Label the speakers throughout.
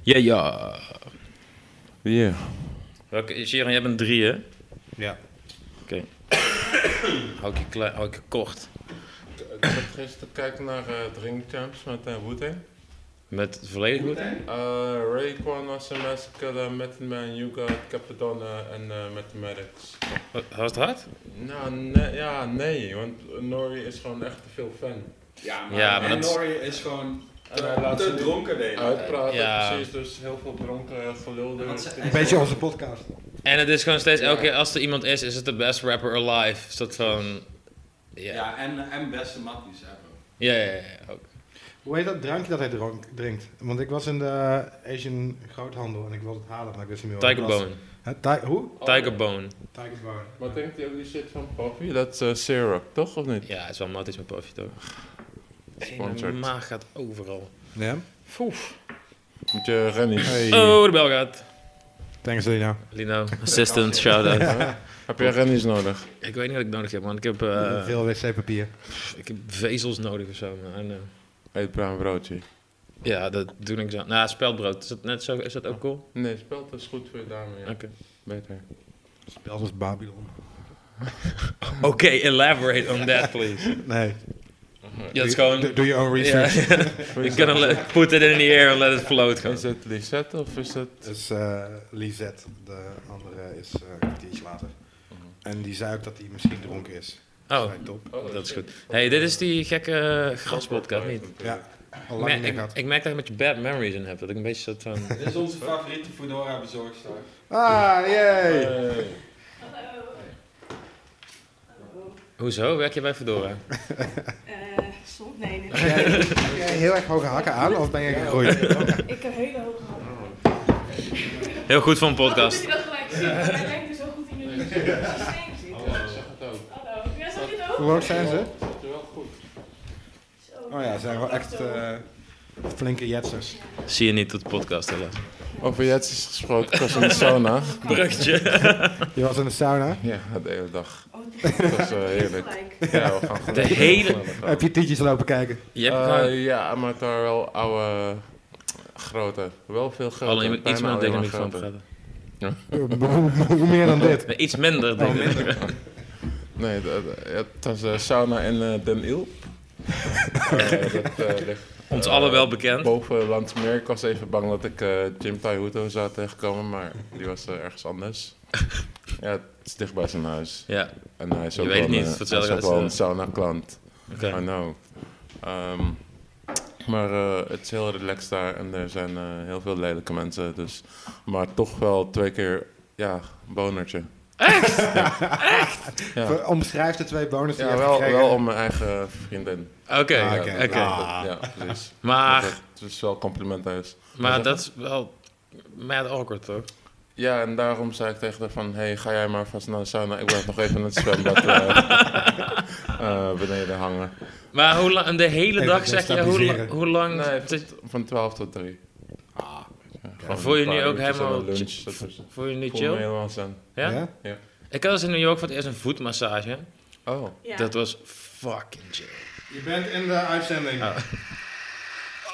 Speaker 1: Ja, ja.
Speaker 2: Ja.
Speaker 1: Welke, Sharon, jij bent drie, hè? Oké.
Speaker 3: Ja.
Speaker 1: hou, ik je klei- hou ik je kort.
Speaker 4: Ik heb gisteren gekeken naar eh Drink Champs met uh, Wu-Tang.
Speaker 1: Met het volledig goed?
Speaker 4: Eh, Rayquan was een massacre, eh, Method Man, Yuga, Capadon eh, en eh Mathematics.
Speaker 1: Wa- Was het hard?
Speaker 4: Nou, nee, ja, nee, want Nori is gewoon echt te veel fan.
Speaker 3: Ja,
Speaker 1: maar- Ja, maar en dat-
Speaker 3: is gewoon
Speaker 4: te- Wij laten te niet-
Speaker 3: dronken
Speaker 4: Uitpraten,
Speaker 1: ja.
Speaker 4: precies, dus heel veel dronken gelul. door het team.
Speaker 3: Een beetje onze podcast.
Speaker 1: En het is gewoon steeds, elke keer als er iemand is, is het de best rapper alive. Is dat van... Ja,
Speaker 5: Ja, en, en beste matties ever.
Speaker 1: ja, ja, ja, ook.
Speaker 3: Hoe heet dat drankje dat hij dronk, drinkt? Want ik was in de eh, Asian groothandel en ik wilde het halen, maar ik wist niet meer wat het
Speaker 1: Tiger
Speaker 3: was.
Speaker 1: Bone.
Speaker 3: Hè, ti- hoe?
Speaker 1: Tiger Bone.
Speaker 3: Tiger Bone.
Speaker 4: Oh, Maar drinkt hij ook die shit van Poppy? Dat is eh, syrup, toch of niet?
Speaker 1: Ja, het is wel matties met Puffy, toch? Ene
Speaker 4: Sponsored.
Speaker 1: maag gaat overal.
Speaker 3: Ja?
Speaker 1: Foef.
Speaker 4: Moet je Rennie.
Speaker 1: Oh, de bel gaat.
Speaker 3: Thanks, Lina.
Speaker 1: Lino, assistant, shout-out.
Speaker 4: Heb je Rennies nodig?
Speaker 1: Ik weet niet wat ik nodig heb, man. Ik heb, eh,
Speaker 3: Veel wc-papier.
Speaker 1: pff, ik heb vezels nodig of zo, man. En, eh,
Speaker 4: Eet bruin broodje.
Speaker 1: ja, dat doe ik zo. Nou, speldbrood. Is dat net zo? Is dat ook cool?
Speaker 4: Nee, spelt is goed voor je dame, ja.
Speaker 1: Oké.
Speaker 4: Beter.
Speaker 3: Spel als Babylon.
Speaker 1: Oké, elaborate on that, please.
Speaker 3: Nee.
Speaker 1: Ja,
Speaker 3: Doe
Speaker 1: het is
Speaker 3: je-
Speaker 1: gewoon...
Speaker 3: Doe doe je own
Speaker 1: Ja,
Speaker 3: research.
Speaker 1: you gonna let- put it in the air and let it float, gewoon.
Speaker 4: Is het Lisette of is het...
Speaker 3: Dus eh Lisette, de andere, is eh, een kwartiertje later. En die zei ook dat hij misschien dronken is.
Speaker 1: Mhm. Oh,
Speaker 3: Zijn top.
Speaker 1: dat is goed. hey, dit is die gekke eh, graspodcast, niet?
Speaker 3: Ja,
Speaker 1: Ik,
Speaker 3: al lang niet meer
Speaker 1: merk-
Speaker 3: gehad.
Speaker 1: ik, ik merk dat ik met je bad memories in heb. Dat ik een beetje soort van...
Speaker 5: Dit is onze favoriete Foodora bezorgster.
Speaker 3: Ah, yay!
Speaker 4: Hey.
Speaker 6: Hallo. Hallo.
Speaker 1: Hoezo? Werk je bij Fedora?
Speaker 6: Eh, soms? Nee, nee.
Speaker 3: Heb jij- heb jij heel erg hoge hakken aan of ben jij gegroeid?
Speaker 6: Ik heb hele hoge handen.
Speaker 1: Heel goed voor een
Speaker 6: Oh,
Speaker 1: podcast.
Speaker 6: dat je dat gelijk ziet. Hij lijkt er zo goed in jullie systeem zitten.
Speaker 4: Ik zag het ook.
Speaker 6: Hallo. Ja, zag je het
Speaker 3: Hoe
Speaker 6: ook?
Speaker 3: hoog zijn ze?
Speaker 4: Zat je wel goed.
Speaker 6: Zo.
Speaker 3: Oh ja, ze zijn wel echt eh, flinke jetsers.
Speaker 1: Zie je niet tot podcast, helaas.
Speaker 4: Over Oh, Jets gesproken, ik was in de sauna.
Speaker 1: Bruggetje.
Speaker 3: Je was in de sauna.
Speaker 4: Ja, de hele dag.
Speaker 6: Oh, het
Speaker 4: Dat was eh,
Speaker 6: is
Speaker 4: heerlijk.
Speaker 6: gelijk.
Speaker 4: Ja, we gaan gewoon-
Speaker 1: De hele...
Speaker 3: Heb je tietjes lopen kijken?
Speaker 1: Je hebt
Speaker 4: Eh,
Speaker 1: gewoon...
Speaker 4: ja, maar daar wel oude grote. Wel veel grote.
Speaker 1: Alleen maar iets
Speaker 4: bijna
Speaker 1: minder
Speaker 4: alleen
Speaker 1: tegen
Speaker 4: maar
Speaker 1: de microfoon
Speaker 4: grote.
Speaker 1: praten.
Speaker 3: Hoe- hoe- Hoe meer dan dit?
Speaker 1: Nee, iets minder tegen de microfoon.
Speaker 4: Nee, dat, eh, het was eh, sauna in eh, Den Iel. Eh, dat eh, ligt
Speaker 1: Ons allen wel bekend.
Speaker 4: boven Landsmeer. Ik was even bang dat ik eh, Jim Taihuto zou tegenkomen, maar die was eh, ergens anders. ja, het is dicht bij zijn huis.
Speaker 1: Ja,
Speaker 4: En hij is
Speaker 1: Je
Speaker 4: ook
Speaker 1: weet
Speaker 4: wel
Speaker 1: niet,
Speaker 4: een, eh,
Speaker 1: wat
Speaker 4: hij is
Speaker 1: zou-
Speaker 4: ook wel een sauna klant.
Speaker 1: oké.
Speaker 4: I know. Ehm, maar eh, het is heel relaxed daar en er zijn eh, heel veel lelijke mensen. Dus, maar toch wel twee keer, ja, bonertje. Echt? Ja,
Speaker 3: Ver- Omschrijf de twee bonus die
Speaker 4: ja
Speaker 3: je hebt
Speaker 4: wel,
Speaker 3: gekregen.
Speaker 4: wel om mijn eigen vriendin.
Speaker 1: Oké,
Speaker 3: Ah,
Speaker 1: oké. Ah.
Speaker 3: oké.
Speaker 1: oké.
Speaker 3: Ah.
Speaker 4: Ja, precies. Dus Dat
Speaker 1: Maar,
Speaker 4: het- Het is wel compliment huis.
Speaker 1: maar dat is wel mad awkward, toch?
Speaker 4: Ja, en daarom zei ik tegen haar van... hey, ga jij maar vast naar de sauna. Ik blijf nog even in het zwembad eh, eh, beneden hangen.
Speaker 1: Maar hoe lang, de hele
Speaker 3: Even
Speaker 1: dag zeg je, hoe, la-
Speaker 3: stabiliseren.
Speaker 1: hoe lang...
Speaker 4: Nee,
Speaker 1: het is-
Speaker 4: Van 12 tot 3. Ah.
Speaker 1: Maar voel je nu ook helemaal
Speaker 4: lunch,
Speaker 1: ch-
Speaker 4: dat is-
Speaker 1: voel je nu
Speaker 4: voel me
Speaker 1: chill?
Speaker 4: helemaal zen.
Speaker 1: Ja?
Speaker 3: Ja?
Speaker 1: Ik had dus in New York voor het eerst een voetmassage.
Speaker 4: Oh.
Speaker 6: Ja.
Speaker 1: Dat was fucking chill.
Speaker 3: Je bent in de uitzending.
Speaker 1: Ah.
Speaker 7: Oh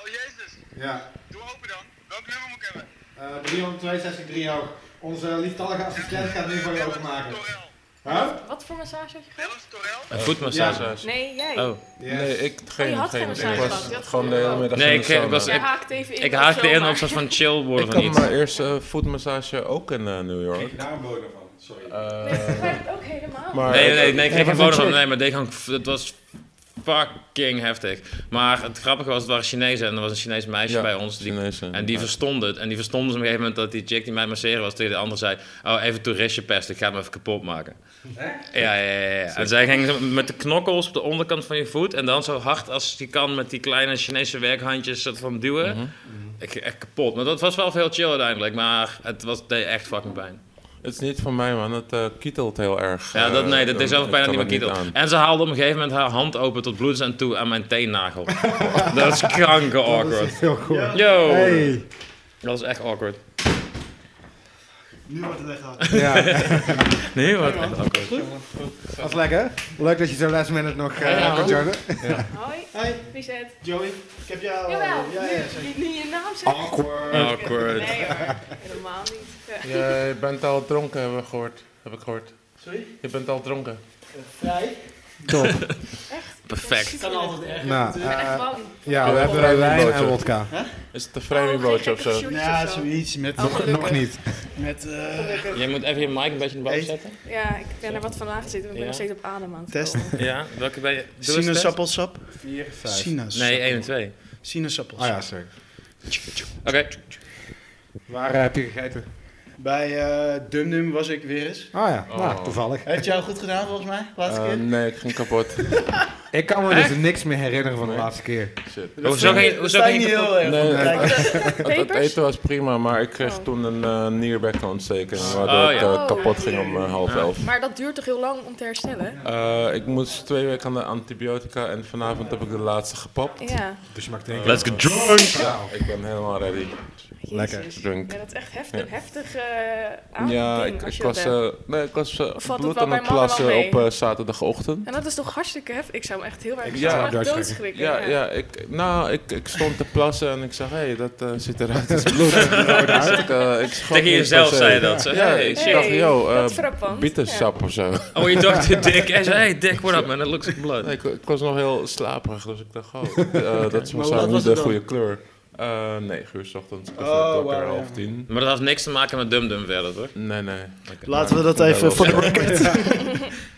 Speaker 7: jezus,
Speaker 3: Ja.
Speaker 7: doe open dan. Welk nummer moet ik hebben?
Speaker 3: Eh 362 hoog. Onze lieftallige assistent gaat nu voor je openmaken.
Speaker 7: Torel.
Speaker 3: Huh?
Speaker 6: Wat voor massage had je gedaan?
Speaker 7: Willem Torel?
Speaker 1: Een voetmassage.
Speaker 3: ja.
Speaker 6: Nee, jij.
Speaker 1: Oh,
Speaker 4: Nee, ik geen,
Speaker 6: Oh, je had
Speaker 4: geen,
Speaker 6: geen
Speaker 4: ik
Speaker 6: massage
Speaker 4: was
Speaker 6: gehad, je had
Speaker 4: gewoon de
Speaker 6: gewoon-
Speaker 4: hele middag
Speaker 1: Nee,
Speaker 4: in
Speaker 1: ik-
Speaker 4: de sauna.
Speaker 1: ik was-
Speaker 6: Jij haakte even in.
Speaker 1: ik
Speaker 6: op
Speaker 1: haakte in
Speaker 6: zomaar.
Speaker 1: op soort van chill worden
Speaker 4: Ik
Speaker 1: van
Speaker 4: had
Speaker 1: iets.
Speaker 4: mijn eerste eh, voetmassage ook in eh, New York.
Speaker 5: Ik daar een bodem van, sorry.
Speaker 4: Eh,
Speaker 6: Nee, ik begrijp het ook helemaal.
Speaker 4: maar
Speaker 1: Nee, nee, nee, nee, ik kreeg
Speaker 3: was
Speaker 1: geen
Speaker 3: een
Speaker 1: foto van.
Speaker 3: chick.
Speaker 1: Nee, maar die gang, het was fucking heftig. Maar het grappige was, het waren Chinezen en er was een Chinees meisje
Speaker 4: Ja,
Speaker 1: bij ons. Die,
Speaker 4: Chinezen.
Speaker 1: en die verstond het. En die verstond dus op een gegeven moment dat die chick die mij masseren was tegen de ander zei... Oh, even toeristje pesten, ik ga hem even kapot maken. Ja, ja, ja, ja. En zij ging zo met de knokkels op de onderkant van je voet... en dan zo hard als je kan met die kleine Chinese werkhandjes soort van duwen.
Speaker 4: Mhm.
Speaker 1: Mhm. Ik ging echt kapot. Maar dat was wel veel chill uiteindelijk. Maar het was, deed echt fucking pijn.
Speaker 4: Het is niet van mij, man. Het eh, kietelt heel erg.
Speaker 1: Ja, dat,
Speaker 4: Eh,
Speaker 1: nee, dat is
Speaker 4: ik
Speaker 1: zelf bijna
Speaker 4: kan
Speaker 1: niet meer
Speaker 4: het
Speaker 1: kietel.
Speaker 4: aan.
Speaker 1: En ze haalde op een gegeven moment haar hand open tot bloed en toe aan mijn teennagel. dat is kranke
Speaker 3: Dat
Speaker 1: awkward.
Speaker 4: Oh.
Speaker 3: is heel goed.
Speaker 1: Yo!
Speaker 3: Hey.
Speaker 1: Dat is echt awkward.
Speaker 2: Nu wordt het echt hard.
Speaker 3: Ja,
Speaker 1: Nee, wat? Oké.
Speaker 3: dat is lekker. Leuk dat je zo last minute nog eh
Speaker 1: Ja.
Speaker 3: kon joinen.
Speaker 6: Hoi,
Speaker 2: Hi,
Speaker 6: wie is het?
Speaker 2: Joey. Ik heb jou... eh,
Speaker 6: Jawel,
Speaker 2: ja, ja, zeker.
Speaker 6: nu, nu je naam zegt.
Speaker 1: Awkward.
Speaker 6: Nee hoor, helemaal niet. eh, Ja.
Speaker 4: Jij bent al dronken, hebben we gehoord. Heb ik gehoord.
Speaker 2: Sorry?
Speaker 4: Je bent al dronken.
Speaker 2: Eh, vrij.
Speaker 3: Top.
Speaker 1: Perfect.
Speaker 2: Kan altijd erger
Speaker 3: Nou,
Speaker 2: natuurlijk.
Speaker 6: Echt
Speaker 3: eh,
Speaker 6: wel.
Speaker 3: ja, we hebben eh, wijn en wodka.
Speaker 4: Is het een framingbootje of zo?
Speaker 6: Oh,
Speaker 2: ja, zoiets met...
Speaker 6: Nog-
Speaker 3: Nog niet.
Speaker 2: Met eh,
Speaker 1: Jij moet even je mic een beetje naar boven
Speaker 2: Hey.
Speaker 1: zetten.
Speaker 6: Ja, ik ben er wat van aangezeten, maar ik ben
Speaker 1: Ja.
Speaker 6: nog steeds op adem aan het
Speaker 2: Test.
Speaker 6: komen.
Speaker 1: Ja, welke ben je? doe eens test.
Speaker 2: sinaasappelsap.
Speaker 3: Vier, vijf.
Speaker 2: Sinaas.
Speaker 1: Nee, 1 en 2.
Speaker 2: Sinaasappelsap.
Speaker 3: Oh ja, sorry.
Speaker 1: Oké.
Speaker 3: Waar eh, heb je gegeten?
Speaker 2: Bij eh Dum Dum was ik weer eens.
Speaker 3: Oh ja, nou,
Speaker 4: Oh.
Speaker 3: toevallig.
Speaker 2: Heeft jou goed gedaan volgens mij, laatste
Speaker 4: Eh,
Speaker 2: keer?
Speaker 4: nee, ik ging kapot.
Speaker 3: Ik kan me dus niks meer herinneren van de
Speaker 4: Nee.
Speaker 3: laatste keer.
Speaker 4: Shit.
Speaker 2: Dat
Speaker 1: hoezo
Speaker 2: vind
Speaker 1: ging-
Speaker 2: ik-
Speaker 1: hoezo
Speaker 2: dat sta
Speaker 1: ging
Speaker 2: ik
Speaker 1: je
Speaker 2: niet heel erg
Speaker 4: Nee,
Speaker 2: op te kijken.
Speaker 4: Het, het
Speaker 6: Papers?
Speaker 4: eten was prima, maar ik kreeg
Speaker 6: Oh.
Speaker 4: toen een eh nierbekken ontsteken. Waardoor
Speaker 1: Oh,
Speaker 4: ik
Speaker 1: ja.
Speaker 4: eh, kapot ging om eh, half
Speaker 1: Ja.
Speaker 4: elf.
Speaker 6: Maar dat duurt toch heel lang om te herstellen?
Speaker 4: Eh, ik moest twee weken aan de antibiotica en vanavond heb ik de laatste gepapt.
Speaker 6: Ja,
Speaker 3: Dus je mag denken.
Speaker 1: Let's get drunk!
Speaker 3: Ja.
Speaker 4: Ik ben helemaal ready.
Speaker 6: jezus.
Speaker 3: Lekker.
Speaker 4: Drunk.
Speaker 6: Ja, dat is echt heftig, heftig eh aan
Speaker 4: Ja,
Speaker 6: ding,
Speaker 4: ik,
Speaker 6: als
Speaker 4: ik
Speaker 6: je dat
Speaker 4: was,
Speaker 6: hebt.
Speaker 4: eh, nee, ik was eh,
Speaker 6: Of valt het
Speaker 4: bloed
Speaker 6: wel
Speaker 4: aan
Speaker 6: bij
Speaker 4: het
Speaker 6: mannen
Speaker 4: plassen
Speaker 6: wel mee?
Speaker 4: op eh, zaterdagochtend.
Speaker 6: En dat is toch hartstikke heftig? Ik zou me echt heel erg
Speaker 3: Ik
Speaker 6: ik
Speaker 4: zou
Speaker 6: zou me echt
Speaker 3: doodschrikken.
Speaker 6: doodschrikken.
Speaker 4: Ja, ja ik, nou, ik, ik stond te plassen en ik zag, hé, hey, dat eh, ziet eruit als bloed. Dus ik, eh, ik schrok
Speaker 1: Tegen
Speaker 4: niet
Speaker 1: jezelf
Speaker 4: per se.
Speaker 1: zei je dat. Zo,
Speaker 4: Ja,
Speaker 1: hey,
Speaker 4: ik
Speaker 1: shit.
Speaker 4: dacht, yo, eh,
Speaker 6: dat is frappant.
Speaker 4: Bietensap of zo.
Speaker 1: Oh, je dacht je dik. Hij zei, hey, dik, what up man, that looks like blood.
Speaker 4: Nee, ik, ik was nog heel slaperig, dus ik dacht, oh, eh, dat is
Speaker 2: Maar
Speaker 4: waarschijnlijk
Speaker 2: wat was
Speaker 4: niet de
Speaker 2: het dan?
Speaker 4: goede kleur. Eh nee, uur 's ochtends. Ik was
Speaker 2: Oh,
Speaker 4: net wakker,
Speaker 2: wauw, ja.
Speaker 4: half tien.
Speaker 1: Maar dat had niks te maken met Dum Dum verder, toch?
Speaker 4: Nee, nee.
Speaker 2: Laten we dat
Speaker 4: Ja,
Speaker 2: even
Speaker 4: wel.
Speaker 2: voor de record.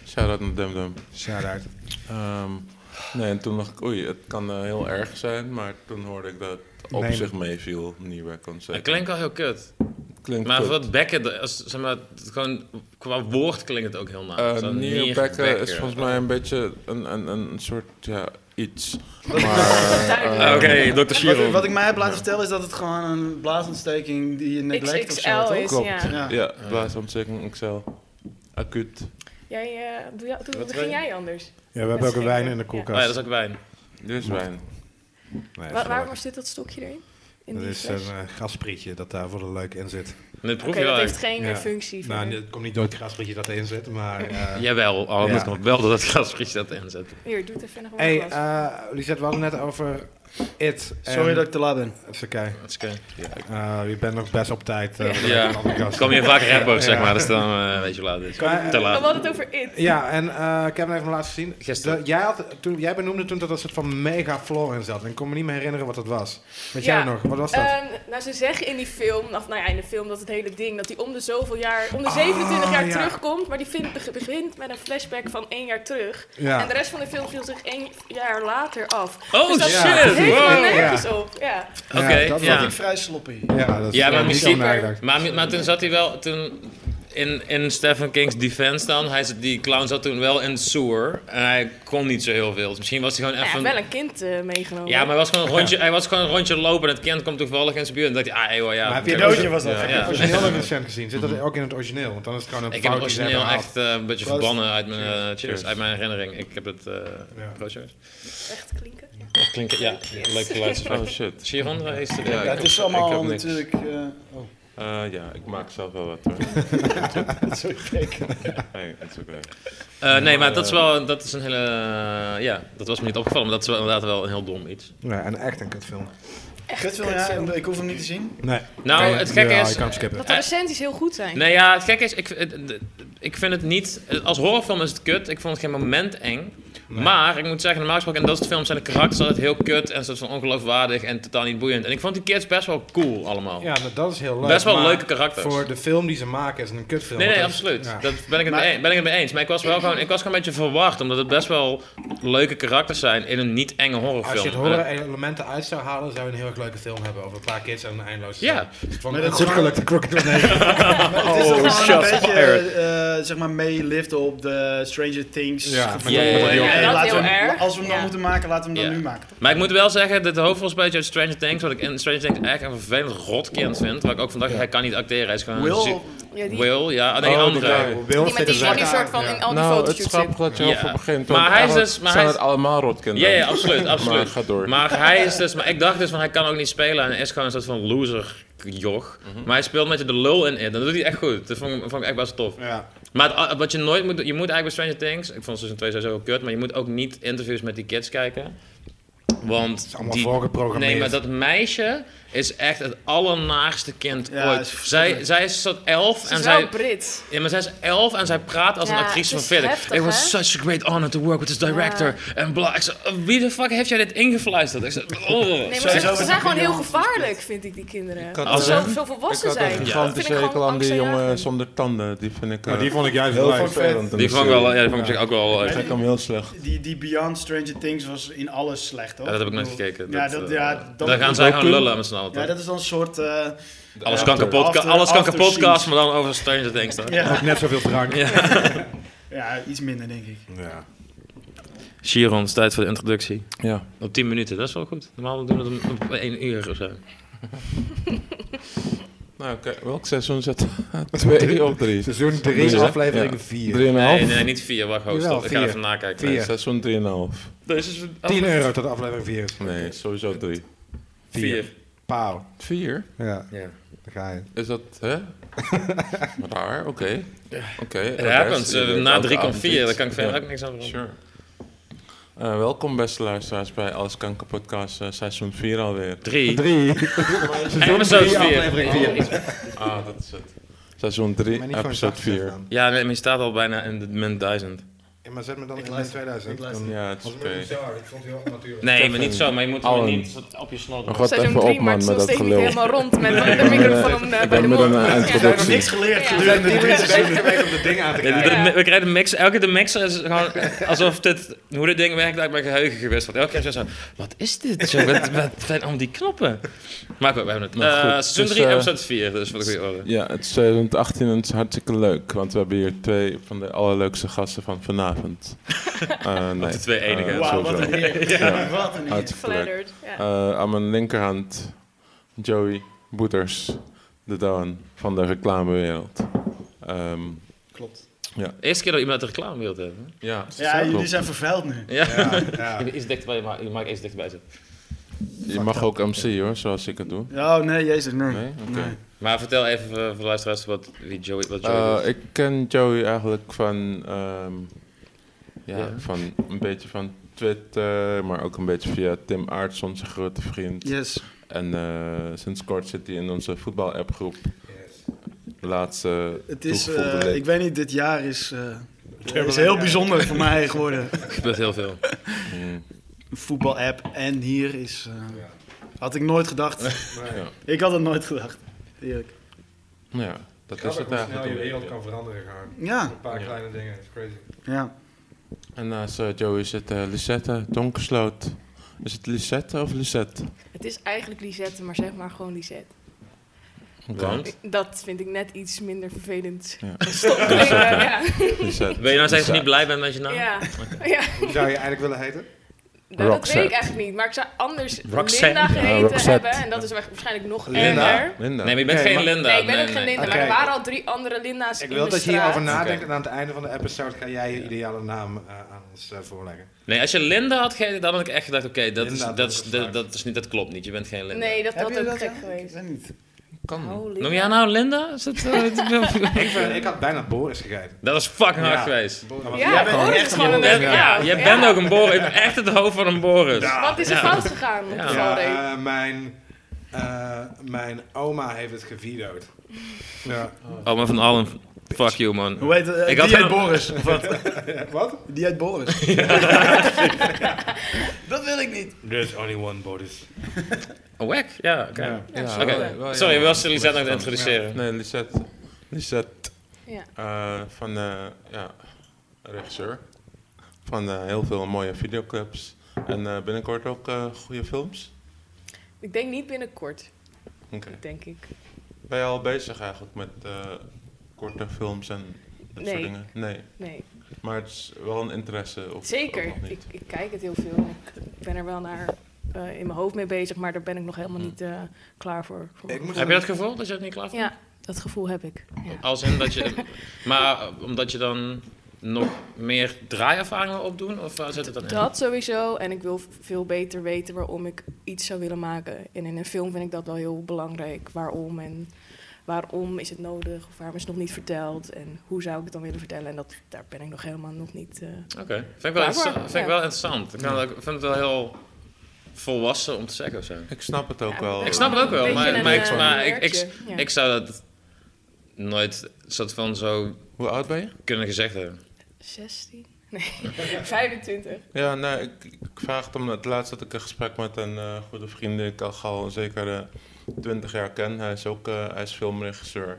Speaker 4: Shout-out naar Dum Dum.
Speaker 3: Shout out.
Speaker 4: Ehm, nee, en toen dacht ik, oei, het kan eh, heel erg zijn, maar toen hoorde ik dat het op
Speaker 3: Nee.
Speaker 4: zich meeviel, nieuwe concert.
Speaker 1: Dat klinkt al heel kut.
Speaker 4: klinkt
Speaker 1: Maar
Speaker 4: goed.
Speaker 1: voor het bekken, als, zeg maar, het gewoon, qua woord klinkt het ook heel
Speaker 4: Eh,
Speaker 1: naar. Zo'n
Speaker 4: Nierbekken
Speaker 1: nierbekken.
Speaker 4: is volgens mij een beetje een, een, een, een soort, ja, iets.
Speaker 1: Ah,
Speaker 4: Maar,
Speaker 1: Oké,
Speaker 4: eh,
Speaker 1: dokter Shiro.
Speaker 2: Wat, wat ik mij heb laten vertellen is dat het gewoon een blaasontsteking die je neglect of zo,
Speaker 6: XXL
Speaker 2: toch?
Speaker 6: is,
Speaker 4: Klopt.
Speaker 6: ja.
Speaker 2: Ja.
Speaker 4: Ja, blaasontsteking, XL. Acuut.
Speaker 6: Jij, eh, doe, jou- doe,
Speaker 1: Wat
Speaker 6: begin
Speaker 1: wil je?
Speaker 6: jij anders?
Speaker 3: Ja, we hebben ook een wijn in de
Speaker 1: Oh ja,
Speaker 3: koelkast.
Speaker 1: dat is ook wijn.
Speaker 4: Dus wijn.
Speaker 3: Nee,
Speaker 6: Wa-
Speaker 3: dat is wel
Speaker 6: waarom
Speaker 3: lekker.
Speaker 6: zit dat stokje erin? In
Speaker 3: Dat
Speaker 6: die
Speaker 3: is
Speaker 6: fles?
Speaker 3: een eh, gasprietje dat daar voor de leuk in zit.
Speaker 1: En dit proef
Speaker 6: Oké,
Speaker 1: je wel
Speaker 6: dat
Speaker 1: echt.
Speaker 6: heeft geen eh,
Speaker 3: Ja.
Speaker 6: functie.
Speaker 3: Nou,
Speaker 6: verder.
Speaker 3: het komt niet door het gasprietje dat erin zit, maar... eh,
Speaker 1: Jawel, al moet
Speaker 3: Ja.
Speaker 1: nog wel dat het gasprietje dat inzet.
Speaker 6: Hier, doe het even nog wel
Speaker 3: Hey,
Speaker 6: glas.
Speaker 3: eh, Lisette, we hadden net over It. en-
Speaker 2: Sorry dat ik te laat ben.
Speaker 3: Het is oké.
Speaker 1: Dat is oké.
Speaker 3: Eh, je bent nog best op tijd. eh, voor de
Speaker 1: Ja.
Speaker 3: podcast.
Speaker 1: Kom je vaak rapper, zeg
Speaker 3: Ja.
Speaker 1: maar, dus dan eh, weet je hoe laat het is.
Speaker 3: Maar,
Speaker 1: Te
Speaker 3: eh,
Speaker 6: Oh, We
Speaker 1: laat.
Speaker 6: hadden het over it.
Speaker 3: Ja, en eh, ik heb hem even laten zien.
Speaker 1: Gisteren.
Speaker 3: De- jij, had, toen, jij benoemde toen dat er een soort van mega floor in zat. En ik kon me niet meer herinneren wat dat was. Weet
Speaker 6: Ja.
Speaker 3: jij nog? Wat was dat?
Speaker 1: Eh,
Speaker 6: Ehm, nou, ze zeggen in die film, of nou ja, in de film dat het hele ding, dat hij om de zoveel jaar, om de 27 jaar
Speaker 3: Ah, ja.
Speaker 6: terugkomt, maar die film beg- begint met een flashback van één jaar terug. En
Speaker 3: ja.
Speaker 6: de rest van de film viel zich één jaar later af.
Speaker 1: Oh
Speaker 6: dus dat
Speaker 3: ja.
Speaker 6: slaat
Speaker 1: shit!
Speaker 6: helemaal
Speaker 1: Wow.
Speaker 6: nergens op. Ja.
Speaker 1: Oké,
Speaker 3: dat
Speaker 1: ja.
Speaker 3: was-
Speaker 2: Ik vrij sloppy.
Speaker 3: Ja, dat is
Speaker 1: Ja,
Speaker 3: daar
Speaker 1: maar
Speaker 3: heb ik
Speaker 1: misschien-
Speaker 3: over nagedacht.
Speaker 1: Maar, maar toen zat hij wel, toen in, in Stephen King's defense dan, hij, zat- die clown zat toen wel in het sewer en hij kon niet zo heel veel. Dus misschien was hij gewoon
Speaker 6: Ja, hij
Speaker 1: even...
Speaker 6: heeft wel een kind eh, meegenomen.
Speaker 1: Ja, maar hij was, gewoon een rondje, hij was gewoon een rondje lopen en het kind komt toevallig in zijn buurt. En dacht hij, ah joh, ja.
Speaker 3: Maar heb je
Speaker 1: ik
Speaker 3: het
Speaker 1: heb-
Speaker 2: Doodje was dat.
Speaker 1: Ja.
Speaker 3: Heb je het origineel in de film gezien? Zit dat ook in het origineel? Want dan is het gewoon een
Speaker 1: Ik heb het
Speaker 3: fout die ze hebben
Speaker 1: origineel
Speaker 3: gehaald.
Speaker 1: echt eh, een beetje
Speaker 2: Proost.
Speaker 1: verbannen uit mijn, eh, cheers,
Speaker 4: Cheers.
Speaker 1: uit mijn herinnering. Ik heb het... eh
Speaker 3: Ja.
Speaker 1: Proost, jongens.
Speaker 6: Echt klinken.
Speaker 1: Echt klinken, ja. Leuk geluid.
Speaker 4: Oh shit.
Speaker 1: Chiron is er.
Speaker 4: Ja,
Speaker 2: Ja, het is
Speaker 4: ik heb
Speaker 2: allemaal
Speaker 4: niks.
Speaker 2: natuurlijk... eh, oh,
Speaker 4: Eh, ja, ik maak zelf wel wat hoor.
Speaker 2: sorry, kijk.
Speaker 4: Hey, it's okay.
Speaker 1: Eh, nee, maar dat is wel, dat is een hele, eh, ja, dat was me niet opgevallen, maar dat is wel inderdaad wel een heel dom iets.
Speaker 3: Ja, en echt een kutfilm.
Speaker 2: Kut wil ja, ik hoef hem niet te zien.
Speaker 3: Nee.
Speaker 1: Nou, het gekke
Speaker 3: Jawel,
Speaker 1: is,
Speaker 3: je kan hem skippen.
Speaker 6: Dat de recensies heel goed zijn.
Speaker 1: nee ja, het gekke is, ik, het- het- ik vind het niet, als horrorfilm is het kut, ik vond het geen moment eng, maar ik moet zeggen, normaal gesproken in dat soort films zijn de karakters altijd heel kut en soort van ongeloofwaardig en totaal niet boeiend. En ik vond die kids best wel cool allemaal.
Speaker 3: Ja, nou, dat is heel leuk.
Speaker 1: Best wel
Speaker 3: maar
Speaker 1: leuke karakters.
Speaker 3: Voor de film die ze maken is het een kutfilm.
Speaker 1: Nee, nee,
Speaker 3: want dat is-
Speaker 1: absoluut.
Speaker 3: ja.
Speaker 1: Dat ben ik, het mee, ben ik het mee eens. Maar ik was wel gewoon, ik was gewoon een beetje verwacht, omdat het best wel leuke karakters zijn in een niet enge horrorfilm. Eh,
Speaker 3: Als je het
Speaker 1: En dat-
Speaker 3: horror elementen uit zou halen, zou je een heel erg leuke film hebben over een paar kids en een eindeloze Dus
Speaker 1: Ja.
Speaker 3: zaak. Van
Speaker 2: Maar
Speaker 3: een
Speaker 2: dat
Speaker 3: goed
Speaker 2: is-
Speaker 3: gelukte krokodil. Nee.
Speaker 2: Het is toch
Speaker 1: Oh,
Speaker 2: gewoon
Speaker 1: shots
Speaker 2: een beetje,
Speaker 1: fired.
Speaker 2: eh, zeg maar, meeliften op de Stranger Things.
Speaker 3: Ja,
Speaker 2: gevoel.
Speaker 3: maar dat-
Speaker 2: En, eh,
Speaker 1: Ja,
Speaker 6: dat
Speaker 2: laten
Speaker 6: heel
Speaker 2: we hem-
Speaker 6: erg.
Speaker 2: Als we hem
Speaker 6: Ja.
Speaker 2: dan moeten maken, laten we hem dan
Speaker 1: Ja.
Speaker 2: nu maken. toch?
Speaker 1: Maar ik moet wel zeggen, dit hoofdrolspeler uit Stranger Things, wat ik in Stranger Things echt een vervelend rotkind vind, waar ik ook van dacht, hij kan niet acteren, hij is gewoon... een
Speaker 2: Will,
Speaker 1: zie-
Speaker 6: Ja, die,
Speaker 1: Will, ja, nee,
Speaker 4: Oh, die
Speaker 1: andere.
Speaker 4: guy.
Speaker 3: Wil
Speaker 6: die met die, die soort van in al
Speaker 4: nou, het
Speaker 6: die
Speaker 4: is
Speaker 6: fotoshoots zit.
Speaker 4: grappig dat je
Speaker 1: Ja.
Speaker 4: over begint.
Speaker 1: Maar
Speaker 4: want
Speaker 1: hij is
Speaker 4: eigenlijk
Speaker 1: dus- maar
Speaker 4: zijn
Speaker 1: hij is-
Speaker 4: het allemaal rotkinderen.
Speaker 1: Ja, ja, absoluut,
Speaker 4: Maar
Speaker 1: absoluut.
Speaker 4: ga door.
Speaker 1: Maar hij is dus, maar ik dacht dus van hij kan ook niet spelen en is gewoon een soort van loser joch. Maar hij speelt met je de lul in in. Dat doet hij echt goed. Dat vond ik, vond ik echt best tof.
Speaker 3: Ja.
Speaker 1: Maar het- wat je nooit moet doen- je moet eigenlijk bij Stranger Things, ik vond seizoen 2 sowieso wel kut, maar je moet ook niet interviews met die kids kijken. Want
Speaker 3: is allemaal
Speaker 1: die-
Speaker 3: voorgeprogrammeerd.
Speaker 1: Nee, maar dat meisje is echt het allernaagste kind
Speaker 2: Ja,
Speaker 1: ooit.
Speaker 2: is
Speaker 1: Zij,
Speaker 2: verschrikkelijk.
Speaker 1: zij is zo'n elf
Speaker 6: Ze
Speaker 1: en
Speaker 6: is wel
Speaker 1: zij...
Speaker 6: Brits.
Speaker 1: Ja, maar zij is elf en zij praat als een
Speaker 6: Ja,
Speaker 1: actrice
Speaker 6: het
Speaker 1: van
Speaker 6: is
Speaker 1: verder.
Speaker 6: heftig,
Speaker 1: It was
Speaker 6: hè?
Speaker 1: such a great honor to work with this director. En bla. Ik zei, "Oh, wie de fuck heeft jij dit ingefluisterd? Ik zei, oh.
Speaker 6: Nee,
Speaker 1: Zo-
Speaker 6: maar
Speaker 2: Sowieso
Speaker 6: ze,
Speaker 2: is
Speaker 6: ze
Speaker 2: het
Speaker 6: zijn gewoon
Speaker 2: video
Speaker 6: heel gevaarlijk, vind ik, die kinderen.
Speaker 4: had,
Speaker 6: Als ze
Speaker 1: eh,
Speaker 6: zo, zo
Speaker 4: Ik
Speaker 6: volwassen
Speaker 4: had
Speaker 6: zijn.
Speaker 4: een
Speaker 6: vind
Speaker 4: gigantische
Speaker 6: ik
Speaker 4: hekel
Speaker 6: gewoon
Speaker 4: aan die jongen
Speaker 6: angstaanjagend.
Speaker 4: zonder tanden. Die vind ik...
Speaker 3: Maar
Speaker 4: eh,
Speaker 3: die vond ik juist
Speaker 4: heel
Speaker 3: heel erg
Speaker 4: vervelend.
Speaker 3: vervelend.
Speaker 1: die vond ik wel, ja, die vond ik
Speaker 4: Ja.
Speaker 1: ook wel...
Speaker 4: Ik
Speaker 1: eh,
Speaker 4: vind hem heel slecht.
Speaker 2: Die, die Beyond Stranger Things was in alles slecht, hoor.
Speaker 1: Ja, dat heb ik nooit
Speaker 2: Ik bedoel,
Speaker 1: gekeken.
Speaker 2: Ja,
Speaker 1: Dat,
Speaker 2: dat,
Speaker 1: eh,
Speaker 2: ja, dat-
Speaker 1: Daar gaan zij gewoon
Speaker 4: docu-
Speaker 1: lullen met z'n allen.
Speaker 2: ja,
Speaker 1: toch?
Speaker 2: dat is dan een soort... eh,
Speaker 1: Alles kan kapot,
Speaker 2: after-
Speaker 1: alles kan
Speaker 2: after
Speaker 1: kapot
Speaker 2: scenes.
Speaker 1: cast, maar dan over Stranger Things. toch?
Speaker 2: ja,
Speaker 3: Net zoveel drank.
Speaker 1: Ja.
Speaker 2: ja, iets minder, denk ik.
Speaker 3: Ja.
Speaker 1: Chiron, het is tijd voor de introductie.
Speaker 4: Ja.
Speaker 1: Op 10 minuten, dat is wel goed. Normaal doen we het om- op 1 uur of zo.
Speaker 4: Nou, oké. Welk seizoen zit Twee of drie?
Speaker 3: Seizoen
Speaker 4: Drie,
Speaker 3: 3,
Speaker 4: hè?
Speaker 3: aflevering
Speaker 4: Ja.
Speaker 3: 4.
Speaker 1: Nee,
Speaker 4: 3,5?
Speaker 1: nee, niet 4, wacht, host.
Speaker 3: Jawel,
Speaker 1: Ik ga
Speaker 3: vier.
Speaker 1: even nakijken.
Speaker 3: Vier.
Speaker 4: Nee, Seizoen 3,5.
Speaker 1: Deze is een- oh,
Speaker 3: 10 euro tot de aflevering 4 is.
Speaker 4: Nee, sowieso 3.
Speaker 1: Vier.
Speaker 3: Pauw.
Speaker 4: Vier?
Speaker 3: Ja,
Speaker 1: Ja.
Speaker 3: daar ga je.
Speaker 4: Is dat, hè? Raar, oké. Oké.
Speaker 1: Ja,
Speaker 4: en de rest,
Speaker 1: want eh,
Speaker 4: je weet
Speaker 1: na
Speaker 4: elke
Speaker 1: 3 komt
Speaker 4: avond
Speaker 1: 4,
Speaker 4: iets.
Speaker 1: daar kan ik verder
Speaker 4: Ja.
Speaker 1: ook niks aan doen.
Speaker 4: Sure. Eh, welkom beste luisteraars bij Alles Kanker Podcast eh, seizoen 4 alweer.
Speaker 1: 3.
Speaker 3: 3.
Speaker 1: Episode 4.
Speaker 2: aflevering vier.
Speaker 4: Ah, dat is het. Seizoen 3, episode 4.
Speaker 1: Ja, nee, maar je staat al bijna in de min 1000.
Speaker 3: Ja, maar zet me dan
Speaker 2: Ik
Speaker 3: in
Speaker 2: luister.
Speaker 3: 2000.
Speaker 2: Ik luister.
Speaker 3: Dan-
Speaker 4: Ja, het is
Speaker 3: Want
Speaker 4: oké.
Speaker 3: ik ben bizar, ik vond het heel onnatuurlijk.
Speaker 1: Nee, maar niet zo, maar je moet hem
Speaker 4: Allen.
Speaker 1: niet op je snor
Speaker 4: Maar god,
Speaker 6: Seizoen
Speaker 4: even op
Speaker 6: 3 maakt
Speaker 4: man
Speaker 6: ze
Speaker 4: met
Speaker 6: nog
Speaker 4: dat
Speaker 6: steeds niet
Speaker 4: gelul.
Speaker 6: helemaal rond met de microfoon eh,
Speaker 4: Ik
Speaker 6: bij
Speaker 4: ben
Speaker 6: de
Speaker 4: met
Speaker 6: mond.
Speaker 4: een eh,
Speaker 2: Ik heb nog niks
Speaker 4: introductie.
Speaker 2: geleerd
Speaker 6: Ja.
Speaker 2: gedurende
Speaker 6: Ja.
Speaker 2: dit
Speaker 6: Ja.
Speaker 2: seizoen.
Speaker 3: om dat ding aan te
Speaker 1: Ja, de- de-
Speaker 6: Ja.
Speaker 1: we krijgen de mix, elke de mixer is gewoon eh, alsof dit, hoe dit ding werkt uit mijn geheugen geweest. Want elke keer is het zo, wat is dit? Zo, wat, wat zijn allemaal die knoppen? Maar goed, we hebben het.
Speaker 4: Maar
Speaker 1: Eh,
Speaker 4: goed,
Speaker 1: seizoen
Speaker 4: dus,
Speaker 1: 3,
Speaker 4: eh,
Speaker 1: episode 4, dus voor de goede orde.
Speaker 4: Ja, het is 2018 en het is hartstikke leuk, want we hebben hier twee van de allerleukste gasten van vanavond. Eh, nee.
Speaker 1: de twee enige.
Speaker 4: Eh,
Speaker 2: Wauw, wat
Speaker 4: sowieso.
Speaker 2: een eer.
Speaker 4: Ja.
Speaker 2: Wat een eer.
Speaker 4: Hartstikke leuk.
Speaker 6: Flattered. ja.
Speaker 4: Eh, aan mijn linkerhand Joey Boeters, de Doan van de reclamewereld. Ehm,
Speaker 2: Klopt.
Speaker 1: Eerste keer dat iemand uit de reclame wilt hebben.
Speaker 4: ja,
Speaker 2: Ja, jullie
Speaker 4: klopt.
Speaker 2: zijn vervuild nu.
Speaker 1: Ja.
Speaker 3: Ja, ja.
Speaker 1: Je iets dichterbij, maar je maakt iets dichterbij zitten.
Speaker 4: je mag ook MC hoor, zoals ik het doe.
Speaker 2: Oh, nee, jezus, nee.
Speaker 4: Nee? Oké.
Speaker 2: Nee.
Speaker 1: Maar vertel even eh, voor de luisteraars wat wie Joey, wat Joey
Speaker 4: Eh,
Speaker 1: is.
Speaker 4: ik ken Joey eigenlijk van, ehm, ja,
Speaker 1: Ja.
Speaker 4: van een beetje van Twitter, maar ook een beetje via Tim Aarts, onze grote vriend.
Speaker 2: Yes.
Speaker 4: En eh, sinds kort zit hij in onze voetbal-appgroep.
Speaker 5: Yes.
Speaker 4: Laatste
Speaker 2: Het is,
Speaker 4: toegevoegde
Speaker 2: eh,
Speaker 4: lid.
Speaker 2: ik weet niet, dit jaar is, eh, is heel bijzonder voor mij geworden.
Speaker 1: Er gebeurt heel veel.
Speaker 4: Mm.
Speaker 2: Een voetbal-app en hier is... eh, Had ik nooit gedacht.
Speaker 4: Ja.
Speaker 2: Ik had het nooit gedacht. Eerlijk.
Speaker 4: Nou ja, dat is
Speaker 3: Grappig
Speaker 4: het
Speaker 3: hoe snel
Speaker 4: eigenlijk.
Speaker 3: je
Speaker 4: een
Speaker 3: wereld
Speaker 4: beetje.
Speaker 3: kan veranderen gewoon.
Speaker 2: Ja,
Speaker 3: Een paar
Speaker 4: Ja.
Speaker 3: kleine dingen, dat is crazy.
Speaker 2: ja.
Speaker 4: En naast eh, Joey zit eh, Lisette Donkersloot. Is het Lisette of Lisette?
Speaker 6: Het is eigenlijk Lisette, maar zeg maar gewoon Lisette.
Speaker 4: Oké.
Speaker 1: Want?
Speaker 6: Dat vind ik net iets minder vervelend.
Speaker 4: Ja.
Speaker 6: Stop klinken, ja.
Speaker 4: Lisette.
Speaker 1: Ben je nou steeds
Speaker 4: Lisette.
Speaker 1: niet blij bent met je naam?
Speaker 6: Ja. ja.
Speaker 3: Hoe zou je eigenlijk willen heten?
Speaker 6: Nou, dat
Speaker 4: Roxette.
Speaker 6: weet ik eigenlijk niet. Maar ik zou anders
Speaker 1: Roxette.
Speaker 6: Linda geheten
Speaker 4: Ja, Roxette.
Speaker 6: hebben. En dat is wa- waarschijnlijk nog
Speaker 3: Linda?
Speaker 6: erger.
Speaker 4: Linda.
Speaker 1: Nee, maar je bent
Speaker 3: Oké,
Speaker 1: geen
Speaker 3: maar-
Speaker 1: Linda.
Speaker 6: Nee, ik ben ook geen Linda. Maar er
Speaker 3: Oké.
Speaker 6: waren al drie andere Linda's
Speaker 3: Ik
Speaker 6: in
Speaker 3: wil
Speaker 6: de
Speaker 3: dat je
Speaker 6: straat.
Speaker 3: hierover nadenkt en aan het einde van de episode ga jij je ideale naam eh, aan ons eh, voorleggen.
Speaker 1: Nee, als je Linda had gegeten, dan had ik echt gedacht, oké, dat is
Speaker 3: Linda had
Speaker 1: dat is-
Speaker 3: ik gevraagd.
Speaker 1: dat- dat is niet, dat klopt niet. Je bent geen Linda.
Speaker 6: Nee, dat
Speaker 2: Heb
Speaker 6: had
Speaker 2: je
Speaker 6: ook
Speaker 2: dat
Speaker 6: gek
Speaker 2: ja? Ik
Speaker 6: geweest.
Speaker 2: weet niet.
Speaker 4: kan.
Speaker 6: Oh,
Speaker 1: Noem jij nou Linda? Is dat, eh,
Speaker 3: Ik, ben- ik had bijna Boris gegeten.
Speaker 1: dat is fucking hard
Speaker 3: Ja.
Speaker 1: geweest.
Speaker 3: Maar-
Speaker 6: Ja,
Speaker 2: Jij bent
Speaker 6: Boris
Speaker 2: echt
Speaker 6: is
Speaker 2: een
Speaker 6: gewoon een
Speaker 1: Boris.
Speaker 6: leuke- ja,
Speaker 1: Jij
Speaker 6: ja. Dus
Speaker 1: bent ook een Boris. Ik ben echt het hoofd van een Boris.
Speaker 3: Ja.
Speaker 6: Wat is er
Speaker 1: Ja.
Speaker 6: fout gegaan op
Speaker 1: Ja.
Speaker 6: de
Speaker 3: Ja,
Speaker 6: valreep?
Speaker 3: eh, mijn, eh, mijn oma heeft het gevideoed. Ja.
Speaker 1: Oh, maar van allen, fuck you man.
Speaker 2: Hoe heet het?
Speaker 1: Ik
Speaker 2: ik
Speaker 1: had
Speaker 2: had die heet
Speaker 1: hem-
Speaker 2: Boris. Of wat?
Speaker 3: Wat?
Speaker 2: Die heet Boris. dat wil ik niet.
Speaker 3: There's only one Boris.
Speaker 1: Oh, wack? Ja, oké.
Speaker 3: Ja.
Speaker 6: Ja,
Speaker 1: Oké,
Speaker 6: wel,
Speaker 4: wel, ja.
Speaker 1: sorry, we was Lisette nog te introduceren.
Speaker 4: Nee, Lisette. Lisette
Speaker 6: Ja.
Speaker 4: eh, van, eh ja, regisseur. Van eh, heel veel mooie videoclips. En eh, binnenkort ook eh, goede films.
Speaker 6: Ik denk niet binnenkort,
Speaker 4: Oké.
Speaker 6: denk ik.
Speaker 4: Ben je al bezig eigenlijk met eh, korte films en dat soort
Speaker 6: Nee.
Speaker 4: dingen? Nee.
Speaker 6: Nee,
Speaker 4: Maar het is wel een interesse. Of,
Speaker 6: zeker.
Speaker 1: Oh,
Speaker 4: of nog
Speaker 6: Ik,
Speaker 4: niet?
Speaker 6: ik kijk het heel veel. Ik ben er wel naar eh, in mijn hoofd mee bezig, maar daar ben ik nog helemaal
Speaker 1: Hmm.
Speaker 6: niet eh, klaar voor.
Speaker 3: Ik moet
Speaker 1: Heb je dat gevoel, dat je het niet klaar vond?
Speaker 6: Ja, dat gevoel heb ik. Ja.
Speaker 1: Als in dat je... Maar eh, omdat je dan... nog meer draaiervaring wil opdoen? Of waar zit het dan in?
Speaker 6: Dat sowieso. En ik wil v- veel beter weten waarom ik iets zou willen maken. En in een film vind ik dat wel heel belangrijk. Waarom en waarom is het nodig? Of waarom is het nog niet verteld? En hoe zou ik het dan willen vertellen? En dat, daar ben ik nog helemaal nog niet... eh,
Speaker 1: Oké, vind ik wel,
Speaker 6: Klaar
Speaker 1: interessant-
Speaker 6: voor,
Speaker 1: vind ik
Speaker 6: ja.
Speaker 1: wel interessant. Ik, kan het ook- ik vind het wel heel volwassen om te zeggen of zo.
Speaker 4: Ik snap het ook wel.
Speaker 1: Ik snap het ook wel,
Speaker 6: Een
Speaker 1: maar-
Speaker 6: beetje
Speaker 1: maar
Speaker 6: een,
Speaker 1: ik-
Speaker 6: eh,
Speaker 1: maar ik-
Speaker 6: nerdje, ja.
Speaker 1: Ik zou dat nooit soort van zo
Speaker 4: Hoe oud ben je?
Speaker 1: kunnen gezegd hebben.
Speaker 6: 16? Nee, 25.
Speaker 4: Ja, nou, ik, ik vraag het omdat laatst had ik een gesprek met een eh, goede vriend die ik al gauw zeker eh, 20 jaar ken. Hij is ook eh, hij is filmregisseur.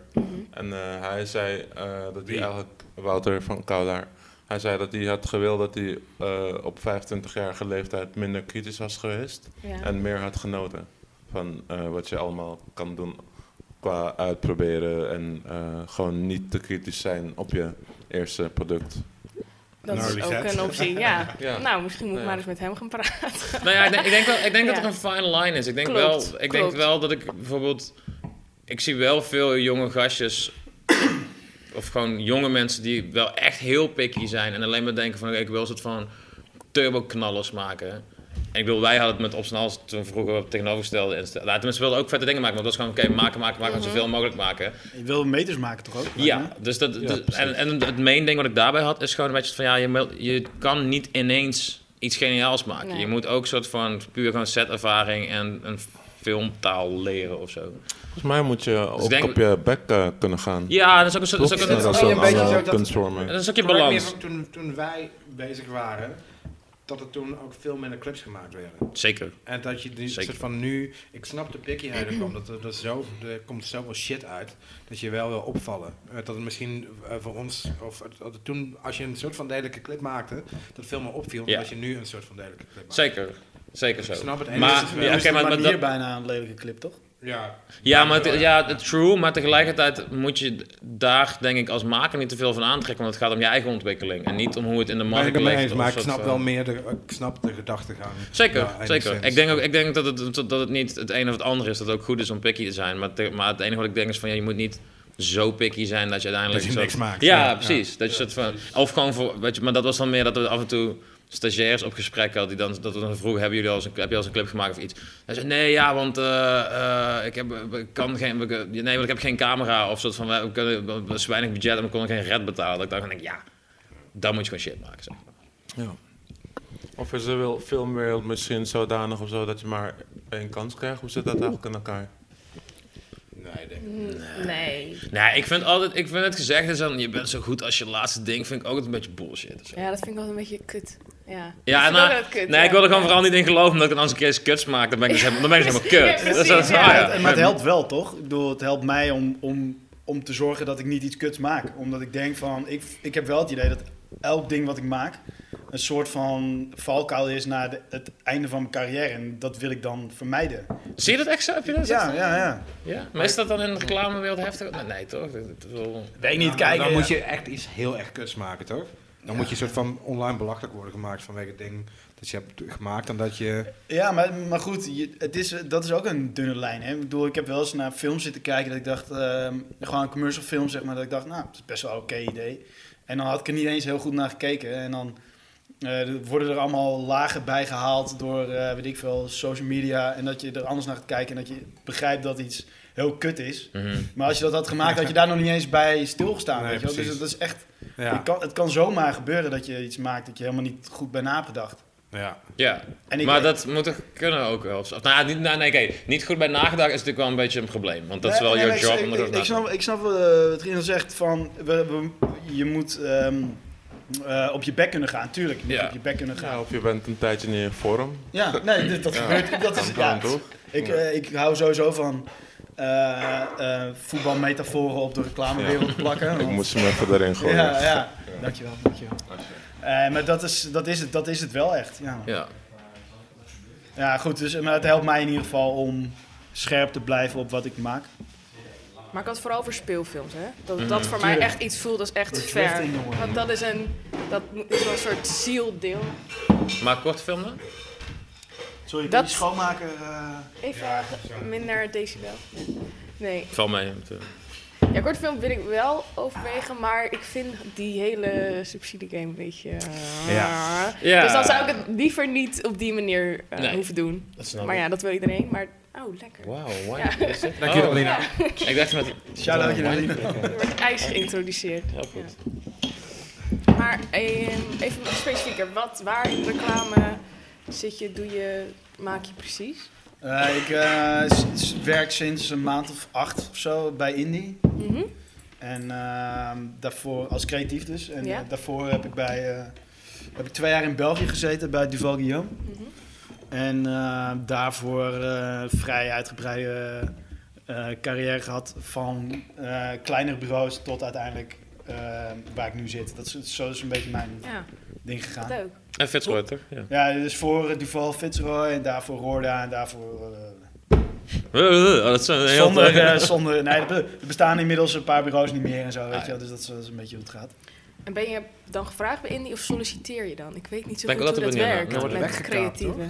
Speaker 4: En eh, hij zei eh, dat hij eigenlijk, Wouter van Koudaar, hij zei dat hij had gewild dat hij eh, op 25-jarige leeftijd minder kritisch was geweest
Speaker 6: Ja.
Speaker 4: en meer had genoten van eh, wat je allemaal kan doen qua uitproberen en eh, gewoon niet te kritisch zijn op je eerste product.
Speaker 6: Dat
Speaker 3: Nou,
Speaker 6: is ook
Speaker 3: Lisette.
Speaker 6: een optie, ja.
Speaker 4: Ja.
Speaker 6: Nou, misschien moet ik
Speaker 4: Ja.
Speaker 6: maar eens met hem gaan praten.
Speaker 1: Nou ja, ik denk, ik denk, wel, ik denk dat
Speaker 6: Ja.
Speaker 1: er een fine line is. Ik denk,
Speaker 6: Klopt,
Speaker 1: wel, ik denk
Speaker 6: klopt.
Speaker 1: wel dat ik bijvoorbeeld... Ik zie wel veel jonge gastjes... of gewoon jonge mensen die wel echt heel picky zijn... en alleen maar denken van... oké, ik wil een soort van turboknallers maken. En ik bedoel, wij hadden het met Op z'n Hals toen vroeger op het tegenovergestelde... instellen. Nou, tenminste, we wilden ook vette dingen maken... maar dat was gewoon, oké, maken, maken, maken...
Speaker 6: Mhm.
Speaker 1: en zoveel mogelijk maken.
Speaker 2: Je wil meters maken toch ook?
Speaker 1: Ja, dus dat, dus- en, en het main ding wat ik daarbij had is gewoon een beetje van ja, je, mil- je kan niet ineens iets geniaals maken.
Speaker 6: Nee.
Speaker 1: Je moet ook soort van puur gewoon setervaring en een filmtaal leren of zo.
Speaker 4: Volgens mij moet je ook
Speaker 1: denk-
Speaker 4: op je bek eh, kunnen gaan.
Speaker 1: Ja, dus dat is ook een soort. Dat
Speaker 4: Toch?
Speaker 1: is ook een,
Speaker 4: Ja, dat
Speaker 2: is
Speaker 4: zijn
Speaker 2: ook een beetje
Speaker 4: alle
Speaker 3: zo dat-
Speaker 4: kunstvormen.
Speaker 1: dat is ook je
Speaker 3: Correct me
Speaker 1: balans.
Speaker 3: if- Toen, toen wij bezig waren, dat er toen ook veel minder clips gemaakt werden.
Speaker 1: Zeker.
Speaker 3: En dat je die
Speaker 1: Zeker.
Speaker 3: soort van nu, ik snap de pickyheid er komt, dat er, er, zo, er komt zoveel shit uit, dat je wel wil opvallen. Eh, dat het misschien eh, voor ons, of het- dat het toen, als je een soort van delijke clip maakte, dat veel meer opviel
Speaker 1: Ja.
Speaker 3: dan dat je nu een soort van delijke clip maakt.
Speaker 1: Zeker. Zeker zo.
Speaker 3: Ik snap het. En
Speaker 1: Maar,
Speaker 3: dit is wel-
Speaker 1: ja,
Speaker 2: oké,
Speaker 1: oké, maar, maar
Speaker 2: hier
Speaker 1: dat,
Speaker 2: bijna een lelijke clip, toch?
Speaker 3: Ja, eh,
Speaker 1: ja, maar het, ja, het true, maar tegelijkertijd moet je daar denk ik als maker niet te veel van aantrekken, want het gaat om je eigen ontwikkeling en niet om hoe het in de
Speaker 3: maar
Speaker 1: markt
Speaker 3: ik
Speaker 1: ligt.
Speaker 3: ben het mee eens,
Speaker 1: of
Speaker 3: maar ik
Speaker 1: soort
Speaker 3: snap
Speaker 1: van-
Speaker 3: wel meer de, ik snap de gedachtegang.
Speaker 1: eh, Zeker,
Speaker 3: Ja, in die
Speaker 1: zeker.
Speaker 3: zin.
Speaker 1: Ik denk, ook, ik denk dat, het, dat het niet het een of het ander is, dat het ook goed is om picky te zijn. Maar, te- maar het enige wat ik denk is van, ja, je moet niet zo picky zijn dat je uiteindelijk...
Speaker 3: Dat je
Speaker 1: zo-
Speaker 3: niks maakt.
Speaker 1: Ja,
Speaker 3: Ja,
Speaker 1: precies. Dat je soort van, of gewoon voor, weet je, maar dat was dan meer dat we af en toe stagiairs op gesprek hadden die dan, dat we dan vroegen, hebben jullie al eens een, heb je al eens een clip gemaakt of iets? Hij zei, nee, ja, want eh, eh, ik, heb, ik kan geen, ik- nee, want ik heb geen camera of soort van, we kunnen, we is weinig budget en we konden geen red betalen. Dat ik dacht, van, ja, dan moet je gewoon shit maken, zeg maar.
Speaker 4: Ja. Of is de wil- filmwereld misschien zodanig of zo dat je maar één kans krijgt? Hoe zit dat eigenlijk in elkaar?
Speaker 6: Nee.
Speaker 1: Nee, ik vind altijd, ik vind het gezegd is dan, je bent zo goed als je laatste ding, vind ik ook een beetje bullshit. of zo.
Speaker 6: Ja, dat vind ik wel een beetje kut. Ja,
Speaker 1: Ja,
Speaker 6: Dat vind ik
Speaker 1: nou,
Speaker 6: ook wel kut,
Speaker 1: nee,
Speaker 6: ja.
Speaker 1: ik wil er gewoon vooral niet in geloven omdat ik dan als een keer eens kuts maak, dan ben ik dus helemaal, dan ben ik dus helemaal
Speaker 6: Ja,
Speaker 1: kut.
Speaker 6: precies,
Speaker 1: dat is, dat is-
Speaker 6: ja.
Speaker 1: ah,
Speaker 2: Maar het helpt wel, toch? Ik bedoel, het helpt mij om, om, om te zorgen dat ik niet iets kuts maak. Omdat ik denk van, ik, ik heb wel het idee dat elk ding wat ik maak... een soort van valkuil is naar de- het einde van mijn carrière. En dat wil ik dan vermijden.
Speaker 1: Zie je dat echt zo? Heb je dat?
Speaker 2: Ja, ja, ja.
Speaker 1: Ja? Maar is dat dan in de reclamewereld heftig? Nee, nee toch? Dat- dat is wel-
Speaker 2: Weet
Speaker 3: Ja, maar Dan moet je echt iets heel erg kuts maken, toch? Dan moet je een soort van online belachelijk worden gemaakt vanwege het ding dat je hebt gemaakt. En dat je...
Speaker 2: Ja, maar, maar goed, je- het is, dat is ook een dunne lijn. Hè? Ik bedoel, ik heb wel eens naar films zitten kijken dat ik dacht, ehm, gewoon een commercial film zeg maar, dat ik dacht, nou, dat is best wel een oké idee. En dan had ik er niet eens heel goed naar gekeken. En dan eh, er worden er allemaal lagen bij gehaald door, eh, weet ik veel, social media. En dat je er anders naar gaat kijken en dat je begrijpt dat iets heel kut is.
Speaker 1: Mhm.
Speaker 2: Maar als je dat had gemaakt, had je daar nog niet eens bij stilgestaan.
Speaker 3: Nee,
Speaker 2: weet je wel? Dus
Speaker 3: precies.
Speaker 2: dat is echt,
Speaker 3: Ja,
Speaker 2: het, kan, het kan zomaar gebeuren dat je iets maakt dat je helemaal niet goed bij nagedacht.
Speaker 3: ja.
Speaker 1: Ja,
Speaker 2: En ik
Speaker 1: maar
Speaker 2: weet-
Speaker 1: dat moet toch kunnen ook wel. Of nou, ja, niet, nou, nee, oké, niet goed bij nagedacht is natuurlijk wel een beetje een probleem. Want dat is
Speaker 2: Nee,
Speaker 1: wel
Speaker 2: nee,
Speaker 1: your
Speaker 2: nee,
Speaker 1: job.
Speaker 2: Ik,
Speaker 1: om
Speaker 2: ik,
Speaker 1: erover
Speaker 2: ik,
Speaker 1: na te
Speaker 2: snap, ik snap eh, wat Rino zegt van we, we- je moet ehm, eh, op je bek kunnen gaan. Tuurlijk, je moet
Speaker 1: Ja.
Speaker 2: op je bek kunnen gaan.
Speaker 4: Ja, of je bent een tijdje niet in vorm.
Speaker 2: Ja, nee, dit- dat gebeurt. Dat is, ja,
Speaker 4: toch?
Speaker 2: ik, eh, ik hou sowieso van eh, eh, voetbalmetaforen op de reclamewereld plakken.
Speaker 4: Ik
Speaker 2: want-
Speaker 4: moest hem even erin gooien.
Speaker 2: ja, ja, dankjewel. dankjewel. Eh, maar dat is, dat, is het, dat is het wel echt. Ja.
Speaker 1: doen. Ja.
Speaker 2: ja, goed. Dus, maar het helpt mij in ieder geval om scherp te blijven op wat ik maak.
Speaker 6: Maar ik had vooral over speelfilms, hè. Dat dat voor mij
Speaker 2: Tuurlijk.
Speaker 6: echt iets voelt als echt
Speaker 2: That's
Speaker 6: ver.
Speaker 2: drifting, jongen.
Speaker 6: Want dat is een... Dat is wel een soort zieldeel.
Speaker 1: Maar kort filmen?
Speaker 2: Sorry,
Speaker 6: Dat-
Speaker 2: die schoonmaker. eh,
Speaker 6: Even minder decibel. Nee.
Speaker 1: Val mee.
Speaker 6: Ja, kortfilm wil ik wel overwegen, maar ik vind die hele subsidiegame een beetje... eh,
Speaker 3: Ja.
Speaker 1: Ja.
Speaker 6: Dus dan zou ik het liever niet op die manier eh,
Speaker 1: Nee.
Speaker 6: hoeven doen.
Speaker 1: Dat snap
Speaker 6: Maar
Speaker 1: ik.
Speaker 6: ja, dat wil iedereen. Maar, oh, lekker.
Speaker 1: Wauw, wow,
Speaker 6: Ja.
Speaker 3: Dank jullie, Alina.
Speaker 1: Oh. Ik dacht met... Oh,
Speaker 2: Shout-out je Lina.
Speaker 6: Er wordt ijs geïntroduceerd.
Speaker 1: Heel goed.
Speaker 6: Maar ehm, even specifieker, wat, waar in de reclame zit je, doe je, maak je precies?
Speaker 2: Eh, ik eh, s- s- werk sinds een maand of acht of zo bij Indie.
Speaker 6: Mhm.
Speaker 2: En ehm, daarvoor, als creatief dus. En
Speaker 6: Ja.
Speaker 2: eh, daarvoor heb ik, bij, eh, heb ik twee jaar in België gezeten bij Duval Guillaume.
Speaker 6: mhm.
Speaker 2: En eh, daarvoor eh, vrij uitgebreide eh, carrière gehad van eh, kleinere bureaus tot uiteindelijk eh, waar ik nu zit. Dat is, zo is een beetje mijn
Speaker 6: Ja,
Speaker 2: ding gegaan.
Speaker 1: Ah.
Speaker 6: dat ook.
Speaker 1: En Fitzroy, toch? Ja.
Speaker 2: Ja, dus voor eh, Duval Fitzroy en daarvoor Roorda en daarvoor... eh,
Speaker 1: Oh, dat is een heel...
Speaker 2: zonder, eh, zonder, nee, er be- er bestaan inmiddels een paar bureaus niet meer en zo, weet je wel. Dus dat is, dat is een beetje hoe het gaat.
Speaker 6: En ben je dan gevraagd bij Indie of solliciteer je dan? Ik weet niet zo
Speaker 1: Ben ik
Speaker 6: goed hoe
Speaker 1: altijd
Speaker 6: dat
Speaker 1: benieuwd naar.
Speaker 6: werkt
Speaker 1: Dan wordt
Speaker 6: met
Speaker 1: het
Speaker 3: weggekaapt,
Speaker 6: creatieve.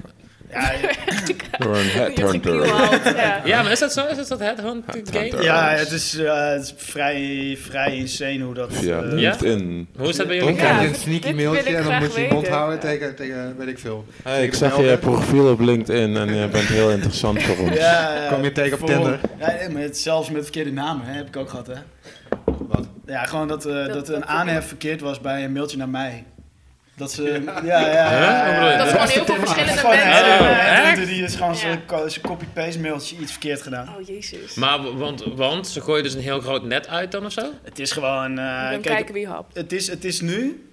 Speaker 2: Ja, ja,
Speaker 4: Door een
Speaker 6: Je hebt gekielhaald, ja.
Speaker 1: Ja, maar is dat zo? Is dat dat Headhunt game?
Speaker 2: ja, het is, eh, het is vrij, vrij insane hoe dat... eh,
Speaker 1: Ja?
Speaker 4: in.
Speaker 1: Hoe is dat bij
Speaker 3: Dan
Speaker 1: jullie?
Speaker 3: krijg je
Speaker 6: Ja,
Speaker 3: een sneaky
Speaker 6: dit wil
Speaker 3: mailtje
Speaker 6: ik
Speaker 3: en dan
Speaker 6: graag
Speaker 3: moet je je mond
Speaker 6: weten.
Speaker 3: houden tegen, tegen weet ik veel.
Speaker 4: Hey, ik zag je profiel op LinkedIn en je bent heel interessant voor ons.
Speaker 2: Ja, ja,
Speaker 3: Kom je tegen op
Speaker 2: voor-
Speaker 3: Tinder?
Speaker 2: Ja, nee, maar het, zelfs met verkeerde namen hè, heb ik ook gehad, hè.
Speaker 3: Wat?
Speaker 2: Ja, gewoon dat, eh, dat,
Speaker 6: dat-
Speaker 2: een aanhef verkeerd was bij een mailtje naar mij. Dat ze... Ja, ja, ja.
Speaker 1: Huh?
Speaker 2: ja,
Speaker 1: Wat bedoel je?
Speaker 6: Dat is gewoon heel veel
Speaker 2: Gewoon
Speaker 6: verschillende
Speaker 2: een
Speaker 1: Oh,
Speaker 6: mensen. eh,
Speaker 2: hele-
Speaker 1: echt?
Speaker 2: Die is gewoon
Speaker 6: Ja.
Speaker 2: zijn co- zijn copy-paste mailtje iets verkeerd gedaan.
Speaker 6: Oh, jezus.
Speaker 1: Maar, w- want, want ze gooien dus een heel groot net uit dan of zo?
Speaker 2: Het is gewoon... eh,
Speaker 6: dan
Speaker 2: kijk,
Speaker 6: kijken wie hapt.
Speaker 2: het is, het is nu.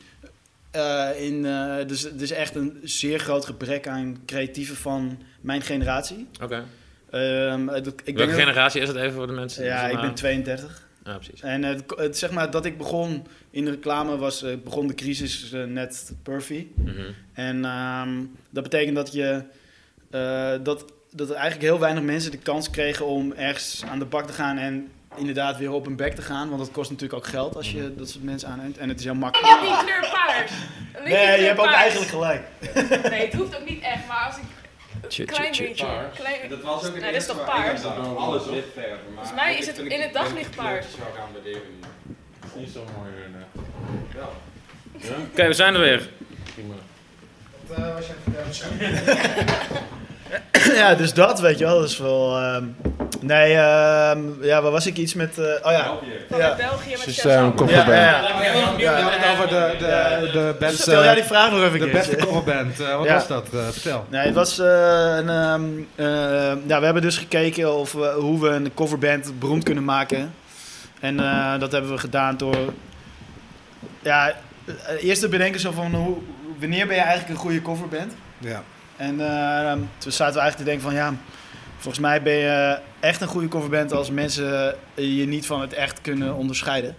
Speaker 2: eh, in, eh, dus het is echt een zeer groot gebrek aan creatieven van mijn generatie.
Speaker 1: Oké.
Speaker 2: Ehm, eh, dat- ik
Speaker 1: Welke
Speaker 2: ben
Speaker 1: generatie is het even voor de mensen?
Speaker 2: ja, ik ben 32.
Speaker 1: Ja, Ah, precies.
Speaker 2: En eh, het, het- zeg maar dat ik begon in de reclame was, eh, begon de crisis eh, net perfy.
Speaker 1: Mhm.
Speaker 2: En ehm, dat betekent dat je eh, dat, dat er eigenlijk heel weinig mensen de kans kregen om ergens aan de bak te gaan en inderdaad weer op hun bek te gaan. Want dat kost natuurlijk ook geld als je dat soort mensen aanneemt. En het is heel makkelijk.
Speaker 6: Die kleur paars.
Speaker 2: Nee, je hebt ook eigenlijk gelijk.
Speaker 6: Nee, het hoeft ook niet echt, maar als ik... Een klein beetje.
Speaker 5: Paars.
Speaker 6: klein-
Speaker 5: Dat was ook het
Speaker 6: Nou, dat is
Speaker 5: eerste
Speaker 6: toch
Speaker 5: waar ik aan
Speaker 6: paars?
Speaker 5: dacht. Alles wit verven. maar
Speaker 6: Volgens mij is het
Speaker 5: eigenlijk
Speaker 6: in
Speaker 5: vind
Speaker 6: het
Speaker 5: ik-
Speaker 6: daglicht
Speaker 5: ik kleur
Speaker 6: paars.
Speaker 5: zou gaan waarderen Oh, nu.
Speaker 4: Niet zo mooi weer, nee.
Speaker 5: Wel.
Speaker 1: Oké, we zijn er weer.
Speaker 4: Prima.
Speaker 2: Ja, dus dat weet je wel. Dat is wel. ehm, nee, ehm, ja, waar was ik iets met. eh, oh ja.
Speaker 5: Help je.
Speaker 6: Van
Speaker 2: Ja.
Speaker 6: België met
Speaker 4: Ze
Speaker 6: Chef
Speaker 4: zijn een
Speaker 6: Zappel.
Speaker 2: Ja, ja,
Speaker 4: kofferband.
Speaker 2: ja.
Speaker 3: eh, We hebben het over de, de, de band,
Speaker 2: Stel jij die vraag nog even
Speaker 3: de
Speaker 2: een
Speaker 3: beste
Speaker 2: keertje.
Speaker 3: coverband. Eh, wat
Speaker 2: Ja.
Speaker 3: was dat? Eh, vertel.
Speaker 2: Nee, het was eh, een. ehm, eh, ja, we hebben dus gekeken of we, hoe we een coverband beroemd kunnen maken. En eh, dat hebben we gedaan door. Ja, eh, eerst te bedenken zo van hoe, wanneer ben je eigenlijk een goede coverband?
Speaker 3: Ja.
Speaker 2: En eh, toen zaten we eigenlijk te denken van ja, volgens mij ben je echt een goede coverband als mensen je niet van het echt kunnen onderscheiden.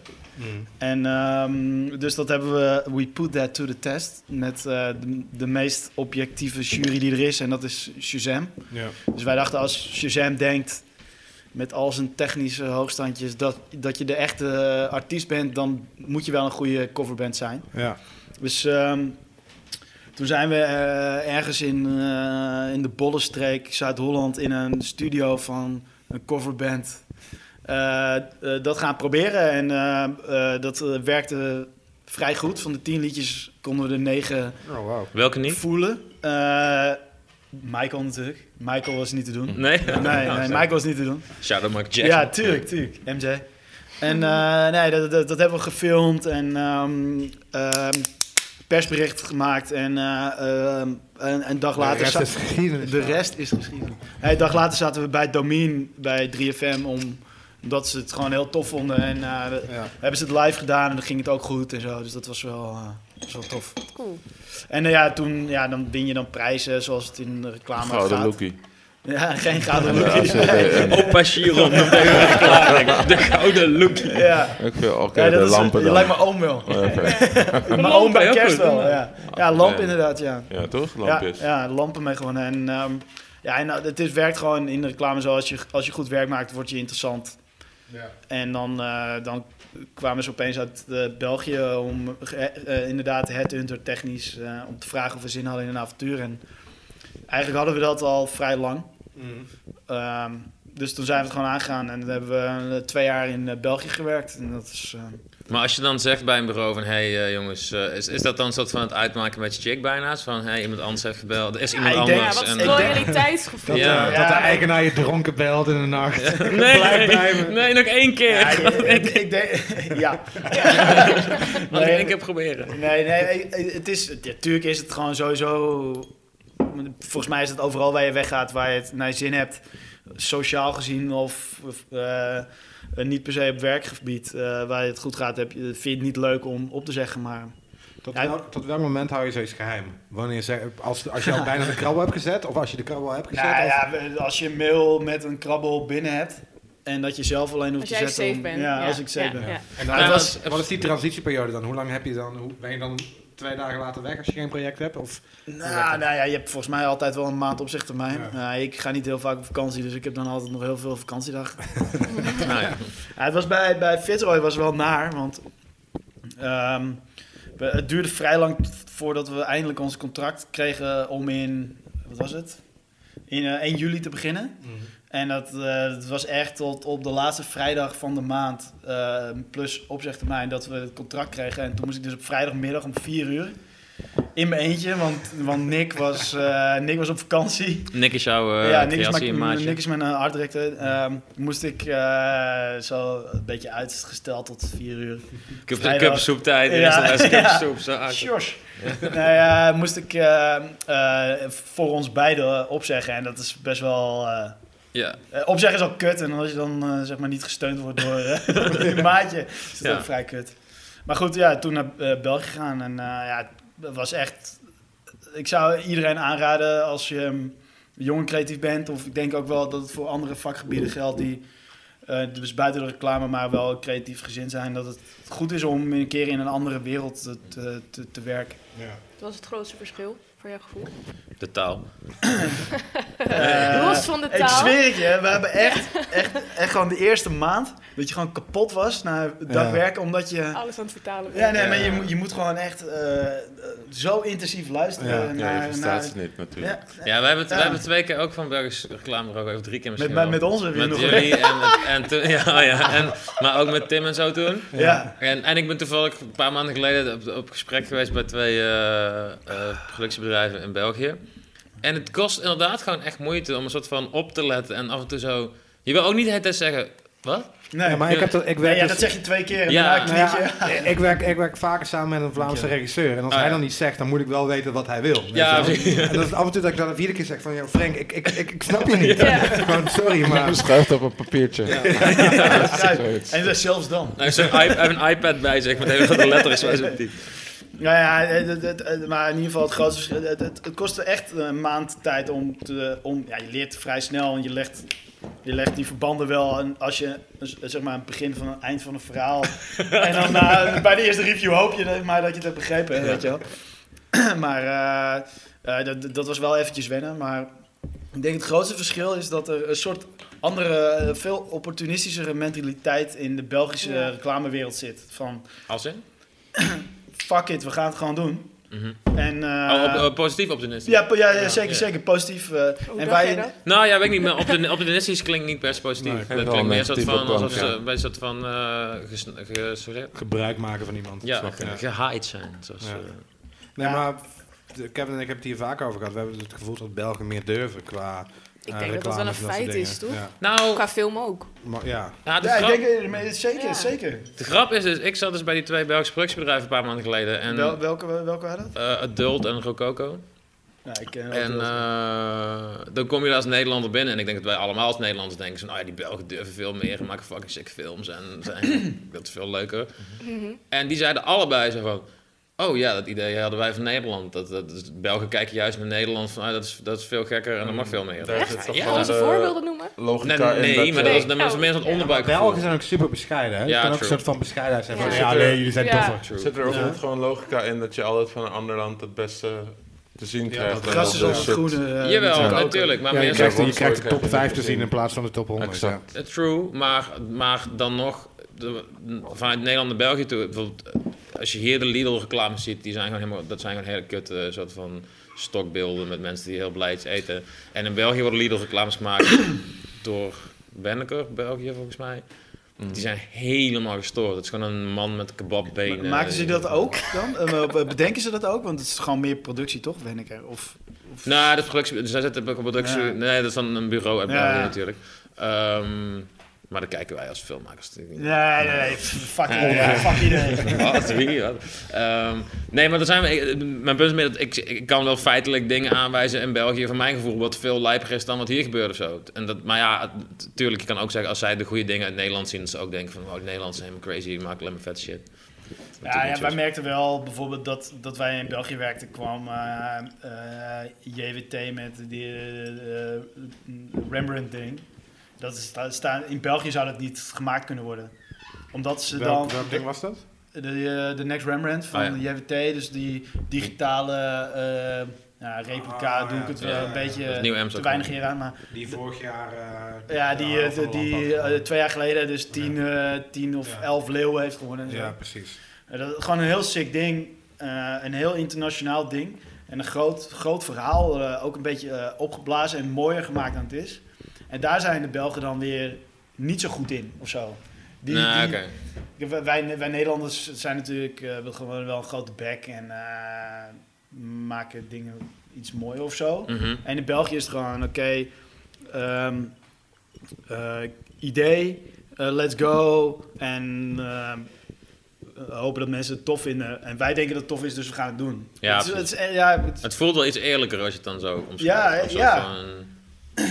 Speaker 2: En ehm, dus dat hebben we, we put that to the test met eh, de, de meest objectieve jury die er is en dat is Shazam.
Speaker 3: Ja.
Speaker 2: Dus wij dachten als Shazam denkt met al zijn technische hoogstandjes dat, dat je de echte eh, artiest bent, dan moet je wel een goede coverband zijn.
Speaker 3: Ja.
Speaker 2: Dus ehm, toen zijn we eh, ergens in, eh, in de Bollestreek, Zuid-Holland, in een studio van een coverband. eh, eh, dat gaan proberen en eh, eh, dat eh, werkte vrij goed. Van de tien liedjes konden we er negen
Speaker 3: Oh, wow.
Speaker 1: Welke niet?
Speaker 2: voelen. Eh, Michael natuurlijk. Michael was niet te doen.
Speaker 1: Nee? Oh,
Speaker 2: Nee, nee, Michael was niet te doen.
Speaker 1: Shout out Mark Jackson.
Speaker 2: Ja, tuurlijk, tuurlijk. MJ.
Speaker 4: Hmm.
Speaker 2: En eh, nee, dat, dat, dat hebben we gefilmd en ehm, ehm, persbericht gemaakt. En eh, ehm, een, een dag later...
Speaker 3: de rest
Speaker 2: za-
Speaker 3: is geschiedenis.
Speaker 2: de rest is geschiedenis. Hey, een dag later zaten we bij Domien, bij 3FM, om, omdat ze het gewoon heel tof vonden. En eh, we-
Speaker 3: Ja.
Speaker 2: hebben ze het live gedaan en dan ging het ook goed en zo. Dus dat was wel, eh, was wel tof.
Speaker 6: Cool.
Speaker 2: En eh, ja, toen ja, dan win je dan prijzen zoals het in de reclame
Speaker 4: Gouden
Speaker 2: gaat.
Speaker 4: Loekie.
Speaker 2: Ja, geen gouden
Speaker 4: Ja,
Speaker 2: look.
Speaker 4: AZDN.
Speaker 1: Opa Chiron, noemde hij een reclame. De gouden look.
Speaker 2: Ja.
Speaker 4: eh, Ik vind, oké,
Speaker 2: Ja, dat
Speaker 4: de
Speaker 2: is-
Speaker 4: lampen
Speaker 2: Je
Speaker 4: dan. Oh,
Speaker 2: lijkt me oom wel.
Speaker 4: Oké.
Speaker 2: Mijn
Speaker 1: Lampen,
Speaker 2: oom bij
Speaker 1: heel
Speaker 2: kerst
Speaker 1: goed.
Speaker 2: wel, ja. Ja, lamp
Speaker 4: Oké.
Speaker 2: inderdaad, ja.
Speaker 4: Ja, toch?
Speaker 2: Ja,
Speaker 4: Lampjes.
Speaker 2: ja, lampen mee gewoon. En, ehm, ja, en nou, het is, werkt gewoon in de reclame zo. Als je, als je goed werk maakt, word je interessant.
Speaker 3: Ja.
Speaker 2: En dan, eh, dan kwamen ze opeens uit eh, België om eh, eh, inderdaad headhunter technisch eh, om te vragen of we zin hadden in een avontuur. En eigenlijk hadden we dat al vrij lang. Ehm, Dus toen zijn we het gewoon aangegaan en dan hebben we eh, twee jaar in eh, België gewerkt. En dat is, eh,
Speaker 1: Maar als je dan zegt bij een bureau van, hé hey, eh, jongens, eh, is, is dat dan een soort van het uitmaken met je chick bijna's? Van, hé, hey, iemand anders heeft gebeld, er is iemand
Speaker 2: ik denk-
Speaker 6: Ja,
Speaker 1: anders.
Speaker 6: wat is
Speaker 1: en-
Speaker 6: het loyaliteitsgevoel?
Speaker 3: Dat,
Speaker 1: Ja.
Speaker 3: eh, dat de eigenaar je dronken belt in de nacht.
Speaker 1: nee,
Speaker 2: bij me.
Speaker 1: nee, nog één keer.
Speaker 2: ja, ik, ik denk- ja.
Speaker 1: Nog
Speaker 2: Nee.
Speaker 1: één keer proberen.
Speaker 2: Nee, nee, eh, het is, natuurlijk is het gewoon sowieso. Volgens mij is het overal waar je weggaat, waar je het naar je zin hebt, sociaal gezien of, of, eh, eh, niet per se op werkgebied, eh, waar je het goed gaat, heb je, vind je het niet leuk om op te zeggen, maar
Speaker 3: Tot,
Speaker 2: Ja.
Speaker 3: welk, tot welk moment hou je zoiets geheim? Wanneer ze, als, als je al bijna de krabbel hebt gezet? Of als je de krabbel al hebt gezet?
Speaker 2: Nou
Speaker 3: of-
Speaker 2: ja, we- als je een mail met een krabbel binnen hebt en dat je zelf alleen hoeft
Speaker 6: Als
Speaker 2: te
Speaker 6: jij
Speaker 2: zetten.
Speaker 6: safe
Speaker 2: om-
Speaker 6: bent.
Speaker 2: Ja, als ik safe ben.
Speaker 6: Ja.
Speaker 3: En dan,
Speaker 1: Ja,
Speaker 3: wat, is,
Speaker 1: dat is-
Speaker 3: wat is die transitieperiode dan? Hoe lang heb je dan? Hoe, ben je dan twee dagen later weg als je geen project hebt? Of
Speaker 2: Nou, nou ja, je hebt volgens mij altijd wel een maand opzichttermijn.
Speaker 3: Ja.
Speaker 2: Nou, ik ga niet heel vaak op vakantie, dus ik heb dan altijd nog heel veel vakantiedag.
Speaker 1: Nou ja.
Speaker 2: Ja, het was bij, bij Fitzroy was wel naar, want ehm, we- het duurde vrij lang voordat we eindelijk ons contract kregen om in, wat was het? In eh, 1 juli te beginnen.
Speaker 3: Mhm.
Speaker 2: En dat, eh, dat was echt tot op de laatste vrijdag van de maand, eh, plus opzegtermijn, dat we het contract kregen. En toen moest ik dus op vrijdagmiddag om 4 uur in mijn eentje, want, want Nick, was, eh, Nick was op vakantie
Speaker 1: Nick is jouw eh,
Speaker 2: ja, niks,
Speaker 1: creatie,
Speaker 2: mijn,
Speaker 1: een maatje.
Speaker 2: niks mijn eh, art director. Ehm, moest ik eh, zo een beetje uitgesteld tot vier uur.
Speaker 1: Cup,
Speaker 2: Vrijdag.
Speaker 1: cupsoeptijd,
Speaker 2: Ja.
Speaker 1: eerste les
Speaker 2: Ja.
Speaker 1: cupsoep. Zo aardig.
Speaker 2: Sjors. Nou ja, moest ik eh, eh, voor ons beiden opzeggen. En dat is best wel... eh,
Speaker 1: Ja.
Speaker 2: eh, opzeggen is al kut. En als je dan eh, zeg maar niet gesteund wordt door eh, je maatje, is dat
Speaker 1: Ja.
Speaker 2: ook vrij kut. Maar goed, ja, toen naar eh, België gegaan. En eh, ja, het was echt... Ik zou iedereen aanraden als je ehm, jong en creatief bent. Of ik denk ook wel dat het voor andere vakgebieden geldt die... eh, dus buiten de reclame, maar wel creatief gezind zijn. Dat het goed is om een keer in een andere wereld te, te, te, te werken.
Speaker 6: Wat was het grootste verschil voor jouw gevoel?
Speaker 1: De taal.
Speaker 2: Eh,
Speaker 6: Los van de taal.
Speaker 2: Ik zweer het je, we hebben echt, echt, echt gewoon de eerste maand dat je gewoon kapot was na een dag
Speaker 3: Ja.
Speaker 2: werken, omdat je...
Speaker 6: Alles aan het vertalen.
Speaker 2: Ja, nee,
Speaker 4: Ja.
Speaker 2: maar je, moet- je moet gewoon echt eh, eh, zo intensief luisteren
Speaker 3: Ja.
Speaker 4: Ja, je
Speaker 2: naar...
Speaker 4: verstaat
Speaker 2: naar
Speaker 4: ze niet natuurlijk.
Speaker 2: nou, ja,
Speaker 1: Ja, we hebben, het, we
Speaker 2: Ja.
Speaker 1: hebben twee keer ook van Belgisch reclamebureau, even drie keer
Speaker 2: met,
Speaker 1: misschien
Speaker 2: met,
Speaker 1: wel.
Speaker 2: met ons weer
Speaker 1: Met
Speaker 2: nog.
Speaker 1: jullie en, met- en toen, ja, oh ja, en, maar ook met Tim en zo toen.
Speaker 2: Ja. Ja.
Speaker 1: En, en ik ben toevallig een paar maanden geleden op, op gesprek geweest bij twee eh, eh, productiebedrijven in België. En het kost inderdaad gewoon echt moeite om een soort van op te letten en af en toe zo... Je wil ook niet de hele tijd zeggen, wat?
Speaker 2: Nee.
Speaker 3: Ja, maar ik, heb dat, ik werk
Speaker 2: Nee, ja,
Speaker 3: dus-
Speaker 2: dat zeg je twee keer en
Speaker 1: Ja.
Speaker 2: daarna
Speaker 3: nou
Speaker 2: kniet
Speaker 3: ja,
Speaker 2: je.
Speaker 3: ik, werk, ik werk vaker samen met een Vlaamse regisseur. En als
Speaker 1: Oh,
Speaker 3: hij
Speaker 1: ja.
Speaker 3: dan iets zegt, dan moet ik wel weten wat hij wil. weet
Speaker 1: Ja,
Speaker 3: je wel.
Speaker 1: precies.
Speaker 3: En dat is af en toe dat ik dan vierde keer zeg van... "Yo, Frank, ik, ik, ik, ik snap je niet. Gewoon, sorry, maar...
Speaker 4: Schrijf het op een papiertje. zoiets.
Speaker 2: En dat zelfs dan.
Speaker 1: Nou, ik heb zo'n i- ik heb een iPad bij zich met hele grote letters. waar ze op die-
Speaker 2: Nou ja, het- het- het- het- maar in ieder geval het grootste verschil. Het, het, het kostte echt een maand tijd om te. Om, ja, je leert vrij snel en je legt, je legt die verbanden wel. En als je eh, zeg maar aan het begin van het eind van een verhaal. en dan na- bij de eerste review hoop je dat- maar dat je het hebt begrepen. hè, Weet je wel. maar eh, eh, dat, dat was wel eventjes wennen. Maar ik denk het grootste verschil is dat er een soort andere, eh, veel opportunistischere mentaliteit in de Belgische
Speaker 6: Ja.
Speaker 2: reclamewereld zit. Van
Speaker 1: Als in?
Speaker 2: fuck it, we gaan het gewoon doen.
Speaker 1: Mhm.
Speaker 2: En, eh,
Speaker 1: oh, op, op, positief optimistisch.
Speaker 2: ja, po- ja, ja, zeker,
Speaker 1: ja.
Speaker 2: zeker. Positief. eh,
Speaker 6: Hoe
Speaker 2: en
Speaker 6: dacht
Speaker 2: wij,
Speaker 6: jij dat?
Speaker 1: Nou ja, weet ik niet, maar optimi- optimistisch klinkt niet per se positief.
Speaker 3: Nee, ik
Speaker 1: dat
Speaker 4: heb wel
Speaker 1: klinkt meer een soort
Speaker 4: negatief
Speaker 1: van,
Speaker 4: opkant,
Speaker 1: alsof
Speaker 4: ja.
Speaker 1: ze bij een soort van eh ges, ge- sorry,
Speaker 3: Gebruik maken van iemand.
Speaker 1: ja,
Speaker 3: Snap je?
Speaker 1: ge- gehaaid zijn. Zoals,
Speaker 3: Ja.
Speaker 1: eh,
Speaker 3: Nee,
Speaker 2: Ja.
Speaker 3: maar de- Kevin en ik hebben het hier vaak over gehad. We hebben het gevoel dat Belgen meer durven qua
Speaker 6: Ik
Speaker 3: eh,
Speaker 6: denk dat dat
Speaker 3: reclames
Speaker 6: wel een
Speaker 3: en soort
Speaker 6: feit
Speaker 3: dingen.
Speaker 6: is, toch?
Speaker 3: Ja.
Speaker 1: nou,
Speaker 6: Qua film ook.
Speaker 3: Maar, ja.
Speaker 1: ja, de,
Speaker 2: ja, ik
Speaker 1: grap,
Speaker 2: denk, eh, maar zeker,
Speaker 6: Ja.
Speaker 2: zeker.
Speaker 1: de grap is dus, ik zat dus bij die twee Belgische productiebedrijven een paar maanden geleden. En
Speaker 2: Wel, welke, welke waren dat?
Speaker 1: eh, Adult en Rococo.
Speaker 2: Ja, ik ken
Speaker 1: En eh, dan kom je daar als Nederlander binnen. En ik denk dat wij allemaal als Nederlanders denken: van, oh ja, die Belgen durven veel meer en maken fucking sick films. En zijn, dat is veel leuker. En die zeiden allebei zo van. Oh ja, dat idee hadden wij van Nederland. Dat, dat, is- Belgen kijken juist naar Nederland van, ah, dat, is, dat is veel gekker en er mag veel meer.
Speaker 4: Daar
Speaker 1: Nee,
Speaker 6: Echt?
Speaker 4: zit toch
Speaker 1: Ja,
Speaker 4: wel
Speaker 6: Onze
Speaker 4: de
Speaker 6: voorbeelden noemen?
Speaker 1: nee,
Speaker 4: Logica
Speaker 1: nee,
Speaker 4: in
Speaker 1: maar
Speaker 4: dat,
Speaker 1: dat
Speaker 4: eh,
Speaker 1: is, dat is meer zo'n onderbuikgevoel.
Speaker 3: Belgen zijn ook super bescheiden. Hè? Je
Speaker 1: Ja,
Speaker 3: kan ook
Speaker 1: true.
Speaker 3: een soort van bescheidenheid zijn. van,
Speaker 6: Ja.
Speaker 3: Ja, nee, jullie zijn
Speaker 6: Ja.
Speaker 3: toffer.
Speaker 4: Zit er ook niet gewoon logica in dat je altijd van een ander land het beste te zien krijgt?
Speaker 3: dat
Speaker 4: en
Speaker 2: Gras is
Speaker 4: dat dus
Speaker 2: al het
Speaker 4: soort-
Speaker 2: groene. eh,
Speaker 1: Jawel,
Speaker 2: met elkaar.
Speaker 1: natuurlijk. Maar
Speaker 3: Ja, je
Speaker 1: meer
Speaker 3: krijgt,
Speaker 1: zo
Speaker 3: je
Speaker 1: van-
Speaker 4: Sorry,
Speaker 3: krijgt
Speaker 4: ik
Speaker 3: de
Speaker 4: heb
Speaker 3: top
Speaker 4: het
Speaker 3: 5
Speaker 4: niet
Speaker 3: te zien
Speaker 4: gezien.
Speaker 3: in plaats van de top 100.
Speaker 4: Exact.
Speaker 3: ja.
Speaker 1: Eh, True, maar, maar dan nog, de- vanuit Nederland naar België toe, bijvoorbeeld, eh, als je hier de Lidl-reclames ziet, die zijn gewoon helemaal, dat zijn gewoon hele kutte soort van stokbeelden met mensen die heel blij iets eten. En in België worden Lidl-reclames gemaakt door Benneker, België volgens mij. Die zijn helemaal gestoord. Het is gewoon een man met kebabbenen.
Speaker 2: Maken ze dat ook dan? Eh, eh, Bedenken ze dat ook? Want het is gewoon meer productie, toch, Wenneker? Of, of...
Speaker 1: Nou, dat is productie. Dus daar zit ook een productie.
Speaker 2: Ja.
Speaker 1: Nee, dat is dan een bureau uit
Speaker 2: Ja.
Speaker 1: België natuurlijk. Ehm, maar daar kijken wij als filmmakers natuurlijk niet.
Speaker 2: Nee, nee, nee. Fuck, iedereen, fuck iedereen.
Speaker 1: Wat? Wie? Wat? Ehm, nee, maar er zijn, ik- mijn punt is meer dat ik, ik kan wel feitelijk dingen aanwijzen in België, van mijn gevoel, wat veel lijper is dan wat hier gebeurt of zo. En dat, maar ja, het- tuurlijk, je kan ook zeggen, als zij de goede dingen uit Nederland zien, dat ze ook denken van, wow, de Nederlanders zijn helemaal crazy, die maken alleen maar vet shit.
Speaker 2: Ja, ja,
Speaker 1: Natuurlijk,
Speaker 2: wij
Speaker 1: zo.
Speaker 2: merkten wel bijvoorbeeld dat, dat wij in België werkten, kwam eh, eh, JWT met die eh, eh, Rembrandt ding. Dat is, sta- sta- in België zou dat niet gemaakt kunnen worden. Omdat ze dan...
Speaker 3: Welk, welk ding was dat?
Speaker 2: de, eh, de Next Rembrandt van
Speaker 1: Ah,
Speaker 2: JWT, dus die digitale eh, nou, replica,
Speaker 3: Ah,
Speaker 2: doe ik
Speaker 3: ja.
Speaker 2: het
Speaker 1: Ja,
Speaker 2: wel
Speaker 1: ja,
Speaker 2: een
Speaker 3: ja.
Speaker 1: Dat is
Speaker 2: beetje
Speaker 1: nieuw Ems
Speaker 2: te
Speaker 1: ook
Speaker 2: weinig
Speaker 1: wel.
Speaker 2: hier aan. Maar
Speaker 3: Die vorig jaar... eh,
Speaker 2: ja, die, eh,
Speaker 3: Van
Speaker 2: de- die
Speaker 3: Lamp had.
Speaker 2: eh, twee jaar geleden dus tien, eh, tien of
Speaker 3: Ja.
Speaker 2: elf leeuwen heeft gewonnen. en zo.
Speaker 3: ja, precies.
Speaker 2: Eh, Dat, gewoon een heel sick ding, eh, een heel internationaal ding. En een groot, groot verhaal, eh, ook een beetje eh, opgeblazen en mooier gemaakt dan het is. En daar zijn de Belgen dan weer niet zo goed in, of zo. Die,
Speaker 1: nou,
Speaker 2: die-
Speaker 1: oké.
Speaker 2: ja, Wij, wij- wij Nederlanders zijn natuurlijk eh, we gewoon wel een grote bek en eh, maken dingen iets moois of zo.
Speaker 1: Mhm.
Speaker 2: En in België is het gewoon, oké, ehm, eh, idee, eh, let's go. En ehm, eh, hopen dat mensen het tof vinden. En wij denken dat het tof is, dus we gaan het doen.
Speaker 1: Ja,
Speaker 2: het, is- het is- eh, ja, het-
Speaker 1: Het voelt wel iets eerlijker als je het dan zo omschrijft.
Speaker 2: Ja,
Speaker 1: of zo
Speaker 2: ja.
Speaker 1: van-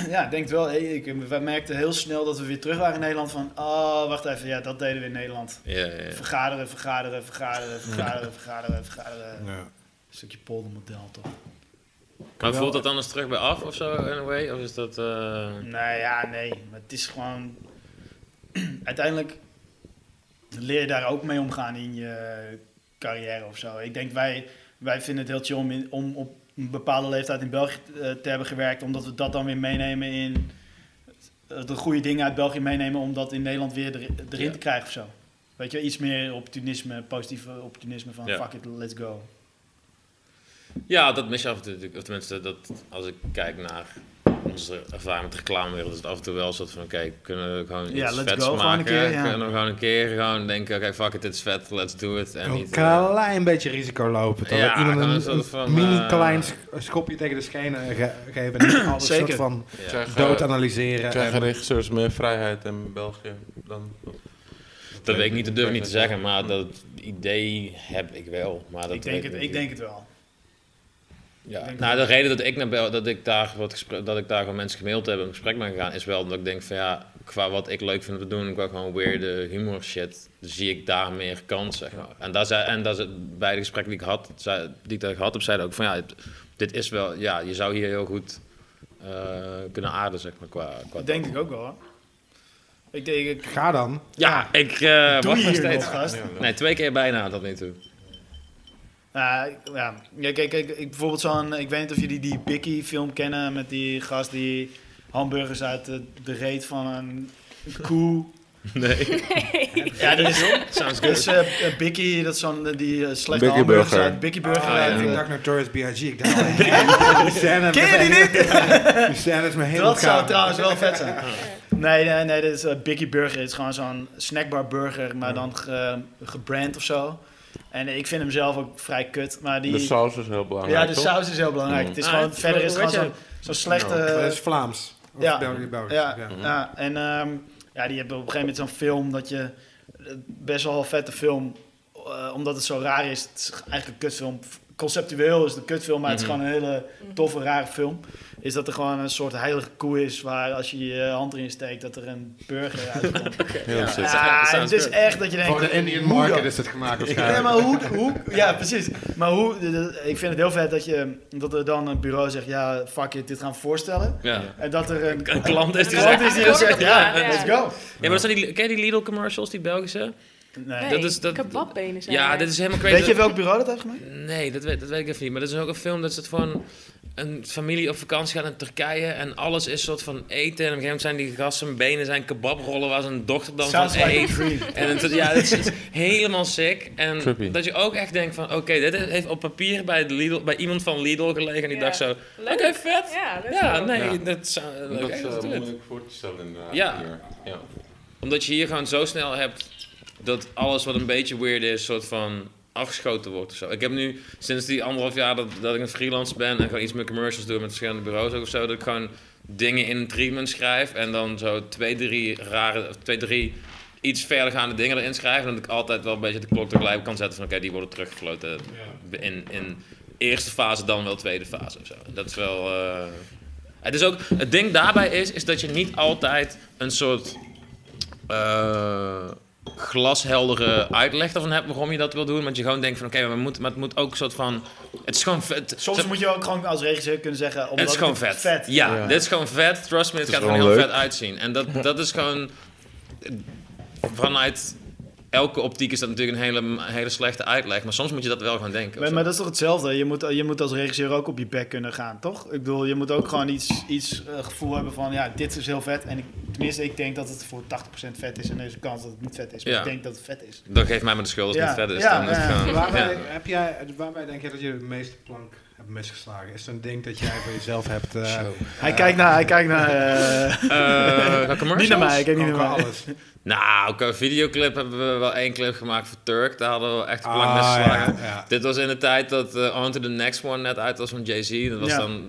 Speaker 2: ja, ik denk wel. Hey, ik, wij merkten heel snel dat we weer terug waren in Nederland van, oh, wacht even, ja, dat deden we in Nederland.
Speaker 1: ja, ja, ja.
Speaker 2: Vergaderen, vergaderen, vergaderen, vergaderen, vergaderen, vergaderen.
Speaker 3: Ja.
Speaker 2: Een stukje poldermodel toch?
Speaker 1: Maar voelt dat anders terug bij af of zo, in a way? Of is dat... eh,
Speaker 2: Nou ja, nee. Maar het is gewoon... Uiteindelijk leer je daar ook mee omgaan in je carrière of zo. Ik denk, wij, wij vinden het heel chill om, in- om op een bepaalde leeftijd in België eh, te hebben gewerkt. Omdat we dat dan weer meenemen in... eh, De goede dingen uit België meenemen om dat in Nederland weer er- erin
Speaker 1: Ja.
Speaker 2: te krijgen of zo. Weet je, iets meer opportunisme, positief opportunisme van
Speaker 1: Ja.
Speaker 2: fuck it, let's go.
Speaker 1: Ja, dat mis je af en toe natuurlijk. Of tenminste, dat, als ik kijk naar onze ervaring met de reclamewereld, is het af en toe wel zo van, oké, kunnen we gewoon
Speaker 2: Ja,
Speaker 1: iets
Speaker 2: let's
Speaker 1: vets
Speaker 2: go, gewoon een
Speaker 1: maken?
Speaker 2: keer, ja.
Speaker 1: Kunnen we gewoon een keer gewoon denken, oké, fuck it, dit is vet, let's do it. En
Speaker 3: Een
Speaker 1: niet, eh,
Speaker 3: klein beetje risico lopen. Dat
Speaker 1: Ja,
Speaker 3: iemand
Speaker 1: dan
Speaker 3: een,
Speaker 1: is dat van,
Speaker 3: mini-klein
Speaker 1: eh,
Speaker 3: sch- schopje tegen de schenen ge- geven. en Niet alles
Speaker 2: Zeker.
Speaker 3: soort van
Speaker 1: eh, ja.
Speaker 4: Krijgen,
Speaker 3: dood analyseren.
Speaker 4: krijgen
Speaker 3: en-
Speaker 4: regisseurs meer vrijheid in België dan...
Speaker 1: Dat weet ik niet, dat durf ik niet te zeggen, maar dat idee heb ik wel. Maar dat
Speaker 2: ik, denk
Speaker 1: weet
Speaker 2: het, ik
Speaker 1: niet.
Speaker 2: denk het wel.
Speaker 1: Ja.
Speaker 2: Ik denk
Speaker 1: nou, de
Speaker 2: dat-
Speaker 1: reden dat ik, naar Bel- dat ik daar wat gespre- dat ik daar gewoon mensen gemaild heb en een gesprek mee gegaan, is wel dat ik denk van ja, qua wat ik leuk vind te doen, qua gewoon weirde humor shit, zie ik daar meer kans, zeg maar. En, daar zei, en daar zei- bij de gesprekken die ik had, zei, die ik daar gehad heb, zeiden ook van ja, het- dit is wel, ja, je zou hier heel goed eh, kunnen aarden, zeg maar, qua... qua
Speaker 2: Dat denk ik ook wel. hoor. Ik denk, ik,
Speaker 3: Ga dan.
Speaker 1: Ja, ik eh
Speaker 2: Ah,
Speaker 1: wacht
Speaker 2: doe je
Speaker 1: nog
Speaker 2: hier
Speaker 1: steeds.
Speaker 2: nog, gast?
Speaker 1: Nee, twee keer bijna tot nu toe.
Speaker 2: Nou, ik- ja. ja, kijk, kijk ik, bijvoorbeeld zo'n... Ik weet niet of jullie die Bicky film kennen met die gast die hamburgers uit de, de reet van een koe...
Speaker 1: Nee.
Speaker 2: Ja, dat is...
Speaker 1: Sounds
Speaker 2: Dat
Speaker 1: good.
Speaker 2: is eh, eh, Bicky, dat is zo'n eh, die eh, slechte
Speaker 4: Bicky
Speaker 2: hamburgers
Speaker 4: Burger.
Speaker 2: uit... Bicky Burger
Speaker 3: Ah,
Speaker 2: uit...
Speaker 1: ja.
Speaker 3: Ik
Speaker 2: eh,
Speaker 3: dacht Notorious B.I.G. Ik dacht, oh, die scène-
Speaker 2: Ken je die
Speaker 3: Die scène is me helemaal
Speaker 2: dat zou
Speaker 3: koud.
Speaker 2: trouwens wel vet zijn. Nee, nee, nee, dit is eh, Biggie Burger. Het is gewoon zo'n snackbar burger, maar dan ge, eh, gebrand of zo. En ik vind hem zelf ook vrij kut, maar die...
Speaker 4: De saus is heel belangrijk,
Speaker 2: Ja, de
Speaker 4: toch?
Speaker 2: saus is heel belangrijk.
Speaker 4: Mm. Nou,
Speaker 2: Het is
Speaker 1: Ah,
Speaker 2: gewoon,
Speaker 1: het-
Speaker 2: verder is
Speaker 1: hoe
Speaker 2: het gewoon
Speaker 1: weet
Speaker 2: zo'n zo'n slechte...
Speaker 3: Maar Dat is Vlaams. Of
Speaker 2: eh, Ja.
Speaker 3: België, Belgisch.
Speaker 2: Ja,
Speaker 3: ja.
Speaker 2: ja. en ehm, ja, die hebben op een gegeven moment zo'n film dat je eh, best wel een vette film, eh, omdat het zo raar is. Het is eigenlijk een kutfilm. Conceptueel is het een kutfilm, maar het is
Speaker 1: Mhm.
Speaker 2: gewoon een hele toffe, rare film. Is dat er gewoon een soort heilige koe is waar als je je eh, hand erin steekt, dat er een burger uitkomt.
Speaker 4: Heel zin.
Speaker 2: ja, het is echt dat je denkt.
Speaker 3: Voor de Indian
Speaker 2: hoe
Speaker 3: market
Speaker 2: dan?
Speaker 3: is het gemaakt
Speaker 2: Nee,
Speaker 3: waarschijnlijk.
Speaker 2: maar hoe, hoe... Ja, precies. Maar hoe... de- de- Ik vind het heel vet dat, je, dat er dan een bureau zegt... Ja, fuck it, dit gaan we voorstellen.
Speaker 1: Ja.
Speaker 2: En dat er een,
Speaker 1: Een klant is die
Speaker 2: klant
Speaker 1: zegt,
Speaker 2: is die dan zegt... Ja,
Speaker 6: Ja.
Speaker 2: let's go.
Speaker 1: Ja, maar dat zijn die, ken je die Lidl commercials, die Belgische?
Speaker 2: Nee.
Speaker 1: dat is- dat-
Speaker 6: Kebabbenen zijn
Speaker 1: Ja,
Speaker 6: er.
Speaker 1: dit is helemaal crazy.
Speaker 2: Weet je welk bureau dat heeft gemaakt?
Speaker 1: Nee, dat weet, dat weet ik even niet. Maar dat is ook een film dat ze het gewoon... Een familie op vakantie gaat in Turkije en alles is soort van eten. En op een gegeven moment zijn die gasten benen zijn kebabrollen waar zijn dochter dan
Speaker 2: Sounds
Speaker 1: van
Speaker 2: like a
Speaker 1: eet.
Speaker 2: dream.
Speaker 1: En het, ja, het is, het is helemaal sick. En
Speaker 4: Trippy.
Speaker 1: dat je ook echt denkt van, oké, dit heeft op papier bij, de Lidl, bij iemand van Lidl gelegen. En die
Speaker 6: Ja.
Speaker 1: dacht zo, oké,
Speaker 6: Leuk.
Speaker 1: vet.
Speaker 6: Ja, dat is
Speaker 1: Ja,
Speaker 6: wel-
Speaker 1: nee,
Speaker 4: Ja.
Speaker 1: dat zou...
Speaker 4: Dat
Speaker 1: oké,
Speaker 4: is
Speaker 1: let's
Speaker 4: eh,
Speaker 1: do it.
Speaker 4: moeilijk voor te stellen inderdaad.
Speaker 1: Ja.
Speaker 4: hier. ja.
Speaker 1: Omdat je hier gewoon zo snel hebt dat alles wat een beetje weird is, soort van afgeschoten wordt of zo. Ik heb nu sinds die anderhalf jaar dat, dat ik een freelance ben en gewoon iets met commercials doe met verschillende bureaus ook of zo, dat ik gewoon dingen in een treatment schrijf en dan zo twee, drie rare, of twee, drie iets verdergaande dingen erin schrijf. En dat ik altijd wel een beetje de klok tegelijk kan zetten van oké, die worden teruggefloten in, in eerste fase, dan wel tweede fase of zo. Dat is wel... eh, Het, is ook, het ding daarbij is, is dat je niet altijd een soort eh, glasheldere uitleg ervan hebt waarom je dat wil doen. Want je gewoon denkt van oké, maar, we moeten- maar het moet ook een soort van... Het is gewoon vet.
Speaker 2: Soms
Speaker 1: Het-
Speaker 2: moet je ook gewoon als regisseur kunnen zeggen... Omdat
Speaker 1: het is gewoon vet. Ja,
Speaker 4: Ja.
Speaker 1: dit is gewoon vet. Trust me, het,
Speaker 4: Het
Speaker 1: gaat
Speaker 4: is
Speaker 1: er heel
Speaker 4: gewoon leuk.
Speaker 1: vet uitzien. En dat, dat is gewoon... Vanuit elke optiek is dat natuurlijk een hele, een hele slechte uitleg. Maar soms moet je dat wel gewoon denken. of
Speaker 2: Maar,
Speaker 1: zo.
Speaker 2: maar dat is toch hetzelfde? Je moet, je moet als regisseur ook op je bek kunnen gaan, toch? Ik bedoel, je moet ook gewoon iets, iets eh, gevoel hebben van... ja, dit is heel vet. En ik, tenminste, ik denk dat het voor 80% vet is... en er is een kans dat het niet vet is. Maar
Speaker 1: Ja.
Speaker 2: ik denk dat het vet is.
Speaker 1: Dan geef mij maar de schuld als het
Speaker 2: Ja,
Speaker 1: niet verder is.
Speaker 2: ja,
Speaker 1: dan is het
Speaker 2: ja.
Speaker 1: gewoon-
Speaker 3: Waarbij,
Speaker 1: ja.
Speaker 3: heb jij, waarbij denk je dat je de meeste plank hebt misgeslagen? Is het een ding dat jij voor jezelf hebt? eh,
Speaker 2: Hij kijkt naar... Hij kijkt naar eh,
Speaker 1: Eh, qua
Speaker 2: niet
Speaker 1: commercials?
Speaker 2: naar mij, ik kijk niet
Speaker 3: Ook
Speaker 2: naar
Speaker 3: wel
Speaker 2: mij.
Speaker 3: alles.
Speaker 1: Nou, qua videoclip hebben we wel één clip gemaakt voor Turk. Daar hadden we echt
Speaker 3: Ah,
Speaker 1: lang best geslagen.
Speaker 3: ja, ja.
Speaker 1: Dit was in de tijd dat eh, On to the Next One net uit was van Jay-Z. Dat was
Speaker 2: Ja.
Speaker 1: dan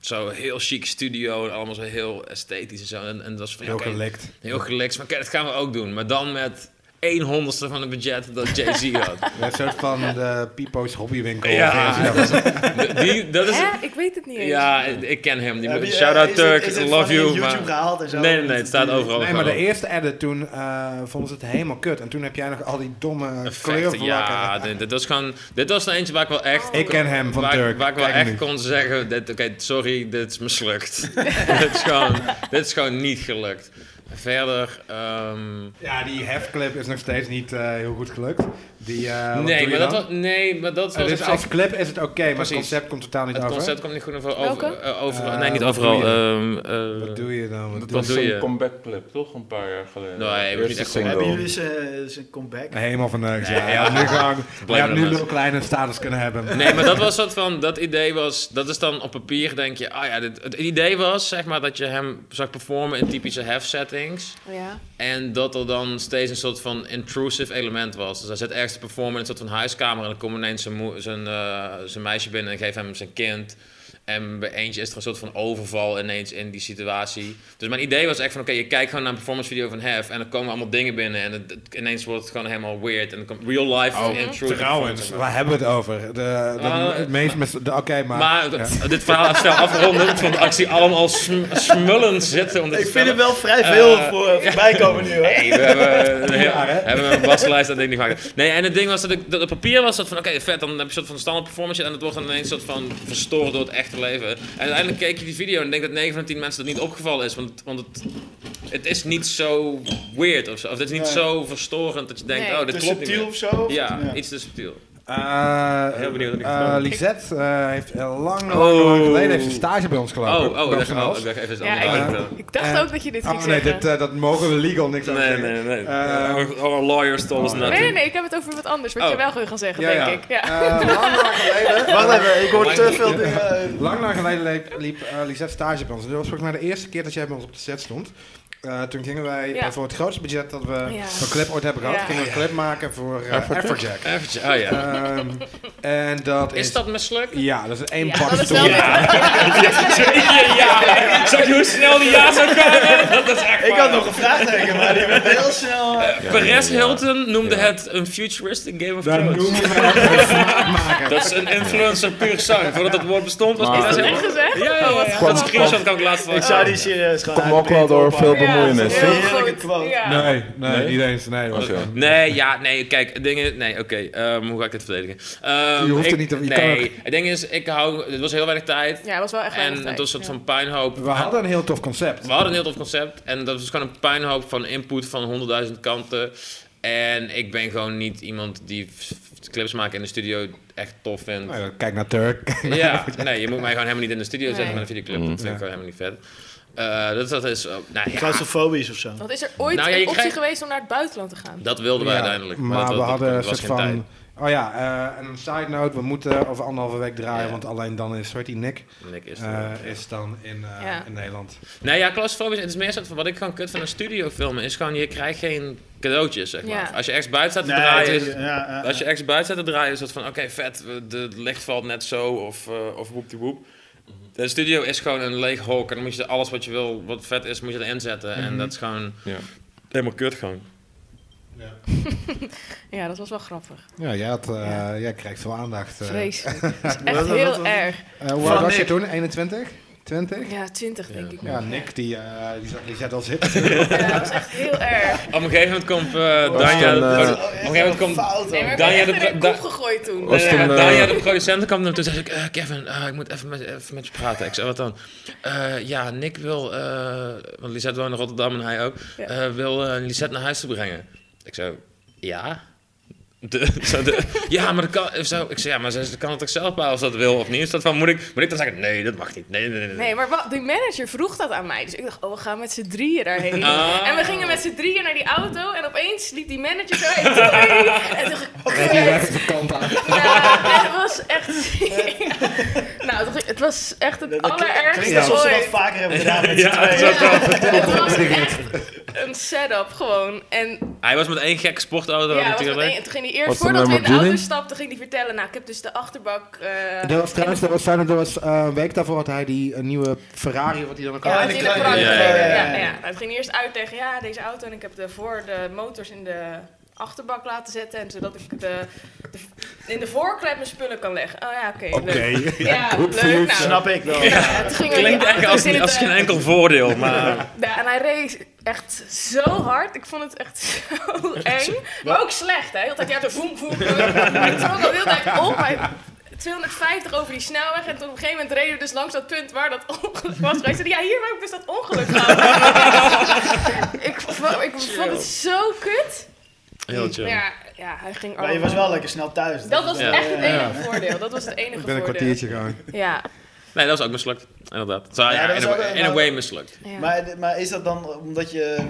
Speaker 1: zo'n heel chic studio en allemaal zo heel esthetisch en zo. En, en dat was van, ja,
Speaker 3: Heel
Speaker 1: oké,
Speaker 3: gelekt.
Speaker 1: heel gelikt. Maar oké, dat gaan we ook doen. Maar dan met 100 honderdste van het budget dat Jay-Z had.
Speaker 3: Een soort van de Pipo's hobbywinkel.
Speaker 1: Ja.
Speaker 3: Of iets.
Speaker 1: De- Die, dat is...
Speaker 6: Hè? Ik weet het niet eens.
Speaker 1: Ja, ik ken hem.
Speaker 2: Heb
Speaker 1: Die,
Speaker 2: je-
Speaker 1: shout
Speaker 3: eh,
Speaker 2: is
Speaker 1: out
Speaker 2: het-
Speaker 1: Turk,
Speaker 2: is het
Speaker 1: love
Speaker 2: van
Speaker 1: you.
Speaker 2: YouTube
Speaker 1: maar-
Speaker 2: gehaald en zo?
Speaker 1: Nee, nee, nee, het staat overal.
Speaker 3: Nee, maar de
Speaker 1: gewoon.
Speaker 3: eerste edit toen eh vonden ze het helemaal kut. En toen heb jij nog al die domme
Speaker 1: Effecten,
Speaker 3: kleurvlakken.
Speaker 1: ja, dit, dit was gewoon, dit was er eentje waar ik wel echt...
Speaker 3: Ik ken hem van
Speaker 1: waar, ik-
Speaker 3: Turk.
Speaker 1: waar ik wel
Speaker 3: Kijk
Speaker 1: echt
Speaker 3: nu.
Speaker 1: kon zeggen, dit- oké, sorry, dit is mislukt. dit, is gewoon, dit is gewoon niet gelukt. Verder, ehm,
Speaker 3: Ja, die hefclip is nog steeds niet eh, heel goed gelukt. Die, eh, wat doe
Speaker 1: nee,
Speaker 3: je
Speaker 1: maar dat
Speaker 3: dan?
Speaker 1: was, nee, maar dat
Speaker 3: Eh,
Speaker 1: was
Speaker 3: dus
Speaker 1: op
Speaker 3: als
Speaker 1: zich-
Speaker 3: clip is het oké, maar het
Speaker 1: Precies.
Speaker 3: concept komt totaal niet
Speaker 1: het
Speaker 3: over.
Speaker 1: concept komt niet goed over,
Speaker 6: Welke?
Speaker 1: over, eh, overal,
Speaker 3: Eh,
Speaker 1: nee, niet
Speaker 3: wat
Speaker 1: overal.
Speaker 3: doe
Speaker 1: ehm, eh,
Speaker 3: Wat doe je dan?
Speaker 4: Dat
Speaker 1: Wat
Speaker 4: was
Speaker 1: doe
Speaker 4: een
Speaker 1: je?
Speaker 4: comeback clip, toch? Een paar jaar geleden.
Speaker 1: Nee, we hebben niet echt
Speaker 2: Hebben jullie zijn comeback?
Speaker 3: Helemaal van nergens. Ja,
Speaker 1: Nee,
Speaker 3: ja,
Speaker 1: ja.
Speaker 3: nu gewoon. Je
Speaker 1: Blame
Speaker 3: had nu
Speaker 1: us.
Speaker 3: Lil Kleine status kunnen hebben.
Speaker 1: Nee, maar dat was soort van, dat idee was, dat is dan op papier denk je, ah ja, dit, het idee was zeg maar dat je hem zag performen in typische hef settings.
Speaker 6: Ja.
Speaker 1: En dat er dan steeds een soort van intrusive element was. Dus hij zit ergens te performen in een soort van huiskamer. En dan komt ineens zijn, moe- zijn, eh, zijn meisje binnen en geeft hem zijn kind. En bij eentje is er een soort van overval ineens in die situatie. Dus mijn idee was echt van, oké, je kijkt gewoon naar een performance video van Hef. En dan komen allemaal dingen binnen. En het, het- ineens wordt het gewoon helemaal weird. En dan komt real life
Speaker 3: Oh,
Speaker 1: intrusive.
Speaker 3: Trouwens,
Speaker 1: performance.
Speaker 3: waar hebben we het over? De, de,
Speaker 1: Ah,
Speaker 3: het meest mis- de- Oké, maar.
Speaker 1: Maar d- dit verhaal snel afronden. want Ik vond de actie allemaal sm smullend zitten. Omdat
Speaker 2: Ik
Speaker 1: het
Speaker 2: vind
Speaker 1: verder-
Speaker 2: er wel vrij veel
Speaker 1: Eh,
Speaker 2: voor, voorbij komen nu, hè?
Speaker 1: Nee, we hebben een, heel,
Speaker 3: Ja, hè?
Speaker 1: hebben een waslijst, dat ding niet vaak. Nee, en het ding was dat ik, dat op papier was dat van, oké, vet, dan heb je een soort van standaard performance en het wordt dan ineens een soort van verstoord door het echte leven. En uiteindelijk keek je die video en denk dat 9 van de 10 mensen dat niet opgevallen is, want, want het, het is niet zo weird of zo. Of het is niet
Speaker 2: Nee.
Speaker 1: zo verstorend dat je denkt,
Speaker 6: Nee.
Speaker 1: oh, dit
Speaker 2: Te
Speaker 1: klopt niet
Speaker 2: subtiel
Speaker 1: meer.
Speaker 2: of zo? Of-
Speaker 1: Ja, iets te subtiel.
Speaker 3: Eh,
Speaker 1: Heel benieuwd dat ik het
Speaker 3: eh,
Speaker 1: hoor.
Speaker 3: Lisette eh, heeft heel lang, lang,
Speaker 1: Oh.
Speaker 3: lang geleden heeft ze stage bij ons
Speaker 1: Oh,
Speaker 3: gelopen.
Speaker 1: oh, ik dacht, oh,
Speaker 3: Professionals.
Speaker 1: ik dacht even
Speaker 6: Ja,
Speaker 1: aan de
Speaker 6: ik-
Speaker 1: andere kant.
Speaker 6: Ik dacht
Speaker 3: Eh,
Speaker 6: ook dat je dit ging
Speaker 3: Oh nee,
Speaker 6: zeggen.
Speaker 3: dit, eh, dat mogen we legal niks over
Speaker 1: Nee,
Speaker 3: zeggen.
Speaker 1: nee,
Speaker 2: Ehm,
Speaker 1: nee.
Speaker 3: Eh,
Speaker 1: Our- our lawyers told
Speaker 2: Ah,
Speaker 1: us
Speaker 6: nee, nee,
Speaker 1: nothing.
Speaker 6: nee, ik heb het over wat anders. Wat
Speaker 1: eh, Oh.
Speaker 6: je wel gewoon gaan zeggen,
Speaker 3: Ja, ja.
Speaker 6: denk ik. Ja.
Speaker 3: Eh, lang, lang geleden, eh,
Speaker 2: Wacht even, ik hoor te veel dingen.
Speaker 3: lang, lang geleden leep- liep eh, Lisette stage bij ons. En Dat was volgens mij de eerste keer dat jij bij ons op de set stond. Eh, toen gingen wij
Speaker 6: Ja.
Speaker 3: eh, voor het grootste budget dat we
Speaker 6: Ja.
Speaker 3: van clip ooit hebben gehad,
Speaker 6: Ja.
Speaker 3: gingen we een clip maken voor eh
Speaker 4: Afrojack.
Speaker 3: Afrojack.
Speaker 1: Eventjes, oh ja.
Speaker 3: Ehm, en dat is,
Speaker 1: Eh, Is dat mislukt?
Speaker 3: Ja, dat is één
Speaker 6: Ja,
Speaker 3: pak
Speaker 6: dat is
Speaker 3: stoel.
Speaker 6: wel ja.
Speaker 1: Ja, ja. Zag je hoe snel die ja zou komen? Dat is echt
Speaker 2: Ik
Speaker 1: waar.
Speaker 2: had nog een vraagteken, maar die werd heel snel... eh,
Speaker 1: Perez Hilton noemde het een futuristic Game of
Speaker 3: Daar
Speaker 1: Thrones.
Speaker 3: noemen we het voor smaakmaker.
Speaker 1: Dat is een influencer puur zang. Voordat dat woord bestond was
Speaker 4: Maar-
Speaker 1: Perez
Speaker 6: Echt
Speaker 1: Hilton.
Speaker 6: gezegd?
Speaker 1: Ja, ja, ja.
Speaker 6: Oh,
Speaker 1: Dat
Speaker 6: wat
Speaker 4: Kwam-
Speaker 1: screenshot kan ik laatst wel.
Speaker 2: Ik zou die serieus gewoon
Speaker 4: Kom
Speaker 2: uit
Speaker 4: ook
Speaker 2: de
Speaker 4: wel
Speaker 2: print
Speaker 4: door veel
Speaker 2: oppakken.
Speaker 6: Ja,
Speaker 4: bemoeienis.
Speaker 6: heel
Speaker 2: Heerlijke
Speaker 6: goed.
Speaker 2: quote.
Speaker 6: Ja.
Speaker 3: Nee, nee,
Speaker 4: Nee?
Speaker 3: niet eens. Nee, hoor.
Speaker 4: Oké.
Speaker 1: Nee, ja, nee, kijk, dingen, nee, oké, ehm, hoe ga ik dit verdedigen? Ehm,
Speaker 3: Je hoeft er
Speaker 1: ik-
Speaker 3: niet te- je kan ook-
Speaker 1: Nee, het ding is, ik hou, het was heel weinig tijd
Speaker 6: Ja, het was wel echt
Speaker 1: en
Speaker 6: weinig
Speaker 1: het was
Speaker 6: tijd,
Speaker 1: een soort
Speaker 6: ja.
Speaker 1: van puinhoop.
Speaker 3: We hadden een heel tof concept.
Speaker 1: We hadden een heel tof concept en dat was gewoon een puinhoop van input van honderdduizend kanten. En ik ben gewoon niet iemand die f- f- clips maken in de studio echt tof vindt.
Speaker 3: Nou ja, Kijk naar Turk.
Speaker 1: Ja, nee, je moet mij gewoon helemaal niet in de studio zetten
Speaker 6: Nee.
Speaker 1: met een videoclip.
Speaker 4: Mm.
Speaker 3: Mhm.
Speaker 1: Dat vind ik gewoon helemaal niet vet. Eh, dus dat is... eh, nou, ja,
Speaker 2: Claustrofobisch of zo.
Speaker 6: Want is er ooit
Speaker 1: Nou ja, je
Speaker 6: een optie
Speaker 1: krijgt-
Speaker 6: geweest om naar het buitenland te gaan?
Speaker 1: dat wilden wij
Speaker 3: Ja,
Speaker 1: uiteindelijk.
Speaker 3: Maar,
Speaker 1: dat-
Speaker 3: we
Speaker 1: dat-
Speaker 3: hadden een
Speaker 1: dat was
Speaker 3: soort
Speaker 1: geen
Speaker 3: van.
Speaker 1: tijd.
Speaker 3: Oh ja, eh, en een side note: we moeten over anderhalve week draaien,
Speaker 1: Ja.
Speaker 3: want alleen dan is Sweaty Nick
Speaker 1: Nick is
Speaker 3: eh,
Speaker 1: er.
Speaker 3: is dan in, eh,
Speaker 6: Ja.
Speaker 3: in Nederland.
Speaker 1: Nou ja, claustrofobisch. Het is meer zo van wat ik gewoon kut van een studio filmen is gewoon je krijgt geen cadeautjes zeg maar.
Speaker 6: Ja.
Speaker 1: Als je ergens buiten staat te
Speaker 2: het
Speaker 1: draaien,
Speaker 2: is-
Speaker 1: is,
Speaker 2: ja, ja,
Speaker 1: als je
Speaker 2: ja.
Speaker 1: ergens buiten staat te draaien is dat van oké vet, we- de het licht valt net zo of eh of woep die woep. De studio is gewoon een leeg hok en dan moet je alles wat je wil, wat vet is, moet je erin zetten
Speaker 4: Mhm.
Speaker 1: en dat is gewoon
Speaker 4: Ja.
Speaker 1: eh. helemaal kut gewoon.
Speaker 6: Ja, dat was wel grappig.
Speaker 3: Ja, jij, had, eh,
Speaker 6: Ja.
Speaker 3: jij krijgt veel aandacht. eh.
Speaker 6: Vreselijk. Dat is
Speaker 2: dat-
Speaker 6: echt
Speaker 2: dat-
Speaker 6: heel
Speaker 2: dat-
Speaker 6: erg.
Speaker 3: Eh, hoe oud
Speaker 2: Van
Speaker 3: was je
Speaker 2: Nick.
Speaker 3: toen? 21? 20?
Speaker 6: Ja, 20 denk ik.
Speaker 3: Ja,
Speaker 6: nog.
Speaker 3: Nick die, eh die zag Lisette al zitten.
Speaker 6: Ja, dat was echt heel erg.
Speaker 1: Op een gegeven moment komt eh
Speaker 4: Was
Speaker 1: Danja,
Speaker 4: dan, eh,
Speaker 1: op een gegeven moment komt
Speaker 2: Fout,
Speaker 6: Nee, maar ik
Speaker 1: Dan
Speaker 6: ben
Speaker 1: jij
Speaker 6: echt
Speaker 1: de
Speaker 6: in een
Speaker 1: pro-
Speaker 6: kop gegooid toen.
Speaker 4: Was
Speaker 1: Nee,
Speaker 4: toen,
Speaker 1: nee,
Speaker 4: eh,
Speaker 1: Danja, de producent, kwam naar me toe en zei ik, eh, Kevin, eh, ik moet even met, even met je praten. Ik zei, wat dan? Eh, ja, Nick wil, eh, want Lisette woont in Rotterdam en hij ook,
Speaker 6: Ja.
Speaker 1: eh, wil eh, Lisette naar huis te brengen. Ik zo, ja? De, zo de- ja, maar dat kan, of zo. Ik zei, ja, maar ze ze kan het toch zelf bepalen of ze dat wil of niet? Is dat van, moet ik, moet ik dan zeggen, nee, dat mag niet. Nee, nee, nee. nee.
Speaker 6: Nee, maar wa- die manager vroeg dat aan mij. Dus ik dacht, oh, we gaan met z'n drieën daarheen.
Speaker 1: Ah.
Speaker 6: En we gingen met z'n drieën naar die auto. En opeens liep die manager zo heen. Doei! En toen dacht ik, kut.
Speaker 3: de kant aan.
Speaker 6: Ja, het was echt... nou, het was- het was echt het
Speaker 2: Klinkt
Speaker 6: allerergste
Speaker 2: alsof ze dat
Speaker 6: ooit.
Speaker 2: vaker hebben gedaan met z'n
Speaker 1: Ja,
Speaker 2: tweeën.
Speaker 1: zo-
Speaker 6: Het was echt een setup gewoon. En
Speaker 1: Hij was met één gekke sportauto
Speaker 6: ja, was
Speaker 1: natuurlijk.
Speaker 6: meteen, en toen ging hij eerst,
Speaker 4: Was het een
Speaker 6: voordat we in de auto
Speaker 4: Lamborghini?
Speaker 6: stapten, ging hij vertellen... Nou, ik heb dus de achterbak... eh,
Speaker 3: Er was trouwens, er was, er was eh, een week daarvoor had hij die een nieuwe Ferrari, wat hij dan ook
Speaker 2: Ja,
Speaker 6: Ja,
Speaker 3: had.
Speaker 6: het
Speaker 2: die
Speaker 6: in de
Speaker 2: kleine-
Speaker 6: krant.
Speaker 1: ja,
Speaker 6: Ja,
Speaker 1: ja,
Speaker 6: ja,
Speaker 2: ja.
Speaker 6: ja. Nou, het ging eerst uit tegen ja, deze auto en ik heb de voor de motors in de achterbak laten zetten en zodat ik de, de- in de voorklep mijn spullen kan leggen. Oh ja, oké. leuk. Ja, leuk. Nou,
Speaker 2: Snap ik wel.
Speaker 6: Ja, het ging weer
Speaker 1: Klinkt
Speaker 6: die
Speaker 1: echt
Speaker 6: auto
Speaker 1: als,
Speaker 6: zitten.
Speaker 1: als geen enkel voordeel, maar...
Speaker 6: Ja, en hij reed echt zo hard. Ik vond het echt zo eng. Maar ook slecht, hè. Heel de tijd, ja, de voem, voem, voem. Hij trok al heel de tijd op. Hij 250 over die snelweg. En toen op een gegeven moment reden we dus langs dat punt waar dat ongeluk was. Hij zei, ja, hier heb ik dus dat ongeluk gehad. ik, vo- ik vond het zo kut.
Speaker 1: Heel chill.
Speaker 6: Maar ja, ja, hij ging
Speaker 2: Maar je was wel lekker snel thuis.
Speaker 6: Dat was
Speaker 1: Ja.
Speaker 6: echt het enige voordeel. Dat was het enige
Speaker 3: Ik ben een
Speaker 6: voordeel.
Speaker 3: kwartiertje gewoon.
Speaker 6: Ja,
Speaker 1: Nee, dat was ook mislukt. Inderdaad. Zo, ja,
Speaker 2: dat
Speaker 1: in,
Speaker 2: was
Speaker 1: a
Speaker 2: ook
Speaker 1: way, in a
Speaker 2: inderdaad-
Speaker 1: way mislukt.
Speaker 6: ja.
Speaker 2: Maar, maar is dat dan omdat je...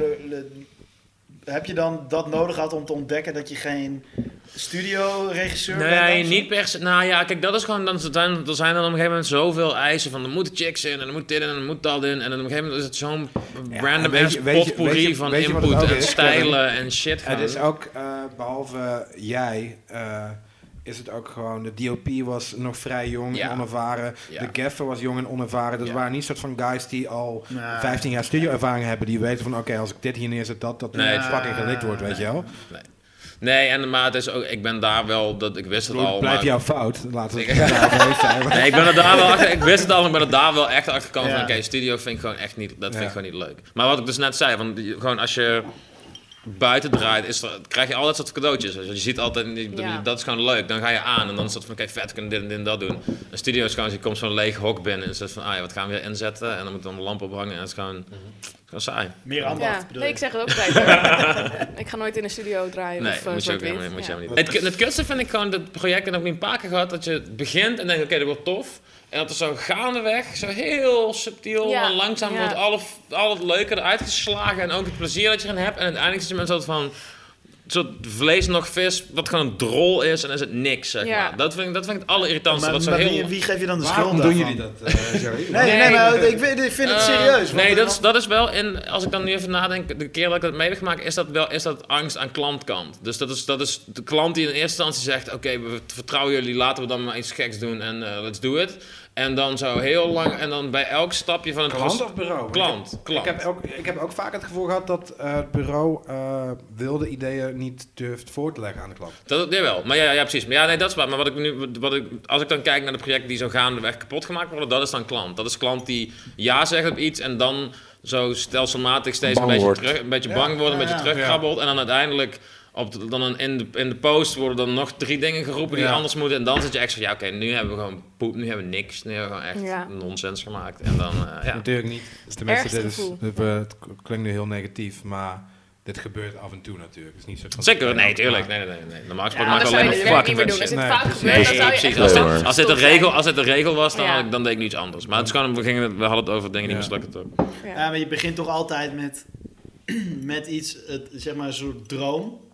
Speaker 2: eh, Heb je dan dat nodig had om te ontdekken dat je geen studio-regisseur bent?
Speaker 1: Nee, niet per se. Nou ja, kijk, dat is gewoon. Dan, dan, er zijn dan op een gegeven moment zoveel eisen. Van er moeten chicks in, en er moet dit in, en er moet dat in. En dan op een gegeven moment is het zo'n random
Speaker 3: weet
Speaker 1: ass
Speaker 3: je- weet je- weet
Speaker 1: potpourri
Speaker 3: je-
Speaker 1: van
Speaker 3: weet je wat het
Speaker 1: input
Speaker 3: ook
Speaker 1: en
Speaker 3: is?
Speaker 1: stijlen en shit.
Speaker 3: Het
Speaker 1: gewoon.
Speaker 3: is ook, eh, behalve jij, eh, is het ook gewoon, de DOP was nog vrij jong
Speaker 1: Ja.
Speaker 3: en onervaren.
Speaker 1: Ja.
Speaker 3: De gaffer was jong en onervaren. Dat
Speaker 1: Ja.
Speaker 3: waren niet soort van guys die al
Speaker 2: Nee.
Speaker 3: 15 jaar studioervaring hebben. Die weten van, oké, als ik dit hier neerzet, dat, dat
Speaker 1: Nee,
Speaker 3: nee, fucking gelikt wordt, weet je wel.
Speaker 1: Nee, en, maar het is ook. Ik ben daar wel. Dat, ik wist het al.
Speaker 3: Blijf
Speaker 1: maar-
Speaker 3: jouw fout. Laten we
Speaker 1: Ik-
Speaker 3: het daarover zijn.
Speaker 1: Nee, ik ben er daar wel achter. Ik wist het al, maar ik ben er daar wel echt achter gekomen van.
Speaker 2: Ja.
Speaker 1: Oké, studio vind ik gewoon echt niet. Dat vind
Speaker 3: Ja.
Speaker 1: ik gewoon niet leuk. Maar wat ik dus net zei, van die- gewoon als je buiten draait, is er, krijg je altijd soort cadeautjes. Dus je ziet altijd, die-
Speaker 6: Ja.
Speaker 1: dat is gewoon leuk. Dan ga je aan en dan is dat van, oké, vet, we kunnen dit en dit en dat doen. Een studio is gewoon, je komt zo'n leeg hok binnen en is het van, ah ja, wat gaan we weer inzetten? En dan moet dan de lamp ophangen en het is gewoon, gewoon saai.
Speaker 2: Meer ambacht,
Speaker 6: Ja,
Speaker 2: bedoel
Speaker 6: nee,
Speaker 2: je?
Speaker 6: ik zeg het ook gelijk. hoor. ik ga nooit in een studio draaien
Speaker 1: Nee,
Speaker 6: of
Speaker 1: moet
Speaker 6: eh,
Speaker 1: je ook
Speaker 6: zwart-wit.
Speaker 1: helemaal niet. Moet je
Speaker 6: Ja.
Speaker 1: helemaal niet. Het, het kutste vind ik gewoon dat project, en dat heb ik een paar keer gehad, dat je begint en denkt, oké, dat wordt tof. En dat er zo gaandeweg, zo heel subtiel
Speaker 6: Ja,
Speaker 1: en langzaam
Speaker 6: ja.
Speaker 1: wordt al, het- al het leuke eruit geslagen. En ook het plezier dat je erin hebt. En uiteindelijk zit je met een soort van, een soort vlees nog vis, wat gewoon een drol is. En dan is het niks, zeg
Speaker 6: Ja.
Speaker 1: maar. Dat vind, ik- dat vind ik het allerirritantste.
Speaker 2: Maar,
Speaker 1: wat zo
Speaker 2: maar
Speaker 1: heel...
Speaker 2: wie, wie geef je dan de schuld
Speaker 3: Waarom doen
Speaker 2: daarvan?
Speaker 3: jullie dat, eh, Joey?
Speaker 2: Nee, nee,
Speaker 1: Nee.
Speaker 2: maar ik, vind- ik vind het
Speaker 1: Eh,
Speaker 2: serieus. want
Speaker 1: nee,
Speaker 2: het
Speaker 1: dat is, dat is wel, en als ik dan nu even nadenk, de keer dat ik dat mee heb gemaakt, is dat wel is dat angst aan klantkant. Dus dat is, dat is de klant die in eerste instantie zegt, oké, we vertrouwen jullie, laten we dan maar iets geks doen en eh, let's do it. En dan zo heel lang, en dan bij elk stapje van het...
Speaker 3: Klant
Speaker 1: proces-
Speaker 3: of bureau?
Speaker 1: Klant, klant.
Speaker 3: Ik heb, ook, ik heb ook vaak het gevoel gehad dat eh, het bureau eh, wilde ideeën niet durft voor te leggen aan de klant.
Speaker 1: Dat, jawel, maar ja, ja, precies. Maar ja, nee, dat is waar. Maar wat ik nu, wat ik, als ik dan kijk naar de projecten die zo gaandeweg kapot gemaakt worden, dat is dan klant. Dat is klant die ja zegt op iets en dan zo stelselmatig steeds
Speaker 4: Bang
Speaker 1: een beetje,
Speaker 4: wordt.
Speaker 1: terug, een beetje
Speaker 3: Ja,
Speaker 1: bang wordt, een
Speaker 2: ja,
Speaker 1: beetje
Speaker 2: ja.
Speaker 1: terugkrabbelt. En dan uiteindelijk, op de- dan een- in, de, in de post worden dan nog drie dingen geroepen die
Speaker 3: Ja.
Speaker 1: anders moeten. En dan zit je echt zo, ja oké, nu hebben we gewoon poep, nu hebben we niks. Nu hebben we gewoon echt
Speaker 6: Ja.
Speaker 1: nonsens gemaakt. En dan, eh, ja.
Speaker 3: Natuurlijk niet. Tenminste,
Speaker 6: ergste
Speaker 3: Dus dit is,
Speaker 6: gevoel.
Speaker 3: dit, eh, het k- klinkt nu heel negatief, maar dit gebeurt af en toe natuurlijk. Het is niet zo van-
Speaker 1: Zeker, nee, tuurlijk. Nee, nee, nee, nee. Normaal
Speaker 6: Ja,
Speaker 1: gesproken maak
Speaker 6: anders
Speaker 1: ik
Speaker 6: zou je
Speaker 1: alleen
Speaker 6: dit
Speaker 1: maar
Speaker 6: werk niet meer
Speaker 1: fucking
Speaker 6: doen.
Speaker 1: veel shit.
Speaker 6: Als het
Speaker 3: Nee,
Speaker 6: vaak
Speaker 3: precies.
Speaker 6: gebeurt, dan
Speaker 1: Nee,
Speaker 6: zou je
Speaker 1: precies.
Speaker 6: echt
Speaker 1: Als
Speaker 6: wel
Speaker 1: dit, als dit een
Speaker 6: stom
Speaker 1: regel,
Speaker 6: zijn.
Speaker 1: als dit een regel was, dan,
Speaker 6: Ja.
Speaker 1: had ik- dan deed ik nu iets anders. Maar het is gewoon, we, gingen, we hadden het over dingen die
Speaker 3: Ja.
Speaker 1: mislukken toch.
Speaker 6: Ja.
Speaker 2: Ja, maar je begint toch altijd met, met iets, het, zeg maar een soort droom.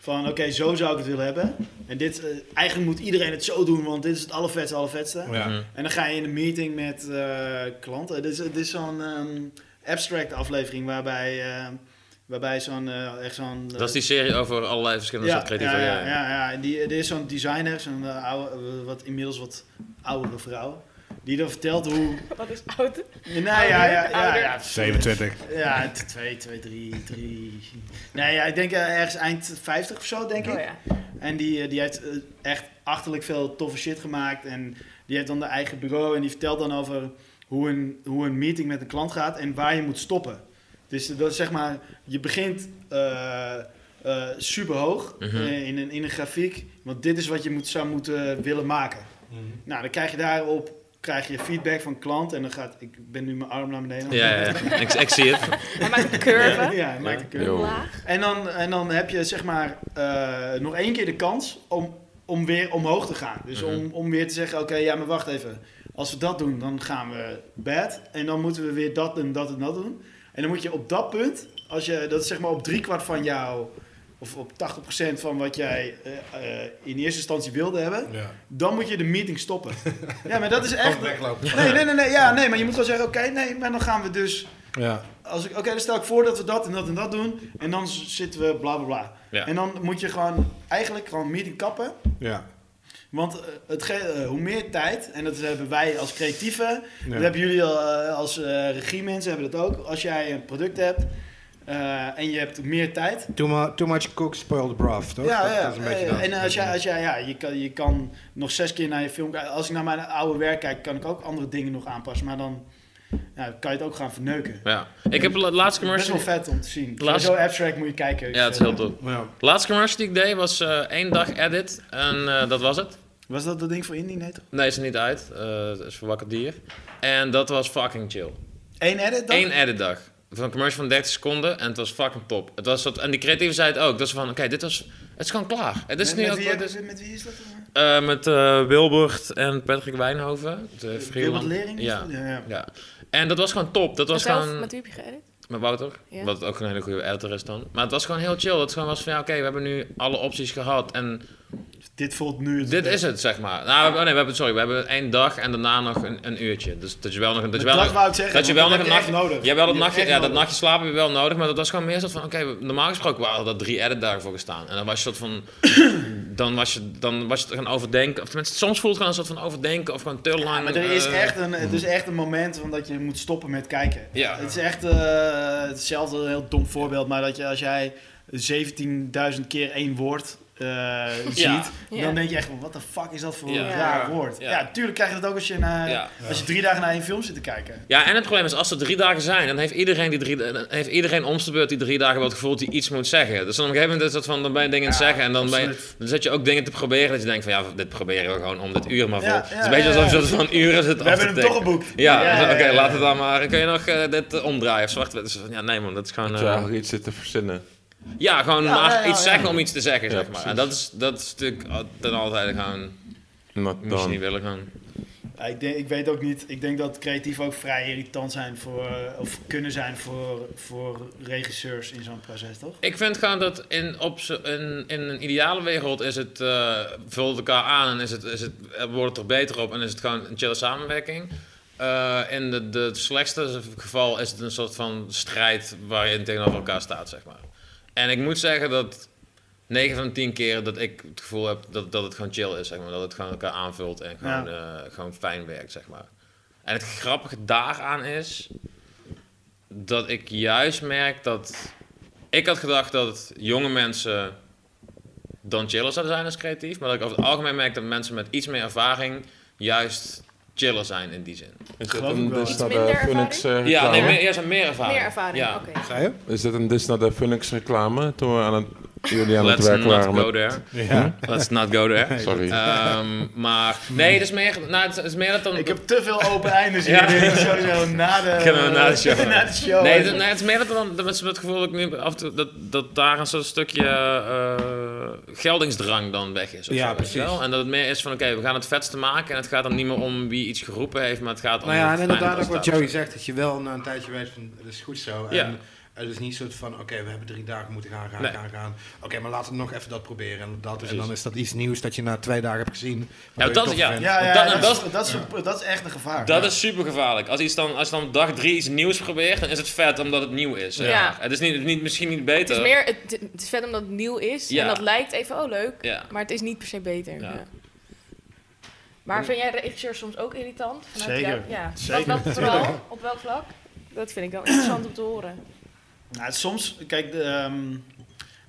Speaker 2: Van oké, zo zou ik het willen hebben. En dit, eh, eigenlijk moet iedereen het zo doen, want dit is het allervetste, allervetste.
Speaker 3: Ja.
Speaker 2: En dan ga je in een meeting met eh, klanten. Dit is, dit is zo'n ehm, abstract aflevering waarbij, eh, waarbij zo'n, eh, echt zo'n... eh,
Speaker 1: Dat is die serie over allerlei verschillende soorten
Speaker 2: ja,
Speaker 1: creatieve...
Speaker 2: ja, ja, ja. En Die, er is zo'n designer, zo'n eh, oude, eh, wat, inmiddels wat oudere vrouw, die dan vertelt hoe...
Speaker 6: Wat is oud?
Speaker 2: Nou ja, ja, ja, ja,
Speaker 6: Ouder?
Speaker 2: ja.
Speaker 3: 27.
Speaker 2: Ja, 2, 2, 3, 3. Nee, ja, ik denk eh, ergens eind 50 of zo, denk ik.
Speaker 6: Oh ja.
Speaker 2: En die, eh, die heeft eh, echt achterlijk veel toffe shit gemaakt. En die heeft dan de eigen bureau en die vertelt dan over hoe een, hoe een meeting met een klant gaat en waar je moet stoppen. Dus dat is zeg maar, je begint eh, super hoog
Speaker 1: Mhm.
Speaker 2: eh, in, een, in een grafiek, want dit is wat je moet, zou moeten willen maken.
Speaker 6: Mhm.
Speaker 2: Nou, dan krijg je daarop krijg je feedback van klant en dan gaat, ik ben nu mijn arm naar beneden.
Speaker 1: Ja, ja, ja. Ik, ik zie het.
Speaker 6: Hij maakt een curve.
Speaker 2: Ja, hij maakt een keuze.
Speaker 4: Yo.
Speaker 6: Laag.
Speaker 2: En dan, en dan heb je zeg maar eh, nog één keer de kans om, om weer omhoog te gaan. Dus om, om weer te zeggen, oké, ja, maar wacht even. Als we dat doen, dan gaan we bad. En dan moeten we weer dat en dat en dat doen. En dan moet je op dat punt, als je, dat is zeg maar op driekwart van jou... of op 80% van wat jij eh, eh, in eerste instantie wilde hebben...
Speaker 3: Ja.
Speaker 2: dan moet je de meeting stoppen. ja, maar dat is echt...
Speaker 3: Of weglopen.
Speaker 2: Nee, nee, nee, nee, ja, nee, maar je moet wel zeggen, oké, nee, maar dan gaan we dus...
Speaker 3: Ja.
Speaker 2: Als ik, oké, dan stel ik voor dat we dat en dat en dat doen. En dan z- zitten we bla bla bla.
Speaker 1: Ja.
Speaker 2: En dan moet je gewoon eigenlijk gewoon meeting kappen.
Speaker 3: Ja.
Speaker 2: Want eh, het ge- eh, hoe meer tijd, en dat hebben wij als creatieven, dat
Speaker 3: Ja.
Speaker 2: hebben jullie al, eh, als eh, regiemensen hebben dat ook. Als jij een product hebt eh, en je hebt meer tijd.
Speaker 3: Too, mu- too much cook spoiled broth, toch?
Speaker 2: Ja,
Speaker 3: Dat-
Speaker 2: ja.
Speaker 3: dat is een beetje
Speaker 2: eh,
Speaker 3: dat.
Speaker 2: en als jij, als jij ja, je kan, je kan nog zes keer naar je film kijken. Als ik naar mijn oude werk kijk, kan ik ook andere dingen nog aanpassen. Maar dan ja, kan je het ook gaan verneuken.
Speaker 1: Ja. Ik heb de laatste
Speaker 2: Best
Speaker 1: commercial...
Speaker 2: wel vet om te zien.
Speaker 1: Laatst-
Speaker 2: Zo abstract moet je kijken.
Speaker 1: Ja, het is heel tof.
Speaker 3: Ja.
Speaker 1: De laatste commercial die ik deed was eh, één dag edit en eh, dat was het.
Speaker 2: Was dat dat ding voor Indie, nee toch?
Speaker 1: Nee, is er niet uit. Eh, Het is voor wakker dier. En dat was fucking chill.
Speaker 2: Eén edit dan?
Speaker 1: Eén edit dag. Van een commercial van 30 seconden en het was fucking top. Het was, dat- en die creatieve zei het ook. Dat ze van, oké, dit was... Het is gewoon klaar. Het is
Speaker 2: met,
Speaker 1: nu
Speaker 2: met
Speaker 1: ook...
Speaker 2: wie,
Speaker 1: Met,
Speaker 2: heb- met wie is dat? dan?
Speaker 1: met eh, Wilbert en Patrick Wijnhoven. De
Speaker 2: Wilbert
Speaker 1: freelance-
Speaker 2: Lering? is
Speaker 1: Ja.
Speaker 2: dat? ja, ja.
Speaker 1: ja. En dat was gewoon top. Dat was
Speaker 6: Zelf,
Speaker 1: gewoon...
Speaker 6: Met wie heb je geëdit?
Speaker 1: Met Wouter,
Speaker 6: Ja.
Speaker 1: wat ook een hele goede editor is dan. Maar het was gewoon heel chill. Het gewoon was van, ja, oké, we hebben nu alle opties gehad. En
Speaker 2: Dit voelt nu het
Speaker 1: dit is het, zeg maar. Nou, we- oh nee, we hebben, sorry, we hebben één dag en daarna nog een, een uurtje. Dus dat je wel nog een... Dat
Speaker 2: Dat,
Speaker 1: je wel nog,
Speaker 2: wou ik zeggen.
Speaker 1: dat je wel
Speaker 2: want
Speaker 1: nog een
Speaker 2: heb
Speaker 1: nacht...
Speaker 2: echt nodig.
Speaker 1: Ja, wel dat
Speaker 2: Die heb je
Speaker 1: nachtje,
Speaker 2: echt
Speaker 1: ja, dat
Speaker 2: nodig.
Speaker 1: nachtje slapen heb je wel nodig, maar dat was gewoon meer soort van, oké, we- normaal gesproken waren dat drie edit dagen voor gestaan. En dan was je soort van, dan was je, dan was je het gaan overdenken. Of tenminste, soms voelt het gewoon een soort van overdenken of gewoon te lang.
Speaker 2: Maar er is
Speaker 1: eh,
Speaker 2: echt een, het is echt een moment van dat je moet stoppen met kijken.
Speaker 1: Ja.
Speaker 2: Het is echt eh, hetzelfde, een heel dom voorbeeld, maar dat je als jij 17.000 keer één woord eh, ziet,
Speaker 6: Ja.
Speaker 2: dan denk je echt van, wat de fuck is dat voor
Speaker 1: Ja.
Speaker 2: een raar
Speaker 3: Ja.
Speaker 2: woord? Ja.
Speaker 1: Ja.
Speaker 2: tuurlijk krijg je dat ook als je, naar,
Speaker 1: Ja.
Speaker 2: als je drie dagen naar één film zit te kijken.
Speaker 1: Ja, en het probleem is, als er drie dagen zijn, dan heeft iedereen, die drie, dan heeft iedereen om zijn beurt die drie dagen wel het gevoel dat hij iets moet zeggen. Dus dan op een gegeven moment is dat van, dan ben je dingen aan het zeggen en dan, ben je,
Speaker 2: absoluut.
Speaker 1: dan zet je ook dingen te proberen dat je denkt van, ja, dit proberen we gewoon om dit uur maar vol.
Speaker 2: Ja,
Speaker 1: het
Speaker 2: ja,
Speaker 1: is een beetje
Speaker 2: ja,
Speaker 1: alsof
Speaker 2: ja.
Speaker 1: je van een uur is het
Speaker 2: We hebben hem toch
Speaker 1: boek.
Speaker 2: geboekt.
Speaker 1: Ja,
Speaker 2: Ja,
Speaker 1: dus,
Speaker 2: ja,
Speaker 1: oké,
Speaker 2: ja, ja.
Speaker 1: laat het dan maar. Kun je nog eh, dit eh, omdraaien of zwart? Dus van, ja, nee man, dat is gewoon...
Speaker 4: Dat
Speaker 1: eh,
Speaker 4: je eigenlijk iets zit te verzinnen.
Speaker 1: ja, gewoon
Speaker 2: Ja,
Speaker 1: maar
Speaker 2: ja, ja,
Speaker 1: iets
Speaker 2: ja.
Speaker 1: zeggen om iets te zeggen,
Speaker 4: Ja,
Speaker 1: zeg maar. En dat is, dat is natuurlijk al- ten altijd gewoon, moest
Speaker 4: Not
Speaker 1: je niet
Speaker 4: done.
Speaker 1: willen gaan.
Speaker 2: Ja, ik, denk, ik weet ook niet. Ik denk dat creatief ook vrij irritant zijn voor, eh, of kunnen zijn voor, voor regisseurs in zo'n proces, toch?
Speaker 1: Ik vind gewoon dat in, op z'n- in, in een ideale wereld is het, eh vult elkaar aan en is het, is het, eh, wordt het er beter op en is het gewoon een chille samenwerking. Eh, in de, de, het slechtste geval is het een soort van strijd waarin tegenover elkaar staat, zeg maar. En ik moet zeggen dat 9 van de 10 keer dat ik het gevoel heb dat, dat het gewoon chill is, zeg maar. Dat het gewoon elkaar aanvult en gewoon, eh, gewoon fijn werkt, zeg maar. En het grappige daaraan is dat ik juist merk dat ik had gedacht dat jonge mensen dan chiller zouden zijn als creatief. Maar dat ik over het algemeen merk dat mensen met iets meer ervaring juist chiller zijn in die zin.
Speaker 4: Is
Speaker 2: Geloof
Speaker 4: dat een
Speaker 2: ik wel.
Speaker 4: dis
Speaker 6: Iets
Speaker 4: naar
Speaker 6: minder
Speaker 4: de Phoenix eh, reclame?
Speaker 1: Ja, nee, meer, ja, ze hebben meer ervaring.
Speaker 6: Meer ervaring,
Speaker 1: Ja.
Speaker 6: oké.
Speaker 3: Zei je?
Speaker 4: Is dat een dis naar de Phoenix reclame toen we aan het
Speaker 8: jullie aan het
Speaker 1: Let's
Speaker 8: werk
Speaker 1: not
Speaker 8: waren.
Speaker 1: go
Speaker 8: Met,
Speaker 1: there.
Speaker 3: Ja.
Speaker 1: Let's not go there.
Speaker 8: sorry.
Speaker 1: Ehm, maar nee, het is meer, nou, het is meer dat dan...
Speaker 2: Ik heb te veel open eindes hier.
Speaker 1: Ja.
Speaker 2: Dit is sowieso na de,
Speaker 1: Kunnen we na de show.
Speaker 2: na de
Speaker 3: Oh,
Speaker 2: show.
Speaker 1: Nee, het, nee, het is meer dat dan dat mensen het gevoel dat, ik nu af en toe- dat, dat daar een soort stukje eh, geldingsdrang dan weg is. of
Speaker 3: Ja,
Speaker 1: zo, weet je
Speaker 3: precies.
Speaker 1: wel? En dat het meer is van oké, we gaan het vetste maken en het gaat dan niet meer om wie iets geroepen heeft, maar het gaat om.
Speaker 3: Nou ja, en
Speaker 1: hoe
Speaker 3: inderdaad ook
Speaker 1: fijn het
Speaker 3: wat
Speaker 1: was.
Speaker 3: Joey zegt, dat je wel na een tijdje weet van, dat is goed zo. En
Speaker 1: Ja.
Speaker 3: het is niet soort van, oké, we hebben drie dagen moeten gaan, gaan,
Speaker 1: Nee.
Speaker 3: gaan, gaan. Oké, maar laten we nog even dat proberen. En, dat, en
Speaker 1: Precies.
Speaker 3: dan is dat iets nieuws dat je na twee dagen hebt gezien.
Speaker 1: Ja,
Speaker 3: waardoor je
Speaker 1: dat-
Speaker 3: tof
Speaker 1: ja.
Speaker 3: vindt.
Speaker 2: Ja, ja,
Speaker 1: Dat-
Speaker 2: dat,
Speaker 1: dat-
Speaker 2: is, dat, is, dat is echt een gevaar.
Speaker 1: Dat is super gevaarlijk. Als, iets dan, als je dan op dag drie iets nieuws probeert, dan is het vet omdat het nieuw is. zeg
Speaker 6: Ja.
Speaker 1: maar. Het is niet, niet, misschien niet
Speaker 6: Het
Speaker 1: beter.
Speaker 6: is, meer, het, het is vet omdat het nieuw is
Speaker 1: Ja.
Speaker 6: en dat lijkt even, oh leuk,
Speaker 1: Ja.
Speaker 6: maar het is niet per se beter.
Speaker 1: Ja.
Speaker 6: Ja. Maar vind jij regisseur soms ook irritant? Vanuit
Speaker 2: Zeker.
Speaker 6: jou? Ja.
Speaker 2: Zeker.
Speaker 6: Wat, wat vooral? Op welk vlak? Dat vind ik dan interessant om te horen.
Speaker 2: Nou, soms, kijk, de, ehm,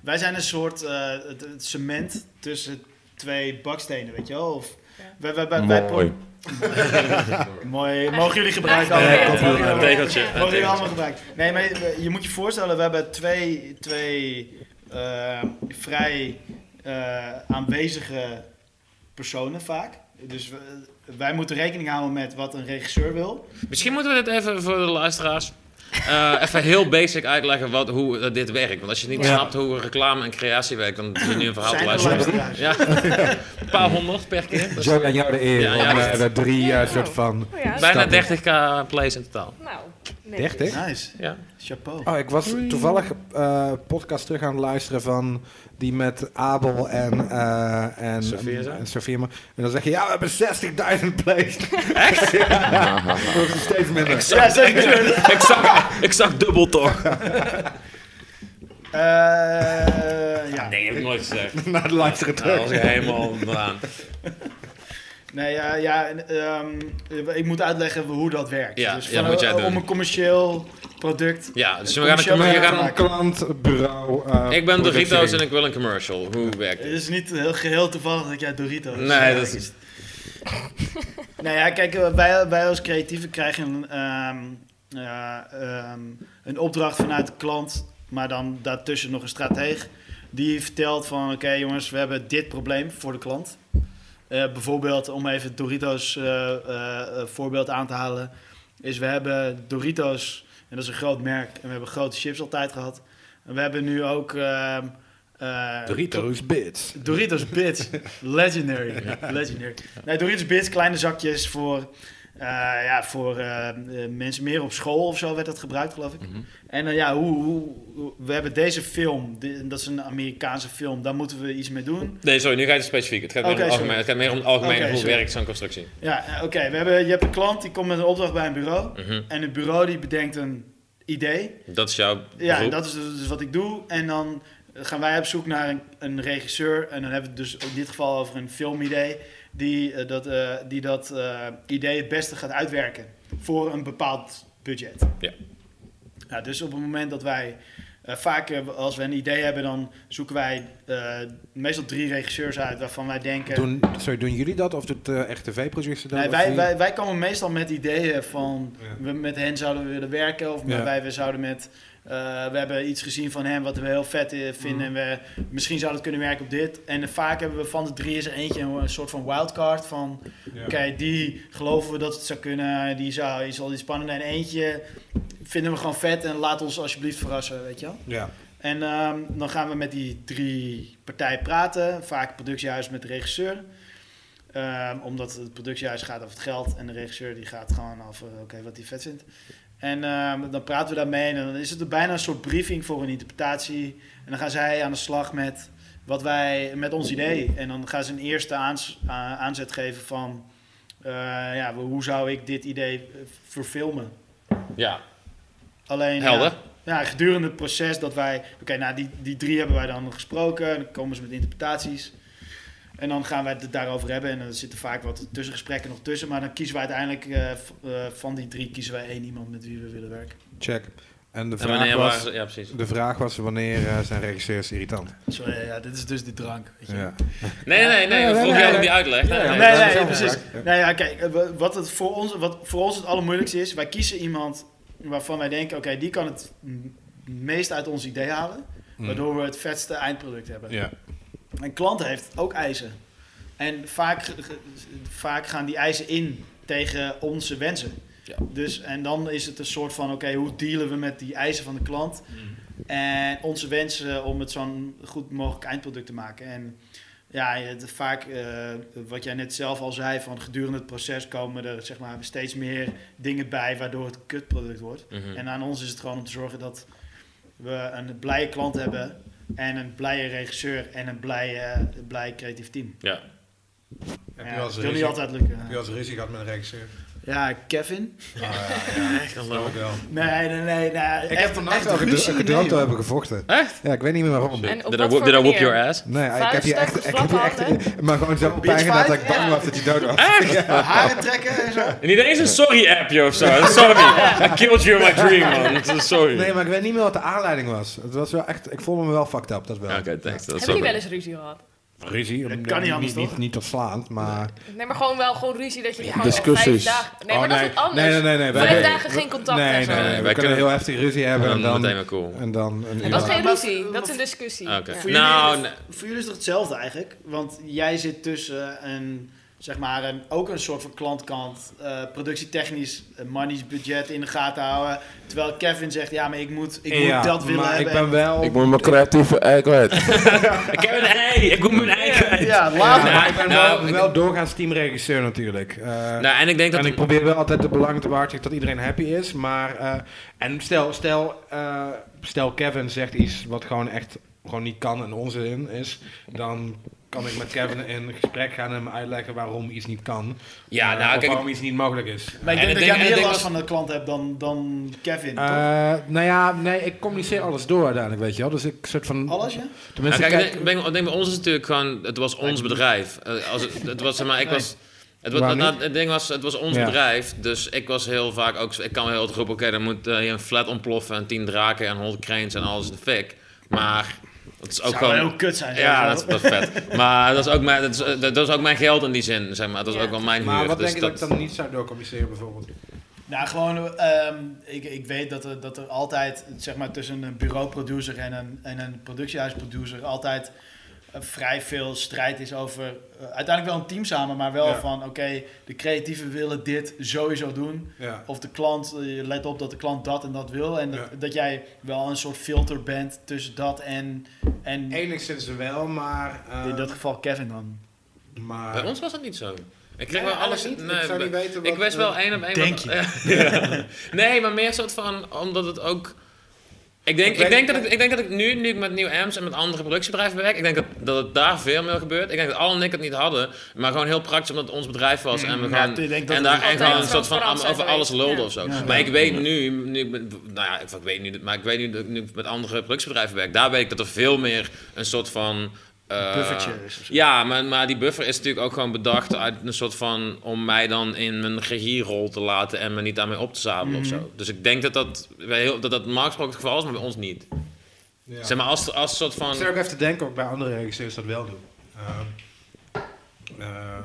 Speaker 2: wij zijn een soort eh, het, het cement tussen twee bakstenen, weet je wel? Of,
Speaker 6: Ja.
Speaker 2: wij, wij, wij, wij pro-
Speaker 8: Mooi.
Speaker 2: Mooi. Mogen jullie gebruiken?
Speaker 6: Ja,
Speaker 2: allemaal?
Speaker 6: ja,
Speaker 2: Mogen jullie
Speaker 1: Een
Speaker 2: allemaal-
Speaker 1: tegeltje.
Speaker 2: Mogen jullie allemaal gebruiken? Nee, maar je, je moet je voorstellen, we hebben twee, twee eh, vrij eh, aanwezige personen vaak. Dus we- wij moeten rekening houden met wat een regisseur wil.
Speaker 1: Misschien moeten we dit even voor de luisteraars. eh, even heel basic uitleggen wat, hoe eh, dit werkt. Want als je niet
Speaker 3: Ja.
Speaker 1: snapt hoe reclame en creatie werkt, dan is je nu een verhaal te
Speaker 2: Zijn er
Speaker 1: luisteren.
Speaker 2: luisteraars?
Speaker 1: Ja, een paar honderd per keer. Dus
Speaker 3: Joe, aan jou de eer.
Speaker 1: Ja, ja,
Speaker 3: om,
Speaker 1: dat-
Speaker 3: eh, de drie eh,
Speaker 6: Ja.
Speaker 3: soort van...
Speaker 6: Oh ja,
Speaker 1: bijna
Speaker 3: Snap ik.
Speaker 1: 30k plays in totaal.
Speaker 6: nou, netjes.
Speaker 3: 30?
Speaker 2: Nice.
Speaker 1: Ja.
Speaker 2: Chapeau.
Speaker 3: Oh, ik was toevallig eh podcast terug aan het luisteren van die met Abel en, eh, en
Speaker 1: Sophia zijn?
Speaker 3: en Sophia. En dan zeg je, ja, we hebben 60.000 plays.
Speaker 1: Echt?
Speaker 3: Dat wordt steeds minder.
Speaker 2: Ja, zeker.
Speaker 1: ik, zag, ik zag dubbel toch?
Speaker 2: Eh, ja.
Speaker 1: Nee, dat heb ik nooit gezegd.
Speaker 3: Na het luisteren
Speaker 1: Nou,
Speaker 3: terug.
Speaker 1: dat was ik helemaal onderaan.
Speaker 2: Nee, ja, ja en, ehm, ik moet uitleggen hoe dat werkt.
Speaker 1: Ja,
Speaker 2: dus
Speaker 1: ja, moet jij doen.
Speaker 2: Om een commercieel product.
Speaker 1: Ja, dus we
Speaker 2: Een
Speaker 1: gaan, een,
Speaker 2: commercial
Speaker 1: we gaan
Speaker 2: maken.
Speaker 3: Klant, bureau. eh,
Speaker 1: Ik ben
Speaker 3: productie.
Speaker 1: Doritos en ik wil een commercial. Hoe werkt
Speaker 2: Het
Speaker 1: dit?
Speaker 2: is niet heel geheel toevallig dat jij Doritos.
Speaker 1: Nee,
Speaker 2: eh,
Speaker 1: dat is...
Speaker 2: Nou ja, kijk, eh, wij, wij als creatieven krijgen ehm, ja, ehm, een opdracht vanuit de klant, maar dan daartussen nog een strateeg. Die vertelt van, oké jongens, we hebben dit probleem voor de klant. Eh, bijvoorbeeld, om even Doritos eh, eh, eh, voorbeeld aan te halen, is we hebben Doritos, en dat is een groot merk, en we hebben grote chips altijd gehad. En we hebben nu ook... ehm, eh,
Speaker 3: Doritos Bits.
Speaker 2: Doritos Bits. Legendary. Legendary. Nee, Doritos Bits, kleine zakjes voor, eh, ja, voor eh, eh, mensen meer op school of zo werd dat gebruikt, geloof ik. En dan ja, hoe, hoe, hoe- we hebben deze film, di- dat is een Amerikaanse film, daar moeten we iets mee doen.
Speaker 1: Nee, sorry, nu ga je het specifiek. Het gaat meer,
Speaker 2: Oké,
Speaker 1: om, het algemeen,
Speaker 2: sorry.
Speaker 1: het gaat meer om het algemeen
Speaker 2: Oké,
Speaker 1: hoe
Speaker 2: sorry.
Speaker 1: werkt zo'n constructie.
Speaker 2: Ja, eh, oké, we hebben, je hebt een klant die komt met een opdracht bij een bureau.
Speaker 1: Mhm.
Speaker 2: En het bureau die bedenkt een idee.
Speaker 1: Dat is jouw
Speaker 2: Ja,
Speaker 1: beroep.
Speaker 2: dat is dus wat ik doe. En dan gaan wij op zoek naar een, een regisseur. En dan hebben we het dus in dit geval over een filmidee. Die eh, dat, eh, die dat eh, idee het beste gaat uitwerken. Voor een bepaald budget.
Speaker 1: Ja.
Speaker 2: Ja, dus op het moment dat wij... eh, vaak eh, als we een idee hebben, dan zoeken wij eh, meestal drie regisseurs uit waarvan wij denken...
Speaker 3: Doen, sorry, doen jullie dat? Of doet eh echt tv-producer dat?
Speaker 2: Nee,
Speaker 3: Of
Speaker 2: wij,
Speaker 3: die-
Speaker 2: wij, wij komen meestal met ideeën van
Speaker 3: Ja.
Speaker 2: we met hen zouden we willen werken of
Speaker 3: Ja.
Speaker 2: wij we zouden met eh, we hebben iets gezien van hem wat we heel vet eh, vinden
Speaker 3: Mm.
Speaker 2: en we misschien zou het kunnen werken op dit en eh, vaak hebben we van de drie is er eentje een soort van wildcard van
Speaker 3: Ja.
Speaker 2: Oké, die geloven we dat het zou kunnen. Die zou, die zal die spannend. En eentje vinden we gewoon vet en laat ons alsjeblieft verrassen, weet je wel.
Speaker 3: Ja.
Speaker 2: En ehm, dan gaan we met die drie partijen praten. Vaak het productiehuis met de regisseur. Ehm, omdat het productiehuis gaat over het geld en de regisseur die gaat gewoon over oké, wat hij vet vindt. En ehm, dan praten we daarmee en dan is het er bijna een soort briefing voor een interpretatie. En dan gaan zij aan de slag met, wat wij, met ons idee. En dan gaan ze een eerste aans- a- aanzet geven van eh, ja, hoe zou ik dit idee eh, verfilmen.
Speaker 1: Ja,
Speaker 2: Alleen, ja,
Speaker 1: helder.
Speaker 2: ja, gedurende het proces dat wij... Oké, nou, die, die drie hebben wij dan gesproken. Dan komen ze met interpretaties. En dan gaan wij het daarover hebben. En dan zitten vaak wat tussengesprekken nog tussen. Maar dan kiezen we uiteindelijk... eh, v- eh, van die drie kiezen wij één iemand met wie we willen werken.
Speaker 3: Check. En de
Speaker 1: En
Speaker 3: vraag,
Speaker 1: wanneer
Speaker 3: was,
Speaker 1: waren ze- Ja, precies.
Speaker 3: de vraag was wanneer eh, zijn regisseurs irritant?
Speaker 2: Sorry, ja, dit is dus die drank. Weet je.
Speaker 3: Ja.
Speaker 1: Nee, nee, nee,
Speaker 3: nee,
Speaker 1: we vroegen
Speaker 3: nee,
Speaker 1: jou
Speaker 3: nee.
Speaker 1: om die uitleg. Nee,
Speaker 3: Ja, ja,
Speaker 1: nee,
Speaker 2: Nee,
Speaker 1: dat-
Speaker 2: nee,
Speaker 3: is wel
Speaker 2: precies.
Speaker 3: belangrijk,
Speaker 2: Nou ja, kijk, eh, we- wat, het voor ons, wat voor ons het allermoeilijkste is... wij kiezen iemand waarvan wij denken... oké, die kan het m- meest uit ons idee halen.
Speaker 3: Mm.
Speaker 2: Waardoor we het vetste eindproduct hebben.
Speaker 3: Ja.
Speaker 2: Een klant heeft ook eisen. En vaak, ge- ge- vaak gaan die eisen in tegen onze wensen.
Speaker 1: Ja.
Speaker 2: Dus, en dan is het een soort van, oké, hoe dealen we met die eisen van de klant? En onze wensen om het zo'n goed mogelijk eindproduct te maken. En ja, het, vaak, eh, wat jij net zelf al zei, van gedurende het proces komen er zeg maar, steeds meer dingen bij waardoor het een kutproduct wordt.
Speaker 3: Hm.
Speaker 1: Mhm.
Speaker 2: En aan ons is het gewoon om te zorgen dat we een blije klant hebben en een blije regisseur en een blije, blij creatief team.
Speaker 1: Ja.
Speaker 3: Heb
Speaker 2: Ja,
Speaker 3: je wel eens
Speaker 2: het wil niet
Speaker 3: ruzie-
Speaker 2: altijd lukken.
Speaker 3: heb je wel eens ruzie gehad met een regisseur?
Speaker 2: Ja, Kevin?
Speaker 3: Ah, ja, ja. Snap ik wel.
Speaker 2: Nee, nee, nee. nee.
Speaker 3: Ik dus heb vannacht
Speaker 2: wel
Speaker 3: over de
Speaker 2: ruzie, nee,
Speaker 3: Toronto
Speaker 2: joh.
Speaker 3: hebben gevochten.
Speaker 1: Echt?
Speaker 3: Ja, ik weet niet meer waarom.
Speaker 6: En op
Speaker 1: Did I,
Speaker 6: wat
Speaker 1: whoop-
Speaker 6: voor
Speaker 1: did I whoop
Speaker 6: manier?
Speaker 1: your ass?
Speaker 3: Nee, ik
Speaker 6: Vuist,
Speaker 3: heb je echt,
Speaker 6: stuit,
Speaker 3: ik heb je echt,
Speaker 6: slaphanden.
Speaker 3: maar gewoon zo pijn gedaan dat ik bang
Speaker 6: Ja.
Speaker 3: was dat je dood was.
Speaker 2: Haren trekken en zo.
Speaker 1: En niet eens een sorry-appje of zo. Sorry, I killed you in my dream, man. Het is Sorry.
Speaker 3: Nee, maar ik weet niet meer wat de aanleiding was. Het was wel echt, ik voelde me wel fucked up, dat wel.
Speaker 1: Ja, Oké, thanks. Dat is
Speaker 6: Hebben jullie wel
Speaker 1: sorry.
Speaker 6: eens ruzie gehad?
Speaker 3: Ruzie,
Speaker 2: Dat kan niet anders,
Speaker 3: niet,
Speaker 2: toch?
Speaker 3: niet, niet tot slaand, maar...
Speaker 6: Nee, maar gewoon wel gewoon ruzie dat je gewoon al vijf
Speaker 8: Discussies.
Speaker 6: dagen... Nee,
Speaker 3: Oh,
Speaker 6: maar dat is wat anders.
Speaker 3: Nee, nee, nee. nee wij-
Speaker 6: Vijf
Speaker 3: wij-
Speaker 6: dagen geen contact
Speaker 3: Nee,
Speaker 6: en
Speaker 3: nee,
Speaker 6: zo.
Speaker 3: nee.
Speaker 1: Nee, wij
Speaker 3: we kunnen
Speaker 1: kunnen-
Speaker 3: heel heftig ruzie
Speaker 1: En
Speaker 3: hebben en
Speaker 1: dan
Speaker 3: dan...
Speaker 1: meteen weer cool.
Speaker 3: En dan een uur
Speaker 6: Dat is
Speaker 3: lang.
Speaker 6: geen ruzie, dat is een discussie.
Speaker 1: Oké.
Speaker 6: Ja.
Speaker 2: Voor jullie-
Speaker 1: Nou, nee.
Speaker 2: Voor jullie is het hetzelfde eigenlijk. Want jij zit tussen een, zeg maar, een, ook een soort van klantkant. eh, productietechnisch, eh, money's budget in de gaten houden. Terwijl Kevin zegt, ja, maar ik moet, ik moet
Speaker 3: Ja,
Speaker 2: dat willen
Speaker 3: maar
Speaker 2: hebben.
Speaker 3: ik ben wel...
Speaker 8: Ik moet mijn creatieve ei kwijt.
Speaker 1: ik heb een ei. Ik moet mijn ei kwijt.
Speaker 2: Ja, laat
Speaker 3: Ja,
Speaker 2: maar.
Speaker 3: Eh, maar ik ben
Speaker 1: Nou,
Speaker 3: wel,
Speaker 1: ik-
Speaker 3: wel doorgaans teamregisseur natuurlijk. Eh,
Speaker 1: Nou, en ik denk dat...
Speaker 3: en ik probeer wel altijd het belang te waarschijnlijk dat iedereen happy is. Maar, eh, en stel, stel, eh, stel Kevin zegt iets wat gewoon echt gewoon niet kan en onzin is, dan kan ik met Kevin in gesprek gaan en hem uitleggen waarom iets niet kan.
Speaker 1: ja,
Speaker 3: Eh,
Speaker 1: nou,
Speaker 3: of
Speaker 1: kijk,
Speaker 3: waarom iets niet mogelijk is.
Speaker 2: Maar ik
Speaker 1: En
Speaker 2: denk
Speaker 1: ik
Speaker 2: dat
Speaker 1: denk- en
Speaker 2: jij
Speaker 1: ik
Speaker 2: meer
Speaker 1: denk
Speaker 2: last
Speaker 1: dat-
Speaker 2: van de klant hebt dan, dan Kevin, toch?
Speaker 3: Eh, nou ja, nee, ik communiceer alles door uiteindelijk, weet je wel. Dus ik soort van...
Speaker 2: Alles, ja?
Speaker 1: Nou,
Speaker 3: Tenminste,
Speaker 1: kijk,
Speaker 3: kijk,
Speaker 1: ik denk, ik denk bij ons is het natuurlijk gewoon, het was ons bedrijf. Eh, als het, het was, zeg maar, ik was, het, was,
Speaker 3: Waarom
Speaker 1: nou,
Speaker 3: niet?
Speaker 1: het ding was, het was ons
Speaker 3: Ja.
Speaker 1: bedrijf, dus ik was heel vaak ook, zo- ik kan wel heel erg roepen, oké, dan moet eh, hier een flat ontploffen en tien draken en honderd cranes en alles in de fik. Maar dat is ook
Speaker 2: Zou wel
Speaker 1: gewoon...
Speaker 2: heel kut zijn. zeg
Speaker 1: Ja,
Speaker 2: maar.
Speaker 1: dat is, dat is vet. Maar dat is, ook mijn, dat, is, eh, dat is ook mijn geld in die zin, zeg maar. Dat is
Speaker 6: Ja.
Speaker 1: ook wel mijn
Speaker 3: maar
Speaker 1: huur.
Speaker 3: wat
Speaker 1: dus
Speaker 3: denk je dat ik dan niet zou doorcommuniceren bijvoorbeeld?
Speaker 2: Nou, gewoon, ehm, ik, ik weet dat er, dat er altijd, zeg maar, tussen een bureauproducer en een, en een productiehuisproducer altijd eh, vrij veel strijd is over, eh, uiteindelijk wel een team samen, maar wel
Speaker 3: Ja.
Speaker 2: van, oké, de creatieven willen dit sowieso doen.
Speaker 3: Ja.
Speaker 2: Of de klant, eh, je let op dat de klant dat en dat wil. En dat,
Speaker 3: Ja.
Speaker 2: dat jij wel een soort filter bent tussen dat en, en
Speaker 3: Enigszins wel, maar... eh,
Speaker 2: in dat geval Kevin dan.
Speaker 3: maar
Speaker 1: Bij ons was dat niet zo. Ik kreeg
Speaker 3: Ja,
Speaker 1: wel
Speaker 3: eigenlijk
Speaker 1: alles...
Speaker 3: niet.
Speaker 1: nee,
Speaker 3: ik zou niet weten wat...
Speaker 1: Ik wist wel
Speaker 3: eh,
Speaker 1: één op één.
Speaker 2: Denk
Speaker 1: wat- Ja. nee, maar meer soort van omdat het ook. Ik denk,
Speaker 3: Ik
Speaker 1: ik, denk
Speaker 3: weet-
Speaker 1: dat ik, ik denk dat ik nu, nu ik met Nieuw Ems en met andere productiebedrijven werk, ik denk dat, dat het daar veel meer gebeurt. Ik denk dat Al en ik het niet hadden, maar gewoon heel praktisch omdat het ons bedrijf was. En, we
Speaker 2: Ja,
Speaker 1: gewoon,
Speaker 2: ik denk dat
Speaker 1: en
Speaker 2: het
Speaker 1: daar
Speaker 6: altijd
Speaker 1: en gewoon een
Speaker 6: wel
Speaker 1: soort van
Speaker 6: transparant
Speaker 1: am- over
Speaker 6: zijn
Speaker 1: alles
Speaker 6: geweest.
Speaker 1: lulden
Speaker 6: Ja.
Speaker 1: of zo.
Speaker 2: Ja.
Speaker 1: maar ik weet nu, nu ik ben, nou ja, ik, ik weet niet, maar ik weet nu dat ik nu met andere productiebedrijven werk, daar weet ik dat er veel meer een soort van... eh,
Speaker 2: Buffertje is of zo.
Speaker 1: ja, maar, maar die buffer is natuurlijk ook gewoon bedacht uit een soort van om mij dan in mijn regierol te laten en me niet daarmee op te zadelen of
Speaker 2: Mhm.
Speaker 1: zo. Dus ik denk dat dat, bij heel, dat dat normaal gesproken het geval is, maar bij ons niet.
Speaker 3: ja.
Speaker 1: Zeg maar als, als soort van.
Speaker 3: Ik zit ook even te denken of bij andere regisseurs dat wel doen. Ehm, eh,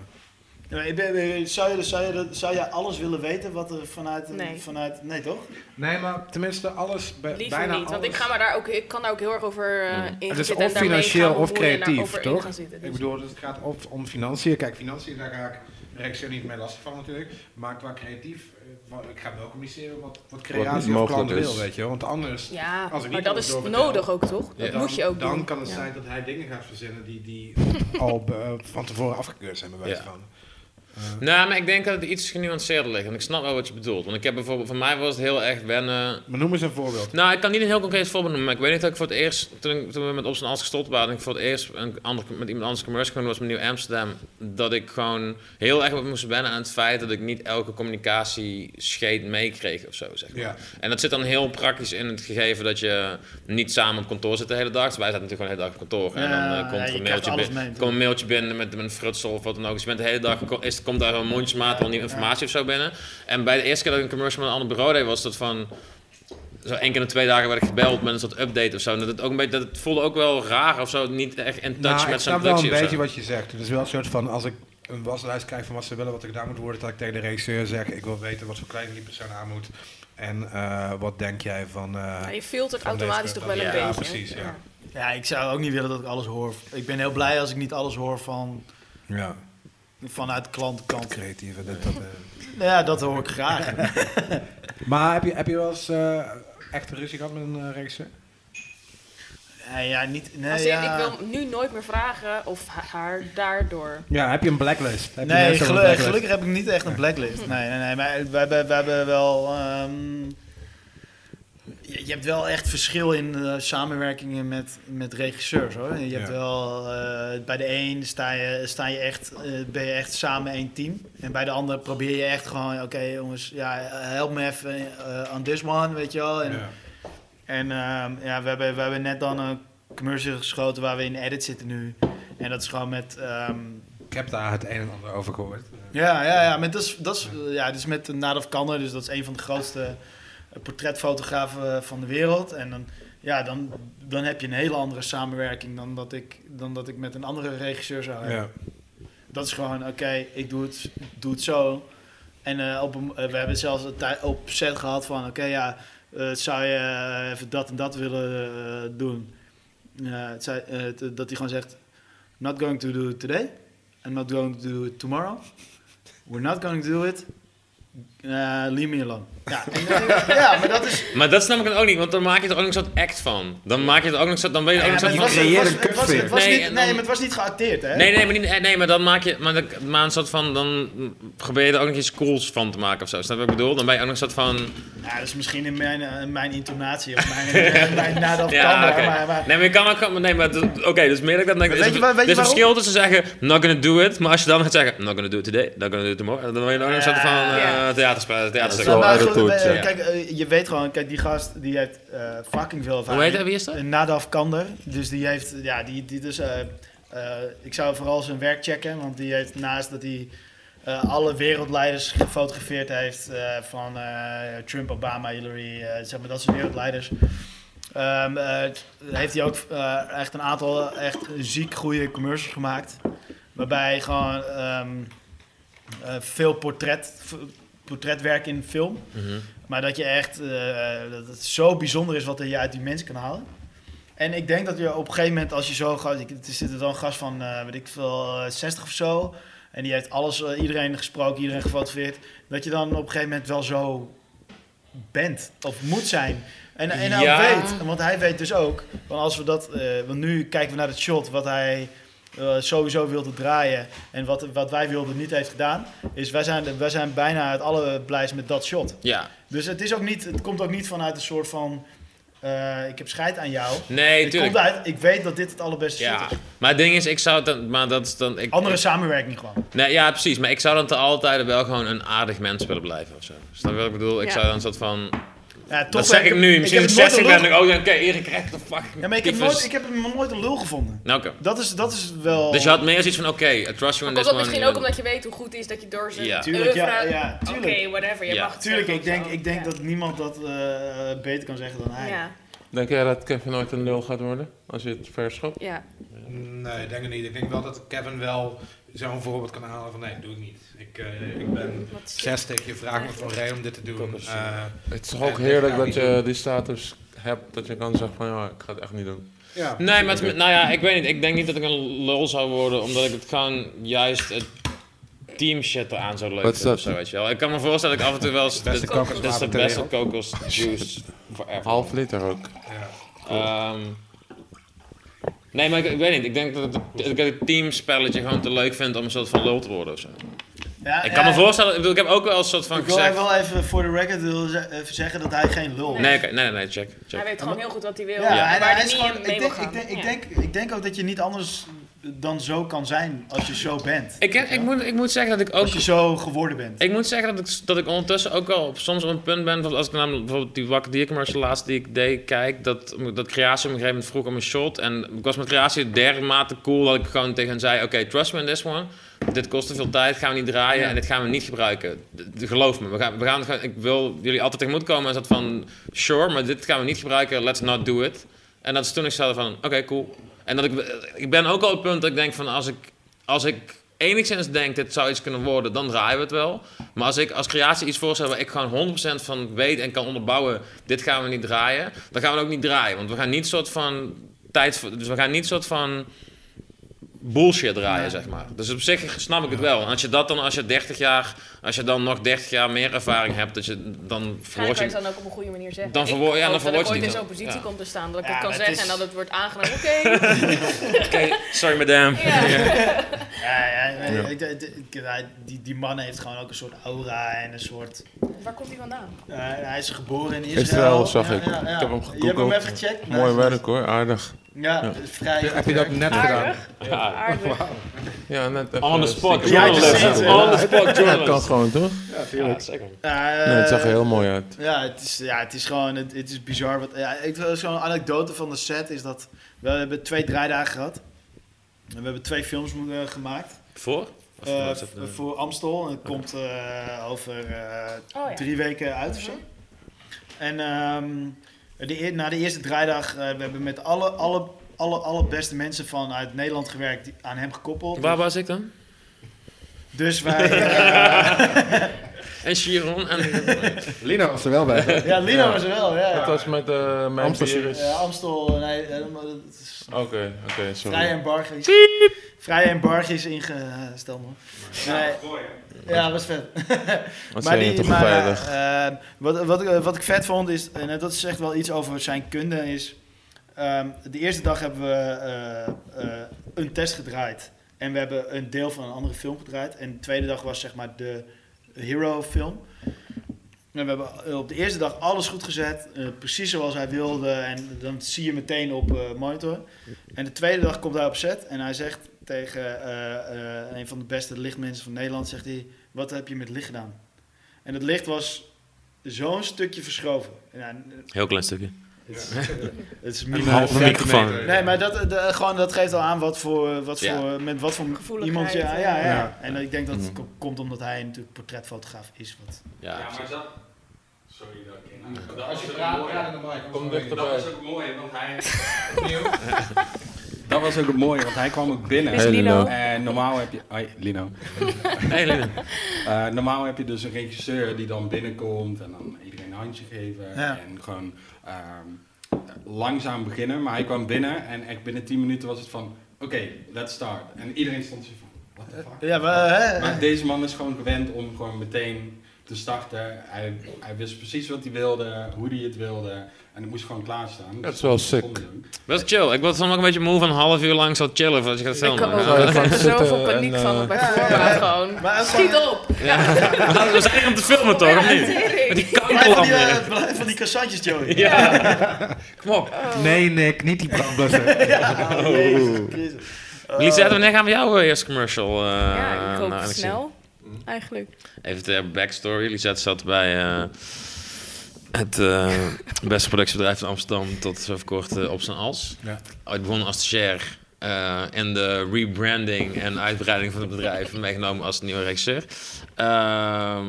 Speaker 2: Ja, maar ik ben- ik- Zou je, zou, je, dat- zou je alles willen weten wat er vanuit... eh,
Speaker 6: Nee.
Speaker 2: vanuit nee toch?
Speaker 3: nee, maar tenminste alles, bij-
Speaker 6: Liever
Speaker 3: bijna
Speaker 6: niet, want
Speaker 3: alles.
Speaker 6: ik, ga maar daar ook, ik kan daar ook heel erg over eh
Speaker 1: Mm.
Speaker 6: in
Speaker 3: Het
Speaker 6: gaan
Speaker 3: is
Speaker 6: zitten
Speaker 3: of
Speaker 6: en daarmee
Speaker 3: financieel
Speaker 6: gaan
Speaker 3: of
Speaker 6: bemoeien en
Speaker 3: creatief,
Speaker 6: daarover in
Speaker 3: toch?
Speaker 6: gaan zitten.
Speaker 3: Ik bedoel, dus het gaat of om financiën. Kijk, financiën, daar ga ik regisseur niet mee lastig van natuurlijk. Maar qua creatief, eh, wa- ik ga wel communiceren wat, wat creatie of
Speaker 8: mogelijk
Speaker 3: klant wil,
Speaker 8: is.
Speaker 3: weet je wel. Want anders...
Speaker 6: ja,
Speaker 3: Als ik
Speaker 6: maar
Speaker 3: niet
Speaker 6: dat
Speaker 3: alles
Speaker 6: is
Speaker 3: door vertel,
Speaker 6: nodig ook, toch? Dat
Speaker 3: dan,
Speaker 6: moet je ook
Speaker 3: Dan
Speaker 6: doen.
Speaker 3: kan het
Speaker 6: Ja.
Speaker 3: zijn dat hij dingen gaat verzinnen die, die al eh, van tevoren afgekeurd zijn, bij wijze
Speaker 1: Ja.
Speaker 3: van.
Speaker 1: Nou, maar ik denk dat het iets genuanceerder ligt. En ik snap wel wat je bedoelt. Want ik heb bijvoorbeeld, voor mij was het heel erg wennen
Speaker 3: Maar noem eens een voorbeeld.
Speaker 1: Nou, ik kan niet een heel concreet voorbeeld noemen, maar ik weet niet dat ik voor het eerst, toen, ik- toen we met Op zijn Als gestopt waren, en ik voor het eerst een ander, met iemand anders commercial kon doen, was met Nieuw Amsterdam, dat ik gewoon heel erg moest wennen aan het feit dat ik niet elke communicatie scheet meekreeg of zo, zeg maar.
Speaker 3: Ja.
Speaker 1: En dat zit dan heel praktisch in het gegeven dat je niet samen op kantoor zit de hele dag. Dus wij zaten natuurlijk gewoon de hele dag op kantoor. en dan eh,
Speaker 2: Ja,
Speaker 1: komt er
Speaker 2: ja, je
Speaker 1: een
Speaker 2: krijgt
Speaker 1: mailtje
Speaker 2: alles
Speaker 1: binnen,
Speaker 2: mee,
Speaker 1: komt een mailtje binnen met, met een frutsel of wat dan ook. Dus je bent de hele dag, ko- is, komt daar een mondjesmaat al nieuwe informatie of zo binnen. En bij de eerste keer dat ik een commercial met een ander bureau deed, was dat van... Zo één keer in de twee dagen werd ik gebeld met een soort update of zo. En dat het, ook een beetje, dat het voelde ook wel raar of zo, niet echt in touch
Speaker 3: nou, ik
Speaker 1: met zijn
Speaker 3: snap wel
Speaker 1: productie
Speaker 3: een
Speaker 1: of zo.
Speaker 3: beetje wat je zegt. Het is wel een soort van, als ik een waslijst krijg van wat ze willen, wat er gedaan moet worden, dat ik tegen de regisseur zeg, ik wil weten wat voor kleding die persoon aan moet. En eh, wat denk jij van... eh,
Speaker 6: Ja, je filtert
Speaker 3: van eh, deze-
Speaker 6: automatisch toch wel
Speaker 3: ja,
Speaker 6: een beetje.
Speaker 3: precies, ja.
Speaker 2: Ja, ik zou ook niet willen dat ik alles hoor. Ik ben heel blij als ik niet alles hoor van,
Speaker 3: Ja,
Speaker 2: vanuit klantenkant. Nou
Speaker 3: creatieve. Dat, dat, eh.
Speaker 2: Ja, dat hoor ik graag.
Speaker 3: Maar heb je, heb je wel eens eh echt ruzie gehad met een eh, regisseur?
Speaker 2: Ja, ja niet... Nee,
Speaker 6: Als in, ik
Speaker 2: ja.
Speaker 6: wil nu nooit meer vragen of ha- haar daardoor.
Speaker 3: Ja, heb je een blacklist? Heb je
Speaker 2: nee,
Speaker 3: net zo'n
Speaker 2: gelu-
Speaker 3: blacklist?
Speaker 2: gelukkig heb ik niet echt een blacklist. Nee, nee, nee. Maar we hebben, we hebben wel... ehm, je, je hebt wel echt verschil in eh, samenwerkingen met, met regisseurs, hoor. Je hebt
Speaker 3: Ja.
Speaker 2: wel... eh, bij de een sta je, sta je echt, eh, ben je echt samen één team. En bij de ander probeer je echt gewoon... Oké, jongens, ja, help me even eh, on this one, weet je wel. En,
Speaker 3: Ja.
Speaker 2: en ehm, ja, we hebben, we hebben net dan een commercial geschoten waar we in edit zitten nu. En dat is gewoon met... ehm,
Speaker 3: Ik heb daar het een en ander over gehoord.
Speaker 2: ja, ja, ja. Maar dat is, dat is, ja, dus met Nadav Kanner, dus dat is een van de grootste eh, portretfotografen eh, van de wereld. En dan, ja, dan, dan heb je een hele andere samenwerking dan dat ik, dan dat ik met een andere regisseur zou hebben.
Speaker 3: Ja.
Speaker 2: Dat is gewoon, oké, ik doe het, doe het zo. En eh, op, een- eh, we hebben zelfs een tijd op set gehad van, oké, ja, eh, zou je eh, even dat en dat willen eh, doen? Ja, het zei, eh, t- dat hij gewoon zegt, I'm not going to do it today. I'm not going to do it tomorrow. We're not going to do it. Eh, leave me alone. Ja, en, eh, ja, maar dat is...
Speaker 1: Maar dat snap ik dan ook niet, want dan maak je er ook nog zo'n act van. Dan maak je er ook nog zo'n... Dan ben je er
Speaker 2: Ja,
Speaker 1: ook
Speaker 2: maar
Speaker 1: nog zo'n...
Speaker 2: het was- het
Speaker 3: creëert
Speaker 2: was-
Speaker 3: een
Speaker 2: het was- het was
Speaker 1: kutfeer.
Speaker 2: niet-
Speaker 1: Nee, en
Speaker 2: Nee,
Speaker 1: dan-
Speaker 2: maar het was niet geacteerd, hè?
Speaker 1: Nee, nee, maar, niet, eh, nee, maar dan maak je... Maar, dan, maar een soort van... Dan probeer je er ook nog iets cools van te maken of zo. Snap je wat ik bedoel? Dan ben je ook nog een soort van...
Speaker 2: Ja, dat is misschien in mijn, eh, mijn intonatie of mijn, eh, mijn nadat kan,
Speaker 1: oké.
Speaker 2: maar, maar
Speaker 1: Nee, maar je kan ook... Nee, maar... d- Oké, dus meer dan ik dat denk...
Speaker 2: Maar
Speaker 1: Er is
Speaker 2: weet je waar-
Speaker 1: een-
Speaker 2: weet
Speaker 1: er
Speaker 2: je
Speaker 1: is een verschil
Speaker 2: waarom?
Speaker 1: tussen zeggen... Not gonna do it. Maar als je dan gaat zeggen... Not gonna do it today. Not gonna do it tomorrow. Dan ben je er ook nog een soort van... eh
Speaker 6: Ja.
Speaker 1: theaterspel- theaterstuk.
Speaker 8: wel
Speaker 2: Nou, maar
Speaker 8: uit het
Speaker 2: goed,
Speaker 8: hoed,
Speaker 2: eh,
Speaker 1: ja.
Speaker 2: Kijk, eh, je weet gewoon, kijk, die gast die heeft eh, fucking veel
Speaker 1: Hoe
Speaker 2: ervaring.
Speaker 1: heet dat? Wie is dat?
Speaker 2: Eh, Nadav Kander. Dus die heeft, ja, die, die dus, eh, eh, ik zou vooral zijn werk checken, want die heeft naast dat hij eh, alle wereldleiders gefotografeerd heeft, eh, van eh, Trump, Obama, Hillary, eh, zeg maar dat soort wereldleiders. ehm, eh, heeft hij ook eh, echt een aantal echt ziek goede commercials gemaakt. Waarbij gewoon ehm, eh, veel portret, portretwerk in film.
Speaker 1: Mhm.
Speaker 2: Maar dat je echt, eh, dat het zo bijzonder is wat je uit die mensen kan halen. En ik denk dat je op een gegeven moment, als je zo gaat, ik- er zit er dan een gast van, eh, weet ik veel, eh, 60 of zo. En die heeft alles, eh, iedereen gesproken, iedereen gefotografeerd. Dat je dan op een gegeven moment wel zo bent of moet zijn. En, en hij
Speaker 1: Ja.
Speaker 2: weet, want hij weet dus ook, want als we dat, eh, want nu kijken we naar het shot wat hij eh, sowieso wilde draaien. En wat, wat wij wilden niet heeft gedaan, is wij zijn, wij zijn bijna het allerblijst met dat shot.
Speaker 1: Ja.
Speaker 2: Dus het, is ook niet, het komt ook niet vanuit een soort van... eh, ik heb scheid aan jou.
Speaker 1: Nee,
Speaker 2: het
Speaker 1: tuurlijk.
Speaker 2: komt uit, ik weet dat dit het allerbeste
Speaker 1: Ja.
Speaker 2: shit is.
Speaker 1: Maar het ding is, ik zou... Dan, maar dat is dan... Ik,
Speaker 2: Andere samenwerking gewoon.
Speaker 1: Nee, ja, precies. Maar ik zou dan te altijd wel gewoon een aardig mens willen blijven of zo. Snap je wat ik bedoel? Ik
Speaker 6: Ja.
Speaker 1: zou dan een soort van...
Speaker 2: Ja, toch eh,
Speaker 1: dat zeg
Speaker 2: heb-
Speaker 1: ik nu. Misschien
Speaker 2: heb
Speaker 1: als ik
Speaker 2: het nooit
Speaker 1: 60 ben
Speaker 2: een lul-
Speaker 1: ik ook denk, oh oké, Erik, echt de fuck.
Speaker 2: Ja, maar ik heb, nooit, ik heb hem nog nooit een lul gevonden.
Speaker 1: Nou, oké.
Speaker 2: Dat is, dat is wel...
Speaker 1: Dus je had meer zoiets van, oké, I trust you
Speaker 6: Maar
Speaker 1: on
Speaker 6: komt
Speaker 1: this
Speaker 6: dat
Speaker 1: one.
Speaker 6: misschien ook omdat je weet hoe goed het is dat je door zijn
Speaker 1: Ja.
Speaker 2: Tuurlijk, ja,
Speaker 6: oeuvre-
Speaker 2: ja,
Speaker 6: Oké,
Speaker 2: tuurlijk.
Speaker 6: whatever. Je
Speaker 1: Ja.
Speaker 6: mag het
Speaker 2: Tuurlijk,
Speaker 6: zelf
Speaker 2: ik denk,
Speaker 6: ook
Speaker 2: ik denk
Speaker 6: zo.
Speaker 2: dat niemand dat eh, beter kan zeggen dan
Speaker 6: Ja.
Speaker 2: hij.
Speaker 6: Ja.
Speaker 4: Denk jij dat Kevin nooit een lul gaat worden? Als je het verschopt?
Speaker 6: Ja.
Speaker 3: Nee, ik denk het niet. Ik denk wel dat Kevin wel zo'n voorbeeld kan halen van nee, doe ik niet. Ik, eh, ik ben
Speaker 6: Wat is-
Speaker 3: 60, je vraagt me voor een reden om dit te doen. Eh,
Speaker 4: Het is toch
Speaker 3: Ja,
Speaker 4: ook
Speaker 3: dat
Speaker 4: heerlijk
Speaker 3: ga ik
Speaker 4: dat
Speaker 3: niet
Speaker 4: je die status hebt, dat je kan zeggen van ja, ik ga het echt niet doen.
Speaker 3: ja.
Speaker 1: Nee, maar het- nou ja, ik weet niet. Ik denk niet dat ik een lul zou worden, omdat ik het gewoon juist het team shit eraan zou leuk
Speaker 4: Wat is
Speaker 1: vinden of
Speaker 4: dat?
Speaker 1: zo, weet je wel. Ik kan me voorstellen dat ik af en toe wel eens...
Speaker 3: Beste
Speaker 1: dit-
Speaker 3: kokoswater
Speaker 1: Dit is de
Speaker 3: ter
Speaker 1: beste
Speaker 3: wereld.
Speaker 1: kokosjuice forever.
Speaker 4: Half liter ook.
Speaker 3: Ja.
Speaker 1: Ehm, nee, maar ik, ik weet niet. Ik denk dat, het- dat ik het teamspelletje gewoon te leuk vind om een soort van lul te worden of zo.
Speaker 2: Ja,
Speaker 1: Ik kan
Speaker 2: ja,
Speaker 1: me voorstellen, ik, bedoel, ik heb ook wel een soort van
Speaker 2: Ik wil
Speaker 1: gezegd...
Speaker 2: wel even voor de record wil ze- even zeggen dat hij geen lul is.
Speaker 1: Nee, oké, nee, nee, nee, check. check.
Speaker 6: Hij weet gewoon heel goed wat hij wil.
Speaker 2: Ja,
Speaker 6: waar
Speaker 2: hij- hij
Speaker 6: hij
Speaker 2: is
Speaker 6: niet
Speaker 2: gewoon-
Speaker 6: mee
Speaker 2: ik
Speaker 6: wil
Speaker 2: denk-
Speaker 6: gaan.
Speaker 2: ik denk- ik
Speaker 6: Ja.
Speaker 2: denk- Ik denk ook dat je niet anders dan zo kan zijn als je zo bent.
Speaker 1: Ik, heb- ik, moet, ik moet zeggen dat ik ook...
Speaker 2: Als je zo geworden bent.
Speaker 1: Ik moet zeggen dat ik, dat ik ondertussen ook wel op, soms op een punt ben. dat Als ik namelijk bijvoorbeeld die Wakker Dier commercial laatst die ik deed, kijk. Dat, dat creatie op een gegeven moment vroeg om een shot. En ik was met creatie dermate cool dat ik gewoon tegen hen zei: Oké, trust me in this one. Dit kost te veel tijd, gaan we niet draaien en dit gaan we niet gebruiken. D- d- geloof me, we gaan, we gaan, het gewoon- ik wil jullie altijd tegemoetkomen. En zat van, sure, maar dit gaan we niet gebruiken, let's not do it. En dat is toen ik zei van, oké, cool. En dat ik, ik ben ook al op het punt dat ik denk van, als ik, als ik enigszins denk dit zou iets kunnen worden, dan draaien we het wel. Maar als ik als creatie iets voorstel waar ik gewoon 100% van weet en kan onderbouwen, dit gaan we niet draaien, dan gaan we het ook niet draaien. Want we gaan niet soort van tijd voor. Dus we gaan niet een soort van bullshit draaien, zeg maar. Dus op zich snap ik het wel. En Als je dat dan, als je 30 jaar, als je dan nog 30 jaar meer ervaring hebt, dat je dan
Speaker 6: Waarschijnlijk
Speaker 1: verwoord
Speaker 6: kan
Speaker 1: je.
Speaker 6: je het dan ook op een goede manier zeggen.
Speaker 1: Dan
Speaker 6: Ik
Speaker 1: verwoor- ja, dan
Speaker 6: hoop dat ik
Speaker 1: verwoord je
Speaker 6: ooit
Speaker 1: die
Speaker 6: in zo'n
Speaker 1: dan.
Speaker 6: positie
Speaker 1: Ja.
Speaker 6: kom te staan, dat ik
Speaker 2: Ja,
Speaker 6: het kan
Speaker 2: het
Speaker 6: zeggen
Speaker 2: is-
Speaker 6: en dat het wordt aangenomen. Oké,
Speaker 1: Oké, sorry madame.
Speaker 6: ja.
Speaker 2: Ja, ja, ja,
Speaker 4: Ja.
Speaker 2: ik- ik- ik- hij- die, die man heeft gewoon ook een soort aura en een soort...
Speaker 6: Waar komt die vandaan?
Speaker 2: eh, hij is geboren in Israël.
Speaker 4: Israël, zag
Speaker 2: Ja,
Speaker 4: ik.
Speaker 2: ja, ja.
Speaker 4: Ik heb hem
Speaker 2: Je hebt hem
Speaker 4: gegoogeld.
Speaker 2: even gecheckt?
Speaker 4: Mooi
Speaker 2: Nou,
Speaker 4: werk hoor, aardig.
Speaker 2: Ja,
Speaker 4: Ja.
Speaker 2: vrij goed
Speaker 3: Heb je dat
Speaker 2: werk.
Speaker 3: net gedaan?
Speaker 6: Aardig. Aardig.
Speaker 4: Ja, net even
Speaker 1: On the spot,
Speaker 4: stiekem.
Speaker 2: Ja, journalist.
Speaker 1: journalist.
Speaker 2: precies, ja.
Speaker 1: On the spot,
Speaker 4: Ja, dat kan
Speaker 1: journalist.
Speaker 4: gewoon toch?
Speaker 1: Ja, zeker.
Speaker 2: Eh,
Speaker 4: Nee, het zag er heel mooi uit.
Speaker 2: Ja, het is, ja, het is gewoon, het, het is bizar. Wat, ja, ik wil zo'n anekdote van de set is dat we hebben twee draaidagen gehad. En we hebben twee films moeten- eh, gemaakt
Speaker 1: Voor? Of
Speaker 2: eh,
Speaker 1: was dat, eh,
Speaker 2: voor Amstel. En het komt eh, over eh,
Speaker 6: Oh ja. Mhm.
Speaker 2: drie weken uit of zo. En ehm, de, eer- na de eerste draaidag, eh, we hebben met alle, alle, alle, alle beste mensen vanuit Nederland gewerkt die aan hem gekoppeld.
Speaker 1: Waar was ik dan?
Speaker 2: Dus wij. eh,
Speaker 1: En Chiron en...
Speaker 3: Lina was er wel bij.
Speaker 2: ja, Lino was er wel. Ja.
Speaker 4: Het was met eh mijn
Speaker 3: Amsterdam.
Speaker 4: bier is-
Speaker 2: Eh, Amstel, nee, eh, maar dat is-
Speaker 4: Oké, oké,
Speaker 2: Vrij
Speaker 4: sorry.
Speaker 2: en Bargis. Vrij en Bargis ingesteld, man. Nee, ja, was vet.
Speaker 4: Wat zijn je toch veilig?
Speaker 2: eh, eh, wat, wat, ik- wat ik vet vond is, en dat zegt wel iets over zijn kunde, is... ehm, de eerste dag hebben we eh, eh, een test gedraaid. En we hebben een deel van een andere film gedraaid. En de tweede dag was zeg maar de hero film. En we hebben eh, op de eerste dag alles goed gezet. eh, precies zoals hij wilde. En dan zie je meteen op eh, monitor. En de tweede dag komt hij op set. En hij zegt tegen eh, eh, een van de beste lichtmensen van Nederland. Zegt hij, wat heb je met licht gedaan? En het licht was zo'n stukje verschoven. Nou,
Speaker 1: Heel klein stukje.
Speaker 2: het is
Speaker 3: Een
Speaker 2: minimaal.
Speaker 1: halve
Speaker 3: centimeter.
Speaker 1: microfoon.
Speaker 2: Nee, maar dat, eh, de- gewoon, dat geeft al aan wat voor, eh, wat
Speaker 1: Ja.
Speaker 2: voor, met wat voor
Speaker 6: Gevoeligheid,
Speaker 2: iemand je... Ja, ja, ja.
Speaker 3: Ja.
Speaker 2: En ik denk dat het
Speaker 4: Mhm.
Speaker 2: ko- komt omdat hij natuurlijk portretfotograaf is. Wat.
Speaker 1: Ja,
Speaker 5: maar dat... Sorry dat ik inhaak. Maar Dat
Speaker 3: Als
Speaker 5: is
Speaker 3: je
Speaker 5: ook
Speaker 3: praat,
Speaker 5: mooi.
Speaker 3: praat in de mic.
Speaker 4: Kom
Speaker 3: anders
Speaker 4: dichterbij.
Speaker 5: Dat was ook mooi, want hij... Dat was ook het mooie, want hij kwam ook binnen.
Speaker 6: Is Lino.
Speaker 5: En normaal heb je... Hoi, Lino.
Speaker 1: Hey, Lina.
Speaker 5: Eh, normaal heb je dus een regisseur die dan binnenkomt en dan iedereen een handje geven.
Speaker 2: Ja.
Speaker 5: En gewoon ehm, langzaam beginnen. Maar hij kwam binnen en echt binnen 10 minuten was het van, oké, let's start. En iedereen stond zo van, what the fuck?
Speaker 2: Ja, maar... hè,
Speaker 5: Maar deze man is gewoon gewend om gewoon meteen te starten. Hij, hij wist precies wat hij wilde, hoe hij het wilde. En het moest gewoon klaarstaan. Dus
Speaker 4: Dat is wel sick.
Speaker 1: Best chill. Ik was dan ook een beetje moe van een half uur lang zo chillen voordat je gaat
Speaker 6: Ik kan
Speaker 1: filmen.
Speaker 6: ook
Speaker 1: Ja.
Speaker 4: Ja,
Speaker 6: wel
Speaker 4: gewoon
Speaker 6: zoveel
Speaker 4: zitten
Speaker 6: paniek
Speaker 4: en,
Speaker 6: van
Speaker 4: eh,
Speaker 6: bij
Speaker 2: ja, ja,
Speaker 6: voorbaat
Speaker 2: ja.
Speaker 6: gewoon.
Speaker 2: Maar het
Speaker 6: Schiet
Speaker 2: gewoon-
Speaker 6: op!
Speaker 1: We zijn hier om te filmen toch? Of niet? Met die
Speaker 2: Blijf van die,
Speaker 1: kankerlamp.
Speaker 2: eh, blijf van die croissantjes, Joey.
Speaker 1: Ja. Kom op.
Speaker 3: Nee, Nick, niet die brandblusser.
Speaker 2: Ja, Jezus Christus. Oh.
Speaker 1: Lisette, wanneer gaan we jouw eh, eerste commercial? eh,
Speaker 6: Ja, ik hoop
Speaker 1: nou, zien?
Speaker 6: snel. Eigenlijk.
Speaker 1: Even de backstory. Lisette zat bij eh, het eh, beste productiebedrijf van Amsterdam tot zo kort eh, op zijn als.
Speaker 3: Ja.
Speaker 1: Oh, Ik begon als stagiair eh, en de rebranding en uitbreiding van het bedrijf meegenomen als nieuwe regisseur. Ehm,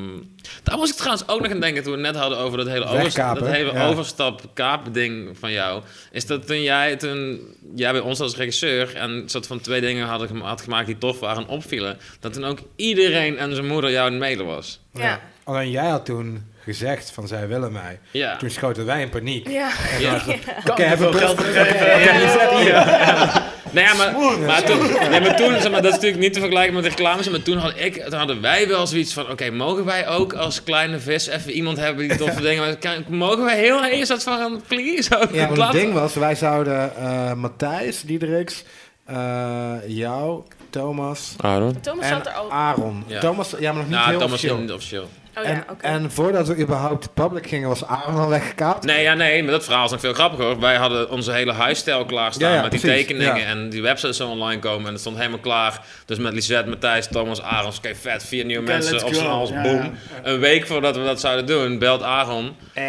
Speaker 1: daar was ik trouwens ook nog aan denken toen we het net hadden over dat hele, overst-
Speaker 3: Wegkapen,
Speaker 1: dat hele
Speaker 3: ja.
Speaker 1: overstap kaap ding van jou. Is dat toen jij, toen jij bij ons als regisseur en een soort van twee dingen hadden gema- had gemaakt die tof waren en opvielen, dat toen ook iedereen en zijn moeder jou in het mailen was.
Speaker 6: Ja.
Speaker 3: Alleen jij had toen gezegd van zij willen mij.
Speaker 1: Ja.
Speaker 3: Toen schoten wij in paniek.
Speaker 6: Ja.
Speaker 3: En
Speaker 1: Ja.
Speaker 3: toen dachten we, Oké, hebben we geld gegeven.
Speaker 1: Ja.
Speaker 3: Lisette hier.
Speaker 1: Nou ja, maar, maar toen, nee, maar toen zeg maar, dat is natuurlijk niet te vergelijken met reclames, maar toen, had ik, toen hadden wij wel zoiets van, oké, mogen wij ook als kleine vis even iemand hebben die toffe dingen, maar kan- mogen wij heel eerst dat van, een please, ook
Speaker 3: Ja, want het
Speaker 1: platen?
Speaker 3: ding was, wij zouden eh, Matthijs, Diedericks, eh, jou, Thomas
Speaker 4: Aaron?
Speaker 6: Thomas
Speaker 3: en
Speaker 6: zat er al. Oh
Speaker 3: Aaron.
Speaker 1: Ja.
Speaker 3: Thomas, ja, maar nog niet
Speaker 1: Nou,
Speaker 3: heel
Speaker 1: Thomas
Speaker 3: officieel.
Speaker 1: niet officieel.
Speaker 6: ja,
Speaker 3: En,
Speaker 6: oké.
Speaker 3: en voordat we überhaupt public gingen, was Aaron al weggekaapt.
Speaker 1: Nee, ja, nee, maar dat verhaal is nog veel grappiger. hoor. Wij hadden onze hele huisstijl klaarstaan
Speaker 3: Ja, ja,
Speaker 1: met die
Speaker 3: precies,
Speaker 1: tekeningen
Speaker 3: ja.
Speaker 1: en die website zou online komen en het stond helemaal klaar. Dus met Lisette, Matthijs, Thomas, Aaron, oké, vet, vier nieuwe
Speaker 2: Oké,
Speaker 1: mensen
Speaker 2: let's
Speaker 1: op zijn
Speaker 2: go.
Speaker 1: hals,
Speaker 2: Ja,
Speaker 1: boom. Een week voordat we dat zouden doen, belt Aaron. Eh,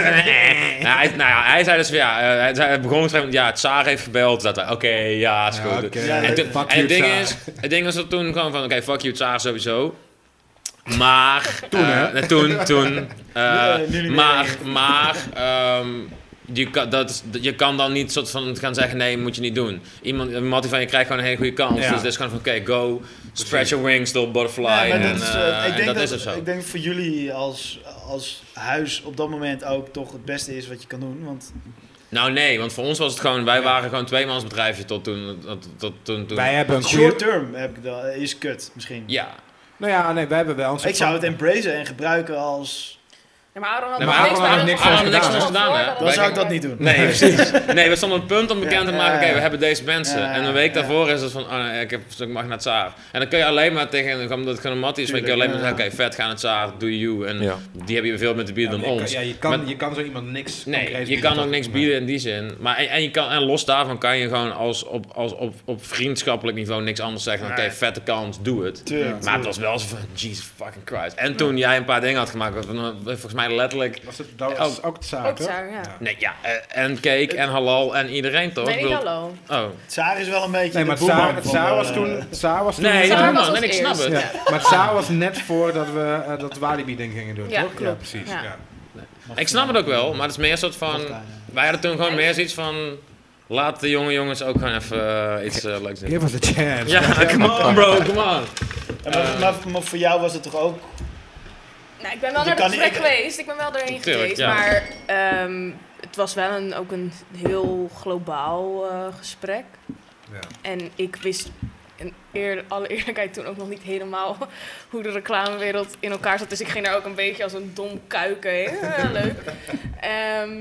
Speaker 1: nou, hij, nou ja, hij zei dus van ja, eh, hij, zei, hij begon op een gegeven moment, ja, Tsaar heeft gebeld. Dat hij, oké, ja, is goed.
Speaker 3: oké.
Speaker 2: Ja,
Speaker 1: En, toen-
Speaker 3: Fuck
Speaker 1: en
Speaker 3: you,
Speaker 1: het, ding
Speaker 3: Tsaar.
Speaker 1: is, het ding was dat toen gewoon van, oké, fuck you, Tsaar sowieso. Maar, toen, toen, toen, eh,
Speaker 2: Nee, nu niet meer.
Speaker 1: maar, maar, ehm, je kan, dat is- je kan dan niet soort van gaan zeggen, nee, moet je niet doen. Iemand, Mattie van je krijgt gewoon een hele goede kans.
Speaker 3: Ja.
Speaker 1: Dus het is gewoon van, oké, go, spread your wings, little butterfly.
Speaker 2: Ja, maar
Speaker 1: en,
Speaker 2: dat is,
Speaker 1: eh,
Speaker 2: eh, ik
Speaker 1: en
Speaker 2: denk
Speaker 1: dat
Speaker 2: dat,
Speaker 1: is het zo.
Speaker 2: Ik denk voor jullie als, als huis op dat moment ook toch het beste is wat je kan doen. Want
Speaker 1: Nou nee, want voor ons was het gewoon, wij waren gewoon tweemansbedrijfje tot toen. Tot, tot, toen, toen
Speaker 3: Wij hebben een
Speaker 2: Short
Speaker 3: goede...
Speaker 2: term heb ik dan, is kut misschien.
Speaker 1: Ja,
Speaker 3: Nou ja, nee, wij hebben wel een soort
Speaker 2: Ik zou
Speaker 3: van-
Speaker 2: het embracen en gebruiken als...
Speaker 6: Nee, maar Aaron had
Speaker 1: Nee,
Speaker 6: nog
Speaker 1: maar
Speaker 6: niks,
Speaker 1: Aaron had niks voor
Speaker 6: Aaron had
Speaker 1: gedaan,
Speaker 6: niks
Speaker 1: hè?
Speaker 6: voor
Speaker 1: Dan
Speaker 6: gedaan, hè?
Speaker 2: Dan
Speaker 1: Wij
Speaker 2: zou ik
Speaker 1: denken-
Speaker 2: dat niet doen.
Speaker 1: Nee, precies. Nee, we stonden op het punt om bekend te
Speaker 2: Ja,
Speaker 1: maken,
Speaker 2: ja,
Speaker 1: oké,
Speaker 2: ja.
Speaker 1: we hebben deze mensen.
Speaker 2: Ja,
Speaker 1: en een week
Speaker 2: ja.
Speaker 1: daarvoor is het van, oh, nee, ik heb een stuk mag naar het zaar. En dan kun je alleen maar tegen, omdat het gewoon een mattie is, maar je kun je alleen maar
Speaker 2: Tuurlijk,
Speaker 1: zeggen, oké, vet, ga naar het zaar, do you. En
Speaker 4: Ja.
Speaker 1: die hebben je veel meer te
Speaker 3: Ja,
Speaker 1: bieden
Speaker 3: maar
Speaker 1: dan
Speaker 3: je
Speaker 1: ons.
Speaker 3: Kan, ja, je kan,
Speaker 1: Maar-
Speaker 3: je kan zo iemand
Speaker 1: Nee,
Speaker 3: niks concreets
Speaker 1: je
Speaker 3: bieden,
Speaker 1: kan ook
Speaker 3: toch?
Speaker 1: niks
Speaker 3: Maar-
Speaker 1: bieden in die zin. Maar, en, en je kan, en los daarvan kan je gewoon als, op, als, op, op vriendschappelijk niveau niks anders zeggen dan, oké,
Speaker 2: Nee.
Speaker 1: vette kans, doe het.
Speaker 2: Tuurlijk.
Speaker 1: Maar het was wel zo van, Jesus fucking Christ. En toen jij een paar dingen had gemaakt, wat we- volgens mij letterlijk
Speaker 3: Was het, dat was
Speaker 2: Oh.
Speaker 3: ook het zaak,
Speaker 6: Ook
Speaker 3: hoor.
Speaker 6: zaar, ja.
Speaker 1: Nee, ja, eh, en cake en halal en iedereen toch?
Speaker 6: Nee,
Speaker 1: Ik
Speaker 6: niet
Speaker 1: bedoel-
Speaker 6: hallo.
Speaker 1: Oh.
Speaker 2: Saar is wel een beetje
Speaker 3: Nee,
Speaker 2: de
Speaker 3: maar het
Speaker 2: boeman
Speaker 3: zaar, het
Speaker 2: van,
Speaker 3: zaar
Speaker 2: eh,
Speaker 3: was toen... het Zaar was toen
Speaker 1: Nee, doe
Speaker 6: Saar was
Speaker 1: maar.
Speaker 6: als
Speaker 1: Nee, ik snap
Speaker 6: eerst.
Speaker 1: het.
Speaker 3: Ja, maar het zaar was net voordat we eh, dat Walibi-ding gingen doen,
Speaker 6: Ja,
Speaker 3: toch?
Speaker 6: klopt.
Speaker 3: precies.
Speaker 6: Ja.
Speaker 3: ja.
Speaker 1: Ik snap het ook wel, maar het is meer een soort van...
Speaker 6: eh,
Speaker 1: Wij hadden toen gewoon meer zoiets van... Laat de jonge jongens ook gewoon even eh, iets eh, leuks doen.
Speaker 3: Give us a chance.
Speaker 1: Ja, come on bro, come on.
Speaker 2: Ja, maar, maar, maar voor jou was het toch ook...
Speaker 6: Nou, ik ben wel
Speaker 2: Je
Speaker 6: naar het
Speaker 2: kan-
Speaker 6: gesprek
Speaker 2: ik-
Speaker 6: geweest. Ik ben wel erheen
Speaker 1: Tuurlijk,
Speaker 6: geweest.
Speaker 1: ja.
Speaker 6: Maar ehm, het was wel een, ook een heel globaal eh, gesprek.
Speaker 3: Ja.
Speaker 6: En ik wist in eer, alle eerlijkheid toen ook nog niet helemaal hoe de reclamewereld in elkaar zat. Dus ik ging daar ook een beetje als een dom kuiken. heen. Eh, leuk. Ehm,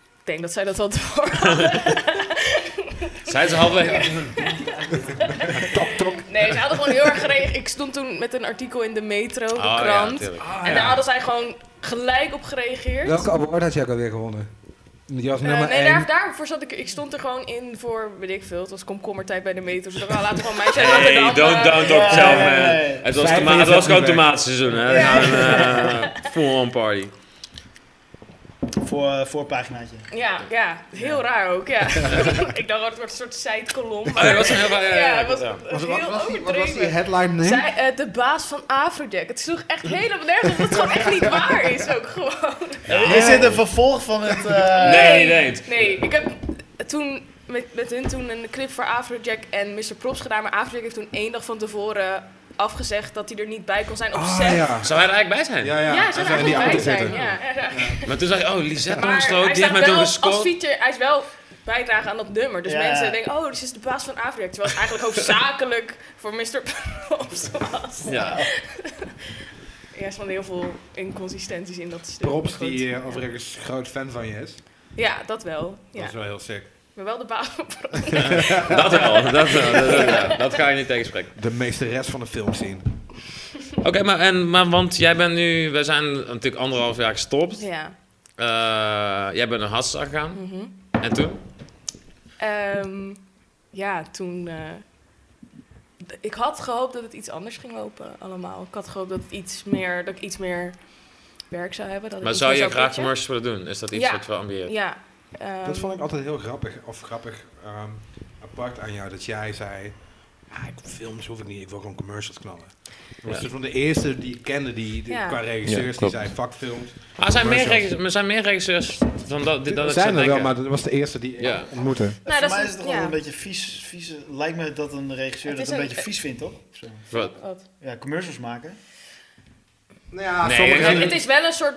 Speaker 6: ik denk dat zij dat wel door
Speaker 1: Zijn ze halverwege...
Speaker 6: Nee, ze hadden gewoon heel erg gereageerd. Ik stond toen met een artikel in de Metro, de
Speaker 1: Oh ja,
Speaker 6: krant.
Speaker 1: natuurlijk.
Speaker 6: Ah,
Speaker 3: Ah,
Speaker 6: en daar hadden zij gewoon gelijk op gereageerd.
Speaker 3: Welke award had jij ook alweer gewonnen? Die was
Speaker 6: Eh,
Speaker 3: nummer
Speaker 6: nee,
Speaker 3: 1.
Speaker 6: daar, daarvoor zat ik. Ik stond er gewoon in voor, weet ik veel. Het was komkommertijd bij de metro. Dus ik dacht, nou, laten we gewoon mij zijn. laat ik
Speaker 1: Hey,
Speaker 6: dan,
Speaker 1: don't,
Speaker 6: eh,
Speaker 1: don't talk
Speaker 2: eh,
Speaker 1: yourself,
Speaker 2: nee,
Speaker 1: man.
Speaker 2: nee.
Speaker 1: Het was,
Speaker 3: Zij
Speaker 1: toma
Speaker 3: vinden
Speaker 1: het
Speaker 3: het
Speaker 1: was gewoon
Speaker 3: niet werk.
Speaker 1: tomatenseizoen, hè. Nou, een eh, full-on party.
Speaker 2: Voor, eh, voorpaginaatje.
Speaker 6: Ja, ja, heel raar ook, ja. ik dacht, oh, het wordt een soort zijtkolom.
Speaker 1: Oh,
Speaker 6: Maar
Speaker 1: dat was een heel...
Speaker 6: ja, het was
Speaker 1: ja.
Speaker 3: Was, wat,
Speaker 6: heel
Speaker 3: was die, wat was die
Speaker 6: overdreven.
Speaker 3: headline name?
Speaker 6: Zij, eh, de baas van Afrodek. Het sloeg echt helemaal nergens op. Dat het gewoon echt niet waar is ook gewoon.
Speaker 2: Is dit een vervolg van het... eh,
Speaker 1: Nee, nee, nee.
Speaker 6: Nee, ik heb toen met, met hun toen een clip voor Afrojack en Mr. Props gedaan. Maar Afrojack heeft toen één dag van tevoren afgezegd dat hij er niet bij kon zijn op
Speaker 3: Ah,
Speaker 6: set.
Speaker 3: ja.
Speaker 1: Zou hij er eigenlijk bij zijn?
Speaker 3: Ja, ja.
Speaker 6: Ja,
Speaker 3: En
Speaker 6: ze zijn
Speaker 3: zij in die
Speaker 6: bij
Speaker 3: auto
Speaker 6: zijn.
Speaker 3: zitten.
Speaker 6: Ja, ja, ja.
Speaker 1: Maar toen zag je, oh, Lisette
Speaker 6: Maar
Speaker 1: Toonsloot,
Speaker 6: hij
Speaker 1: die heeft
Speaker 6: staat
Speaker 1: mij toen
Speaker 6: wel als
Speaker 1: gescoord.
Speaker 6: feature, hij is wel bijdrage aan dat nummer. Dus
Speaker 2: Ja.
Speaker 6: mensen denken, oh, dit is de baas van Afrojack. Terwijl het eigenlijk hoofdzakelijk voor Mr. Props was.
Speaker 1: Ja.
Speaker 6: Ja, er zijn heel veel inconsistenties in dat stuk.
Speaker 3: Props,
Speaker 6: Maar goed.
Speaker 3: die eh, overigens groot fan van je is.
Speaker 6: Ja, dat wel.
Speaker 3: Dat
Speaker 6: Ja.
Speaker 3: is wel heel sick.
Speaker 6: Maar wel de baas van Props.
Speaker 1: Dat wel, dat, wel, dat, dat, ja. dat ga je niet tegenspreken.
Speaker 3: De meesteres van de film zien.
Speaker 1: Oké, maar, en, maar want jij bent nu, we zijn natuurlijk anderhalf jaar gestopt.
Speaker 6: Ja.
Speaker 1: Eh, jij bent naar Hassa gegaan.
Speaker 6: mhm.
Speaker 1: En toen?
Speaker 6: Ehm, ja, toen. eh, d- ik had gehoopt dat het iets anders ging lopen, allemaal. Ik had gehoopt dat, het iets meer, dat ik iets meer werk zou hebben. Dat ik
Speaker 1: Maar
Speaker 6: iets
Speaker 1: zou
Speaker 6: meer
Speaker 1: je graag
Speaker 6: pitchen.
Speaker 1: commercials willen doen? Is dat iets
Speaker 6: Ja.
Speaker 1: wat we ambiëren?
Speaker 6: Ja. ehm,
Speaker 3: Dat vond ik altijd heel grappig, of grappig ehm, apart aan jou, dat jij zei, ah, ik films hoef ik niet, ik wil gewoon commercials knallen. Dat was
Speaker 1: Ja.
Speaker 3: dus van de eerste die ik kende, die, die-
Speaker 6: Ja.
Speaker 3: qua
Speaker 8: Ja,
Speaker 3: regisseurs, die
Speaker 8: klopt.
Speaker 3: zei, fuck films.
Speaker 1: Maar Ah, er zijn meer,
Speaker 3: Commercials.
Speaker 1: regisseurs, er zijn meer regisseurs dan dat, die- dan ik
Speaker 3: zijn
Speaker 1: zou
Speaker 3: er wel,
Speaker 1: denken.
Speaker 3: maar dat was de eerste die ik
Speaker 1: Ja.
Speaker 3: ontmoette.
Speaker 6: Nou,
Speaker 2: voor
Speaker 6: dat
Speaker 2: mij
Speaker 6: is-
Speaker 2: is het toch
Speaker 6: ja.
Speaker 2: wel een beetje vies, vies. Lijkt me dat een regisseur
Speaker 6: Het
Speaker 2: dat
Speaker 6: is
Speaker 2: een
Speaker 6: een-
Speaker 2: beetje vies vindt, toch? Zo.
Speaker 1: Wat?
Speaker 6: wat?
Speaker 2: Ja, commercials maken.
Speaker 3: Nou ja,
Speaker 1: Nee,
Speaker 3: sommige-
Speaker 1: dat-
Speaker 6: Het is wel een soort,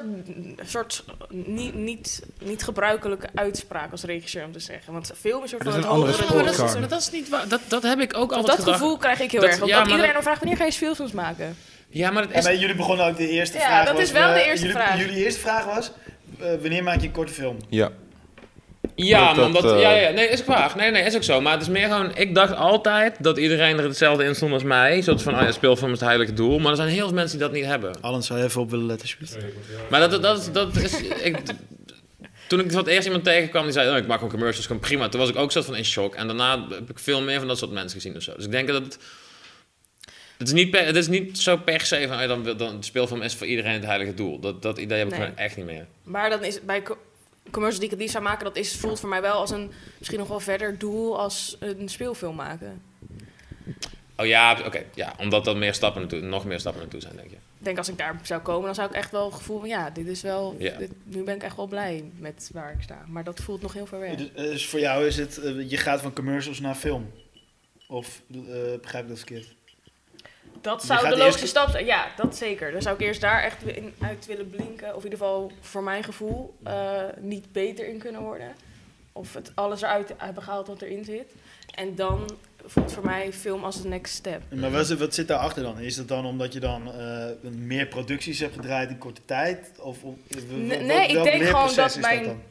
Speaker 6: soort niet, niet, niet gebruikelijke uitspraak als regisseur om te zeggen. Want film is een soort
Speaker 3: Dat
Speaker 6: van
Speaker 3: is een
Speaker 6: het
Speaker 3: andere
Speaker 6: hogere-
Speaker 1: maar
Speaker 3: sport.
Speaker 1: dat, is, maar dat is niet waar. Dat, dat heb ik ook altijd
Speaker 6: Dat
Speaker 1: gedacht.
Speaker 6: gevoel krijg ik heel
Speaker 1: Dat-
Speaker 6: erg. Want
Speaker 1: ja,
Speaker 6: dat
Speaker 1: maar
Speaker 6: iedereen dan vraagt, wanneer ga je speelfilms maken?
Speaker 1: Ja, maar
Speaker 2: En
Speaker 1: dat is...
Speaker 2: bij jullie begonnen ook de eerste
Speaker 6: Ja,
Speaker 2: vraag.
Speaker 6: dat
Speaker 2: was,
Speaker 6: is wel de
Speaker 2: eh,
Speaker 6: eerste
Speaker 2: jullie,
Speaker 6: vraag.
Speaker 2: Jullie eerste vraag was: eh, wanneer maak je een korte film?
Speaker 8: Ja.
Speaker 1: Ja,
Speaker 8: Dat-
Speaker 1: man, dat,
Speaker 8: dat, eh,
Speaker 1: ja, ja, nee, is ook waar. Nee, nee, is ook zo. Maar het is meer gewoon... Ik dacht altijd dat iedereen er hetzelfde in stond als mij. Zoals van, oh ja, speelfilm is het heilige doel. Maar er zijn heel veel mensen die dat niet hebben.
Speaker 2: Allen, zou je even op willen letten, alsjeblieft?
Speaker 1: Maar dat, dat, dat is... Ik, toen ik voor het eerst iemand tegenkwam die zei... Oh, ik maak gewoon commercials, gewoon prima. Toen was ik ook soort van in shock. En daarna heb ik veel meer van dat soort mensen gezien of zo. Dus ik denk dat het... Het is niet, per- het is niet zo per se van... oh, dan, wil- dan, de speelfilm is voor iedereen het heilige doel. Dat, dat idee heb ik
Speaker 6: Nee.
Speaker 1: gewoon echt niet meer.
Speaker 6: Maar dan is het bij co- commercials die ik het liefst zou maken, dat is, voelt voor mij wel als een misschien nog wel verder doel als een speelfilm maken.
Speaker 1: Oh ja, oké. ja, omdat dan meer stappen naartoe, nog meer stappen naartoe zijn, denk je.
Speaker 6: Ik denk als ik daar zou komen, dan zou ik echt wel het gevoel van ja, dit is wel.
Speaker 1: Ja.
Speaker 6: dit- nu ben ik echt wel blij met waar ik sta. Maar dat voelt nog heel ver weg.
Speaker 2: Dus, dus voor jou is het: eh, je gaat van commercials naar film. Of eh, begrijp ik dat verkeerd?
Speaker 6: Dat
Speaker 2: Je
Speaker 6: zou
Speaker 2: gaat
Speaker 6: de logische
Speaker 2: eerst-
Speaker 6: stap zijn. Ja, dat zeker. Dan zou ik eerst daar echt in uit willen blinken. Of in ieder geval, voor mijn gevoel, eh, niet beter in kunnen worden. Of het alles eruit hebben gehaald wat erin zit. En dan voelt voor mij film als de next step.
Speaker 2: Maar wat, zit- wat zit daarachter dan? Is dat dan omdat je dan eh, meer producties hebt gedraaid in korte tijd? Of, of,
Speaker 6: Nee, nee,
Speaker 2: wat-
Speaker 6: ik
Speaker 2: welk
Speaker 6: denk gewoon
Speaker 2: leerproces
Speaker 6: dat
Speaker 2: is
Speaker 6: mijn-
Speaker 2: dan?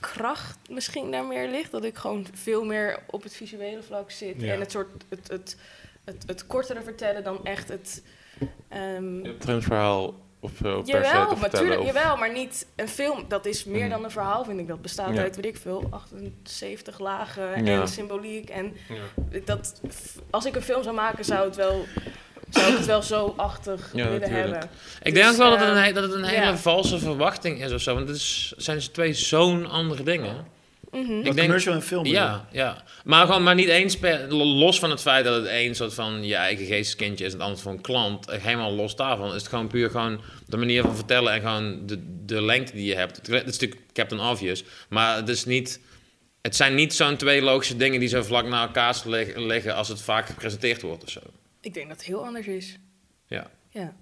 Speaker 6: kracht misschien daar meer ligt. Dat ik gewoon veel meer op het visuele vlak zit.
Speaker 3: Ja.
Speaker 6: En het soort het, het, het, het kortere vertellen dan echt het. ehm,
Speaker 4: Je hebt geen verhaal of eh, per se te
Speaker 6: jawel,
Speaker 4: vertellen,
Speaker 6: natuurlijk,
Speaker 4: of-
Speaker 6: jawel, maar niet een film. Dat is meer
Speaker 4: Mm.
Speaker 6: dan een verhaal, vind ik. Dat bestaat
Speaker 4: Ja.
Speaker 6: uit, weet ik veel, 78 lagen
Speaker 4: Ja.
Speaker 6: en symboliek. En
Speaker 4: Ja.
Speaker 6: dat, als ik een film zou maken, zou, het wel, zou ik het wel zo achtig
Speaker 4: Ja,
Speaker 6: willen
Speaker 4: natuurlijk.
Speaker 6: hebben.
Speaker 1: Ik
Speaker 6: Dus,
Speaker 1: denk ook wel dat het
Speaker 6: eh,
Speaker 1: een, he- dat het een hele
Speaker 6: ja.
Speaker 1: valse verwachting is of zo. Want het is, zijn ze twee zo'n andere dingen.
Speaker 6: Mhm.
Speaker 1: Ik
Speaker 2: Wat
Speaker 1: denk-
Speaker 2: commercial en film. bedoel
Speaker 1: Ja, ja. Maar, gewoon, maar niet eens per, los van het feit dat het een soort van je eigen geesteskindje is en het ander van een klant. eh, Helemaal los daarvan is het gewoon puur gewoon de manier van vertellen en gewoon de, de lengte die je hebt. Het is natuurlijk Captain Obvious, maar het is niet... Het zijn niet zo'n twee logische dingen die zo vlak na elkaar lig- liggen als het vaak gepresenteerd wordt of zo.
Speaker 6: Ik denk dat het heel anders is.
Speaker 1: Ja.
Speaker 6: Ja.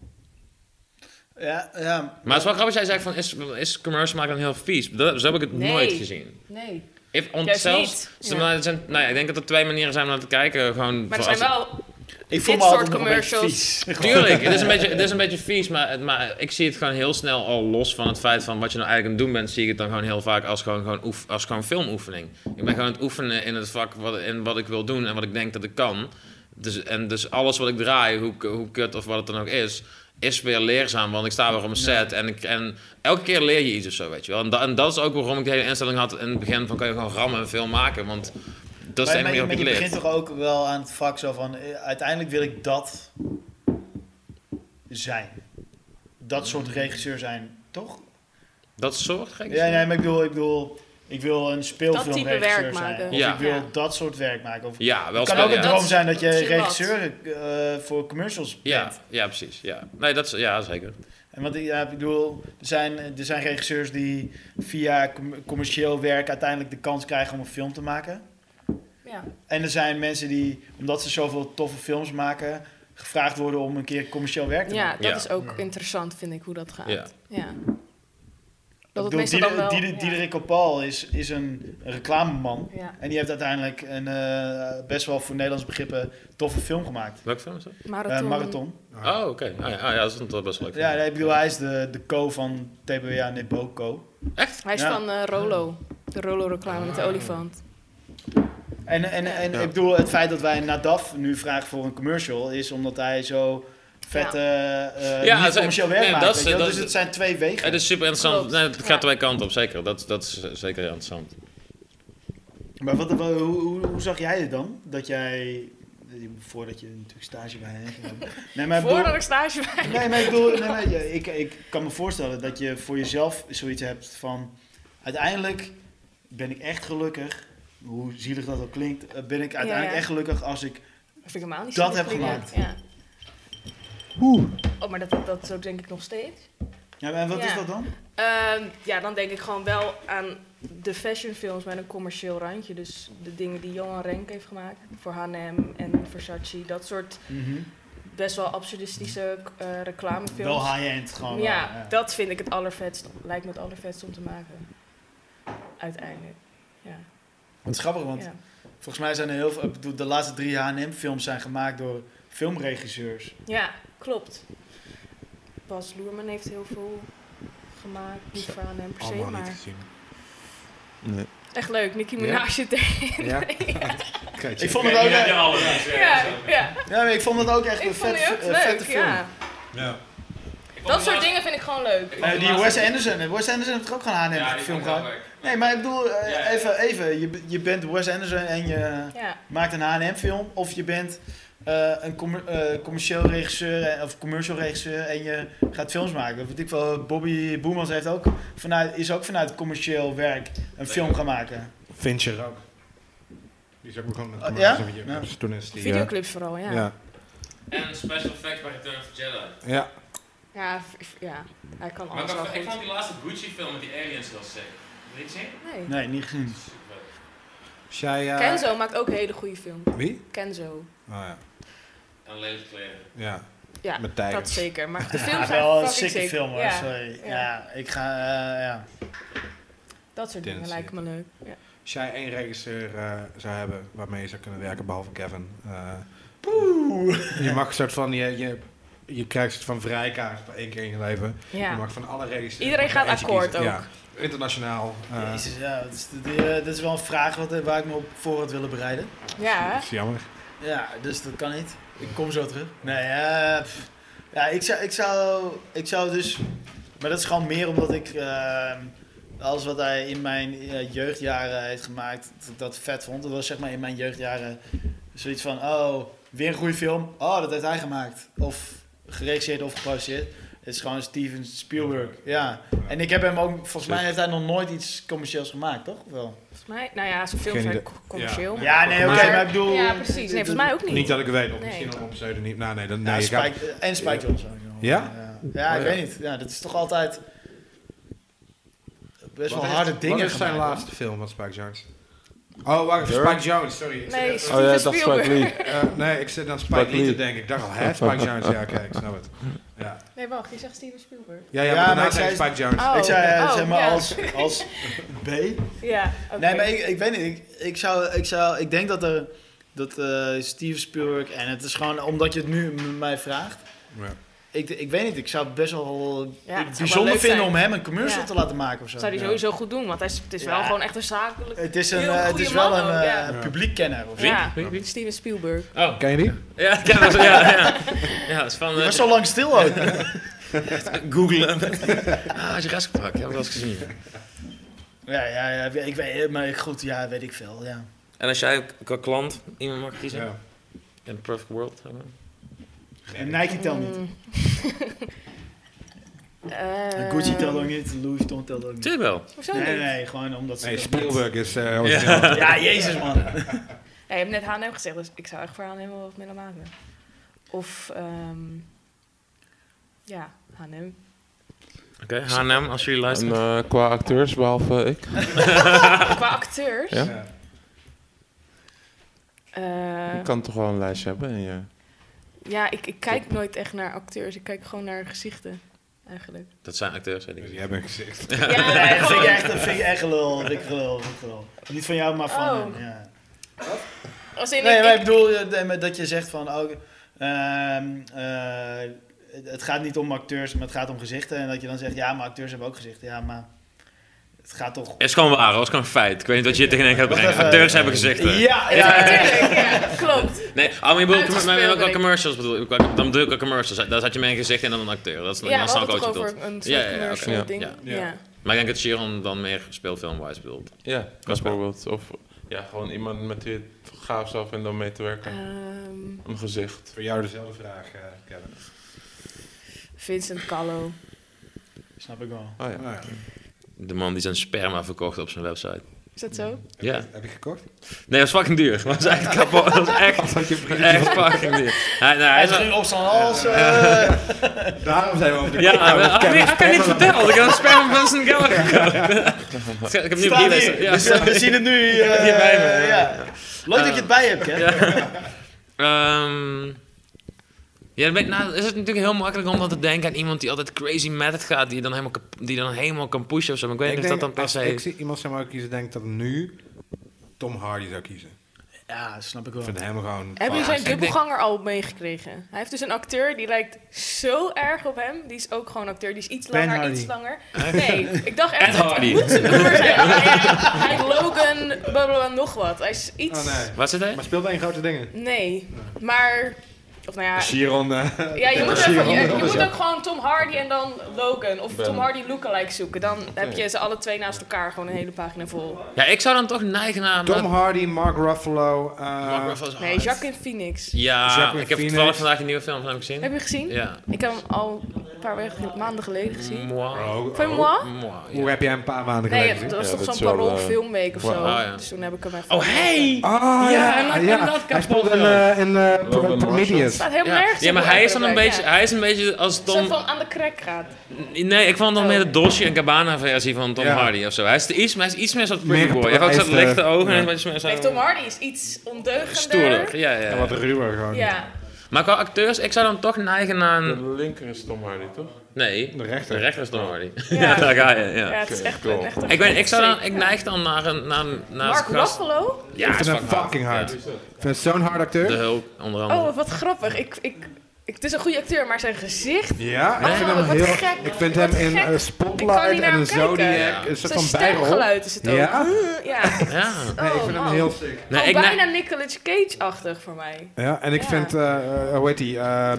Speaker 2: je? Ja, ja.
Speaker 1: Maar het is wel grappig, jij zegt van, is, is commercial maken dan heel vies? Dat, zo heb ik het
Speaker 6: Nee.
Speaker 1: nooit gezien.
Speaker 6: Nee.
Speaker 1: If, on,
Speaker 6: Juist
Speaker 1: zelfs,
Speaker 6: niet.
Speaker 1: ze-
Speaker 6: Ja.
Speaker 1: maar het zijn, nou ja, ik denk dat er twee manieren zijn om naar te kijken. Gewoon
Speaker 6: Maar
Speaker 1: voor
Speaker 6: er
Speaker 1: als
Speaker 6: zijn wel
Speaker 2: Ik
Speaker 6: Dit
Speaker 2: voel me
Speaker 6: soort
Speaker 2: altijd nog een beetje
Speaker 6: commercials.
Speaker 2: vies.
Speaker 1: Tuurlijk, het is, een beetje, het is een beetje vies, maar, het, maar ik zie het gewoon heel snel al los van het feit van wat je nou eigenlijk aan het doen bent, zie ik het dan gewoon heel vaak als gewoon, gewoon, oef, als gewoon filmoefening. Ik ben gewoon aan het oefenen in het vak wat, in wat ik wil doen en wat ik denk dat ik kan. Dus, en dus alles wat ik draai, hoe, k- hoe kut of wat het dan ook is, is weer leerzaam, want ik sta weer op een set en, ik, en elke keer leer je iets of zo, weet je wel. En, da- en dat is ook waarom ik de hele instelling had in het begin van kan je gewoon rammen en film maken, want dat is
Speaker 2: Maar-
Speaker 1: het enige
Speaker 2: maar-
Speaker 1: wat
Speaker 2: maar
Speaker 1: ik
Speaker 2: je
Speaker 1: leer.
Speaker 2: begint toch ook wel aan het vak zo van, eh, uiteindelijk wil ik dat zijn. Dat soort regisseur zijn, toch?
Speaker 1: Dat soort gek.
Speaker 2: Ja, nee, maar ik bedoel, ik bedoel, ik wil
Speaker 6: Dat
Speaker 2: een
Speaker 6: type
Speaker 2: speelfilmregisseur
Speaker 6: werk
Speaker 2: zijn.
Speaker 6: maken.
Speaker 2: Of
Speaker 1: Ja.
Speaker 2: ik wil
Speaker 6: Ja.
Speaker 2: dat soort werk maken. Of,
Speaker 1: ja, wel
Speaker 2: het kan
Speaker 1: spel-
Speaker 2: ook een
Speaker 1: ja.
Speaker 6: Dat
Speaker 2: droom
Speaker 6: is-
Speaker 2: zijn dat je
Speaker 6: dat is heel wat.
Speaker 2: regisseur eh, voor commercials
Speaker 1: Ja,
Speaker 2: bent.
Speaker 1: ja, precies. Ja. Nee, dat is, ja, zeker.
Speaker 2: En want ik- ja, ik bedoel, er zijn, er zijn regisseurs die via com- commercieel werk uiteindelijk de kans krijgen om een film te maken.
Speaker 6: Ja.
Speaker 2: En er zijn mensen die, omdat ze zoveel toffe films maken, gevraagd worden om een keer commercieel werk te
Speaker 6: Ja,
Speaker 2: maken.
Speaker 6: dat
Speaker 1: Ja.
Speaker 6: is ook interessant, vind ik, hoe dat gaat.
Speaker 1: Ja.
Speaker 6: Ja.
Speaker 2: Ik
Speaker 6: Dat het
Speaker 2: bedoel,
Speaker 6: meestal
Speaker 2: Dieder-
Speaker 6: dan wel...
Speaker 2: Dieder-
Speaker 6: ja.
Speaker 2: Diederik Opal is, is een, een reclameman.
Speaker 6: Ja.
Speaker 2: En die heeft uiteindelijk een eh, best wel voor Nederlands begrippen toffe film gemaakt.
Speaker 1: Welke film is dat?
Speaker 2: Eh,
Speaker 6: Marathon.
Speaker 2: marathon.
Speaker 1: Oh, oké. Ah, ja, ah, ja, dat is toch best wel leuk.
Speaker 2: Ja, nee, ik bedoel, hij is de, de co van TBWA Nipoko.
Speaker 1: Echt?
Speaker 6: Hij is
Speaker 2: Ja. Ah.
Speaker 6: van eh, Rolo. De Rolo-reclame met de olifant.
Speaker 2: En, en, en
Speaker 4: Ja.
Speaker 2: ik bedoel, het feit dat wij Nadaf nu vragen voor een commercial is omdat hij zo vette eh
Speaker 1: Ja,
Speaker 2: niet
Speaker 1: ze-
Speaker 2: commercieel werk
Speaker 1: nee,
Speaker 2: maakt.
Speaker 1: dat is-
Speaker 2: weet je wel.
Speaker 1: dat
Speaker 2: dus
Speaker 1: is- dus-
Speaker 2: het zijn twee wegen.
Speaker 1: Het is super interessant.
Speaker 6: Klopt.
Speaker 1: Nee, het gaat
Speaker 6: Ja.
Speaker 1: twee kanten op, zeker. Dat, dat is eh, zeker interessant.
Speaker 2: Maar wat, wat- hoe, hoe, hoe zag jij het dan? Dat jij, voordat je natuurlijk stage bij hen ging doen. Nee, maar ik bedoel-
Speaker 6: Voordat ik stage bij...
Speaker 2: Nee, maar ik bedoel, nee, maar ja, ik, ik kan me voorstellen dat je voor jezelf zoiets hebt van... Uiteindelijk ben ik echt gelukkig, hoe zielig dat ook klinkt... eh, ben ik uiteindelijk
Speaker 6: ja.
Speaker 2: echt gelukkig als ik...
Speaker 6: Dat vind ik helemaal niet
Speaker 2: Dat
Speaker 6: zielig
Speaker 2: heb
Speaker 6: klinken.
Speaker 2: gemaakt.
Speaker 6: Ja. Oh, maar dat, dat is ook denk ik nog steeds.
Speaker 2: Ja, maar en wat
Speaker 6: Ja.
Speaker 2: is dat dan?
Speaker 6: Ehm, ja, dan denk ik gewoon wel aan de fashionfilms met een commercieel randje. Dus de dingen die Johan Renk heeft gemaakt voor H&M en Versace. Dat soort
Speaker 2: Mhm.
Speaker 6: best wel absurdistische eh, reclamefilms.
Speaker 2: Wel high-end gewoon. wel,
Speaker 6: ja, dat vind ik het allervetst. Lijkt me het allervetst om te maken. Uiteindelijk. Ja.
Speaker 2: Het is grappig, want
Speaker 6: ja.
Speaker 2: volgens mij zijn er heel veel... ik bedoel, De laatste drie H&M-films zijn gemaakt door filmregisseurs.
Speaker 6: ja, klopt. Bas Loerman heeft heel veel gemaakt. Niet voor H&M per se,
Speaker 3: Allemaal niet
Speaker 6: maar
Speaker 3: gezien.
Speaker 4: Nee.
Speaker 6: echt leuk. Nicki Minaj zit erin.
Speaker 3: Ja?
Speaker 2: Ik vond het ook, eh,
Speaker 6: Ja, ja.
Speaker 2: ja, maar ik vond het ook echt
Speaker 6: Ik
Speaker 2: een
Speaker 6: vond
Speaker 2: vet,
Speaker 6: die ook
Speaker 2: eh, vette
Speaker 6: leuk,
Speaker 2: film.
Speaker 6: ja.
Speaker 3: Ja.
Speaker 6: Dat soort dingen vind ik gewoon leuk.
Speaker 2: Eh, die Wes Anderson. eh, Wes Anderson heeft toch ook geen
Speaker 5: Ja, die
Speaker 2: H&M-film
Speaker 5: vond ik wel
Speaker 2: gemaakt?
Speaker 5: leuk.
Speaker 2: Nee, maar ik bedoel, eh,
Speaker 5: Ja, ja.
Speaker 2: even, even. Je, b- je bent Wes Anderson en je
Speaker 6: Ja.
Speaker 2: maakt een H&M-film. Of je bent eh, een commer- eh, commercieel regisseur eh, of commercial regisseur en je gaat films maken. Weet ik wel, Bobby Boemans heeft ook vanuit, is ook vanuit commercieel werk een film gaan maken.
Speaker 3: Fincher ook. Die is ook begonnen met
Speaker 2: Oh,
Speaker 3: commercials
Speaker 2: ja?
Speaker 3: en video-
Speaker 2: Ja.
Speaker 3: dus Toen is die... eh,
Speaker 6: Videoclips vooral, ja. Ja,
Speaker 3: Ja.
Speaker 1: En special effects bij Return of the Jedi.
Speaker 2: Oh,
Speaker 3: Ja.
Speaker 6: ja, v- v- ja. hij kan alles wel goed.
Speaker 1: die laatste Gucci-film met die aliens heel sick. Weet je?
Speaker 6: Nee.
Speaker 2: Nee, niet gezien.
Speaker 3: Als jij... eh,
Speaker 6: Kenzo maakt ook hele goede films.
Speaker 3: Wie?
Speaker 6: Kenzo.
Speaker 3: Oh ja.
Speaker 1: Oh, Aan levenskleren.
Speaker 3: Ja.
Speaker 6: Ja,
Speaker 3: Met tijgers.
Speaker 6: dat zeker. Maar de film
Speaker 2: Ja,
Speaker 6: gaat
Speaker 2: wel een
Speaker 6: fucking
Speaker 2: sikke
Speaker 6: zeker.
Speaker 2: film hoor,
Speaker 6: Ja,
Speaker 2: sorry. Ja.
Speaker 6: ja.
Speaker 2: ik ga, eh, ja.
Speaker 6: Dat soort dingen
Speaker 3: Tendency.
Speaker 6: lijken me leuk. Ja.
Speaker 3: Als jij één regisseur eh, zou hebben waarmee je zou kunnen werken, behalve Kevin. eh, Je mag een soort van, je, je, je krijgt een soort van vrijkaart één keer in je leven. Je
Speaker 6: Ja.
Speaker 3: mag van alle regisseurs...
Speaker 6: Iedereen
Speaker 3: mag er
Speaker 6: gaat
Speaker 3: eentje
Speaker 6: akkoord
Speaker 3: kiezen.
Speaker 6: ook.
Speaker 3: Ja. Internationaal. eh,
Speaker 2: Jezus, ja, dat is, dit, eh, dit is wel een vraag wat, eh, waar ik me op voor had willen bereiden.
Speaker 6: ja.
Speaker 3: dat is jammer.
Speaker 2: Ja, dus dat kan niet. Ik kom zo terug. Nee, eh, pff. ja, ik zou, ik, zou, ik zou dus... Maar dat is gewoon meer omdat ik... eh, alles wat hij in mijn eh, jeugdjaren heeft gemaakt, dat ik dat vet vond. Dat was zeg maar in mijn jeugdjaren zoiets van... Oh, weer een goede film. Oh, dat heeft hij gemaakt. Of geregisseerd of geproduceerd. Het is gewoon Steven Spielberg. Ja. Dus- En ik heb hem ook... Volgens mij heeft hij nog nooit iets commercieels gemaakt, toch? Of Wel.
Speaker 6: Volgens mij, nou ja, zijn films
Speaker 3: Geen
Speaker 6: zijn
Speaker 3: idee.
Speaker 6: co- commercieel.
Speaker 3: Ja.
Speaker 2: Ja, nee, oké,
Speaker 6: Maar-
Speaker 2: maar ik bedoel...
Speaker 6: Ja, precies. Nee, volgens mij ook niet.
Speaker 3: Niet dat ik weet, of
Speaker 6: Nee.
Speaker 3: misschien nog op pseudoniem. Nou, nee, dan,
Speaker 2: Ja,
Speaker 3: nee je gaat-
Speaker 2: Spike, eh, en Spike Jonze.
Speaker 3: Ja?
Speaker 2: Ja, ik
Speaker 3: Oh, ja.
Speaker 2: weet niet. Ja, dat is toch altijd best wel
Speaker 3: Wat
Speaker 2: harde
Speaker 3: is-
Speaker 2: dingen
Speaker 3: Wat is zijn
Speaker 2: gemaakt,
Speaker 3: laatste film van Spike Jones? Oh, wacht,
Speaker 8: Dirt?
Speaker 3: Spike Jones, sorry. Ik zit
Speaker 6: Nee,
Speaker 3: even-
Speaker 8: Oh ja, dat is
Speaker 6: Steven
Speaker 8: Spike Lee.
Speaker 3: Eh, nee, ik zit aan Spike
Speaker 8: Spike
Speaker 3: Lee te
Speaker 8: Lee.
Speaker 3: denken. Ik dacht al, hè, Spike Jones? Ja, oké, ik snap het. Ja,
Speaker 6: Nee, wacht, je zegt Steven Spielberg.
Speaker 3: ja, ja,
Speaker 2: Ja,
Speaker 3: maar daarna
Speaker 2: maar ik
Speaker 3: zei
Speaker 2: zei-
Speaker 3: Spike Jones.
Speaker 6: Oh,
Speaker 2: Ik zei, eh,
Speaker 6: oh,
Speaker 2: zeg maar,
Speaker 6: ja.
Speaker 2: als, als B.
Speaker 6: Ja, oké.
Speaker 2: Nee, maar ik, ik weet niet. Ik, ik, zou, ik, zou, ik denk dat er... Dat eh Steve Spielberg... En het is gewoon omdat je het nu m- mij vraagt.
Speaker 3: Ja.
Speaker 2: Ik, ik weet niet. Ik zou het best wel
Speaker 6: zou wel
Speaker 2: bijzonder
Speaker 6: leuk
Speaker 2: vinden
Speaker 6: zijn.
Speaker 2: om hem een commercial
Speaker 6: Ja.
Speaker 2: te laten maken of zo.
Speaker 6: zou die
Speaker 2: Ja.
Speaker 6: sowieso goed doen, want hij is, het is wel
Speaker 2: Ja.
Speaker 6: gewoon echt een zakelijk...
Speaker 2: Het is, een,
Speaker 6: Heel
Speaker 2: eh, het
Speaker 6: goede
Speaker 2: is wel
Speaker 6: man
Speaker 2: een
Speaker 6: ook,
Speaker 2: eh,
Speaker 6: ja.
Speaker 2: publiekkenner of zo.
Speaker 6: Ja, Steven Spielberg.
Speaker 1: Oh,
Speaker 3: Ken je die?
Speaker 1: ja, ik ken dat, ja, ja. Ja, dat is van...
Speaker 2: Die
Speaker 1: eh,
Speaker 2: was zo lang stil ook.
Speaker 1: Googlen. ah, Jurassic Park, heb ik wel eens gezien.
Speaker 2: Ja, ja, ja, ik weet, eh, maar goed, ja, weet ik veel, ja.
Speaker 1: En als jij qua klant iemand mag kiezen
Speaker 3: Ja.
Speaker 1: in the perfect world, zeg maar.
Speaker 2: En Nike telt niet.
Speaker 6: Mm.
Speaker 2: En
Speaker 6: Eh,
Speaker 2: Gucci telt ook niet, Louis Vuitton telt ook niet.
Speaker 1: Tuurlijk wel.
Speaker 6: Hoezo
Speaker 2: Nee,
Speaker 6: niet?
Speaker 2: nee, nee, gewoon omdat ze...
Speaker 3: Nee, Spielberg is... eh, origineel.
Speaker 1: Ja.
Speaker 2: Ja, jezus man.
Speaker 6: Ja, je hebt net H&M gezegd, dus ik zou echt voor H&M wel wat willen maken. Of, ehm ja, H&M.
Speaker 1: Oké, H&M, als jullie
Speaker 8: En
Speaker 4: Ehm,
Speaker 1: luisteren.
Speaker 8: eh, qua acteurs, behalve ik.
Speaker 6: Qua acteurs?
Speaker 8: Ja?
Speaker 3: Ja.
Speaker 6: eh,
Speaker 8: Je kan toch wel een lijstje hebben in je...
Speaker 6: ja, ik, ik kijk nooit echt naar acteurs. Ik kijk gewoon naar gezichten, eigenlijk.
Speaker 1: Dat zijn acteurs, weet ik
Speaker 3: Die
Speaker 1: niet.
Speaker 3: hebben een gezicht.
Speaker 6: Ja,
Speaker 2: Nee, dat vind ik
Speaker 6: gewoon-
Speaker 2: echt, dat vind ik echt gelul, dat vind ik gelul, dat vind ik gelul. Niet van jou, maar van
Speaker 6: Oh.
Speaker 2: hem, ja.
Speaker 6: Als in,
Speaker 2: Nee,
Speaker 6: ik-
Speaker 2: maar ik
Speaker 6: ik-
Speaker 2: bedoel eh, de- met dat je zegt van, oh, ehm, eh, het- het gaat niet om acteurs, maar het gaat om gezichten. En dat je dan zegt, ja, maar acteurs hebben ook gezichten, ja, maar het gaat toch...
Speaker 1: Het is gewoon waar, hoor. het is gewoon een feit. Ik weet niet wat je hier tegenin gaat brengen.
Speaker 2: even-
Speaker 1: Acteurs hebben gezichten.
Speaker 6: Ja,
Speaker 2: Ja, ja, ja.
Speaker 6: natuurlijk, ja, klopt.
Speaker 1: Nee, oh, maar je bedoelt maar- maar je
Speaker 6: Uitgespeeld,
Speaker 1: bedoelt ook
Speaker 6: denk ik.
Speaker 1: commercials bedoel ik. Qua- Dan bedoel ik ook commercials. Daar zat je mee in gezicht en dan een acteur. Dat is,
Speaker 6: Ja,
Speaker 1: dan
Speaker 6: we
Speaker 1: snap
Speaker 6: hadden
Speaker 1: ik
Speaker 6: het
Speaker 1: ook
Speaker 6: toch
Speaker 1: wat je bedoelt.
Speaker 6: over een soort
Speaker 1: Ja, ja, ja,
Speaker 6: commercial
Speaker 1: oké.
Speaker 6: ding.
Speaker 1: Ja.
Speaker 6: Ja.
Speaker 3: Ja.
Speaker 1: Maar ik denk dat Sharon dan meer speelfilmwise bedoelt.
Speaker 8: Ja,
Speaker 1: is wel-
Speaker 8: bijvoorbeeld. Of ja, gewoon iemand met wie het gaaf zou vinden om mee te werken.
Speaker 6: Ehm,
Speaker 8: Een gezicht.
Speaker 3: Voor jou dezelfde vraag, eh, Kevin.
Speaker 6: Vincent Callo.
Speaker 2: Snap ik wel.
Speaker 8: Oh ja.
Speaker 3: Oh, ja.
Speaker 1: De man die zijn sperma verkocht op zijn website.
Speaker 6: Is dat zo?
Speaker 1: Ja.
Speaker 3: Heb je gekocht?
Speaker 1: Nee, dat was fucking duur. Dat was echt kapot. Dat was echt,
Speaker 3: Had je vriend-
Speaker 1: echt fucking duur. Hij, nou, hij
Speaker 2: Hij
Speaker 1: is
Speaker 2: ging op zijn hals. eh,
Speaker 3: Daarom zijn we over de
Speaker 1: Ja,
Speaker 3: kop gekomen.
Speaker 1: maar- oh, nee, ik heb het niet verteld. Ik heb een sperma van zijn gallery gekocht. Ik heb nu op
Speaker 2: Staat
Speaker 1: eBay.
Speaker 2: hier.
Speaker 1: Ja,
Speaker 2: Dus, eh, we zien het nu. eh,
Speaker 1: hier bij me, ja.
Speaker 2: ja. Leuk dat je het bij hebt, hè?
Speaker 1: Ja. Ehm, ja, dan ben ik- nou, is het natuurlijk heel makkelijk om dan te denken aan iemand die altijd crazy mad het gaat, die dan helemaal, kap- die dan helemaal kan pushen of zo. Maar ik weet
Speaker 3: Ik
Speaker 1: niet of
Speaker 3: denk,
Speaker 1: dat dan per
Speaker 3: als
Speaker 1: se.
Speaker 3: ik zie iemand zou maar kiezen, denk ik dat nu Tom Hardy zou kiezen.
Speaker 2: Ja, snap ik
Speaker 3: Ik
Speaker 2: wel.
Speaker 3: vind hem gewoon... Ah,
Speaker 6: Hebben jullie zijn
Speaker 1: Oh, ik denk-
Speaker 6: dubbelganger al meegekregen? Hij heeft dus een acteur die lijkt zo erg op hem. Die is ook gewoon acteur. Die is iets
Speaker 2: Ben
Speaker 6: langer,
Speaker 2: Hardy.
Speaker 6: iets langer. Nee, ik dacht
Speaker 1: Ed
Speaker 6: echt dat
Speaker 1: Hardy.
Speaker 6: het moet zijn broer zijn. Ja, ja, Hij heeft Logan, blablabla, nog wat. Hij is iets...
Speaker 3: Oh, nee.
Speaker 1: Wat zit hij?
Speaker 3: Maar speel bij een grote dingen.
Speaker 6: Nee, maar... Of nou ja...
Speaker 3: Chiron. eh,
Speaker 6: Ja, je moet,
Speaker 3: Chiron
Speaker 6: even, je, je
Speaker 3: Robinson.
Speaker 6: moet ook gewoon Tom Hardy en dan Logan. Of
Speaker 8: Ben.
Speaker 6: Tom Hardy lookalike zoeken. Dan heb je ze alle twee naast elkaar gewoon een hele pagina vol.
Speaker 1: Ja, ik zou dan toch neigen naar.
Speaker 3: Tom Hardy, Mark Ruffalo. eh,
Speaker 1: Mark Ruffalo is
Speaker 6: Nee,
Speaker 1: hard.
Speaker 6: Jacques in Phoenix.
Speaker 1: Ja,
Speaker 3: Jacqueline
Speaker 1: ik heb
Speaker 3: Phoenix.
Speaker 1: toevallig vandaag een nieuwe film van hem gezien.
Speaker 6: Heb je gezien?
Speaker 1: Ja. Mm.
Speaker 6: Ik heb hem al een paar weken, maanden geleden gezien.
Speaker 1: Moi.
Speaker 3: oh,
Speaker 6: Van
Speaker 3: oh.
Speaker 6: moi?
Speaker 1: Moi, ja.
Speaker 3: Hoe heb jij hem een paar maanden
Speaker 6: Nee,
Speaker 3: geleden gezien?
Speaker 6: dat was
Speaker 8: Ja,
Speaker 6: toch
Speaker 8: dat
Speaker 6: zo'n
Speaker 8: is wel,
Speaker 6: parool
Speaker 8: eh,
Speaker 6: filmweek of zo.
Speaker 1: ah, ja.
Speaker 6: Dus toen heb ik hem even...
Speaker 1: Oh, hey!
Speaker 3: Ah,
Speaker 1: Ja, en dan- en dat
Speaker 3: Hij
Speaker 1: kapot
Speaker 3: speelde in,
Speaker 1: wel.
Speaker 3: eh, in eh,
Speaker 8: Logan
Speaker 3: Pro- Prometheus.
Speaker 6: staat helemaal
Speaker 1: Ja.
Speaker 6: nergens
Speaker 1: ja, maar
Speaker 6: op
Speaker 1: hij is
Speaker 6: de
Speaker 1: dan een
Speaker 6: website,
Speaker 1: beetje,
Speaker 6: ja.
Speaker 1: hij is een beetje als
Speaker 6: Zo
Speaker 1: Tom...
Speaker 6: van aan de krek gaat.
Speaker 1: Nee, ik vond dan
Speaker 6: Oh.
Speaker 1: meer de Dolce en Gabbana versie van Tom
Speaker 3: Ja.
Speaker 1: Hardy of zo. Hij is, de iets, hij is iets meer zo'n
Speaker 3: Meer
Speaker 1: pretty boy. Hij heeft ook
Speaker 3: hij
Speaker 1: zo'n
Speaker 3: is de-
Speaker 1: lichte ogen
Speaker 3: ja.
Speaker 1: en een beetje meer
Speaker 6: Nee,
Speaker 1: zo'n...
Speaker 6: Tom Hardy is iets ondeugender.
Speaker 1: Stoerder, ja, ja.
Speaker 3: En wat ruwer gewoon.
Speaker 6: Ja.
Speaker 1: Maar qua acteurs, ik zou dan toch neigen naar een...
Speaker 4: De linker is Tom Hardy, toch?
Speaker 1: Nee,
Speaker 3: De rechter.
Speaker 1: de rechter is Tom Hardy.
Speaker 6: Ja.
Speaker 1: Ja, daar ga je, ja.
Speaker 6: Ja, het is echt,
Speaker 4: cool.
Speaker 6: echt een
Speaker 1: Ik, weet, ik, zou dan, ik
Speaker 6: Ja.
Speaker 1: neig dan naar een naar, een- naar
Speaker 6: Mark
Speaker 1: een gast...
Speaker 6: Ruffalo?
Speaker 1: Ja,
Speaker 3: ik vind
Speaker 1: is
Speaker 3: hem fucking hard.
Speaker 1: Ja. dus
Speaker 3: Ik vind het zo'n hard acteur.
Speaker 1: De Hulk, onder andere.
Speaker 6: Oh, wat grappig. Ik, ik, ik, het is een goede acteur, maar zijn gezicht...
Speaker 3: Ja, ik
Speaker 6: Oh,
Speaker 3: vind hem
Speaker 6: wat
Speaker 3: heel.
Speaker 6: gek.
Speaker 3: Ik vind
Speaker 6: Wat
Speaker 3: hem in
Speaker 6: gek.
Speaker 3: eh,
Speaker 6: Ik kan niet
Speaker 3: Spotlight
Speaker 6: naar
Speaker 3: en
Speaker 6: hem
Speaker 3: een
Speaker 6: kijken.
Speaker 3: Zodiac, een soort
Speaker 6: Zijn
Speaker 3: van bijrol.
Speaker 6: stemgeluid is het ook.
Speaker 3: Ja?
Speaker 6: Ja, ik,
Speaker 1: Ja.
Speaker 6: oh,
Speaker 3: Nee, ik vind hem
Speaker 6: man.
Speaker 3: heel.
Speaker 1: Nee,
Speaker 6: Al
Speaker 1: ik
Speaker 6: bijna
Speaker 1: neig...
Speaker 6: Nicolas Cage-achtig voor mij.
Speaker 3: Ja, en ik
Speaker 6: Ja.
Speaker 3: vind, eh, eh, hoe heet die? ehm,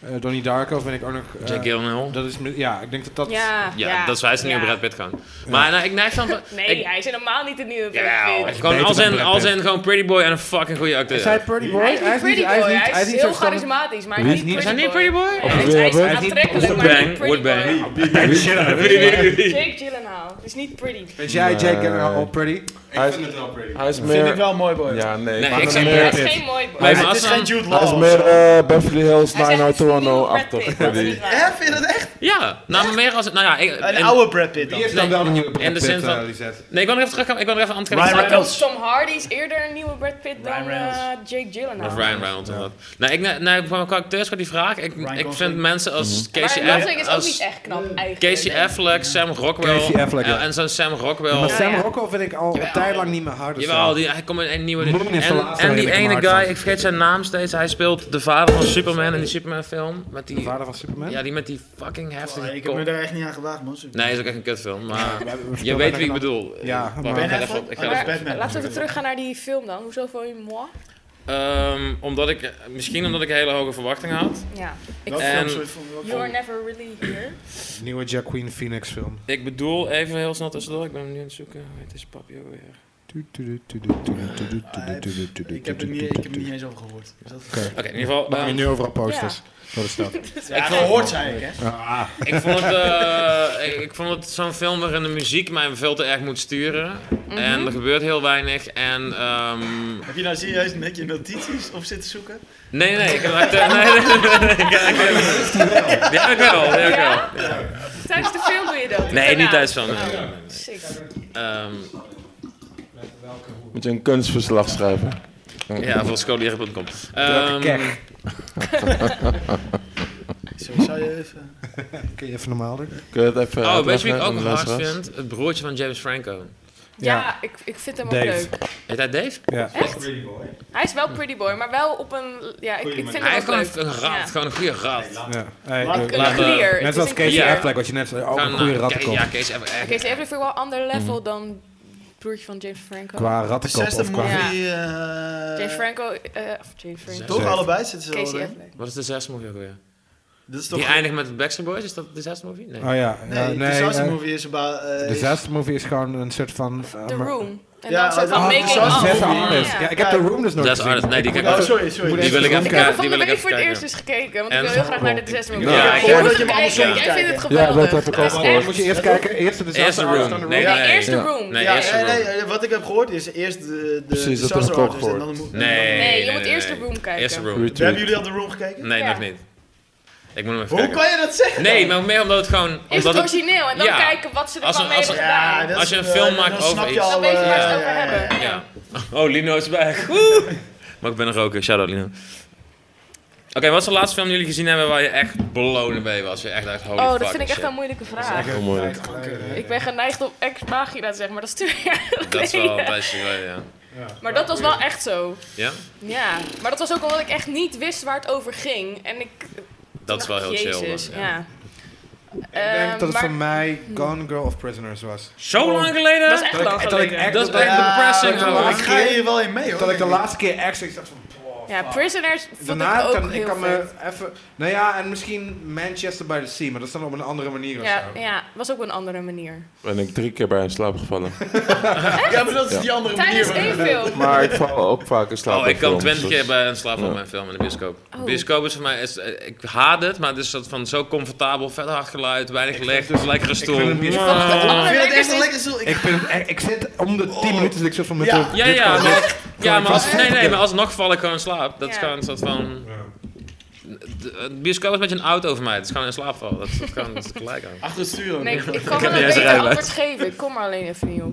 Speaker 3: eh, Donnie Darko vind ik ook nog. eh,
Speaker 1: Jack Gyllenhaal.
Speaker 3: dat is, mi- ja, ik denk dat dat.
Speaker 6: Ja,
Speaker 1: Ja, dat is wijs niet
Speaker 6: ja.
Speaker 1: op Brad Pitt gaan. Maar nou, ik neig dan...
Speaker 6: Nee,
Speaker 1: ik,
Speaker 6: hij is helemaal niet de nieuwe Brad
Speaker 1: Jawel.
Speaker 6: Pitt.
Speaker 1: Gewoon
Speaker 3: beter
Speaker 1: als
Speaker 3: dan
Speaker 1: in,
Speaker 3: Brad
Speaker 1: als
Speaker 3: Pitt.
Speaker 1: in gewoon Pretty Boy en een fucking goede acteur.
Speaker 3: Is hij Pretty Boy?
Speaker 6: Hij is niet pretty boy, hij is heel
Speaker 3: zo standaard-
Speaker 6: charismatisch, maar
Speaker 3: Wie
Speaker 6: hij
Speaker 3: is
Speaker 6: is niet
Speaker 3: niet-
Speaker 1: Zijn die Pretty Boy?
Speaker 6: Hij is, hij is aantrekkelijk, maar
Speaker 1: Woodbang,
Speaker 6: niet pretty boy.
Speaker 1: Woodbang.
Speaker 6: Jake Gyllenhaal. Het is niet pretty.
Speaker 3: Vind jij Jake
Speaker 4: Nee.
Speaker 3: Gyllenhaal pretty?
Speaker 5: Ik vind het wel pretty.
Speaker 4: Hij is
Speaker 2: Vind ik
Speaker 4: meer...
Speaker 2: wel een mooi boy.
Speaker 4: Ja, nee.
Speaker 1: Nee,
Speaker 4: maar
Speaker 1: ik
Speaker 4: dan
Speaker 1: zeg-
Speaker 6: Hij
Speaker 4: meer,
Speaker 6: is geen mooi
Speaker 1: Nee,
Speaker 6: boy.
Speaker 1: maar
Speaker 2: Het
Speaker 1: als
Speaker 2: is geen
Speaker 1: dan...
Speaker 2: Jude
Speaker 4: hij is
Speaker 2: Law.
Speaker 4: meer eh, Beverly Hills oh
Speaker 6: Hij is echt een nieuwe Brad Pitt, dat is niet
Speaker 4: Toronto-achtig.
Speaker 6: waar.
Speaker 2: Hè, vind je dat echt?
Speaker 1: Ja, nou maar meer als... Nou ja, ik...
Speaker 2: Een
Speaker 1: en-
Speaker 2: oude Brad Pitt dan.
Speaker 3: Wie is dan wel de nieuwe Brad
Speaker 1: in de
Speaker 3: Pitt,
Speaker 1: zin van-
Speaker 3: eh, Lisette?
Speaker 1: Nee, ik wil nog even terugkomen. Ik wil nog even aan het kijken.
Speaker 2: Ryan
Speaker 6: Maar
Speaker 2: Reynolds.
Speaker 6: Tom Hardy is eerder een nieuwe Brad Pitt dan
Speaker 2: Ryan
Speaker 6: eh,
Speaker 2: Reynolds.
Speaker 6: Jake Gyllenhaal.
Speaker 1: Of Ryan Reynolds of wat. Nee, ik, nee, nee, qua qua acteurs, qua die vraag. Ik, ik
Speaker 2: Gosling.
Speaker 1: vind mensen
Speaker 3: Mhm.
Speaker 1: als Casey
Speaker 6: Ryan
Speaker 1: Affleck...
Speaker 6: Gosling is ook niet
Speaker 1: Als
Speaker 6: echt knap, eigenlijk.
Speaker 1: Casey Affleck, Sam Rockwell...
Speaker 3: Casey Affleck, ja.
Speaker 1: en- En zo'n Sam
Speaker 3: Maar
Speaker 1: Rockwell...
Speaker 6: Ja,
Speaker 3: Sam
Speaker 6: ja.
Speaker 3: Rockwell vind ik al een tijd lang niet meer hard.
Speaker 1: Jawel, die, hij komt in een nieuwe...
Speaker 3: Moon is de
Speaker 1: En,
Speaker 3: laatste
Speaker 1: en die
Speaker 3: redelijke
Speaker 1: ene
Speaker 3: hardstyle.
Speaker 1: guy, ik vergeet zijn naam steeds. Hij speelt de vader van Superman in die Superman film. Met die...
Speaker 3: vader van Superman?
Speaker 1: Ja, die met die fucking heftige
Speaker 2: Oh, Ik heb
Speaker 1: kop.
Speaker 2: me daar echt niet aan gewaagd, man.
Speaker 1: Nee, is ook echt een kutfilm, maar...
Speaker 3: Je
Speaker 1: Je weet wie ik bedoel.
Speaker 3: Ja,
Speaker 1: Eh, wacht, ik
Speaker 3: maar-
Speaker 1: ga
Speaker 2: Ben
Speaker 1: er
Speaker 2: Affleck?
Speaker 1: even- ik ga
Speaker 2: Oh,
Speaker 1: er
Speaker 2: dat is
Speaker 1: even-
Speaker 2: Batman.
Speaker 6: Laten we even teruggaan naar die film dan. Hoezo vond je moi?
Speaker 1: Ehm, Omdat ik... eh, Misschien omdat ik hele hoge verwachtingen had.
Speaker 6: Ja.
Speaker 2: Welke
Speaker 1: en-
Speaker 2: films vond je- vond je- welke
Speaker 6: You're
Speaker 2: vond je-
Speaker 6: never really here.
Speaker 3: Nieuwe Jack Queen Phoenix film.
Speaker 1: Ik bedoel, even heel snel tussendoor, ik ben hem nu aan het zoeken. Hoe heet deze papi ook weer?
Speaker 2: Ik heb er niet- ik heb er niet eens over gehoord. Dus dat-
Speaker 1: Oké, in ieder geval,
Speaker 3: Maak je
Speaker 1: ehm,
Speaker 3: nu overal posters. Wat is dat?
Speaker 2: Ja,
Speaker 1: Ik vond-
Speaker 2: gehoord zei ik, hè.
Speaker 3: Ah.
Speaker 1: ik vond het, eh, ik, ik vond het zo'n film waarin de muziek mij veel te erg moet sturen. En er gebeurt heel weinig. En, ehm,
Speaker 2: Heb je nou serieus een beetje notities op zitten zoeken?
Speaker 1: nee, nee, ik heb echt... eh, nee, nee, nee, nee, ik heb- ik heb- Die heb ik wel, die heb ik wel.
Speaker 6: Tijdens de film doe je dat?
Speaker 1: Nee,
Speaker 6: Daarna.
Speaker 1: niet tijdens van.
Speaker 6: Oh, sick.
Speaker 1: Ehm,
Speaker 4: Moet je een kunstverslag schrijven.
Speaker 1: ja, voor scholieren.com. Ehm,
Speaker 2: Zo, zou je even...
Speaker 3: Kun je even normaal doen?
Speaker 4: Kun je het even
Speaker 1: oh, weet je wie ik
Speaker 4: uitleggen
Speaker 1: ook
Speaker 4: aan de
Speaker 1: hard
Speaker 4: luisteraars?
Speaker 1: vind? Het broertje van James Franco.
Speaker 6: Ja,
Speaker 3: Ja.
Speaker 6: ik, ik vind hem
Speaker 3: Dave.
Speaker 6: ook leuk.
Speaker 1: Heet hij Dave?
Speaker 3: Ja.
Speaker 6: Echt? Hij is wel pretty boy, maar wel op een... Ja, ik, ik vind
Speaker 1: Hij
Speaker 6: hem
Speaker 1: heeft
Speaker 6: ook leuk.
Speaker 1: gewoon een rat,
Speaker 6: Ja.
Speaker 1: gewoon een goede rat.
Speaker 3: ja. Hey,
Speaker 2: Laat-
Speaker 3: eh,
Speaker 6: Een
Speaker 1: Laat-
Speaker 6: clear. Het
Speaker 3: Net
Speaker 6: is
Speaker 3: zoals
Speaker 6: een
Speaker 3: Casey
Speaker 1: clear.
Speaker 3: Affleck, wat je net zei, ook een
Speaker 1: Gewoon,
Speaker 3: goede
Speaker 1: eh,
Speaker 3: rattenkop.
Speaker 1: Ja, Kees eh, Affleck, echt
Speaker 6: Oké, ze heeft wel ander level dan broertje van James Franco.
Speaker 3: Mhm. Qua rattenkop
Speaker 2: Zesde
Speaker 3: of qua...
Speaker 6: Ja.
Speaker 2: movie...
Speaker 6: James
Speaker 2: eh
Speaker 6: Franco, eh, of James Franco.
Speaker 2: Toch
Speaker 3: Zesde.
Speaker 2: allebei zitten ze wel
Speaker 6: Casey
Speaker 2: in.
Speaker 6: Affleck.
Speaker 1: Wat is de zesde movie ook weer?
Speaker 2: Dat is toch...
Speaker 1: Die eindigt met de Backstreet Boys? Is dat de zesde movie? Nee.
Speaker 3: Oh ja,
Speaker 2: Nee,
Speaker 3: ja, nee.
Speaker 2: de Sassy
Speaker 3: eh,
Speaker 2: Movie is about... eh,
Speaker 3: De zesde movie is gewoon een soort van... eh,
Speaker 6: The
Speaker 3: maar-
Speaker 6: Room. En
Speaker 2: Ja,
Speaker 6: dan zo van
Speaker 2: oh,
Speaker 3: de
Speaker 6: making
Speaker 2: zoals
Speaker 6: of.
Speaker 2: de
Speaker 3: zesde
Speaker 2: Oh,
Speaker 3: artist.
Speaker 6: ja.
Speaker 3: Ja, ik heb The Room dus nooit
Speaker 1: Zesde
Speaker 3: gezien.
Speaker 1: artist, nee, die
Speaker 3: moet
Speaker 1: kijk ik
Speaker 2: Oh,
Speaker 3: even-
Speaker 2: sorry, sorry.
Speaker 3: moet
Speaker 1: Die
Speaker 3: even
Speaker 1: wil ik even
Speaker 3: terugkijken.
Speaker 6: Ik heb er van
Speaker 1: die
Speaker 6: de
Speaker 1: wil ik
Speaker 6: week
Speaker 1: even
Speaker 6: voor het
Speaker 1: kijken.
Speaker 6: eerst eens gekeken, want ik
Speaker 1: En-
Speaker 6: wil heel graag naar de zesde movie.
Speaker 1: Ja, ik
Speaker 6: jij
Speaker 1: hoor
Speaker 2: dat
Speaker 6: moet
Speaker 2: je hem
Speaker 6: kijken.
Speaker 2: andersom
Speaker 6: Jij
Speaker 2: moet
Speaker 6: vindt het
Speaker 2: kijken.
Speaker 6: geweldig.
Speaker 4: Ja, dat heb ik
Speaker 6: Het
Speaker 4: ook
Speaker 6: is
Speaker 4: gehoord.
Speaker 6: echt-
Speaker 3: Moet je eerst kijken, eerst de
Speaker 1: Eerst
Speaker 3: disaster
Speaker 1: de
Speaker 3: artist dan
Speaker 1: Room.
Speaker 3: The
Speaker 1: Nee,
Speaker 3: Room.
Speaker 6: Nee, eerst de
Speaker 4: Ja.
Speaker 6: Room.
Speaker 1: Nee,
Speaker 2: Ja,
Speaker 1: eerst de
Speaker 2: nee,
Speaker 1: Room.
Speaker 2: nee, wat ik heb gehoord is eerst de, de
Speaker 4: Precies, dat heb
Speaker 2: Disaster
Speaker 4: ik ook
Speaker 2: Artist en dan
Speaker 4: gehoord.
Speaker 2: moet-
Speaker 1: Nee,
Speaker 6: Nee, je moet eerst de Room kijken.
Speaker 1: Eerst de Room.
Speaker 4: Retweet.
Speaker 2: Hebben jullie al de room gekeken?
Speaker 1: Nee,
Speaker 6: Ja.
Speaker 1: nog niet. Ik moet hem even
Speaker 2: Hoe
Speaker 1: kijken.
Speaker 2: kan je dat zeggen?
Speaker 1: Nee,
Speaker 2: dan?
Speaker 1: maar meer omdat het gewoon...
Speaker 6: Eerst
Speaker 1: Omdat
Speaker 6: het
Speaker 1: het,
Speaker 6: origineel en dan
Speaker 1: Ja.
Speaker 6: kijken wat ze
Speaker 1: Als
Speaker 6: ervan
Speaker 1: een-
Speaker 6: mee
Speaker 1: als
Speaker 6: hebben
Speaker 1: een-
Speaker 2: Ja,
Speaker 6: gedaan.
Speaker 2: dat
Speaker 1: Als je
Speaker 2: is,
Speaker 1: een
Speaker 2: eh,
Speaker 1: film
Speaker 2: dan-
Speaker 1: maakt
Speaker 2: dan
Speaker 1: over
Speaker 2: snap je
Speaker 1: iets.
Speaker 2: al,
Speaker 6: Dan weet je waar ze het
Speaker 2: eh,
Speaker 6: over
Speaker 2: ja, ja,
Speaker 6: hebben.
Speaker 2: ja.
Speaker 1: ja. Oh, Lino is weg. Woe! Maar ik ben er ook. Shout-out, Lino. Oké, wat is de laatste film die jullie gezien hebben waar je echt belonen mee was? Je echt dacht, holy
Speaker 6: Oh,
Speaker 1: fuck,
Speaker 6: dat vind ik echt
Speaker 1: shit.
Speaker 6: een moeilijke vraag.
Speaker 4: Heel moeilijk.
Speaker 6: Ik ben geneigd op ex-pagina te zeggen, maar dat is twee jaar geleden.
Speaker 1: Dat is wel best wel, ja.
Speaker 6: Maar dat was wel echt zo.
Speaker 1: Ja?
Speaker 6: Ja, maar dat was ook omdat ik echt niet wist waar het over ging. En ik...
Speaker 1: Dat is wel heel chill. dan,
Speaker 6: Jezus,
Speaker 1: ja.
Speaker 6: ja. Ehm,
Speaker 3: Ik denk dat het
Speaker 6: maar-
Speaker 3: voor mij Gone Girl of Prisoners was.
Speaker 1: Zo lang geleden?
Speaker 6: Dat is echt lang
Speaker 3: Dat ik
Speaker 6: geleden.
Speaker 3: echt-
Speaker 1: Dat is
Speaker 3: dat ik-
Speaker 1: echt depressing.
Speaker 3: dat ik-
Speaker 1: hoor.
Speaker 2: ik ga je hier wel in mee hoor.
Speaker 3: Dat ik de laatste keer echt zoiets dacht van... boah,
Speaker 6: Ja,
Speaker 3: fuck.
Speaker 6: Prisoners vond
Speaker 3: Daarna
Speaker 6: ik ook
Speaker 3: kan ik
Speaker 6: heel
Speaker 3: kan
Speaker 6: vet.
Speaker 3: me even... Nou ja, en misschien Manchester by the Sea, maar dat is dan op een andere manier of
Speaker 6: Ja,
Speaker 3: zo.
Speaker 6: ja, was ook een andere manier.
Speaker 4: Ben ik drie keer bij in slaap gevallen.
Speaker 2: Ja, maar dat is
Speaker 4: Ja.
Speaker 2: die andere manier.
Speaker 6: Tijdens
Speaker 2: van-
Speaker 6: één film.
Speaker 4: Maar ik val ook vaak in slaap.
Speaker 1: Oh,
Speaker 4: bij
Speaker 1: ik kan
Speaker 4: films,
Speaker 1: twintig
Speaker 4: dus-
Speaker 1: keer bij een slaap op
Speaker 4: Ja.
Speaker 1: mijn film in de bioscoop.
Speaker 6: Oh.
Speaker 1: Bioscoop is voor mij, is, eh, ik haat het, maar het is dat van zo comfortabel, verder hard geluid, weinig licht,
Speaker 3: dus-
Speaker 1: lekkere
Speaker 3: ik
Speaker 1: stoel.
Speaker 3: vind een bioscoop-
Speaker 1: Mwah.
Speaker 6: Het
Speaker 2: Ik vind
Speaker 6: allerleukste
Speaker 2: het echt een
Speaker 6: is-
Speaker 2: lekker stoel.
Speaker 3: Ik,
Speaker 2: Ik-
Speaker 3: vind het, ik, ik zit om de
Speaker 9: Oh.
Speaker 3: 10 minuten zit ik zo van met
Speaker 2: Ja.
Speaker 3: de-
Speaker 1: Ja,
Speaker 3: dit
Speaker 1: ja,
Speaker 3: gewoon zo.
Speaker 1: maar, ja, maar als,
Speaker 3: vast-
Speaker 1: nee, nee, maar alsnog val ik gewoon in slaap. Dat is
Speaker 6: Ja.
Speaker 1: gewoon een soort van... De- Het bioscoop is een beetje een auto voor mij, het is gewoon in slaap vallen. Dat, dat kan dat is gelijk aan.
Speaker 2: Achter het stuur ook.
Speaker 6: Nee, ik- ik kan wel
Speaker 1: heb
Speaker 6: een
Speaker 1: niet eens
Speaker 6: beter
Speaker 1: rijbewijs.
Speaker 6: antwoord geven. Ik kom maar alleen even niet op.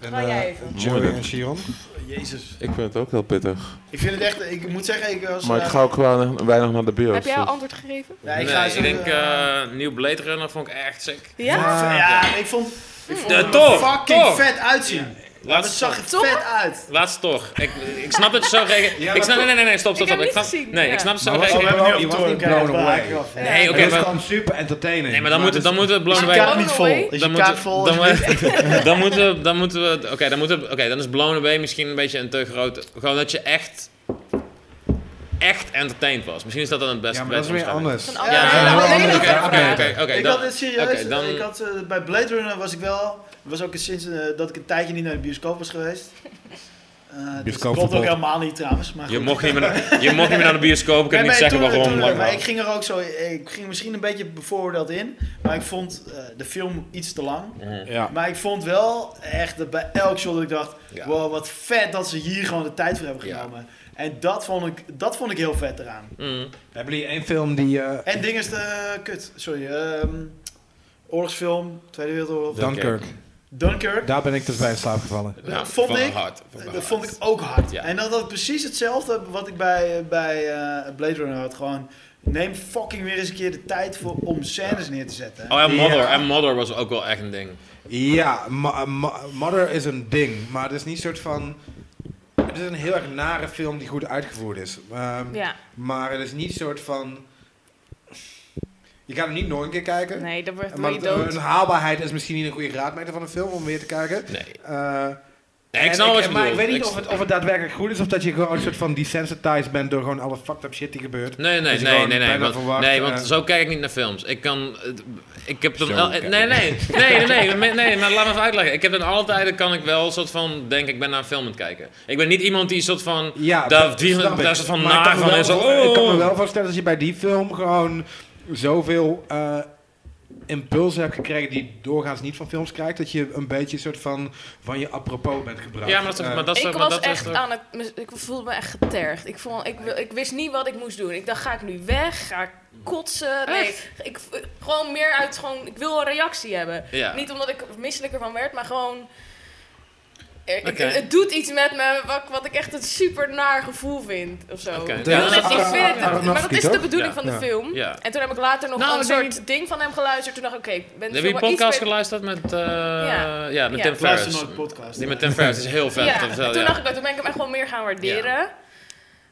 Speaker 3: En,
Speaker 9: Ga jij
Speaker 3: eh,
Speaker 9: even.
Speaker 3: Joey en Chiron.
Speaker 2: Jezus.
Speaker 4: Ik vind het ook heel pittig.
Speaker 2: Ik vind het echt, ik moet zeggen, ik was...
Speaker 4: Maar ik
Speaker 2: eh,
Speaker 4: ga ook weinig, weinig naar de bios.
Speaker 6: Heb jij al
Speaker 4: dus-
Speaker 6: antwoord gegeven?
Speaker 2: nee, ik,
Speaker 1: ik,
Speaker 2: ga
Speaker 1: nee,
Speaker 2: zo,
Speaker 1: ik denk,
Speaker 2: eh,
Speaker 1: eh nieuw Blade Runner vond ik echt sick.
Speaker 6: Ja?
Speaker 2: ja, ja, ik vond... Ik vond
Speaker 1: Eh,
Speaker 2: het
Speaker 1: toch,
Speaker 2: fucking
Speaker 1: toch.
Speaker 2: vet uitzien. Maar het
Speaker 1: Laatst
Speaker 2: zag er
Speaker 6: Toch?
Speaker 2: vet uit.
Speaker 1: Laatst toch. Ik, ik snap dat je zo reageert. ik snap, nee, nee, nee, nee, stop, stop,
Speaker 6: Ik
Speaker 1: stop.
Speaker 6: heb
Speaker 1: Ik
Speaker 6: hem
Speaker 1: snap,
Speaker 6: niet gezien,
Speaker 1: nee,
Speaker 6: ja.
Speaker 1: ik snap zo
Speaker 3: Maar was-
Speaker 1: reageren.
Speaker 3: hebben hem nu op toren blown away.
Speaker 1: Nee, oké,
Speaker 3: Het is
Speaker 1: maar-
Speaker 3: gewoon super entertaining.
Speaker 1: Nee, maar dan moeten, dan moeten we
Speaker 2: Is
Speaker 1: blown
Speaker 2: je
Speaker 1: away.
Speaker 2: kaart niet vol? Is
Speaker 1: Dan
Speaker 2: je
Speaker 1: moeten-
Speaker 2: kaart vol?
Speaker 1: Dan, we- dan moeten we, dan moeten we, oké, dan moeten we, oké, dan is Blown Away misschien een beetje een te groot, gewoon dat je echt, echt entertained was. Misschien is dat dan het beste.
Speaker 3: Ja, maar dat is weer
Speaker 1: beste omschrijving.
Speaker 3: anders.
Speaker 6: Een
Speaker 2: Ja,
Speaker 6: andere-
Speaker 2: ja,
Speaker 6: Oh, Nee,
Speaker 3: ja,
Speaker 6: nee,
Speaker 3: ja,
Speaker 1: Oké, oké, oké, oké,
Speaker 2: ik
Speaker 1: dan-
Speaker 2: had het serieus.
Speaker 1: oké, dan-
Speaker 2: ik had, eh, bij Blade Runner was ik wel. was ook sinds eh, dat ik een tijdje niet naar de bioscoop was geweest. Eh dus dat klopt ook
Speaker 3: Bioscoopverbod.
Speaker 2: helemaal niet trouwens. Maar
Speaker 1: Je
Speaker 2: goed.
Speaker 1: mocht, niet meer naar, je mocht niet meer naar de bioscoop, ik kan
Speaker 2: dus- Nee,
Speaker 1: niet zeggen
Speaker 2: maar toen-
Speaker 1: waarom.
Speaker 2: toen-
Speaker 1: lang
Speaker 2: maar
Speaker 1: verhaal.
Speaker 2: ik ging er ook zo. Ik ging misschien een beetje bevooroordeeld in. Maar ik vond eh, de film iets te lang.
Speaker 1: Mhm.
Speaker 3: Ja.
Speaker 2: Maar ik vond wel echt dat bij elk shot dat ik dacht.
Speaker 1: Ja.
Speaker 2: Wow, wat vet dat ze hier gewoon de tijd voor hebben
Speaker 1: Ja.
Speaker 2: genomen. En dat vond, ik, dat vond ik heel vet eraan.
Speaker 1: Mhm.
Speaker 3: Hebben jullie één film die... eh,
Speaker 2: En ding is de. kut, sorry. ehm, oorlogsfilm, Tweede Wereldoorlog.
Speaker 3: Dunkirk.
Speaker 2: Dunkirk.
Speaker 3: Daar ben ik dus bij in slaap gevallen.
Speaker 1: Ja,
Speaker 2: vond
Speaker 1: van
Speaker 2: ik-
Speaker 1: hard, van
Speaker 2: Dat
Speaker 1: hard.
Speaker 2: vond ik ook hard.
Speaker 1: Ja.
Speaker 2: En dat had precies hetzelfde wat ik bij, bij eh, Blade Runner had. Gewoon, neem fucking weer eens een keer de tijd voor om scènes neer te zetten.
Speaker 1: Oh, en Mother,
Speaker 3: Ja.
Speaker 1: en Mother was ook wel echt een ding.
Speaker 3: Ja, Ma- Ma- Mother is een ding, maar het is niet soort van... Het is een heel erg nare film die goed uitgevoerd is. Ehm,
Speaker 6: Ja,
Speaker 3: Maar het is niet soort van... Je gaat hem niet nog een keer kijken.
Speaker 6: nee, dat wordt
Speaker 3: Maar eh,
Speaker 6: maar je
Speaker 3: het- een
Speaker 6: dood.
Speaker 3: haalbaarheid is misschien niet een goede raadmeter van een film om weer te kijken.
Speaker 1: Nee.
Speaker 3: Eh,
Speaker 1: Nee, ik
Speaker 3: en
Speaker 1: snap wat je
Speaker 3: Maar ik
Speaker 1: bedoelt.
Speaker 3: weet niet
Speaker 1: Ik-
Speaker 3: of het, of het daadwerkelijk goed is of dat je gewoon een soort van desensitized bent door gewoon alle fucked up shit die gebeurt.
Speaker 1: Nee, nee,
Speaker 3: Dus je
Speaker 1: nee,
Speaker 3: gewoon
Speaker 1: nee, nee,
Speaker 3: bijna
Speaker 1: want,
Speaker 3: verwacht,
Speaker 1: nee,
Speaker 3: eh,
Speaker 1: want zo kijk ik niet naar films. Ik kan, het- ik heb dan,
Speaker 3: Zo
Speaker 1: al-
Speaker 3: kijk
Speaker 1: nee, nee,
Speaker 3: ik.
Speaker 1: nee, nee, nee, nee, nee, maar laat me even uitleggen. Ik heb dan altijd, kan ik wel een soort van, denk ik ben naar een film aan het kijken. Ik ben niet iemand die een soort van,
Speaker 3: Ja,
Speaker 1: daar-
Speaker 3: dat
Speaker 1: die-
Speaker 3: snap ik.
Speaker 1: daar is het van
Speaker 3: Maar ik
Speaker 1: naar
Speaker 3: kan me
Speaker 1: van
Speaker 3: wel
Speaker 1: en zo,
Speaker 3: voor- Ik kan me
Speaker 1: oh.
Speaker 3: wel voorstellen dat je bij die film gewoon zoveel eh, impulsen hebt gekregen die je doorgaans niet van films krijgt, dat je een beetje een soort van van je apropos bent gebracht.
Speaker 1: Ja, maar dat is,
Speaker 3: Eh,
Speaker 1: maar dat is,
Speaker 6: Ik
Speaker 1: maar
Speaker 6: was
Speaker 1: dat is
Speaker 6: echt
Speaker 1: toch-
Speaker 6: aan het... Ik voelde me echt getergd. Ik, vond, ik, wil- ik wist niet wat ik moest doen. Ik dacht, ga ik nu weg? Ga ik kotsen? Nee, ik, gewoon meer uit gewoon... Ik wil een reactie hebben.
Speaker 1: ja.
Speaker 6: Niet omdat ik misselijker van werd, maar gewoon... eh, ik-
Speaker 1: Oké.
Speaker 6: het doet iets met me wat, wat ik echt een super naar gevoel vind of zo.
Speaker 1: Oké.
Speaker 6: Ik
Speaker 1: Ja,
Speaker 6: wil
Speaker 1: dat
Speaker 6: het
Speaker 1: is
Speaker 6: niet
Speaker 3: Ar- Ar-
Speaker 6: vinden.
Speaker 3: Aronofsky,
Speaker 6: maar dat is de
Speaker 3: toch?
Speaker 6: bedoeling
Speaker 1: Ja.
Speaker 6: van de
Speaker 3: Ja.
Speaker 6: film.
Speaker 1: Ja.
Speaker 6: En toen heb ik later nog
Speaker 1: Nou,
Speaker 6: een
Speaker 1: ik denk
Speaker 6: soort ding van hem geluisterd. Toen dacht ik, oké, ik ben
Speaker 1: Heb je
Speaker 6: film
Speaker 1: die
Speaker 6: wel iets
Speaker 1: podcast
Speaker 6: meer-
Speaker 1: geluisterd met, eh, ja.
Speaker 6: Ja.
Speaker 1: met
Speaker 6: Ja.
Speaker 1: Tim
Speaker 2: Ik luister
Speaker 1: Ferriss?
Speaker 2: nooit podcast.
Speaker 1: Die met Tim Ferriss is heel vet.
Speaker 6: Ja,
Speaker 1: dat is wel-
Speaker 6: toen
Speaker 1: ja.
Speaker 6: dacht ik dat. Toen ben ik hem echt wel meer gaan waarderen.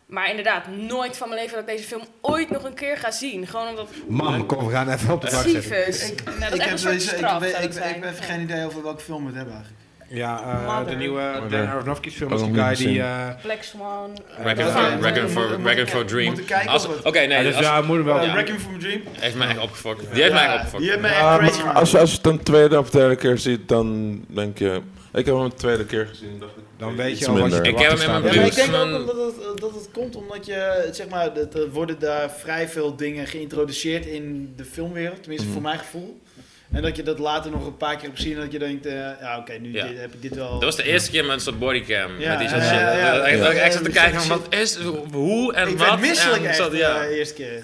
Speaker 6: Maar inderdaad, nooit van mijn leven dat ik deze film ooit nog een keer ga zien. Gewoon omdat...
Speaker 3: Mam, kom, we gaan even op de bank zitten.
Speaker 6: Tyfus. Nou, dat is
Speaker 2: ik
Speaker 6: echt
Speaker 2: heb
Speaker 6: een soort
Speaker 2: deze- ik
Speaker 6: straf,
Speaker 2: weet-
Speaker 6: zou
Speaker 2: ik-
Speaker 6: dat zijn.
Speaker 2: Ik heb even geen idee over welke film we het hebben eigenlijk.
Speaker 3: Ja, eh,
Speaker 6: Mother.
Speaker 3: de nieuwe Dan
Speaker 4: Mother.
Speaker 3: Aronofsky's film
Speaker 4: Ook
Speaker 3: is die
Speaker 4: nog
Speaker 3: guy
Speaker 4: niet
Speaker 3: die...
Speaker 4: gezien.
Speaker 3: eh,
Speaker 6: Black Swan.
Speaker 1: Reckon
Speaker 2: Ja.
Speaker 1: for,
Speaker 2: Ja.
Speaker 1: Reckon
Speaker 2: Moet-
Speaker 1: for,
Speaker 2: moet-
Speaker 1: Reckon
Speaker 2: moet-
Speaker 1: for Dream.
Speaker 2: moeten kijken
Speaker 1: Als-
Speaker 2: of het-
Speaker 1: Oké, nee,
Speaker 3: ja, dus
Speaker 1: als-
Speaker 3: ja, moet hem wel.
Speaker 2: Eh,
Speaker 1: ja.
Speaker 2: Wrecking from a Dream.
Speaker 1: heeft mij echt opgefokt. Die heeft mij echt
Speaker 2: Ja,
Speaker 1: opgefokt.
Speaker 2: Die heeft mij
Speaker 4: Ja,
Speaker 2: echt crazy
Speaker 4: maar als,
Speaker 2: gemaakt.
Speaker 4: je- als je het een tweede of derde keer ziet, dan denk je... Ik heb hem een tweede keer gezien, dacht ik.
Speaker 3: Dan weet
Speaker 4: iets
Speaker 3: je al wat je
Speaker 4: minder.
Speaker 3: te
Speaker 1: Ik heb hem
Speaker 3: wachten
Speaker 1: in
Speaker 3: staat.
Speaker 2: Ja,
Speaker 1: mijn
Speaker 2: maar ik
Speaker 1: Blues.
Speaker 2: denk ook
Speaker 1: Dan-
Speaker 2: dat het, dat het komt omdat je, zeg maar, dat er worden daar vrij veel dingen geïntroduceerd in de filmwereld, tenminste
Speaker 3: Mhm.
Speaker 2: voor mijn gevoel. En dat je dat later nog een paar keer hebt gezien en dat je denkt, eh, ja oké, nu
Speaker 1: Ja.
Speaker 2: dit- heb ik dit wel...
Speaker 1: Dat was de eerste keer met zo'n bodycam.
Speaker 2: Ja,
Speaker 1: met die soort
Speaker 2: ja,
Speaker 1: shit.
Speaker 2: ja, ja.
Speaker 1: Dat ik dat ik echt
Speaker 2: Ja.
Speaker 1: zat te kijken van wat is, hoe en
Speaker 2: ik
Speaker 1: wat.
Speaker 2: werd misselijk
Speaker 1: en
Speaker 2: echt
Speaker 1: zat-
Speaker 2: ja.
Speaker 1: ja.
Speaker 2: de eerste keer.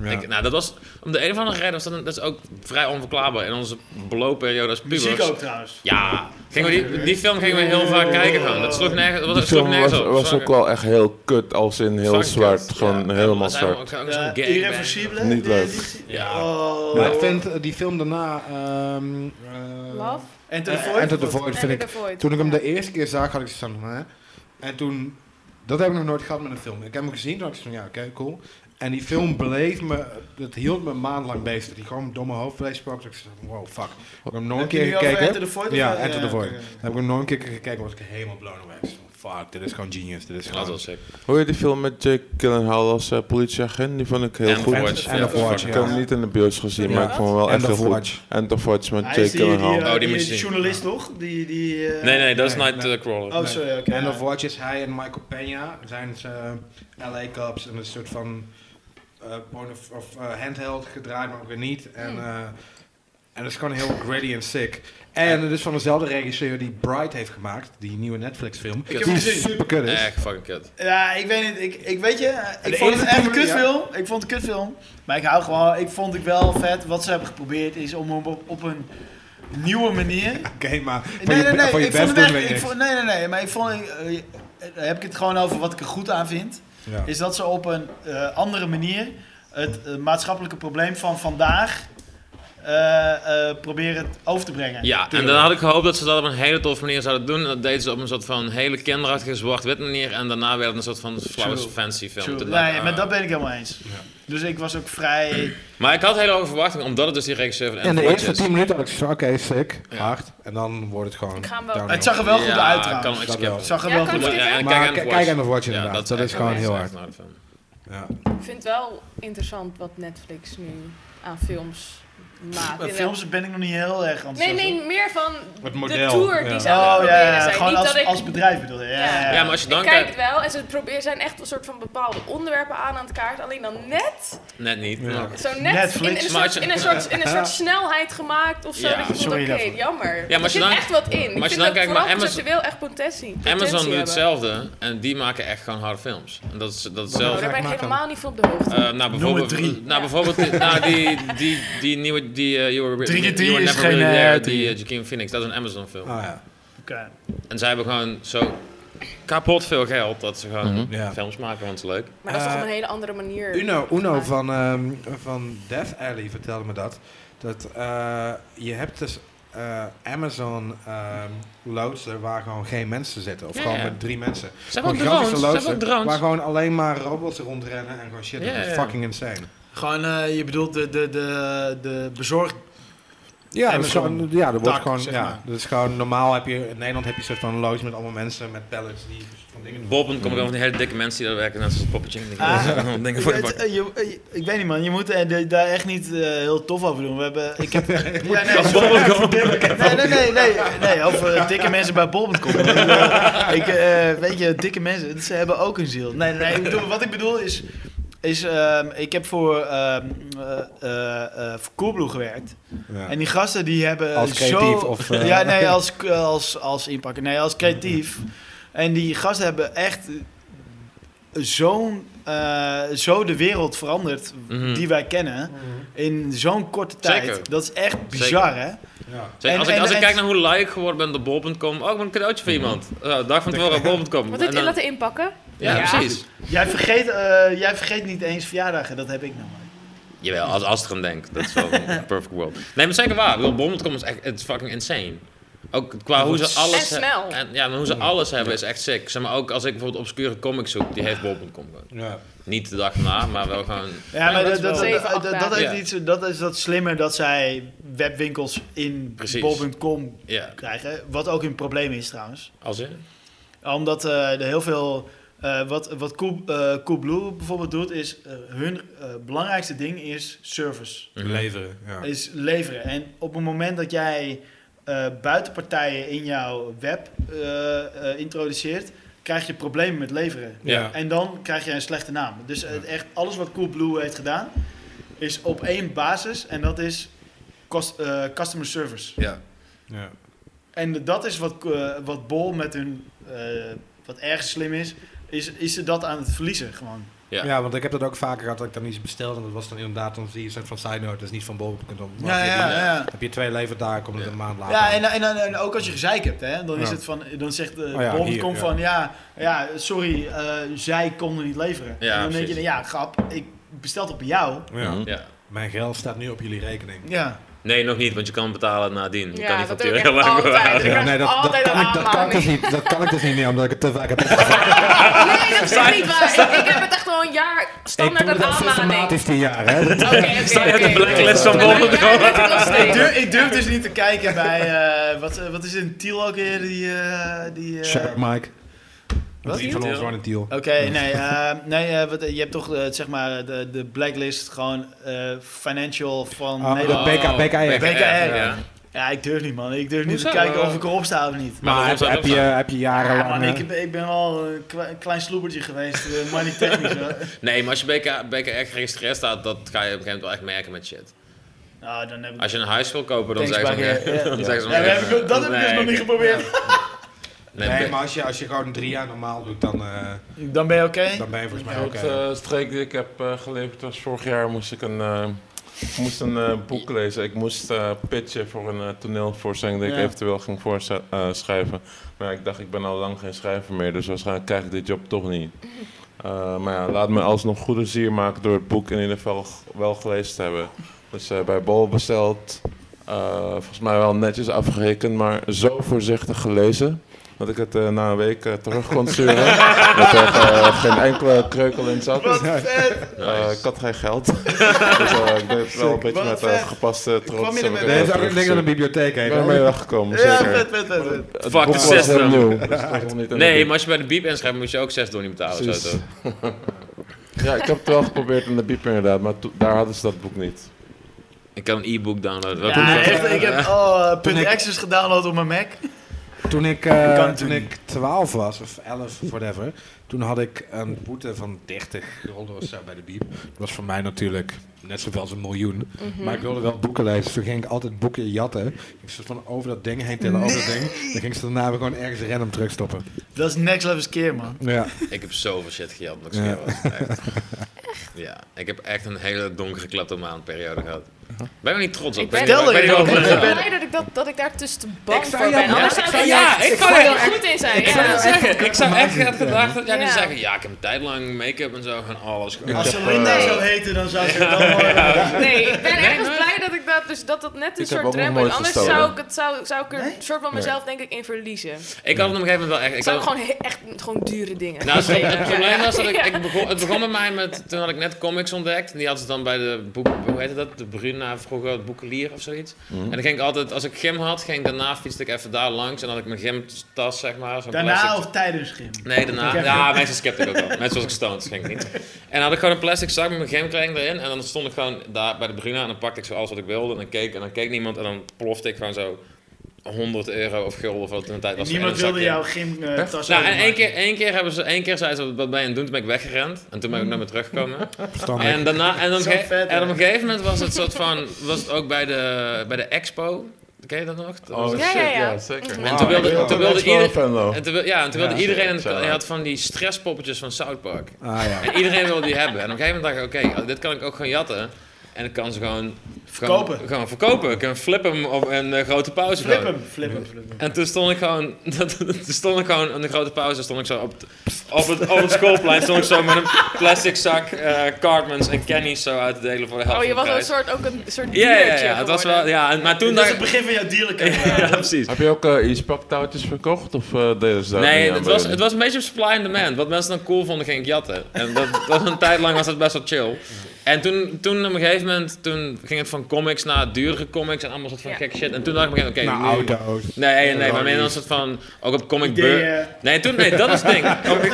Speaker 3: Ja.
Speaker 1: Ik- nou, dat was om de een of andere reden was dat, een- dat is ook vrij onverklaarbaar in onze blowperiode als pubers.
Speaker 2: Muziek ook trouwens.
Speaker 1: Ja, gingen we die, die film gingen we heel vaak kijken gewoon. Dat sloeg nergens, dat was,
Speaker 4: Die
Speaker 1: dat sloeg
Speaker 4: film was,
Speaker 1: nergens op.
Speaker 4: was ook wel echt heel kut, als in heel
Speaker 1: Fucking
Speaker 4: zwart.
Speaker 1: kut.
Speaker 4: Gewoon
Speaker 1: Ja,
Speaker 4: helemaal
Speaker 1: dat was
Speaker 4: zwart.
Speaker 1: eigenlijk ook zo'n
Speaker 2: Ja,
Speaker 1: gangbang.
Speaker 2: irreversibele.
Speaker 4: Niet
Speaker 2: die-
Speaker 4: leuk.
Speaker 2: die-
Speaker 1: Ja.
Speaker 2: Oh.
Speaker 3: Maar ik vind eh, die film daarna... ehm eh,
Speaker 6: Love.
Speaker 2: En ten
Speaker 3: Eh,
Speaker 2: voort.
Speaker 3: Enter the Void vind ik
Speaker 6: Enter the Void.
Speaker 3: Toen ik hem
Speaker 6: Ja.
Speaker 3: de eerste keer zag, had ik zoiets van, hè? En toen, dat heb ik nog nooit gehad met een film. Ik heb hem gezien, toen had ik zoiets van, ja, oké, cool. En die film bleef me, dat hield me maandenlang bezig. Die gewoon domme hoofdvlees sprak. Dus ik dacht, wow, fuck. Ik heb hem nog een
Speaker 2: Heb je
Speaker 3: keer
Speaker 2: nu over
Speaker 3: gekeken.
Speaker 2: Enter the Void of-
Speaker 3: ja,
Speaker 2: eh,
Speaker 3: Enter the
Speaker 2: ja,
Speaker 3: Void.
Speaker 2: oké.
Speaker 3: Dan heb ik hem nog een keer gekeken, was ik helemaal blown away. Ik dacht van, Fuck, dit is gewoon genius. Dit is
Speaker 1: Dat
Speaker 3: gewoon...
Speaker 1: was sick.
Speaker 4: Hoor je die film met Jake Gyllenhaal als eh, politieagent? Die vond ik heel
Speaker 1: End of
Speaker 4: goed.
Speaker 1: Watch.
Speaker 3: End of
Speaker 1: Ja,
Speaker 3: Watch,
Speaker 4: Ik
Speaker 3: ja.
Speaker 4: heb hem niet in de bios gezien,
Speaker 3: Ja.
Speaker 4: maar ik vond hem wel echt
Speaker 3: End
Speaker 4: heel
Speaker 3: of
Speaker 4: goed.
Speaker 3: Watch.
Speaker 4: End of Watch met
Speaker 2: Hij is
Speaker 4: Jake
Speaker 2: die, die,
Speaker 4: Gyllenhaal.
Speaker 2: eh,
Speaker 1: Oh, die
Speaker 2: die
Speaker 1: moet je zien.
Speaker 2: journalist toch? Die, die, eh,
Speaker 1: Nee, nee, dat is
Speaker 3: Nee,
Speaker 1: Night
Speaker 3: nee.
Speaker 1: eh, Crawler.
Speaker 2: Oh, sorry, oké.
Speaker 3: End
Speaker 2: ja.
Speaker 3: of Watch is hij en Michael Peña. Zijn ze LA Cups en een soort van eh, point of, of eh, handheld gedraaid, maar ook weer niet. En, eh, en dat is gewoon heel gritty en sick. En het is van dezelfde regisseur die Bright heeft gemaakt, die nieuwe Netflix film.
Speaker 1: Ik heb
Speaker 3: die
Speaker 1: hem
Speaker 2: gezien.
Speaker 3: super kut is.
Speaker 1: Echt fucking kut.
Speaker 2: Ja, ik weet niet. Ik, ik weet je, eh, ik
Speaker 3: De
Speaker 2: vond het
Speaker 3: enige
Speaker 2: echt een
Speaker 3: manier-
Speaker 2: kutfilm. Ik vond het een kutfilm. Maar ik hou gewoon, ik vond het wel vet. Wat ze hebben geprobeerd is om hem op, op een nieuwe manier.
Speaker 3: Oké, maar voor
Speaker 2: Nee,
Speaker 3: je,
Speaker 2: nee, nee.
Speaker 3: voor je
Speaker 2: ik
Speaker 3: best
Speaker 2: vond het
Speaker 3: doen we
Speaker 2: echt- ik
Speaker 3: niks.
Speaker 2: vond- nee, nee, nee. Maar ik vond, eh, eh, heb ik het gewoon over wat ik er goed aan vind.
Speaker 3: Ja.
Speaker 2: Is dat ze op een eh, andere manier het eh, maatschappelijke probleem van vandaag eh, eh, proberen over te brengen.
Speaker 1: Ja, en dan had ik gehoopt dat ze dat op een hele toffe manier zouden doen. En dat deden ze op een soort van hele kinderachtige zwart-wit manier. En daarna werd het een soort van flauwe
Speaker 2: True.
Speaker 1: fancy film.
Speaker 2: True.
Speaker 1: Toen dacht ik,
Speaker 2: Nee, maar
Speaker 1: ah.
Speaker 2: dat ben ik helemaal eens. Dus ik was ook vrij...
Speaker 1: Maar ik had hele hoge verwachtingen, omdat het dus die regisseur van
Speaker 3: En de
Speaker 1: Anthony
Speaker 3: eerste
Speaker 1: is.
Speaker 3: 10 minuten had ik zo, oké, sick,
Speaker 1: Ja.
Speaker 3: hard. En dan wordt het gewoon
Speaker 6: Ik ga hem wel-
Speaker 3: downhill.
Speaker 2: Het zag er wel goed
Speaker 1: Ja,
Speaker 2: uit
Speaker 1: kan
Speaker 2: trouwens.
Speaker 1: ik
Speaker 3: Dat
Speaker 1: skippen.
Speaker 3: wel.
Speaker 2: Het zag er
Speaker 6: Ja,
Speaker 2: wel
Speaker 6: kan
Speaker 2: goed
Speaker 6: ik
Speaker 2: uit.
Speaker 6: skippen?
Speaker 1: en
Speaker 3: Maar
Speaker 1: End
Speaker 3: kijk-
Speaker 1: Watch.
Speaker 3: kijk End Watch inderdaad, dat is
Speaker 1: echt-
Speaker 3: gewoon heel
Speaker 1: echt
Speaker 3: hard.
Speaker 1: een harde film.
Speaker 3: Ja.
Speaker 6: Ik vind het wel interessant wat Netflix nu aan films maakt.
Speaker 2: Bij films ben ik nog niet heel erg
Speaker 6: Nee,
Speaker 2: enthousiast.
Speaker 6: nee, meer van
Speaker 5: Het
Speaker 6: de
Speaker 5: model.
Speaker 6: tour
Speaker 5: ja.
Speaker 6: die ze aan het
Speaker 2: Oh
Speaker 6: proberen
Speaker 2: ja,
Speaker 6: zijn.
Speaker 2: gewoon
Speaker 6: Niet
Speaker 2: als,
Speaker 6: dat ik,
Speaker 2: als bedrijf bedoel je. Ja,
Speaker 6: Ja.
Speaker 1: Ja, maar als je
Speaker 6: ik
Speaker 1: dan
Speaker 6: kijk het
Speaker 1: kijkt...
Speaker 6: wel en ze proberen, zijn echt een soort van bepaalde onderwerpen aan aan het kaart. Alleen dan net,
Speaker 1: Net niet. Ja.
Speaker 6: zo net,
Speaker 2: Netflix,
Speaker 6: in, in, een
Speaker 1: maar
Speaker 6: soort,
Speaker 1: als je-
Speaker 6: in, een soort, in een soort snelheid gemaakt of zo.
Speaker 1: Ja.
Speaker 6: dat je voelt,
Speaker 2: Sorry
Speaker 6: oké,
Speaker 2: daarvoor.
Speaker 6: jammer.
Speaker 1: maar
Speaker 6: er
Speaker 1: als je
Speaker 6: zit
Speaker 1: dan-
Speaker 6: echt wat in.
Speaker 1: je
Speaker 6: Maar als je
Speaker 1: dan kijkt,
Speaker 6: dan kijkt,
Speaker 1: maar
Speaker 6: maar
Speaker 1: Amazon-
Speaker 6: Amazon, wil echt potentie, potentie
Speaker 1: Amazon doet
Speaker 6: hebben.
Speaker 1: hetzelfde. En die maken echt gewoon harde films. En dat is
Speaker 6: Oh,
Speaker 1: datzelfde.
Speaker 6: daar ben ik
Speaker 3: Maak dan.
Speaker 6: helemaal niet van op de hoogte.
Speaker 1: Eh nou, bijvoorbeeld,
Speaker 2: het drie.
Speaker 1: Nou, bijvoorbeeld die- nou, die, die, die nieuwe... Die, eh, you were,
Speaker 2: Drie keer
Speaker 1: You
Speaker 2: drie
Speaker 1: Were
Speaker 2: is
Speaker 1: Never
Speaker 2: geen,
Speaker 1: Really
Speaker 2: eh,
Speaker 1: There, die
Speaker 2: drie.
Speaker 1: eh, Joaquin Phoenix. Dat is een Amazon film.
Speaker 3: Ah, ja.
Speaker 2: Oké.
Speaker 1: En zij hebben gewoon zo kapot veel geld dat ze gewoon
Speaker 3: Ja.
Speaker 1: films maken, want het is leuk.
Speaker 6: maar dat is toch
Speaker 3: eh,
Speaker 6: op een hele andere manier.
Speaker 3: Uno, Uno
Speaker 6: Maar-
Speaker 3: van, ehm, van Death Alley vertelde me dat. Dat eh, je hebt dus eh, Amazon ehm loodsen waar gewoon geen mensen zitten. Of
Speaker 1: Ja,
Speaker 3: gewoon
Speaker 1: ja.
Speaker 3: met drie mensen.
Speaker 1: Ze hebben ook
Speaker 3: Gewoon grafische
Speaker 1: drones. Ze hebben ook
Speaker 3: loodsen Waar
Speaker 1: drones.
Speaker 3: gewoon alleen maar robots rondrennen en gewoon shit.
Speaker 1: Ja,
Speaker 3: dat is
Speaker 1: ja.
Speaker 3: fucking insane.
Speaker 2: Gewoon, eh, je bedoelt de, de, de, de bezorg...
Speaker 3: Ja, dat is
Speaker 2: Amazon
Speaker 3: gewoon, ja, dat wordt
Speaker 2: tak,
Speaker 3: gewoon,
Speaker 2: zeg
Speaker 3: ja,
Speaker 2: maar.
Speaker 3: dat is gewoon normaal heb je, in Nederland heb je een soort van loods met allemaal mensen, met pallets die van dingen doen.
Speaker 1: Bob, dan kom ik over die hele dikke mensen die daar werken, net zoals poppetje.
Speaker 2: Ah.
Speaker 1: Om dingen voor de
Speaker 2: Het-
Speaker 1: bak.
Speaker 2: eh, je- eh, je- ik weet niet man, je moet eh, de- daar echt niet eh, heel tof over doen. We hebben, ik heb, ja, nee, sorry. nee, nee, nee, nee, nee, over eh, dikke mensen bij bol.com. Ik, eh, ik, eh, weet je, dikke mensen, ze hebben ook een ziel. Nee, nee, ik bedoel, wat ik bedoel is, is ehm, ik heb voor, ehm eh, eh, eh, voor Coolblue gewerkt.
Speaker 3: Ja.
Speaker 2: En die gasten die hebben
Speaker 3: Als creatief
Speaker 2: zo...
Speaker 3: of, eh,
Speaker 2: Ja, nee, als, als, als inpakker. Nee, als creatief. En die gasten hebben echt zo'n... eh, zo de wereld veranderd
Speaker 1: Mhm.
Speaker 2: die wij kennen in zo'n korte tijd.
Speaker 1: Zeker.
Speaker 2: Dat is echt bizar, hè?
Speaker 3: Ja.
Speaker 1: Zeg,
Speaker 2: En-
Speaker 1: als, ik,
Speaker 2: en-
Speaker 1: als ik
Speaker 2: en-
Speaker 1: kijk naar hoe like ik geworden ben door bol.com, oh, ik ben een cadeautje
Speaker 3: Mhm.
Speaker 1: voor iemand. Eh, dag van tevoren, bol.com.
Speaker 6: Wat
Speaker 1: En
Speaker 6: dit
Speaker 1: dan-
Speaker 6: laten inpakken?
Speaker 1: Ja, precies.
Speaker 2: Jij vergeet, eh, jij vergeet niet eens verjaardagen. Dat heb ik nou.
Speaker 1: Jawel, als, als ik erom denk. Dat is wel een perfect world. Nee, maar zeker waar. Ik bedoel, Bol.com is echt het is fucking insane. Ook qua hoe ze alles...
Speaker 6: En
Speaker 1: he-
Speaker 6: snel.
Speaker 1: en- ja, maar hoe ze alles hebben is echt sick. Zeg maar, ook als ik bijvoorbeeld obscure comics zoek, die heeft Bol.com. gewoon.
Speaker 3: Ja.
Speaker 1: Niet de dag na, maar wel gewoon...
Speaker 2: Ja, maar
Speaker 6: dat is
Speaker 2: dat, dat,
Speaker 6: wel-
Speaker 2: dat,
Speaker 6: Zeven, acht
Speaker 2: dat- dat
Speaker 6: dagen.
Speaker 2: heeft
Speaker 1: Ja.
Speaker 2: iets, dat is dat slimmer dat zij webwinkels in
Speaker 1: Precies.
Speaker 2: bol.com
Speaker 1: Ja,
Speaker 2: krijgen. Wat ook een probleem is trouwens.
Speaker 1: als in?
Speaker 2: Omdat eh, er heel veel. eh, wat wat Cool, eh, Coolblue bijvoorbeeld doet, is eh, hun eh, belangrijkste ding is service.
Speaker 1: Mhm.
Speaker 3: Leveren, ja.
Speaker 2: Is leveren. En op het moment dat jij eh, buitenpartijen in jouw web eh, eh, introduceert, krijg je problemen met leveren.
Speaker 3: Ja.
Speaker 2: En dan krijg je een slechte naam. Dus het echt alles wat Coolblue heeft gedaan, is op één basis en dat is cost- eh, customer service.
Speaker 1: Ja.
Speaker 3: ja.
Speaker 2: En dat is wat, eh, wat Bol met hun, eh, wat erg slim is, is, is ze dat aan het verliezen gewoon.
Speaker 1: Ja.
Speaker 3: Ja. want ik heb dat ook vaker gehad dat ik dan iets bestelde. En dat was dan inderdaad, dan zie je een soort van side note, dat is niet van bol. dan
Speaker 2: Ja, ja, ja. ja.
Speaker 3: heb je twee leverdagen, komt het een maand later.
Speaker 2: Ja, en, en, en, en ook als je gezeik hebt, hè, dan, is
Speaker 3: Ja.
Speaker 2: het van, dan zegt eh
Speaker 3: Oh ja,
Speaker 2: Bol
Speaker 3: hier,
Speaker 2: komt
Speaker 3: ja.
Speaker 2: van, ja, ja sorry, eh, zij konden niet leveren.
Speaker 1: Ja,
Speaker 2: en dan denk
Speaker 1: precies.
Speaker 2: je, ja, grap, ik bestel het op jou.
Speaker 3: Ja.
Speaker 1: Ja.
Speaker 3: Mijn geld staat nu op jullie rekening.
Speaker 2: Ja.
Speaker 1: Nee, nog niet, want je kan betalen nadien. Je kan
Speaker 6: Ja,
Speaker 1: niet
Speaker 6: dat doe
Speaker 1: facturen
Speaker 6: ik echt
Speaker 1: heel lang
Speaker 2: dus
Speaker 6: altijd.
Speaker 1: bewaren.
Speaker 6: Ik krijg
Speaker 3: nee, dat, dat,
Speaker 6: altijd
Speaker 3: kan
Speaker 6: een
Speaker 3: ik, dat, kan ik dus
Speaker 6: aanmaning.
Speaker 3: niet, dat kan ik dus niet meer, omdat ik het te vaak heb opgevangen.
Speaker 6: Nee, dat is niet waar. Ik, ik heb het echt al een jaar
Speaker 3: Ik doe
Speaker 6: standaard
Speaker 3: het al
Speaker 6: aan aanmaning.
Speaker 3: systematisch tien jaar, hè.
Speaker 6: Oké, oké,
Speaker 1: Sta je op de
Speaker 6: oké.
Speaker 1: blacklist van
Speaker 6: Maar
Speaker 1: Bol.com?
Speaker 6: jij doet het nog
Speaker 2: Ik,
Speaker 6: steeds.
Speaker 2: durf, ik durf dus niet te kijken bij, eh, wat, eh, wat is het, een Tiel ook weer, die... eh, die eh,
Speaker 3: Sharp Mike. Een
Speaker 2: Wat?
Speaker 3: Vriend van ons, Ronnie Tiel.
Speaker 2: Oké, nee, eh, nee eh, wat, eh, je hebt toch eh, zeg maar de, de blacklist gewoon eh, financial van
Speaker 3: Ah, maar
Speaker 2: Nederland.
Speaker 3: dat BK, BK,
Speaker 1: Ja.
Speaker 2: BKR,
Speaker 1: Ja.
Speaker 2: Ja, ik durf niet man. Ik durf niet
Speaker 1: Hoezo?
Speaker 2: te kijken of ik erop sta of niet.
Speaker 1: Maar
Speaker 3: Maar Ah,
Speaker 1: waarom
Speaker 3: heb,
Speaker 1: zou
Speaker 3: heb,
Speaker 1: dat
Speaker 3: je,
Speaker 1: zijn?
Speaker 3: heb je
Speaker 2: Ja,
Speaker 3: jarenlang...
Speaker 2: man,
Speaker 3: eh,
Speaker 2: ik, ben- ik ben wel een kle- een klein sloebertje geweest, eh, money technisch. hoor.
Speaker 1: Nee, maar als je BK, BKR geregistreerd staat, dat ga je op een gegeven moment wel echt merken met shit.
Speaker 2: Nou, dan heb ik...
Speaker 1: Als je een huis wil kopen, dan
Speaker 2: Thanks,
Speaker 1: zeggen ze...
Speaker 2: Bakker.
Speaker 1: nee.
Speaker 2: Ja.
Speaker 1: Dan zeggen ze
Speaker 2: Ja,
Speaker 1: nee.
Speaker 2: dat heb ik- dat heb ik dus nog niet geprobeerd.
Speaker 1: Nee,
Speaker 3: nee,
Speaker 1: B-
Speaker 3: maar als je, als je gewoon drie jaar normaal doet, dan, eh,
Speaker 2: Dan ben je oké?
Speaker 3: dan ben je volgens mij
Speaker 4: Het
Speaker 3: oké.
Speaker 4: eh, streek die ik heb eh, geleverd was vorig jaar moest ik een eh, Ik moest een eh, boek lezen. Ik moest eh, pitchen voor een eh, toneelvoorstelling die ik
Speaker 2: Ja.
Speaker 4: eventueel ging voorschrijven. maar ja, ik dacht, ik ben al lang geen schrijver meer, dus waarschijnlijk krijg ik dit job toch niet. Eh, maar ja, laat me alsnog goede zier maken door het boek in ieder geval g- wel gelezen te hebben. Dus eh, bij Bol besteld, eh, volgens mij wel netjes afgerekend, maar zo voorzichtig gelezen. Dat ik het eh, na een week eh, terug kon sturen. dat er eh, geen enkele kreukel in zat. Eh, ik had geen geld. dus eh, ik deed het wel een beetje
Speaker 2: Wat
Speaker 4: met
Speaker 2: vet.
Speaker 4: eh, gepaste trots. heb
Speaker 2: je ermee
Speaker 4: ik
Speaker 3: Nee,
Speaker 4: het
Speaker 3: dat is ook
Speaker 4: wel
Speaker 3: een link aan de
Speaker 4: teruggestuurd.
Speaker 3: bibliotheek heen.
Speaker 4: Ik ben ermee weggekomen,
Speaker 2: Ja,
Speaker 4: zeker.
Speaker 2: vet, vet, vet.
Speaker 4: Het
Speaker 2: vet.
Speaker 1: Fuck
Speaker 4: boek
Speaker 1: de
Speaker 4: was
Speaker 1: zesde.
Speaker 4: heel nieuw, dus het was nog niet in de
Speaker 1: Nee,
Speaker 4: bieb.
Speaker 1: maar als je bij de biep inschrijft, moet je ook 6 door niet betalen. Zo,
Speaker 4: Precies.
Speaker 1: toch?
Speaker 4: Ja, ik heb het wel geprobeerd in de biep inderdaad, maar to- daar hadden ze dat boek niet.
Speaker 1: Ik kan een e-book downloaden. Welke
Speaker 2: Ja,
Speaker 1: boek was-
Speaker 2: echt, ik heb oh,
Speaker 3: Toen ik-
Speaker 2: punt access gedownload op mijn Mac.
Speaker 3: Toen ik, eh,
Speaker 2: kan het
Speaker 3: toen
Speaker 2: doen.
Speaker 3: ik 12 was, of 11, of whatever, toen had ik een boete van 30 gulden of zo bij de biep. Dat was voor mij natuurlijk net zoveel als een miljoen.
Speaker 6: Mhm.
Speaker 3: Maar ik wilde wel boeken lezen, dus toen ging ik altijd boeken jatten. Ik soort van over dat ding heen tillen, over dat ding. Dan ging ik ze daarna weer gewoon ergens random terugstoppen.
Speaker 2: Dat is next level keer, man.
Speaker 3: Ja.
Speaker 1: Ik heb zoveel shit gejat nog
Speaker 3: Ja.
Speaker 1: ja. was. Echt. Ja, ik heb echt een hele donkere kleptomaanperiode gehad. Ben ik niet trots op.
Speaker 6: Ik ben-
Speaker 1: weet niet-
Speaker 2: Vertel
Speaker 1: weet
Speaker 2: er
Speaker 1: niet
Speaker 2: je
Speaker 1: wat-
Speaker 2: over.
Speaker 6: Ik ben blij dat ik, dat, dat ik daar tussen de
Speaker 3: Ik
Speaker 6: bank
Speaker 3: zou
Speaker 6: voor
Speaker 3: jou-
Speaker 6: ben. Anders
Speaker 3: ja,
Speaker 6: zou
Speaker 3: ik
Speaker 6: ik,
Speaker 3: zou
Speaker 6: ja,
Speaker 3: jou-
Speaker 6: ik
Speaker 3: ik
Speaker 6: kan
Speaker 3: zou
Speaker 6: er
Speaker 3: jou
Speaker 6: heel goed in zijn.
Speaker 3: ik zou
Speaker 6: Ja.
Speaker 3: jou
Speaker 6: Ja.
Speaker 1: zeggen, ik zou echt het gedacht dat jij nu
Speaker 6: Ja.
Speaker 1: zeggen, ja, ik heb een tijd lang make-up en zo en alles.
Speaker 2: Als ze Linda zou heten, dan zou ze het dan worden.
Speaker 6: Nee, ik ben ergens blij dat ik dat, dus dat dat net een
Speaker 4: Ik heb
Speaker 6: soort
Speaker 4: ook nog
Speaker 6: drempel is.
Speaker 4: nooit
Speaker 6: Anders
Speaker 4: gestolen.
Speaker 6: zou ik, het, zou, zou ik er
Speaker 2: Nee?
Speaker 6: een soort van mezelf denk ik in verliezen.
Speaker 1: Ik had het op een gegeven moment wel echt...
Speaker 6: Ik
Speaker 1: Ik
Speaker 6: zou
Speaker 1: had-
Speaker 6: gewoon he- echt gewoon dure dingen.
Speaker 1: Nou, het, het
Speaker 6: Ja.
Speaker 1: probleem was dat ik, ik begon, het begon bij mij met, toen had ik net comics ontdekt. En die had ze dan bij de, boek, hoe heette dat, de Bruna, vroeger het boekelier of zoiets. En dan ging ik altijd, als ik gym had, ging ik daarna fietste ik even daar langs. En dan had ik mijn gymtas, zeg maar. zo'n
Speaker 2: Daarna
Speaker 1: plastic-
Speaker 2: of tijdens gym?
Speaker 1: Nee, daarna.
Speaker 2: Ik heb-
Speaker 1: Ja, mensen skipt ik ook wel. Mensen was ik stoned, dat ging ik niet. En dan had ik gewoon een plastic zak met mijn gymkleding erin. En dan stond ik gewoon daar bij de Bruna en dan pakte ik zo alles wat ik wilde. En dan keek, en dan keek niemand en dan plofte ik gewoon zo 100 euro of gulden of wat het in de tijd was. in
Speaker 2: Niemand
Speaker 1: een zakje.
Speaker 2: wilde jouw gym eh, tas
Speaker 1: Nou, en
Speaker 2: overmaken.
Speaker 1: één keer, één keer hebben ze, één keer zei ze, wat ben je aan het doen? Toen ben ik weggerend. En toen ben ik naar me teruggekomen.
Speaker 3: Verstandig.
Speaker 1: en daarna, en, op
Speaker 2: Mm. Zo
Speaker 1: een ge-
Speaker 2: vet,
Speaker 1: en
Speaker 2: hè?
Speaker 1: op een gegeven moment was het soort van, was het ook bij de, bij de expo. Ken je dat nog? Dat was-
Speaker 4: Oh
Speaker 6: Ja,
Speaker 4: shit,
Speaker 6: ja,
Speaker 4: ja,
Speaker 6: ja.
Speaker 4: zeker.
Speaker 1: En toen wilde, toen wilde ieder- en toen wil- ja, en toen wilde
Speaker 4: Ja,
Speaker 1: iedereen, en
Speaker 4: zo,
Speaker 1: hij
Speaker 4: ja.
Speaker 1: had van die stresspoppetjes van South Park.
Speaker 3: Ah ja.
Speaker 1: En iedereen wilde die hebben. En op een gegeven moment dacht ik, oké, dit kan ik ook gewoon jatten. En ik kan ze gewoon... gewoon-
Speaker 2: Verkopen.
Speaker 1: Gewoon verkopen. Ik kan flip hem op een eh, grote pauze.
Speaker 2: Flip
Speaker 1: gewoon.
Speaker 2: hem, flip hem, flip hem.
Speaker 1: En toen stond ik gewoon, toen stond ik gewoon in de grote pauze, stond ik zo op, het- op, het, op het schoolplein, stond ik zo met een plastic zak eh, Cartmans en Kenny's zo uit te delen voor de helft
Speaker 6: Oh, je
Speaker 1: van
Speaker 6: was
Speaker 1: de
Speaker 6: een
Speaker 1: prijs.
Speaker 6: soort, ook een soort
Speaker 1: Ja, ja, ja,
Speaker 6: diertje
Speaker 1: het was wel,
Speaker 6: geworden.
Speaker 1: ja, en- maar toen
Speaker 2: Dat is
Speaker 1: dacht
Speaker 2: het
Speaker 1: ik,
Speaker 2: begin van jouw dierlijkheid.
Speaker 1: ja, precies.
Speaker 4: Heb je ook eh ijspaptouwtjes verkocht of eh deden ze dat
Speaker 1: Nee,
Speaker 4: niet
Speaker 1: het
Speaker 4: aan
Speaker 1: was,
Speaker 4: bij
Speaker 1: het
Speaker 4: jullie?
Speaker 1: was een beetje supply and demand. Wat mensen dan cool vonden, ging ik jatten. En dat, dat was een tijd lang was dat best wel chill. En toen, toen op een gegeven moment, toen ging het van comics naar duurdere comics en allemaal soort van
Speaker 6: Ja.
Speaker 1: gekke shit. En toen dacht ik, op een gegeven moment, oké,
Speaker 3: Nou, auto's.
Speaker 1: Nee, nee, maar meer dan een soort van. Ook op Comic Beur.
Speaker 2: Ideeën.
Speaker 1: Nee, toen, nee, dat is het ding. Op, een- op een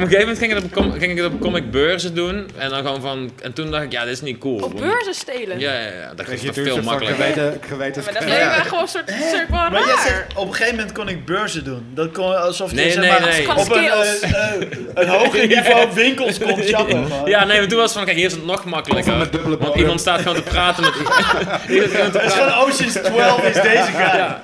Speaker 1: gegeven moment ging, het op, com- ging ik het op Comic Beurzen doen. En, dan gewoon van, en toen dacht ik, ja, dit is niet cool.
Speaker 6: Op
Speaker 1: Want-
Speaker 6: beurzen stelen.
Speaker 1: Ja, ja, ja. Dat
Speaker 3: Krijg
Speaker 1: is
Speaker 3: je
Speaker 1: toch
Speaker 3: natuurlijk
Speaker 1: veel
Speaker 3: een soort van
Speaker 1: makkelijker.
Speaker 3: geweten, geweten
Speaker 6: Maar dat bleek
Speaker 1: Ja.
Speaker 6: mij gewoon een soort, soort van
Speaker 2: Maar jij
Speaker 6: raar.
Speaker 2: zegt, op een gegeven moment kon ik beurzen doen. Dat kon alsof je
Speaker 1: Nee,
Speaker 2: zeg
Speaker 1: nee,
Speaker 2: maar,
Speaker 1: nee.
Speaker 2: op een,
Speaker 6: Skills.
Speaker 2: eh, eh, een hoger niveau winkels kon shoppen. man.
Speaker 1: Ja, nee, maar toen was het van, kijk, hier is het nog makkelijker.
Speaker 3: met dubbele
Speaker 1: Want
Speaker 3: bodem.
Speaker 1: iemand staat gewoon te praten met... Hier is gewoon te
Speaker 2: Het is
Speaker 1: praten.
Speaker 2: gewoon Ocean's 12 is deze guy.
Speaker 1: Ja.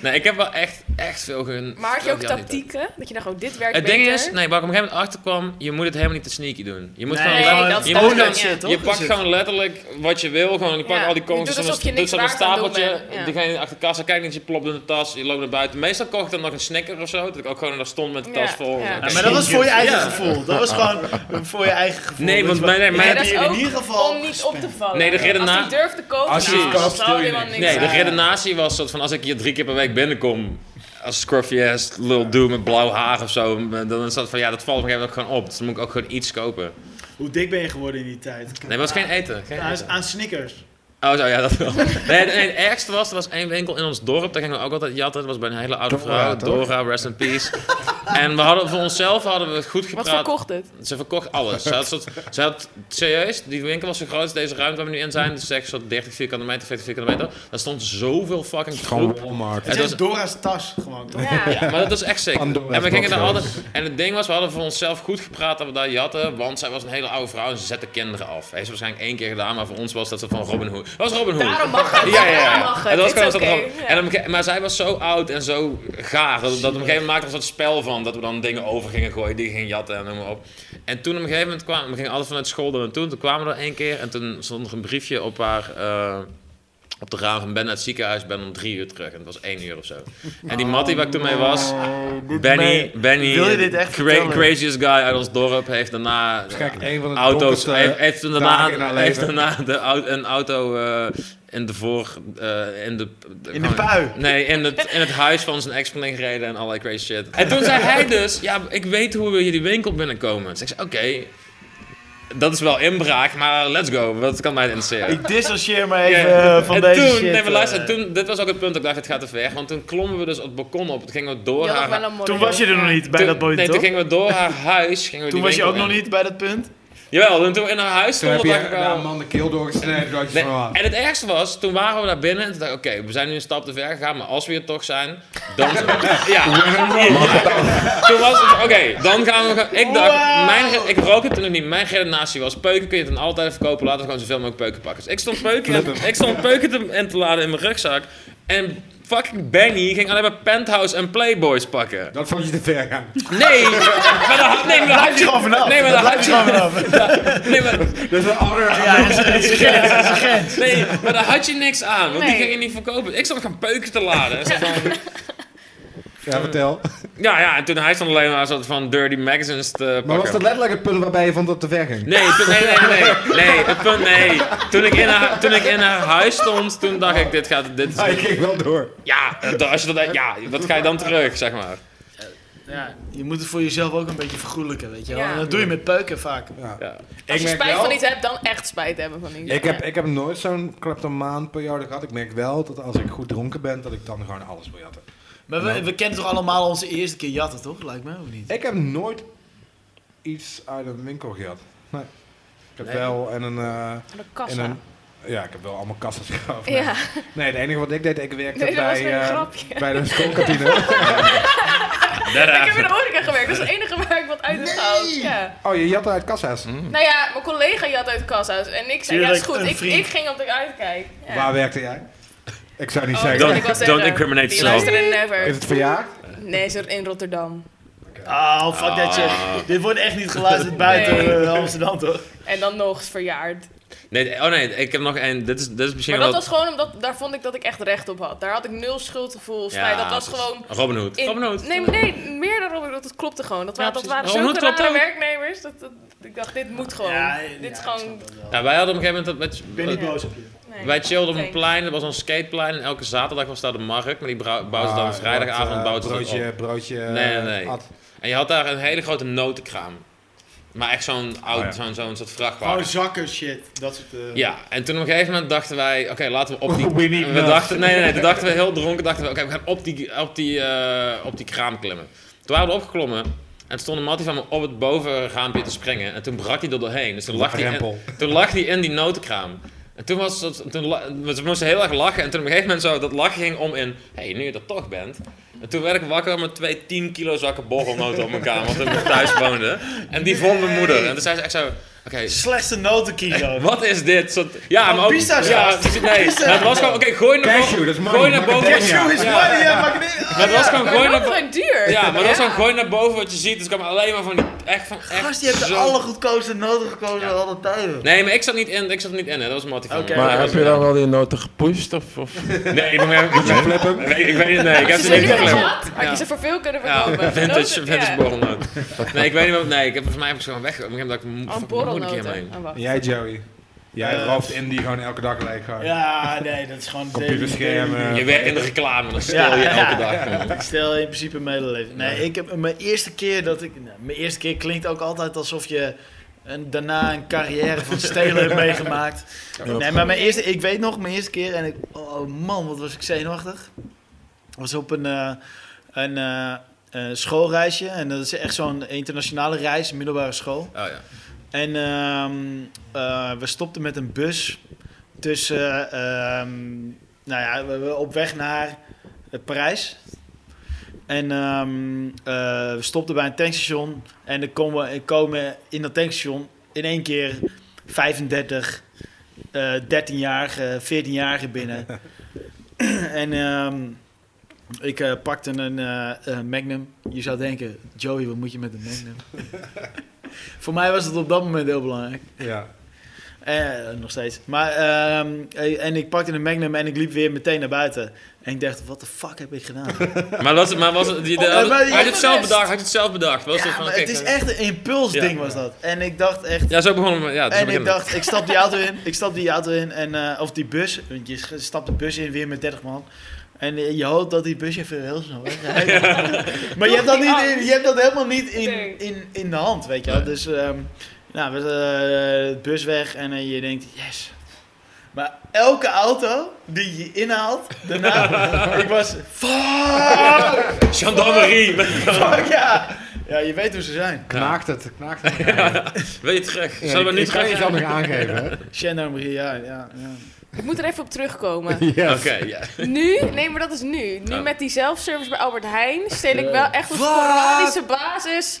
Speaker 1: Nee, ik heb wel echt, echt veel ge.
Speaker 6: Maar had je
Speaker 1: veel
Speaker 6: ook
Speaker 1: gejat die tijd.
Speaker 6: tactieken? Dat je dacht, oh, dit werkt
Speaker 1: Het ding
Speaker 6: beter.
Speaker 1: is, nee, waar ik op een gegeven moment achter kwam, je moet het helemaal niet te sneaky doen. Je moet
Speaker 2: Nee,
Speaker 1: gewoon
Speaker 6: Nee,
Speaker 1: letterlijk-
Speaker 6: dat is
Speaker 1: je moet
Speaker 6: duidelijk,
Speaker 1: gewoon-
Speaker 2: ja.
Speaker 1: je
Speaker 2: Toch
Speaker 1: pakt
Speaker 2: is het.
Speaker 1: gewoon letterlijk wat je wil. Gewoon, je pakt
Speaker 6: Ja,
Speaker 1: al die
Speaker 6: je
Speaker 1: comics
Speaker 6: doet
Speaker 1: en
Speaker 6: alsof je
Speaker 1: dan
Speaker 6: niks
Speaker 1: doet ze op een
Speaker 6: waard aan het doen
Speaker 1: stapeltje.
Speaker 6: bent, ja.
Speaker 1: Diegene achter de kassa kijkt niet, je plopt in de tas, je loopt naar buiten. Meestal kocht ik dan nog een snicker of zo, dat ik ook gewoon daar stond met de
Speaker 6: Ja,
Speaker 1: tas vol.
Speaker 6: ja.
Speaker 2: Ja, maar dat was voor je eigen
Speaker 1: Ja.
Speaker 2: gevoel. Dat was gewoon voor je eigen gevoel.
Speaker 1: Nee,
Speaker 2: Dat
Speaker 1: want
Speaker 2: je van,
Speaker 1: mijn-
Speaker 2: ik
Speaker 1: mijn-
Speaker 2: heb
Speaker 6: dat
Speaker 2: hier
Speaker 6: is ook
Speaker 2: in ieder geval...
Speaker 6: om niet op te vallen.
Speaker 1: Nee, de
Speaker 6: Als
Speaker 1: redenaar-
Speaker 6: hij durft te kopen,
Speaker 3: Als je
Speaker 6: nou,
Speaker 3: iets koopt,
Speaker 6: zal
Speaker 3: doe je
Speaker 6: helemaal
Speaker 3: niks.
Speaker 1: Nee, de
Speaker 6: aan.
Speaker 1: redenatie was dat van als ik hier drie keer per week binnenkom als scruffy ass lul dude met blauw haar of zo, dan is dat van ja, dat valt op een gegeven moment ook gewoon op. Dus dan moet ik ook gewoon iets kopen.
Speaker 2: Hoe dik ben je geworden in die tijd?
Speaker 1: Nee, maar het was geen eten. Geen
Speaker 2: Aan,
Speaker 1: eten.
Speaker 2: aan Snickers.
Speaker 1: Oh, zo ja, dat wel. Nee, nee, het ergste was, er was één winkel in ons dorp, daar gingen we ook altijd jatten. Dat was bij een hele oude
Speaker 3: Dora,
Speaker 1: vrouw,
Speaker 3: toch?
Speaker 1: Dora, rest in peace. en we hadden voor onszelf hadden we het goed
Speaker 6: Wat
Speaker 1: gepraat.
Speaker 6: verkocht het?
Speaker 1: Ze verkocht alles. Ze had, soort, ze had serieus, die winkel was zo groot als deze ruimte waar we nu in zijn. Dus zeg zo'n 30 vierkante meter, 40 vierkante meter. Daar stond zoveel fucking
Speaker 3: Gewoon
Speaker 1: troep.
Speaker 3: Walmart.
Speaker 2: Het
Speaker 1: Het
Speaker 2: is
Speaker 1: was,
Speaker 2: Dora's tas gewoon, toch?
Speaker 6: Ja.
Speaker 1: ja, maar dat was echt sick.
Speaker 3: Pandora's
Speaker 1: En we gingen daar
Speaker 3: box,
Speaker 1: altijd. En het ding was, we hadden voor onszelf goed gepraat dat we daar jatten. Want zij was een hele oude vrouw en ze zette kinderen af. Heeft ze waarschijnlijk één keer gedaan, maar voor ons was dat soort van Robin Hood. Dat was Robin Hood.
Speaker 6: Daarom mag het.
Speaker 1: Ja, ja, ja.
Speaker 6: Daarom mag het.
Speaker 1: En dat was
Speaker 6: It's
Speaker 1: gewoon een soort
Speaker 6: okay.
Speaker 1: grap.
Speaker 6: Ja.
Speaker 1: En op een ge- maar zij was zo oud en zo gaar dat, dat op een gegeven moment maakte we een soort spel van. Dat we dan dingen over gingen gooien, die gingen jatten en noem maar op. En toen op een gegeven moment kwamen we gingen alles vanuit school er naartoe. Toen kwamen we er één keer en toen stond er een briefje op haar. eh, op de raam van ben uit het ziekenhuis, ben om drie uur terug. En het was één uur of zo. En die Mattie waar ik toen mee was, Benny, Benny
Speaker 2: Wil je dit echt
Speaker 1: cra-
Speaker 2: vertellen? Dus
Speaker 1: craziest guy uit ons dorp, heeft daarna
Speaker 3: Kijk, een van de
Speaker 1: auto's. eh,
Speaker 2: eh,
Speaker 3: donkerste
Speaker 1: Heeft, heeft toen daarna,
Speaker 3: dagen in haar
Speaker 1: heeft
Speaker 3: leven.
Speaker 1: daarna de, au- een auto eh, in de voor. eh, in de,
Speaker 2: In de pui.
Speaker 1: Nee, in het, in het huis van zijn ex-vriendin gereden en allerlei crazy shit. En toen zei hij dus: Ja, ik weet hoe we hier die winkel binnenkomen. Dus ik zei: Oké, dat is wel inbraak, maar let's go. Wat kan mij interesseren?
Speaker 2: Ik distancieer me even
Speaker 1: Ja.
Speaker 2: eh, van
Speaker 1: en
Speaker 2: deze
Speaker 1: toen,
Speaker 2: shit.
Speaker 1: Nee, maar luister,
Speaker 2: eh.
Speaker 1: toen, dit was ook het punt dat ik dacht, het gaat te ver. Want toen klommen we dus op het balkon op. Toen gingen we door
Speaker 6: Je had
Speaker 1: haar...
Speaker 6: nog wel een modder.
Speaker 2: Toen was je er nog niet bij
Speaker 1: toen-
Speaker 2: dat mooie
Speaker 1: Nee,
Speaker 2: toch?
Speaker 1: toen gingen we door haar huis. Gingen we
Speaker 2: Toen
Speaker 1: die
Speaker 2: was je ook
Speaker 1: winkel
Speaker 2: nog
Speaker 1: in.
Speaker 2: niet bij dat punt?
Speaker 1: Jawel, toen, toen we in haar huis
Speaker 3: Toen
Speaker 1: stonden,
Speaker 3: heb
Speaker 1: dacht
Speaker 3: je
Speaker 1: ik
Speaker 3: daar
Speaker 1: al...
Speaker 3: een man de keel doorgesneden. toen had je
Speaker 1: Nee,
Speaker 3: van, ah,
Speaker 1: en het ergste was, toen waren we naar binnen en toen dacht ik, oké, we zijn nu een stap te ver gegaan, maar als we hier toch zijn, dan... ja. toen was het, oké, dan gaan we... Ik dacht, mijn, re- ik rook het toen nog niet, mijn redenatie was, peuken kun je dan altijd verkopen, laten we gewoon zoveel mogelijk peuken pakken. Dus ik stond peuken, ik stond peuken te, en te laden in mijn rugzak en fucking Benny ging alleen maar Penthouse en Playboys pakken.
Speaker 3: Dat vond je te ver gaan.
Speaker 1: Nee, maar daar had- nee, maar daar had
Speaker 2: Gewoon vanaf.
Speaker 1: Nee, maar
Speaker 2: dat
Speaker 1: daar
Speaker 2: blijft
Speaker 1: had
Speaker 2: gewoon
Speaker 1: je...
Speaker 2: vanaf.
Speaker 1: Nee, maar...
Speaker 3: Dat is een andere...
Speaker 2: Ja, dat is- dat is een grens, dat is een grens.
Speaker 1: Nee, maar daar had je niks aan, want die
Speaker 6: Nee.
Speaker 1: ging je niet verkopen. Ik stond gaan peuken te laden. En zo van-
Speaker 3: Ja, vertel.
Speaker 1: ja, ja, en toen hij stond alleen maar soort van dirty magazines te
Speaker 3: Maar was
Speaker 1: pakken.
Speaker 3: dat letterlijk het punt waarbij je vond dat het te ver ging?
Speaker 1: Nee, het punt- nee, nee, nee, nee, het punt, nee. Toen ik, in haar, toen ik in haar huis stond, toen dacht ik, dit gaat, dit
Speaker 3: Maar
Speaker 1: is,
Speaker 3: je ging wel door.
Speaker 1: ja, eh, als je dat, ja, wat ga je dan terug, zeg maar.
Speaker 2: Ja, je moet het voor jezelf ook een beetje vergoedelijken, weet je wel.
Speaker 6: Ja.
Speaker 2: En dat doe je met peuken vaak.
Speaker 1: Ja.
Speaker 6: Als je
Speaker 3: merk
Speaker 6: spijt van
Speaker 3: wel-
Speaker 6: iets hebt, dan echt spijt hebben van iets.
Speaker 3: Ik heb,
Speaker 6: Ja.
Speaker 3: ik heb nooit zo'n kleptomaanperiode gehad. Ik merk wel dat als ik goed dronken ben, dat ik dan gewoon alles wil jatten.
Speaker 2: Maar we, we kennen toch allemaal onze eerste keer jatten, toch? Lijkt me, of niet?
Speaker 3: Ik heb nooit iets uit een winkel gehad. Nee. Ik heb wel en een... eh,
Speaker 6: Aan de
Speaker 3: en
Speaker 6: kassa.
Speaker 3: een ja, ik heb wel allemaal kassas gehad. Nee.
Speaker 6: ja,
Speaker 3: nee, het enige wat ik deed, ik werkte
Speaker 6: nee, dat was
Speaker 3: bij,
Speaker 6: weer een
Speaker 3: eh,
Speaker 6: grapje.
Speaker 3: bij de schoolkantine.
Speaker 6: Ik heb in de horeca gewerkt, dat is het enige waar ik wat uit heb gehaald. Ja.
Speaker 3: oh, je jatte uit kassa's.
Speaker 6: Nou ja, mijn collega jat uit kassa's en ik zei, ja, is
Speaker 2: Tuurlijk,
Speaker 6: goed,
Speaker 2: een
Speaker 6: ik,
Speaker 2: vriend.
Speaker 6: ik ging op de uitkijk. Ja.
Speaker 3: Waar werkte jij? Ik zou niet
Speaker 6: Oh, dat
Speaker 3: zeggen.
Speaker 6: wil ik wel
Speaker 1: Don't-
Speaker 6: zeggen.
Speaker 1: don't incriminate
Speaker 6: Die
Speaker 1: yourself.
Speaker 3: Is
Speaker 6: luisteren never.
Speaker 3: het verjaard?
Speaker 6: Nee, ze in Rotterdam.
Speaker 2: Oh, fuck dat
Speaker 1: Ah.
Speaker 2: shit. Dit wordt echt niet geluisterd buiten
Speaker 6: Nee.
Speaker 2: eh, Amsterdam, toch?
Speaker 6: En dan nog eens verjaard.
Speaker 1: Nee, oh nee, ik heb nog één, dit is, dit is misschien
Speaker 6: Maar dat
Speaker 1: wel...
Speaker 6: was gewoon omdat, daar vond ik dat ik echt recht op had. Daar had ik nul schuldgevoel.
Speaker 1: Ja,
Speaker 6: Ja, dat was
Speaker 1: is-
Speaker 6: gewoon...
Speaker 1: Robin Hood.
Speaker 6: in-
Speaker 1: Robin Hood.
Speaker 6: Nee, nee, meer dan Robin Hood, dat klopte gewoon. Dat, wa-
Speaker 1: Ja,
Speaker 6: dat
Speaker 1: precies.
Speaker 6: waren
Speaker 1: Robin
Speaker 6: zulke
Speaker 1: Hood klopt
Speaker 6: rare
Speaker 1: ook.
Speaker 6: werknemers. Dat, dat, ik dacht, dit moet gewoon. dit is gewoon...
Speaker 1: Ja, wij hadden op een gegeven moment... dat
Speaker 2: Ik
Speaker 1: met- eh,
Speaker 2: ben niet
Speaker 6: Ja.
Speaker 2: boos op je.
Speaker 6: Nee.
Speaker 1: Wij chillden op een
Speaker 6: Thanks.
Speaker 1: plein, er was een skateplein en elke zaterdag was daar de markt, maar die brou- bouwden ze dan
Speaker 3: Ah, dat,
Speaker 1: vrijdagavond
Speaker 3: eh,
Speaker 1: bouwden ze dat op.
Speaker 3: broodje, broodje.
Speaker 1: Nee, nee, nee.
Speaker 3: eh, at.
Speaker 1: En je had daar een hele grote notenkraam. Maar echt zo'n oud,
Speaker 3: Oh ja. Oh,
Speaker 1: zo'n, zo'n soort vrachtwagen.
Speaker 2: zakken shit. Dat soort... eh,
Speaker 1: ja, en toen op een gegeven moment dachten wij, oké, laten we op die...
Speaker 3: We need
Speaker 1: we
Speaker 3: nuts.
Speaker 1: dachten, nee, nee, nee, toen dachten we heel dronken, dachten we, oké, we gaan op die, op, die, eh, op die kraam klimmen. Toen waren we opgeklommen en stond een mattie van me op het bovenraampje te springen. En toen brak hij er doorheen, dus toen lag hij...
Speaker 3: Rempel.
Speaker 1: Toen lag hij in die notenkraam. En toen was het, toen la- we moesten heel erg lachen. En toen op een gegeven moment zo dat lachen ging om in, hé, hey, nu je er toch bent. En toen werd ik wakker met twee 10 kilo zakken borrelnoten op mijn kamer, toen ik thuis woonde. En die vond mijn moeder. En toen zei ze echt zo, oké,
Speaker 2: Slechtste notenkilo.
Speaker 1: wat is dit? Soort- ja,
Speaker 2: Oh,
Speaker 1: maar ook...
Speaker 2: pista's.
Speaker 1: Ja, precies, nee, maar het was gewoon, oké, gooi naar
Speaker 3: Cashew,
Speaker 1: boven.
Speaker 3: dat is money.
Speaker 1: Gooi naar boven.
Speaker 3: Macadamia.
Speaker 1: Ja,
Speaker 3: Cashew
Speaker 2: Doe eens money, ja, Ah, pak het in.
Speaker 1: maar het was gewoon,
Speaker 6: Maar
Speaker 1: gooi
Speaker 6: dat
Speaker 1: naar
Speaker 6: was
Speaker 1: boven.
Speaker 6: gewoon duur.
Speaker 1: Ja, maar dat was
Speaker 6: Ja.
Speaker 1: gewoon gooi naar boven wat je ziet. Dus er kwam alleen maar van die, echt van, echt
Speaker 2: Gast, die hebt de
Speaker 1: zo-
Speaker 2: allergoedkoopste noten gekozen van alle tijden.
Speaker 1: Nee, maar ik zat niet in, ik zat niet in, hè. dat was Mattie van
Speaker 2: Oké.
Speaker 1: me.
Speaker 4: Maar heb je dan wel die noten gepusht? Of, of?
Speaker 1: Nee, ik ben weer... Nee, ik weet het nee, ik heb
Speaker 6: Als
Speaker 1: ze
Speaker 6: je
Speaker 1: niet
Speaker 6: ze nu had
Speaker 1: geklemd.
Speaker 6: gehad, had je ze voor veel kunnen
Speaker 1: Ja,
Speaker 6: verkopen.
Speaker 1: vintage,
Speaker 6: Noten-
Speaker 1: vintage
Speaker 6: ja.
Speaker 1: borrelnoot. Nee, ik weet niet wat, nee, ik heb volgens mij heb ik ze gewoon weg. Op een gegeven moment dacht
Speaker 6: Oh,
Speaker 1: ik, mo- fuck, moet ik
Speaker 6: borrelnoten.
Speaker 1: hiermee?
Speaker 6: Oh, wacht.
Speaker 3: En jij, Joey? Jij
Speaker 2: Eh,
Speaker 3: rooft in die gewoon elke dag leeg gaat.
Speaker 2: Ja, nee, dat is gewoon...
Speaker 3: Computerschermen.
Speaker 1: Je werkt in de reclame, dan stel
Speaker 2: Ja,
Speaker 1: je
Speaker 2: ja.
Speaker 1: elke dag.
Speaker 2: Ik stel in principe medeleven. Nee, ik heb mijn eerste keer dat ik. nou, mijn eerste keer klinkt ook altijd alsof je een, daarna een carrière van stelen hebt meegemaakt. Nee, maar mijn eerste, ik weet nog, mijn eerste keer en ik, oh man, wat was ik zenuwachtig. Was op een, eh, een eh, eh, schoolreisje en dat is echt zo'n internationale reis, middelbare school.
Speaker 1: Oh ja.
Speaker 2: En ehm, eh, we stopten met een bus tussen, ehm, nou ja, we, we op weg naar eh, Parijs. En ehm, eh, we stopten bij een tankstation en er komen, er komen in dat tankstation in één keer 35 eh 13-jarige, 14-jarige binnen. en ehm, ik eh, pakte een eh, eh, Magnum. Je zou denken, Joey, wat moet je met een Magnum? Voor mij was het op dat moment heel belangrijk.
Speaker 3: Ja.
Speaker 2: Eh, nog steeds. Maar, ehm, eh, en ik pakte een Magnum en ik liep weer meteen naar buiten. En ik dacht, wat de fuck heb ik gedaan?
Speaker 1: Maar, was, het- maar was het, die, de,
Speaker 2: Oh, maar
Speaker 1: had
Speaker 2: je
Speaker 1: je het
Speaker 2: hebt
Speaker 1: zelf
Speaker 2: best.
Speaker 1: bedacht? Had je het zelf bedacht? Was het
Speaker 2: ja,
Speaker 1: van,
Speaker 2: maar
Speaker 1: oké,
Speaker 2: het is
Speaker 1: ik-
Speaker 2: echt een impulsding
Speaker 1: Ja.
Speaker 2: was dat. En ik dacht echt...
Speaker 1: Ja, zo begonnen we. Ja, zo
Speaker 2: en ik
Speaker 1: beginnen we.
Speaker 2: dacht, ik stap die auto in, ik stap die auto in, en, eh, of die bus, want je stapt de bus in weer met 30 man. En eh, je hoopt dat die bus even heel snel wegrijdt. maar je hebt, dat niet in, je hebt dat helemaal niet in,
Speaker 6: Nee.
Speaker 2: in, in de hand, weet je wel.
Speaker 1: Nee.
Speaker 2: Dus, ehm, nou, we eh, de bus weg en eh, je denkt, yes. Maar elke auto die je inhaalt, daarna, ik was, fuck,
Speaker 1: Gendarmerie!
Speaker 2: fuck ja. Ja, je weet hoe ze zijn.
Speaker 3: Knaakt het, knaakt het.
Speaker 1: Weet je terug?
Speaker 3: Ja,
Speaker 1: Zullen we
Speaker 3: ik-
Speaker 1: nu
Speaker 3: ik kan je
Speaker 1: terug?
Speaker 3: zo nog aangeven. hè?
Speaker 2: Gendarmerie, ja, ja, ja.
Speaker 6: Ik moet er even op terugkomen.
Speaker 1: Oké,
Speaker 3: Yes.
Speaker 1: ja.
Speaker 6: Nu, nee, maar dat is nu. Nu
Speaker 1: Oh.
Speaker 6: met die zelfservice bij Albert Heijn stel ik wel echt op
Speaker 2: Wat?
Speaker 6: sporadische basis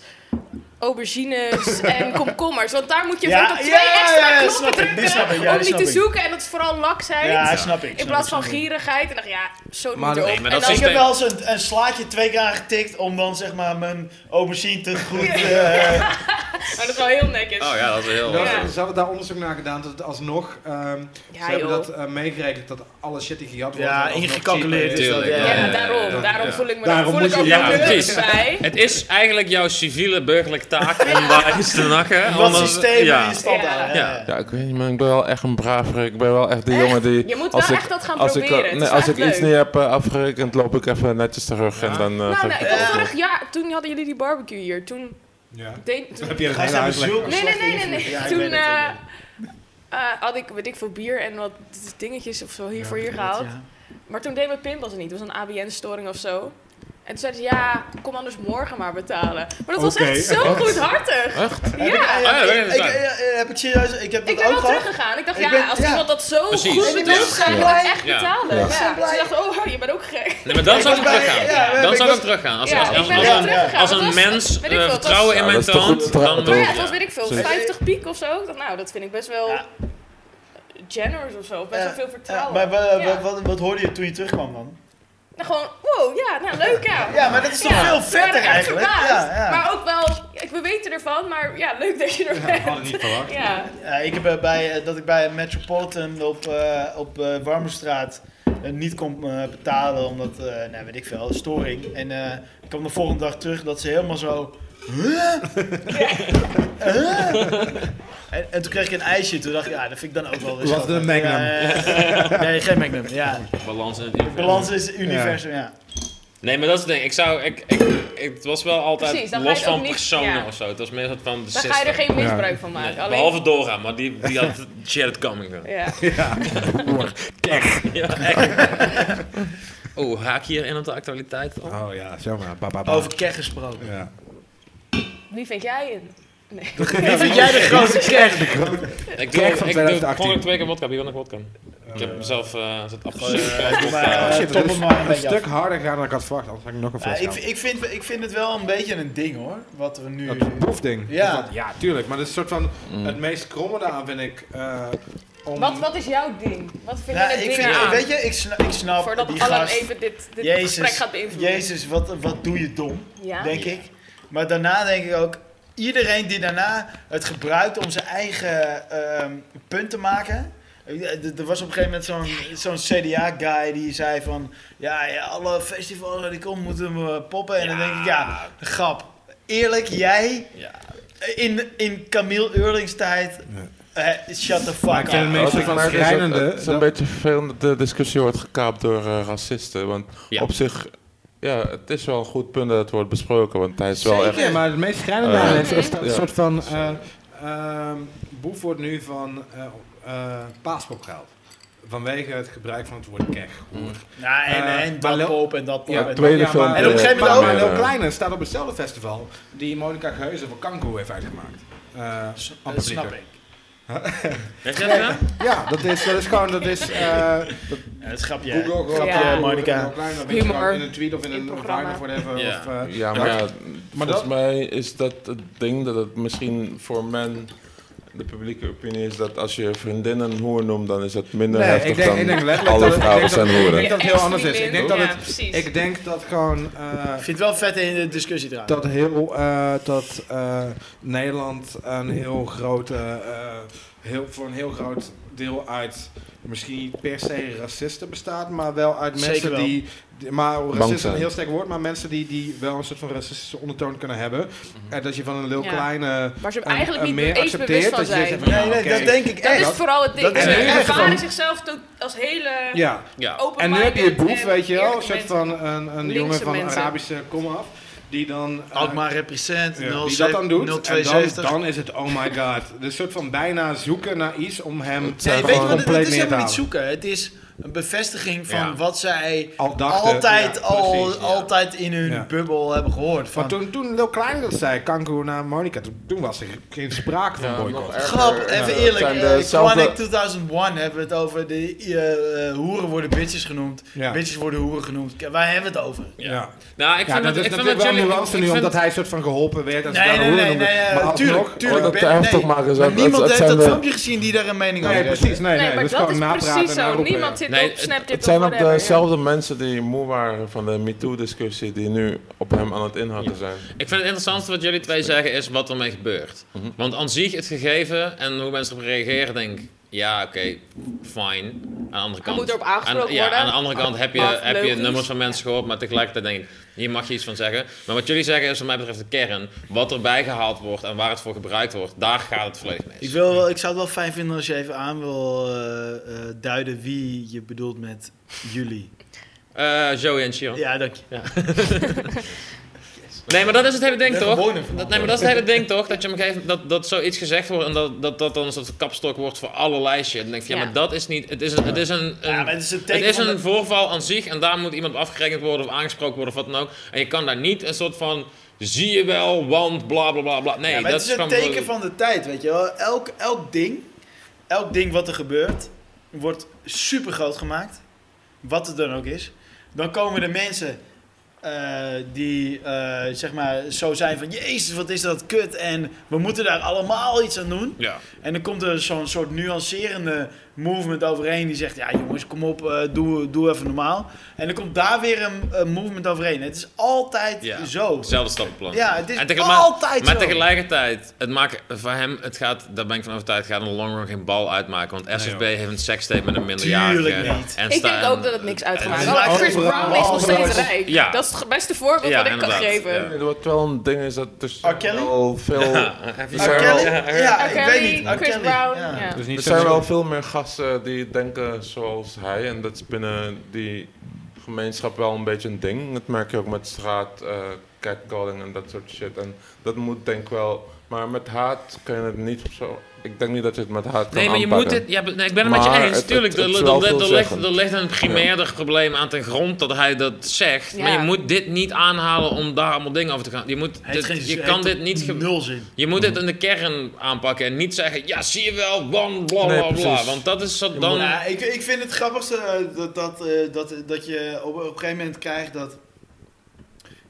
Speaker 6: aubergines en komkommers. Want daar moet je
Speaker 2: Ja,
Speaker 6: van tot twee
Speaker 2: ja, ja,
Speaker 6: extra
Speaker 2: ja, snap ik.
Speaker 6: knoppen
Speaker 2: Die snap ik,
Speaker 6: drukken
Speaker 2: ja,
Speaker 6: om
Speaker 2: die
Speaker 6: niet te
Speaker 2: snap ik.
Speaker 6: zoeken. En dat is vooral laksheid.
Speaker 2: Ja, snap ik.
Speaker 6: in
Speaker 2: snap
Speaker 6: plaats
Speaker 2: ik,
Speaker 6: van
Speaker 2: snap ik.
Speaker 6: gierigheid. En dacht ja, zo
Speaker 3: Maar
Speaker 6: moet
Speaker 3: dat-
Speaker 6: het ook.
Speaker 1: Nee, maar
Speaker 6: En
Speaker 1: dat
Speaker 6: dan-
Speaker 2: Ik
Speaker 1: systeem-
Speaker 2: heb wel eens een, een slaatje twee keer aangetikt om dan zeg maar mijn aubergine te goed... eh,
Speaker 6: maar dat is wel heel netjes.
Speaker 1: Oh ja, dat is heel...
Speaker 3: Nou,
Speaker 6: Ja.
Speaker 3: Ze ze hadden daar onderzoek naar gedaan, dat het alsnog... ehm,
Speaker 6: Ja,
Speaker 3: ze hebben
Speaker 6: joh.
Speaker 3: dat eh, meegerekend, dat alle shit die gejat wordt...
Speaker 2: ja,
Speaker 3: alsnog
Speaker 2: ingecalculeerd is
Speaker 3: cheap
Speaker 2: dat.
Speaker 1: Tuurlijk,
Speaker 6: Ja, maar
Speaker 2: Ja.
Speaker 6: daarom.
Speaker 1: Ja.
Speaker 6: daarom
Speaker 1: Ja.
Speaker 6: voel ik me
Speaker 3: Daarom
Speaker 6: daarom voel ik
Speaker 3: moet
Speaker 6: ook
Speaker 1: je- ja,
Speaker 6: bewust
Speaker 1: precies.
Speaker 6: bij.
Speaker 1: Het is eigenlijk jouw civiele burgerlijke taak om daar iets te nakken.
Speaker 2: Wat
Speaker 1: anders-
Speaker 2: systeem
Speaker 1: ja.
Speaker 2: in stand
Speaker 6: Ja.
Speaker 2: houden.
Speaker 1: Ja.
Speaker 2: Ja.
Speaker 4: Ja, ik weet niet, maar ik ben wel echt een braver. Ik ben wel echt de jongen die...
Speaker 6: Je moet
Speaker 4: als
Speaker 6: wel
Speaker 4: ik,
Speaker 6: echt dat gaan
Speaker 4: als ik, eh,
Speaker 6: proberen. Het
Speaker 4: nee,
Speaker 6: is
Speaker 4: als ik
Speaker 6: echt
Speaker 4: iets
Speaker 6: leuk.
Speaker 4: niet heb eh, afgerekend, loop ik even netjes terug en dan... eh,
Speaker 6: Nou,
Speaker 4: geef
Speaker 6: nou, ik
Speaker 4: ik
Speaker 6: had
Speaker 4: het terug.
Speaker 6: vorig jaar, toen hadden jullie die barbecue hier. Toen
Speaker 3: Ja.
Speaker 6: deed, toen-
Speaker 3: Heb je een
Speaker 2: Gijs
Speaker 3: hele
Speaker 2: hebben
Speaker 3: uitleg.
Speaker 2: zulke
Speaker 6: Nee, nee,
Speaker 2: slechte
Speaker 6: nee, nee, nee.
Speaker 2: invloed. Ja, ik
Speaker 6: Toen
Speaker 2: weet het, ik
Speaker 6: eh,
Speaker 2: weet
Speaker 6: eh, had ik, weet ik veel, bier en wat dingetjes of zo hier voor hier
Speaker 2: het.
Speaker 6: gehaald.
Speaker 2: Ja.
Speaker 6: Maar toen deed mijn pinpas het niet. Het was een ABN-storing of zo. En toen zeiden ze, ja, kom anders morgen maar betalen. Maar dat was
Speaker 3: Oké.
Speaker 6: echt zo goedhartig. Echt? Ja.
Speaker 1: ja,
Speaker 2: Ik-
Speaker 1: weet het
Speaker 2: ik-
Speaker 1: wel.
Speaker 2: eh, eh, Heb ik serieus... Ik heb
Speaker 6: Ik
Speaker 2: dat
Speaker 6: ben
Speaker 2: ook
Speaker 6: wel
Speaker 2: gehad.
Speaker 6: teruggegaan. Ik dacht,
Speaker 2: Ik
Speaker 6: ja,
Speaker 2: ben-
Speaker 6: als
Speaker 2: ja.
Speaker 6: iemand dat zo
Speaker 1: Precies.
Speaker 6: goed
Speaker 1: Ik ben
Speaker 6: bedoelt,
Speaker 1: ook
Speaker 6: ga je
Speaker 1: blij.
Speaker 6: dat echt
Speaker 1: Ja.
Speaker 6: betalen.
Speaker 4: Ja.
Speaker 6: Ja.
Speaker 2: Ik ben blij.
Speaker 6: Ze dachten, oh, je bent ook gek.
Speaker 1: Nee, maar dan zou ik hem
Speaker 2: was bij-
Speaker 1: teruggaan.
Speaker 2: ja, we-
Speaker 1: Dan
Speaker 2: ik
Speaker 1: zou ik
Speaker 2: was-
Speaker 1: hem teruggaan. Als,
Speaker 6: Ja,
Speaker 1: als,
Speaker 6: ik
Speaker 1: als,
Speaker 6: ben
Speaker 1: als,
Speaker 6: wel
Speaker 2: ja.
Speaker 6: teruggegaan.
Speaker 1: als
Speaker 6: Dat
Speaker 1: een
Speaker 6: was-
Speaker 1: mens
Speaker 6: weet ik veel,
Speaker 1: eh,
Speaker 6: het was-
Speaker 1: vertrouwen in
Speaker 4: Ja,
Speaker 1: mijn
Speaker 4: dat is toch
Speaker 1: toont,
Speaker 4: goed vertrouwen,
Speaker 1: dan...
Speaker 6: Maar ja,
Speaker 4: toch?
Speaker 6: het was, weet ik veel,
Speaker 4: Zeker.
Speaker 6: 50 piek of zo. Ik dacht, nou, dat vind ik best wel
Speaker 2: Ja.
Speaker 6: generous of zo. Best
Speaker 2: Ja.
Speaker 6: wel veel
Speaker 2: Ja,
Speaker 6: vertrouwen.
Speaker 2: Eh, Maar wa-
Speaker 6: Ja.
Speaker 2: wa- wat- wat hoorde je toen je terugkwam dan?
Speaker 6: Nou, gewoon, wow, ja, nou, leuk ja.
Speaker 2: Ja, maar dat is toch
Speaker 6: Ja,
Speaker 2: veel
Speaker 6: we waren
Speaker 2: vetter
Speaker 6: echt
Speaker 2: eigenlijk?
Speaker 6: verbaasd.
Speaker 2: Ja, ja.
Speaker 6: Maar ook wel, ik, we weten ervan, maar ja, leuk dat je er
Speaker 3: Ja, we
Speaker 6: bent.
Speaker 3: hadden niet verwacht.
Speaker 6: Ja,
Speaker 2: Ja, ik heb eh, bij, eh, dat ik bij Metropolitan op, eh op eh, Warmestraat eh, niet kon eh, betalen, omdat, eh nou weet ik veel, storing. En eh, ik kwam de volgende dag terug dat ze helemaal zo... "Huh? Huh?" en, en toen kreeg ik een ijsje, toen dacht ik, ja, dat vind ik dan ook wel weer
Speaker 3: Was
Speaker 2: schattig.
Speaker 3: het een Magnum?
Speaker 2: Ja, ja. nee, geen Magnum, ja.
Speaker 1: Balans in het universum.
Speaker 2: Balans is het universum, ja.
Speaker 1: Nee, maar dat is het ding. Ik zou... Ik, ik, ik- het was wel altijd
Speaker 6: Precies, dan ga je
Speaker 1: los
Speaker 6: het ook
Speaker 1: van
Speaker 6: niet-
Speaker 1: personen
Speaker 6: ja.
Speaker 1: of zo. Het was meer een soort van de
Speaker 6: daar ga je er
Speaker 1: system.
Speaker 6: geen misbruik van maken.
Speaker 1: Nee,
Speaker 6: Alleen,
Speaker 1: Behalve Dora, maar die, die had shared coming. dan.
Speaker 6: ja.
Speaker 1: Oh, haak hier in op de actualiteit. Oh.
Speaker 3: Oh ja, zomaar. Ba, ba, ba.
Speaker 2: Over keg gesproken.
Speaker 3: Ja.
Speaker 6: Wie vind jij een? Nee.
Speaker 2: Wie vind jij de grootste keg?
Speaker 1: Ik doe,
Speaker 3: Kerk
Speaker 1: ik
Speaker 3: van
Speaker 1: doe
Speaker 3: 2018.
Speaker 1: volgende twee keer wodka. Wie wil nog wodka? Ik heb mezelf eh het
Speaker 2: Doe maar,
Speaker 1: absoluut.
Speaker 2: eh,
Speaker 3: Oh, Shit,
Speaker 2: top
Speaker 3: dat is
Speaker 2: hem maar een
Speaker 3: een
Speaker 2: beetje af.
Speaker 3: stuk harder gaan dan ik had verwacht, anders had ik nog een
Speaker 2: Ja,
Speaker 3: fles
Speaker 2: ik,
Speaker 3: gehad.
Speaker 2: ik, vind, ik vind het wel een beetje een ding hoor, wat we nu...
Speaker 3: Dat proefding.
Speaker 2: Ja.
Speaker 3: Dat- ja, tuurlijk. Maar dat is een soort van het meest kromme daar, vind ik. eh, om...
Speaker 6: Wat, wat is jouw ding? Wat vind
Speaker 2: Ja,
Speaker 6: je het
Speaker 2: ik
Speaker 6: ding
Speaker 2: vind,
Speaker 6: aan?
Speaker 2: weet je, ik snap, ik snap
Speaker 6: Voordat
Speaker 2: die
Speaker 6: Alan
Speaker 2: gast.
Speaker 6: even dit, dit gesprek
Speaker 2: Jezus,
Speaker 6: gaat beïnvloeden.
Speaker 2: Jezus wat, wat doe je dom,
Speaker 6: Ja?
Speaker 2: denk ik. Maar daarna denk ik ook, iedereen die daarna het gebruikt om zijn eigen ehm, punt te maken. Eh, d- Er was op een gegeven moment zo'n zo'n CDA-guy die zei van... Ja, ja, alle festivals waar ik om moeten we poppen. En dan denk ik, ja, grap. Eerlijk, jij
Speaker 1: Ja.
Speaker 2: in, in Camille Eurlings tijd... eh, shut the
Speaker 3: Maar
Speaker 2: fuck
Speaker 3: ik vind het
Speaker 2: up.
Speaker 3: meest
Speaker 4: Wat ik merk is dat
Speaker 3: schrijnende,
Speaker 4: Het is een
Speaker 3: dat-
Speaker 4: beetje vervelend dat de discussie wordt gekaapt door eh, racisten. Want
Speaker 1: Ja.
Speaker 4: op zich, ja, het is wel een goed punt dat het wordt besproken. Want hij is wel Oh, echt...
Speaker 3: Zeker, maar het meest schrijnende
Speaker 4: Eh,
Speaker 3: aan is is dat
Speaker 4: ja.
Speaker 3: een soort van... eh, ehm, boef wordt nu van eh eh, paaspop gehaald. Vanwege het gebruik van het woord keg.
Speaker 2: Nou, en,
Speaker 3: Eh,
Speaker 2: en
Speaker 3: maar
Speaker 2: dat
Speaker 3: Lil-
Speaker 2: pop en dat pop. en dat-
Speaker 4: tweede film,
Speaker 2: En op een gegeven moment
Speaker 3: maar
Speaker 4: ook-
Speaker 3: Lil Kleine staat op hetzelfde festival die Monica Geuze voor Kanko heeft uitgemaakt. Eh, aan
Speaker 2: dat
Speaker 3: publiek.
Speaker 2: snap ik.
Speaker 1: Heb jij dat gedaan?
Speaker 3: Ja, dat is, dat is gewoon, dat is, eh, dat
Speaker 2: Ja, dat is grapje. hè?
Speaker 3: Google gewoon.
Speaker 6: Grapje,
Speaker 3: Google
Speaker 2: Monica.
Speaker 3: Lil Kleine, weet je,
Speaker 6: Humor.
Speaker 3: gewoon In een tweet of in
Speaker 6: In
Speaker 3: een
Speaker 6: programma.
Speaker 3: vine of whatever.
Speaker 1: Ja.
Speaker 3: Of, eh,
Speaker 4: Ja, maar ja,
Speaker 3: Maar
Speaker 4: volgens mij is dat het ding dat het misschien voor men de publieke opinie is dat als je vriendinnen een hoer noemt, dan is dat minder
Speaker 3: Nee,
Speaker 4: heftig
Speaker 3: ik denk,
Speaker 4: dan
Speaker 3: ik denk letterlijk
Speaker 4: alle
Speaker 3: dat, het- ik
Speaker 4: vrouwen
Speaker 3: denk dat,
Speaker 4: zijn
Speaker 3: ik
Speaker 4: hoeren.
Speaker 3: denk dat het heel anders is.
Speaker 6: Ex-vriendin.
Speaker 3: Ik denk dat
Speaker 6: Ja,
Speaker 3: het,
Speaker 6: precies.
Speaker 3: ik denk dat gewoon eh,
Speaker 2: Ik vind het wel vet in de discussie eraan.
Speaker 3: dat heel eh, dat eh, Nederland een heel groot eh, eh, heel, voor een heel groot deel uit misschien niet per se racisten bestaat, maar wel uit
Speaker 2: Zeker
Speaker 3: mensen
Speaker 2: wel.
Speaker 3: die, die- maar racist is
Speaker 4: zijn.
Speaker 3: een heel sterk woord, maar mensen die, die wel een soort van racistische ondertoon kunnen hebben.
Speaker 2: Mhm.
Speaker 3: En dat je van een heel
Speaker 6: Ja.
Speaker 3: kleine
Speaker 6: Waar ze hem
Speaker 3: een-
Speaker 6: eigenlijk
Speaker 3: een
Speaker 6: niet
Speaker 3: meer
Speaker 6: eens bewust
Speaker 3: accepteert
Speaker 6: van
Speaker 3: dat je
Speaker 6: zijn.
Speaker 3: zegt van ja,
Speaker 2: nee, nee,
Speaker 3: oké.
Speaker 2: dat denk ik
Speaker 6: Dat
Speaker 2: echt.
Speaker 6: is vooral het ding.
Speaker 2: dat is
Speaker 6: Ze
Speaker 2: nu echt
Speaker 6: ervaren
Speaker 2: gewoon-
Speaker 6: zichzelf to- als hele
Speaker 3: ja.
Speaker 1: Ja.
Speaker 6: open
Speaker 3: En nu heb je Boef, weet je wel, een soort van een, een
Speaker 6: eh, Linkse
Speaker 3: jongen van
Speaker 6: mensen.
Speaker 3: Arabische komaf, die dan... eh,
Speaker 2: Alkmaar represent,
Speaker 3: ja,
Speaker 2: 07
Speaker 3: die dat dan doet, en dan,
Speaker 2: 072.
Speaker 3: dan is het oh my god. Een soort van bijna zoeken naar iets om hem
Speaker 2: Nee, weet je
Speaker 3: gewoon
Speaker 2: wat, het- het
Speaker 3: compleet
Speaker 2: is
Speaker 3: meer te
Speaker 2: helemaal niet
Speaker 3: halen.
Speaker 2: zoeken. Het is een bevestiging van
Speaker 1: Ja.
Speaker 2: wat zij
Speaker 3: Al dachten,
Speaker 2: altijd,
Speaker 3: ja,
Speaker 2: al,
Speaker 3: precies, ja.
Speaker 2: altijd in hun
Speaker 3: Ja.
Speaker 2: bubbel hebben gehoord. Van,
Speaker 3: Maar toen, toen Lil Klein dat zei, Kanker naar Monica, toen, toen was er geen sprake van
Speaker 4: Ja, nog
Speaker 3: boycott.
Speaker 4: erger.
Speaker 2: Grap,
Speaker 4: Ja,
Speaker 2: even
Speaker 4: het
Speaker 2: eerlijk.
Speaker 4: zijn
Speaker 2: eh,
Speaker 4: dezelfde-
Speaker 2: Quanic 2001 hebben we het over. De eh, eh, hoeren worden bitches genoemd.
Speaker 3: Ja.
Speaker 2: Bitches worden hoeren genoemd. K- Waar hebben we het over?
Speaker 3: Ja.
Speaker 1: Nou, ik
Speaker 3: Ja,
Speaker 1: vind
Speaker 3: dat
Speaker 1: het,
Speaker 3: is
Speaker 1: ik vind
Speaker 3: natuurlijk
Speaker 1: het
Speaker 3: wel een
Speaker 1: jullie-
Speaker 3: nuance
Speaker 1: ik
Speaker 3: nu,
Speaker 1: vind-
Speaker 3: omdat hij een soort van geholpen werd. Als
Speaker 2: Nee,
Speaker 3: nee,
Speaker 2: nee,
Speaker 3: nee,
Speaker 2: nee, nee, eh,
Speaker 3: maar
Speaker 2: tuurlijk,
Speaker 3: alsnog,
Speaker 2: tuurlijk.
Speaker 4: dat
Speaker 2: Ben-
Speaker 4: te heftig
Speaker 2: nee.
Speaker 4: maken, zo-
Speaker 2: Maar
Speaker 4: dat-
Speaker 2: niemand
Speaker 4: dat
Speaker 2: heeft
Speaker 4: zijn
Speaker 2: dat
Speaker 4: de-
Speaker 2: filmpje gezien die daar een mening over
Speaker 3: Nee,
Speaker 2: heeft.
Speaker 3: precies. Nee, nee,
Speaker 6: Nee, maar
Speaker 3: dus
Speaker 6: dat
Speaker 3: gewoon
Speaker 6: is
Speaker 3: napraten
Speaker 6: precies
Speaker 3: en
Speaker 6: zo.
Speaker 3: naroepen, ja.
Speaker 6: Niemand zit
Speaker 1: Nee,
Speaker 6: op Snapchat
Speaker 4: Het zijn
Speaker 6: of
Speaker 4: ook
Speaker 6: whatever, ja.
Speaker 4: dezelfde mensen die moe waren van de MeToo-discussie die nu op hem aan het inhakken zijn.
Speaker 1: Ik vind het interessantste wat jullie twee zeggen is wat ermee gebeurt. Want aan zich het gegeven en hoe mensen erop reageren, denk ik, ja, oké, fine. Aan de andere kant...
Speaker 6: moet erop aangesproken
Speaker 1: aan, ja,
Speaker 6: worden.
Speaker 1: aan de andere kant heb je,
Speaker 6: Af-
Speaker 1: heb je
Speaker 6: logisch.
Speaker 1: nummers van mensen gehoord, maar tegelijkertijd denk ik, hier mag je iets van zeggen. Maar wat jullie zeggen is wat mij betreft de kern. Wat erbij gehaald wordt en waar het voor gebruikt wordt, daar gaat het volledig
Speaker 2: Ik,
Speaker 1: mis.
Speaker 2: wil, wel- ik zou het wel fijn vinden als je even aan wil eh, eh, duiden wie je bedoelt met jullie.
Speaker 1: Eh, Joey en Sharon.
Speaker 2: Ja, dank je.
Speaker 1: Nee, maar dat is het hele ding,
Speaker 2: ben
Speaker 1: toch?
Speaker 2: gewoon een
Speaker 1: Dat, nee, maar dat is het hele ding, toch? Dat je op een gegeven moment dat, dat zoiets gezegd wordt en dat, dat dat dan een soort kapstok wordt voor alle lijstje. Dan denk je, ja,
Speaker 6: Ja.
Speaker 1: maar dat is niet... Het is een... Het is een, een
Speaker 2: Ja, maar het is een
Speaker 1: Het
Speaker 2: teken
Speaker 1: is
Speaker 2: van
Speaker 1: een
Speaker 2: de-
Speaker 1: voorval aan zich en daar moet iemand op afgerekend worden of aangesproken worden of wat dan ook. En je kan daar niet een soort van zie je wel, want bla bla bla bla. Nee,
Speaker 2: Ja, maar
Speaker 1: dat
Speaker 2: het is een
Speaker 1: gewoon-
Speaker 2: teken van de tijd, weet je wel. Elk, elk ding, elk ding wat er gebeurt, wordt super groot gemaakt. Wat het dan ook is. Dan komen de mensen eh, die eh, zeg maar zo zijn van... Jezus, wat is dat kut en we moeten daar allemaal iets aan doen.
Speaker 1: Ja.
Speaker 2: En dan komt er zo'n soort nuancerende movement overheen die zegt... Ja jongens, kom op, eh, doe, doe even normaal. En dan komt daar weer een, een movement overheen. Het is altijd
Speaker 1: Ja.
Speaker 2: zo.
Speaker 1: Hetzelfde stappenplan.
Speaker 2: Ja, het is
Speaker 1: En tegelijk-
Speaker 2: altijd
Speaker 1: Maar
Speaker 2: zo.
Speaker 1: tegelijkertijd, het maakt voor hem, het gaat, daar ben ik van overtuigd, gaat in de long run geen bal uitmaken. Want SSB heeft een sekstape met een minderjarige.
Speaker 2: Tuurlijk niet.
Speaker 1: En
Speaker 6: Ik
Speaker 1: sta-
Speaker 6: denk ook dat het niks uitgemaakt
Speaker 2: Ja,
Speaker 6: had.
Speaker 2: maar
Speaker 6: Chris
Speaker 3: overal-
Speaker 6: Brown is nog
Speaker 3: overal-
Speaker 6: steeds rijk.
Speaker 1: Ja.
Speaker 6: Dat is het beste voorbeeld
Speaker 1: Ja,
Speaker 6: wat ik kan
Speaker 1: inderdaad.
Speaker 6: geven.
Speaker 1: Ja.
Speaker 4: Wat wel een ding is, dat er
Speaker 2: R. Kelly?
Speaker 4: wel veel... Er
Speaker 2: R.
Speaker 4: zijn
Speaker 2: Kelly?
Speaker 4: wel-
Speaker 2: Ja,
Speaker 6: R.
Speaker 2: ik weet
Speaker 6: Kelly,
Speaker 2: niet. R.
Speaker 6: Chris
Speaker 2: Kelly,
Speaker 6: Brown.
Speaker 2: ja.
Speaker 3: Dus
Speaker 6: ja.
Speaker 4: Er zijn wel veel meer gasten die denken zoals hij. En dat is binnen die gemeenschap wel een beetje een ding. Dat merk je ook met straat, eh, catcalling en dat soort shit. En dat moet denk ik wel... Maar met haat kan je het niet zo... Ik denk niet dat je het met haat kan
Speaker 1: Nee, maar je moet
Speaker 4: aanpakken.
Speaker 1: dit. Ja, be- nee, ik ben het met
Speaker 4: Maar
Speaker 1: je eens.
Speaker 4: het-
Speaker 1: Tuurlijk,
Speaker 4: het-
Speaker 1: er,
Speaker 4: het is
Speaker 1: er-
Speaker 4: wel
Speaker 1: er- er ligt,
Speaker 4: veelzeggend.
Speaker 1: er ligt een primairder probleem aan ten grond dat hij dat zegt. Maar
Speaker 6: Ja.
Speaker 1: je moet dit niet aanhalen om daar allemaal dingen over te gaan. Je, moet
Speaker 2: Hij
Speaker 1: dit-
Speaker 2: heeft geen-
Speaker 1: je
Speaker 2: hij
Speaker 1: kan
Speaker 2: heeft
Speaker 1: dit niet. ge-
Speaker 2: Nul zin.
Speaker 1: Je moet dit in de kern aanpakken en niet zeggen: ja, zie je wel, wan, bla
Speaker 4: Nee,
Speaker 1: bla bla.
Speaker 4: precies.
Speaker 1: Want dat is zo dan.
Speaker 2: Nou, ik, ik vind het grappigste eh, dat, dat, eh, dat, dat je op, op een gegeven moment krijgt dat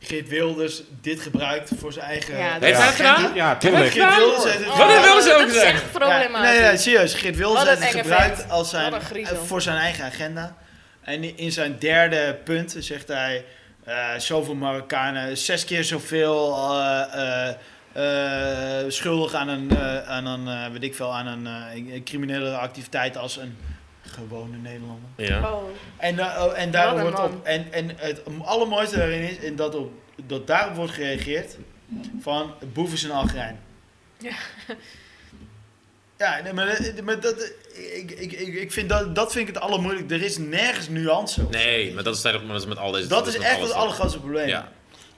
Speaker 2: Geert Wilders dit gebruikt voor zijn eigen...
Speaker 6: Ja, dat
Speaker 1: Heeft hij het gedaan?
Speaker 3: Ja, tuurlijk.
Speaker 2: Geert Wilders heeft het
Speaker 6: Oh,
Speaker 1: Wat een wilde ze ook
Speaker 6: Dat is echt
Speaker 2: Ja, nee, nee,
Speaker 6: problematisch.
Speaker 2: serieus. Geert Wilders
Speaker 6: Wat een
Speaker 2: heeft het
Speaker 6: enge
Speaker 2: gebruikt
Speaker 6: vent.
Speaker 2: als zijn,
Speaker 6: Wat een griezel.
Speaker 2: eh, voor zijn eigen agenda. En in zijn derde punt zegt hij... eh, zoveel Marokkanen, zes keer zoveel eh, eh, eh, schuldig aan een, eh, aan een eh, weet ik veel, aan een eh, criminele activiteit als een gewone Nederlander.
Speaker 1: Ja.
Speaker 6: Oh.
Speaker 2: En, da- oh, en daarom
Speaker 6: Wat een
Speaker 2: wordt
Speaker 6: man.
Speaker 2: op. En, en het allermooiste daarin is en dat, op, dat daarop wordt gereageerd van boef is een Algerijn.
Speaker 6: Ja.
Speaker 2: Ja, nee, maar, eh, maar dat, ik, ik, ik ik vind dat, dat vind ik het allermoeilijk. Er is nergens nuance. op.
Speaker 1: Nee, maar dat is tijdens dat is met al deze.
Speaker 2: dat is
Speaker 1: met
Speaker 2: echt
Speaker 1: alles.
Speaker 2: het allergrootste probleem.
Speaker 1: Ja.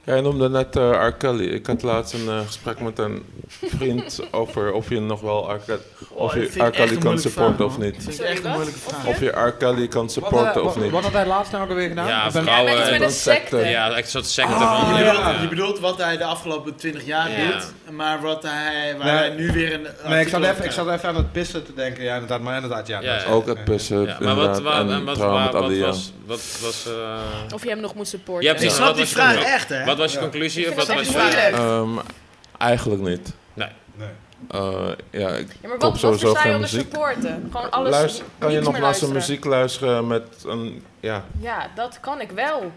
Speaker 4: Jij noemde net eh R. Kelly. Ik had laatst een eh, gesprek met een vriend over of je nog wel R. Kelly, of
Speaker 2: dat vind
Speaker 4: je R.
Speaker 2: Oh, ik echt
Speaker 4: Kelly
Speaker 2: een
Speaker 4: kan
Speaker 2: moeilijke
Speaker 4: supporten
Speaker 2: vraag, eh,
Speaker 4: of
Speaker 2: man.
Speaker 4: niet.
Speaker 2: Dat vind ik
Speaker 6: Sorry,
Speaker 2: echt een
Speaker 6: wat?
Speaker 2: moeilijke vraag.
Speaker 4: Of je R. Kelly kan supporten of niet.
Speaker 3: Wat had hij laatst nou ook alweer gedaan?
Speaker 1: Ja,
Speaker 3: Of hij-
Speaker 6: Ja,
Speaker 1: vrouwen.
Speaker 6: met iets met
Speaker 1: Ja, eh,
Speaker 4: dan
Speaker 6: een secte.
Speaker 4: secte.
Speaker 1: ja, echt zo'n secte
Speaker 2: Ah,
Speaker 1: van.
Speaker 2: Je bedoelt,
Speaker 1: ja.
Speaker 2: je bedoelt wat hij de afgelopen 20 jaar
Speaker 1: Ja.
Speaker 2: doet, maar wat hij, waar
Speaker 3: Nee.
Speaker 2: hij nu weer een.
Speaker 3: Nee, ik
Speaker 2: artikel
Speaker 3: zat,
Speaker 2: over
Speaker 3: even, ik zat even aan het pissen te denken. Ja, inderdaad. Maar inderdaad, ja.
Speaker 1: Ja,
Speaker 3: dat is-
Speaker 1: ja.
Speaker 4: Ook het pissen.
Speaker 1: Ja, maar wat,
Speaker 4: inderdaad,
Speaker 1: wat,
Speaker 4: en
Speaker 1: wat,
Speaker 4: trouwen
Speaker 1: wat,
Speaker 4: met
Speaker 1: wat
Speaker 4: Alia.
Speaker 1: was. Wat was. eh,
Speaker 6: Of je hem nog moet supporten.
Speaker 1: Ja, precies.
Speaker 2: Ik snap
Speaker 1: Wat
Speaker 2: die
Speaker 1: was je
Speaker 2: vraag
Speaker 1: bedoel?
Speaker 2: echt, hè?
Speaker 1: Wat was je
Speaker 3: Ja.
Speaker 1: conclusie?
Speaker 6: Ik
Speaker 1: Of
Speaker 6: vind
Speaker 1: wat
Speaker 2: dat
Speaker 1: was
Speaker 2: is
Speaker 1: je
Speaker 6: echt
Speaker 1: vraag?
Speaker 2: moeilijk.
Speaker 4: Ehm, eigenlijk niet.
Speaker 1: Nee.
Speaker 3: Nee.
Speaker 4: Eh, ja, ik
Speaker 6: Ja, maar
Speaker 4: koop
Speaker 6: wat, wat
Speaker 4: sowieso
Speaker 6: versta je
Speaker 4: geen
Speaker 6: onder
Speaker 4: muziek.
Speaker 6: supporten? Gewoon alles
Speaker 4: Luister, kan je
Speaker 6: niets
Speaker 4: nog
Speaker 6: meer
Speaker 4: naar zijn
Speaker 6: luisteren.
Speaker 4: muziek luisteren met een... Ja,
Speaker 6: Ja, dat kan ik wel.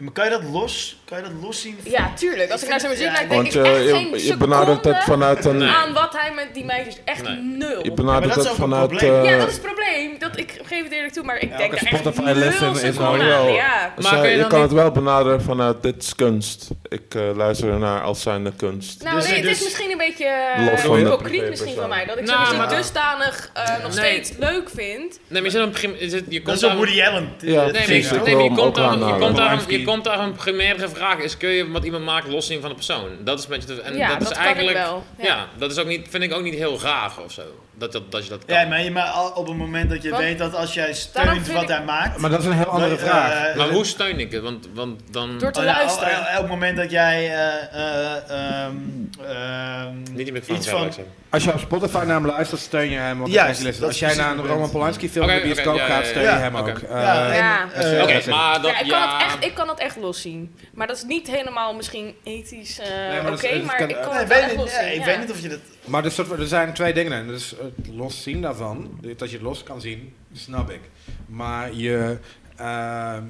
Speaker 2: Maar kan je dat los, kan je dat los zien?
Speaker 6: Ja, tuurlijk. Als ik naar zijn muziek
Speaker 2: Ja,
Speaker 6: kijk, denk
Speaker 4: want eh,
Speaker 6: ik
Speaker 4: je,
Speaker 6: echt geen
Speaker 4: je, je
Speaker 6: seconde
Speaker 4: benadert het vanuit een...
Speaker 6: aan wat hij met die meisjes... Echt
Speaker 1: Nee.
Speaker 6: nul.
Speaker 4: Je
Speaker 2: Ja, maar
Speaker 4: benadert
Speaker 2: dat is
Speaker 4: het
Speaker 2: ook een
Speaker 4: vanuit...
Speaker 2: probleem.
Speaker 6: Ja,
Speaker 4: eh,
Speaker 6: dat is het probleem. Dat, ik geef het eerlijk toe, maar ik denk
Speaker 5: elke
Speaker 6: daar echt
Speaker 5: Spotify-listen
Speaker 6: nul
Speaker 5: is
Speaker 6: seconde
Speaker 4: gewoon
Speaker 6: aan.
Speaker 4: wel-
Speaker 6: Ja.
Speaker 1: Maar
Speaker 4: zij-
Speaker 1: kun je
Speaker 4: je,
Speaker 1: dan
Speaker 4: kan
Speaker 1: niet-
Speaker 4: het wel benaderen vanuit dit is kunst. Ik eh, luister ernaar als zijnde kunst.
Speaker 6: Nou,
Speaker 2: Dus-
Speaker 6: nee, het
Speaker 2: dus-
Speaker 6: is misschien een beetje
Speaker 4: Los
Speaker 6: eh,
Speaker 4: van de
Speaker 6: hypocriet
Speaker 4: privépersoon.
Speaker 6: misschien van mij. Dat ik
Speaker 1: Nou,
Speaker 6: zo'n muziek
Speaker 1: maar-
Speaker 6: dusdanig eh, nog
Speaker 1: Nee.
Speaker 6: steeds leuk vind.
Speaker 1: Nee, maar je, zit op een prim- je, zit- je
Speaker 2: Dat
Speaker 1: komt
Speaker 2: is op
Speaker 1: daar...
Speaker 2: Woody Allen.
Speaker 4: Ja,
Speaker 1: Nee, maar,
Speaker 4: precies.
Speaker 1: je-
Speaker 4: Ik
Speaker 1: nee,
Speaker 4: wil
Speaker 1: maar je,
Speaker 4: hem
Speaker 1: komt
Speaker 4: ook
Speaker 1: daar, je,
Speaker 4: aanhalen.
Speaker 1: komt daar,
Speaker 5: Polanski.
Speaker 1: je komt daar een primaire vraag is, kun je wat iemand maakt loszien van de persoon? Dat is een beetje... de- en
Speaker 6: ja,
Speaker 1: dat,
Speaker 6: dat,
Speaker 1: is
Speaker 6: kan
Speaker 1: eigenlijk...
Speaker 6: ik wel.
Speaker 1: Ja. dat is ook niet, vind ik ook niet heel raar of zo. Dat, dat, dat je dat kan.
Speaker 2: Ja, maar, je- maar al- op het moment dat je
Speaker 6: Want-
Speaker 2: weet dat als jij
Speaker 6: Daarom
Speaker 2: steunt
Speaker 6: vind
Speaker 2: wat
Speaker 6: ik-
Speaker 2: hij maakt...
Speaker 3: Maar dat is een heel andere
Speaker 2: dan, eh,
Speaker 3: vraag.
Speaker 1: Maar hoe steun ik het? Want, want dan...
Speaker 6: Door te
Speaker 2: oh, nou,
Speaker 6: luisteren.
Speaker 2: el- el- elk moment dat jij eh, eh, ehm, ehm,
Speaker 1: Niet met
Speaker 2: iets van...
Speaker 3: Als je op Spotify naar hem luistert, steun je hem. want
Speaker 2: Juist,
Speaker 3: hij is een list.
Speaker 2: dat
Speaker 3: Als
Speaker 2: is
Speaker 3: jij
Speaker 2: precies
Speaker 3: naar een
Speaker 2: het punt.
Speaker 3: Roman Polanski film
Speaker 1: Oké,
Speaker 3: in de
Speaker 1: oké,
Speaker 3: bioscoop
Speaker 1: ja, ja,
Speaker 3: gaat,
Speaker 1: ja.
Speaker 3: steun
Speaker 2: Ja,
Speaker 3: je hem
Speaker 1: oké.
Speaker 3: ook.
Speaker 2: Ja,
Speaker 3: Eh,
Speaker 2: en-
Speaker 6: Ja.
Speaker 2: eh,
Speaker 3: Ja,
Speaker 1: Oké,
Speaker 3: dat is-
Speaker 1: maar dat...
Speaker 6: ja, ik, Kan het echt, ik kan dat echt los zien. Maar dat is niet helemaal misschien ethisch eh,
Speaker 3: maar
Speaker 6: oké,
Speaker 3: dat is- dat
Speaker 6: maar
Speaker 3: kan-
Speaker 6: ik kan
Speaker 2: Nee,
Speaker 6: het
Speaker 2: ik
Speaker 6: wel
Speaker 2: weet
Speaker 6: echt
Speaker 2: niet-
Speaker 6: los
Speaker 2: ja,
Speaker 6: zien.
Speaker 2: ik
Speaker 6: ja.
Speaker 2: weet niet of je dat...
Speaker 3: Maar er, soort- er zijn twee dingen in. Dus het loszien daarvan, dit- dat je het los kan zien, snap ik. Maar je, ehm,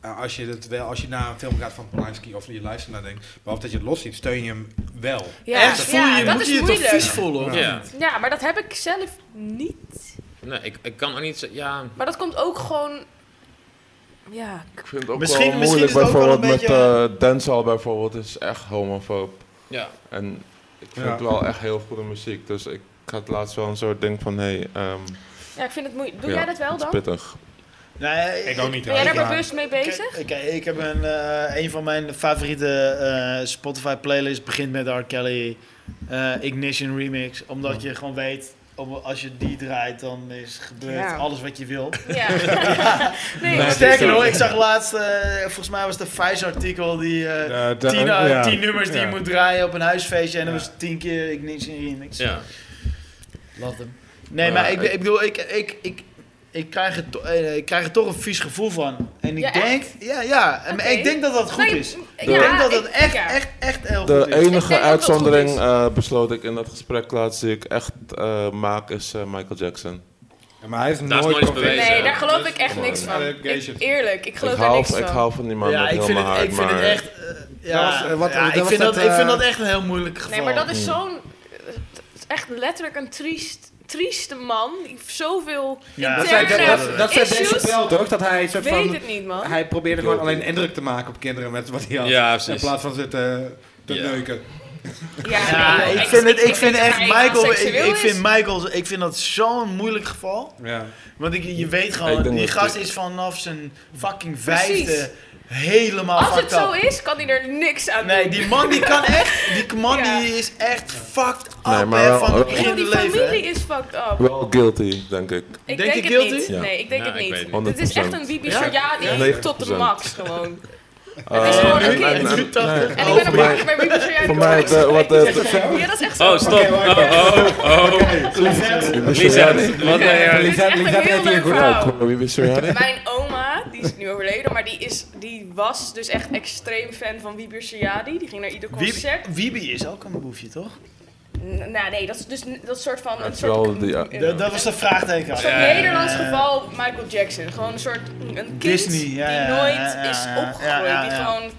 Speaker 3: eh, als, je het wel, als je naar een film gaat van Polanski of je luistert naar denkt, behalve dat je het los ziet, steun je hem wel.
Speaker 6: Ja,
Speaker 2: Ergens voel je,
Speaker 6: ja,
Speaker 2: je
Speaker 6: dat
Speaker 2: moet
Speaker 6: is
Speaker 2: je je toch
Speaker 6: moeilijk.
Speaker 2: vies voelen? of
Speaker 1: Ja.
Speaker 2: niet?
Speaker 6: Ja, maar dat heb ik zelf niet.
Speaker 1: Nee, ik, ik kan ook niet... z- Ja...
Speaker 6: Maar dat komt ook gewoon... Ja,
Speaker 4: Ik vind het ook
Speaker 2: Misschien-
Speaker 4: wel
Speaker 2: misschien
Speaker 4: moeilijk
Speaker 2: is het ook wel
Speaker 4: bijvoorbeeld
Speaker 2: een
Speaker 4: met
Speaker 2: beetje-
Speaker 4: eh dancehall bijvoorbeeld is echt homofoob.
Speaker 1: Ja.
Speaker 4: En ik vind
Speaker 3: Ja.
Speaker 4: het wel echt heel goede muziek. Dus ik had laatst wel een soort ding van, hé, hey, ehm,
Speaker 6: ja ik vind het moeilijk. Doe
Speaker 4: Ja,
Speaker 6: jij dat wel
Speaker 4: het is
Speaker 6: dan?
Speaker 4: pittig.
Speaker 2: Nee,
Speaker 3: Ik ook niet.
Speaker 6: Ben jij daar
Speaker 3: ja.
Speaker 6: bewust mee bezig?
Speaker 2: Ik, ik, ik heb een, eh, een van mijn favoriete eh, Spotify playlists begint met R. Kelly eh, Ignition Remix. Omdat je gewoon weet, op- als je die draait, dan is gebeurd
Speaker 6: Ja.
Speaker 2: alles wat je wil.
Speaker 6: Ja. nee,
Speaker 3: Nee.
Speaker 2: Sterker hoor, ik zag laatst, eh, volgens mij was het een Vice artikel die eh,
Speaker 3: Eh, de-
Speaker 2: tien, eh,
Speaker 3: ja.
Speaker 2: tien nummers die
Speaker 3: Ja.
Speaker 2: je moet draaien op een huisfeestje. En dan
Speaker 3: Ja.
Speaker 2: was het tien keer Ignition Remix.
Speaker 1: Ja.
Speaker 2: Love them. Nee,
Speaker 4: Maar
Speaker 2: maar
Speaker 4: ja,
Speaker 2: ik,
Speaker 4: ik-
Speaker 2: ik bedoel, ik, ik, ik, ik, krijg het, to- eh, ik krijg er toch een vies gevoel van. En ik
Speaker 6: Ja, echt?
Speaker 2: denk, ja, ja, en
Speaker 6: Oké.
Speaker 2: ik denk dat dat goed
Speaker 6: Nee,
Speaker 2: is.
Speaker 6: ja,
Speaker 4: De-
Speaker 2: ik denk dat dat
Speaker 6: ik-
Speaker 2: echt,
Speaker 6: ja.
Speaker 2: echt, echt heel
Speaker 4: De
Speaker 2: goed is.
Speaker 6: denk dat
Speaker 4: enige
Speaker 6: dat
Speaker 4: uitzondering
Speaker 6: goed is.
Speaker 4: eh, besloot ik in dat gesprek laatst die ik echt eh, maak is eh, Michael Jackson.
Speaker 3: Ja, maar hij is
Speaker 1: nooit
Speaker 3: nooit
Speaker 1: iets
Speaker 3: compleet.
Speaker 1: bewezen.
Speaker 6: Nee, daar geloof
Speaker 5: Dus-
Speaker 6: ik echt niks van.
Speaker 5: Eh,
Speaker 6: Ik, eerlijk, ik
Speaker 4: Ik
Speaker 6: geloof daar
Speaker 4: hou,
Speaker 6: niks
Speaker 4: ik
Speaker 6: van.
Speaker 4: hou van die man
Speaker 2: Ja,
Speaker 4: met
Speaker 2: ik
Speaker 4: heel
Speaker 2: vind
Speaker 4: mijn
Speaker 2: het, ik
Speaker 4: hart,
Speaker 2: vind het
Speaker 4: maar
Speaker 2: echt... eh, ja,
Speaker 3: Dat was- wat-
Speaker 2: ja,
Speaker 3: dat
Speaker 2: ik,
Speaker 3: was
Speaker 2: vind
Speaker 3: dat,
Speaker 2: dat, ik
Speaker 3: eh,
Speaker 2: vind dat echt een heel moeilijk geval.
Speaker 6: Nee, maar dat is zo'n... Het is echt letterlijk een triest, trieste man. Die zoveel
Speaker 2: Ja.
Speaker 3: Dat zei, dat,
Speaker 6: interne
Speaker 3: dat, dat zei Dave
Speaker 6: issues...
Speaker 3: Chappelle toch? Dat hij een soort
Speaker 6: Weet
Speaker 3: van...
Speaker 6: het niet, man.
Speaker 3: Hij probeerde gewoon alleen indruk te maken op kinderen met wat hij had.
Speaker 1: Ja,
Speaker 3: in
Speaker 1: precies.
Speaker 3: plaats van zitten te
Speaker 1: Ja.
Speaker 3: neuken.
Speaker 6: Ja,
Speaker 2: Ja,
Speaker 6: nee,
Speaker 2: ik vind, het, ik vind
Speaker 6: dat
Speaker 2: echt
Speaker 6: hij
Speaker 2: Michael, ik,
Speaker 6: seksueel
Speaker 2: ik
Speaker 6: is.
Speaker 2: vind Michael, ik vind dat zo'n moeilijk geval.
Speaker 3: Ja.
Speaker 2: Want ik, je weet
Speaker 4: Ik
Speaker 2: gewoon,
Speaker 4: denk
Speaker 2: die
Speaker 4: dat
Speaker 2: gast
Speaker 4: die-
Speaker 2: is vanaf zijn fucking
Speaker 6: Precies.
Speaker 2: vijfde helemaal
Speaker 6: Als het
Speaker 2: fucked
Speaker 6: zo
Speaker 2: up.
Speaker 6: is, kan hij er niks aan
Speaker 2: Nee,
Speaker 6: doen.
Speaker 2: die man die kan echt, die man
Speaker 6: Ja.
Speaker 2: die is echt fucked up
Speaker 4: Nee, maar
Speaker 2: hè,
Speaker 4: wel- Oh.
Speaker 2: van het
Speaker 4: wel-
Speaker 6: Heel
Speaker 2: begin
Speaker 6: die
Speaker 2: leven. hè.
Speaker 6: familie is fucked up.
Speaker 4: wel guilty, denk ik.
Speaker 6: Ik
Speaker 2: Denk
Speaker 6: denk,
Speaker 2: je
Speaker 6: het
Speaker 2: guilty?
Speaker 6: niet.
Speaker 4: Ja.
Speaker 6: Nee, ik denk
Speaker 1: Ja,
Speaker 6: het
Speaker 1: ik
Speaker 6: niet.
Speaker 1: weet
Speaker 4: het niet.
Speaker 6: Het is echt een Bibi
Speaker 2: Ja?
Speaker 6: Soriani
Speaker 4: Ja.
Speaker 6: tot de
Speaker 4: 90%.
Speaker 6: max gewoon.
Speaker 4: Eh,
Speaker 6: is gewoon een
Speaker 4: en- en-
Speaker 6: kind.
Speaker 4: en- nee.
Speaker 6: En ik ben
Speaker 4: Voor
Speaker 6: nog
Speaker 4: mij-
Speaker 6: niet bij Bibi Soriani.
Speaker 4: voor mij het,
Speaker 6: thuis.
Speaker 4: eh, wat het-
Speaker 6: Ja, dat is echt zo.
Speaker 1: Oh, stop. Oh, oh, oh. Lisette, wat ben jij-
Speaker 6: Dit is echt een
Speaker 3: Lisette
Speaker 6: heel
Speaker 3: heeft hier
Speaker 6: leuk
Speaker 3: goed
Speaker 6: verhaal.
Speaker 4: Ook, Wie wist er aan?
Speaker 6: Mijn oma, die is nu overleden, maar die, is, die was dus echt extreem fan van Wiebe Soriadi. Die ging naar ieder
Speaker 2: Wiebe-
Speaker 6: concert.
Speaker 2: Wiebe is ook een boefje, toch?
Speaker 6: N- nou nee, dat is dus n- dat soort van...
Speaker 4: Dat
Speaker 6: Een
Speaker 4: is
Speaker 6: soort,
Speaker 4: wel die- ja.
Speaker 6: een
Speaker 2: Dat, dat was de vraagteken.
Speaker 6: soort
Speaker 2: Ja, ja, ja.
Speaker 6: Nederlands geval Michael Jackson. Gewoon een soort een kind
Speaker 2: Disney, ja, ja,
Speaker 6: die
Speaker 2: ja,
Speaker 6: nooit
Speaker 2: ja, ja,
Speaker 6: is
Speaker 2: ja,
Speaker 6: opgegroeid.
Speaker 2: ja, ja,
Speaker 6: Die
Speaker 2: ja.
Speaker 6: gewoon...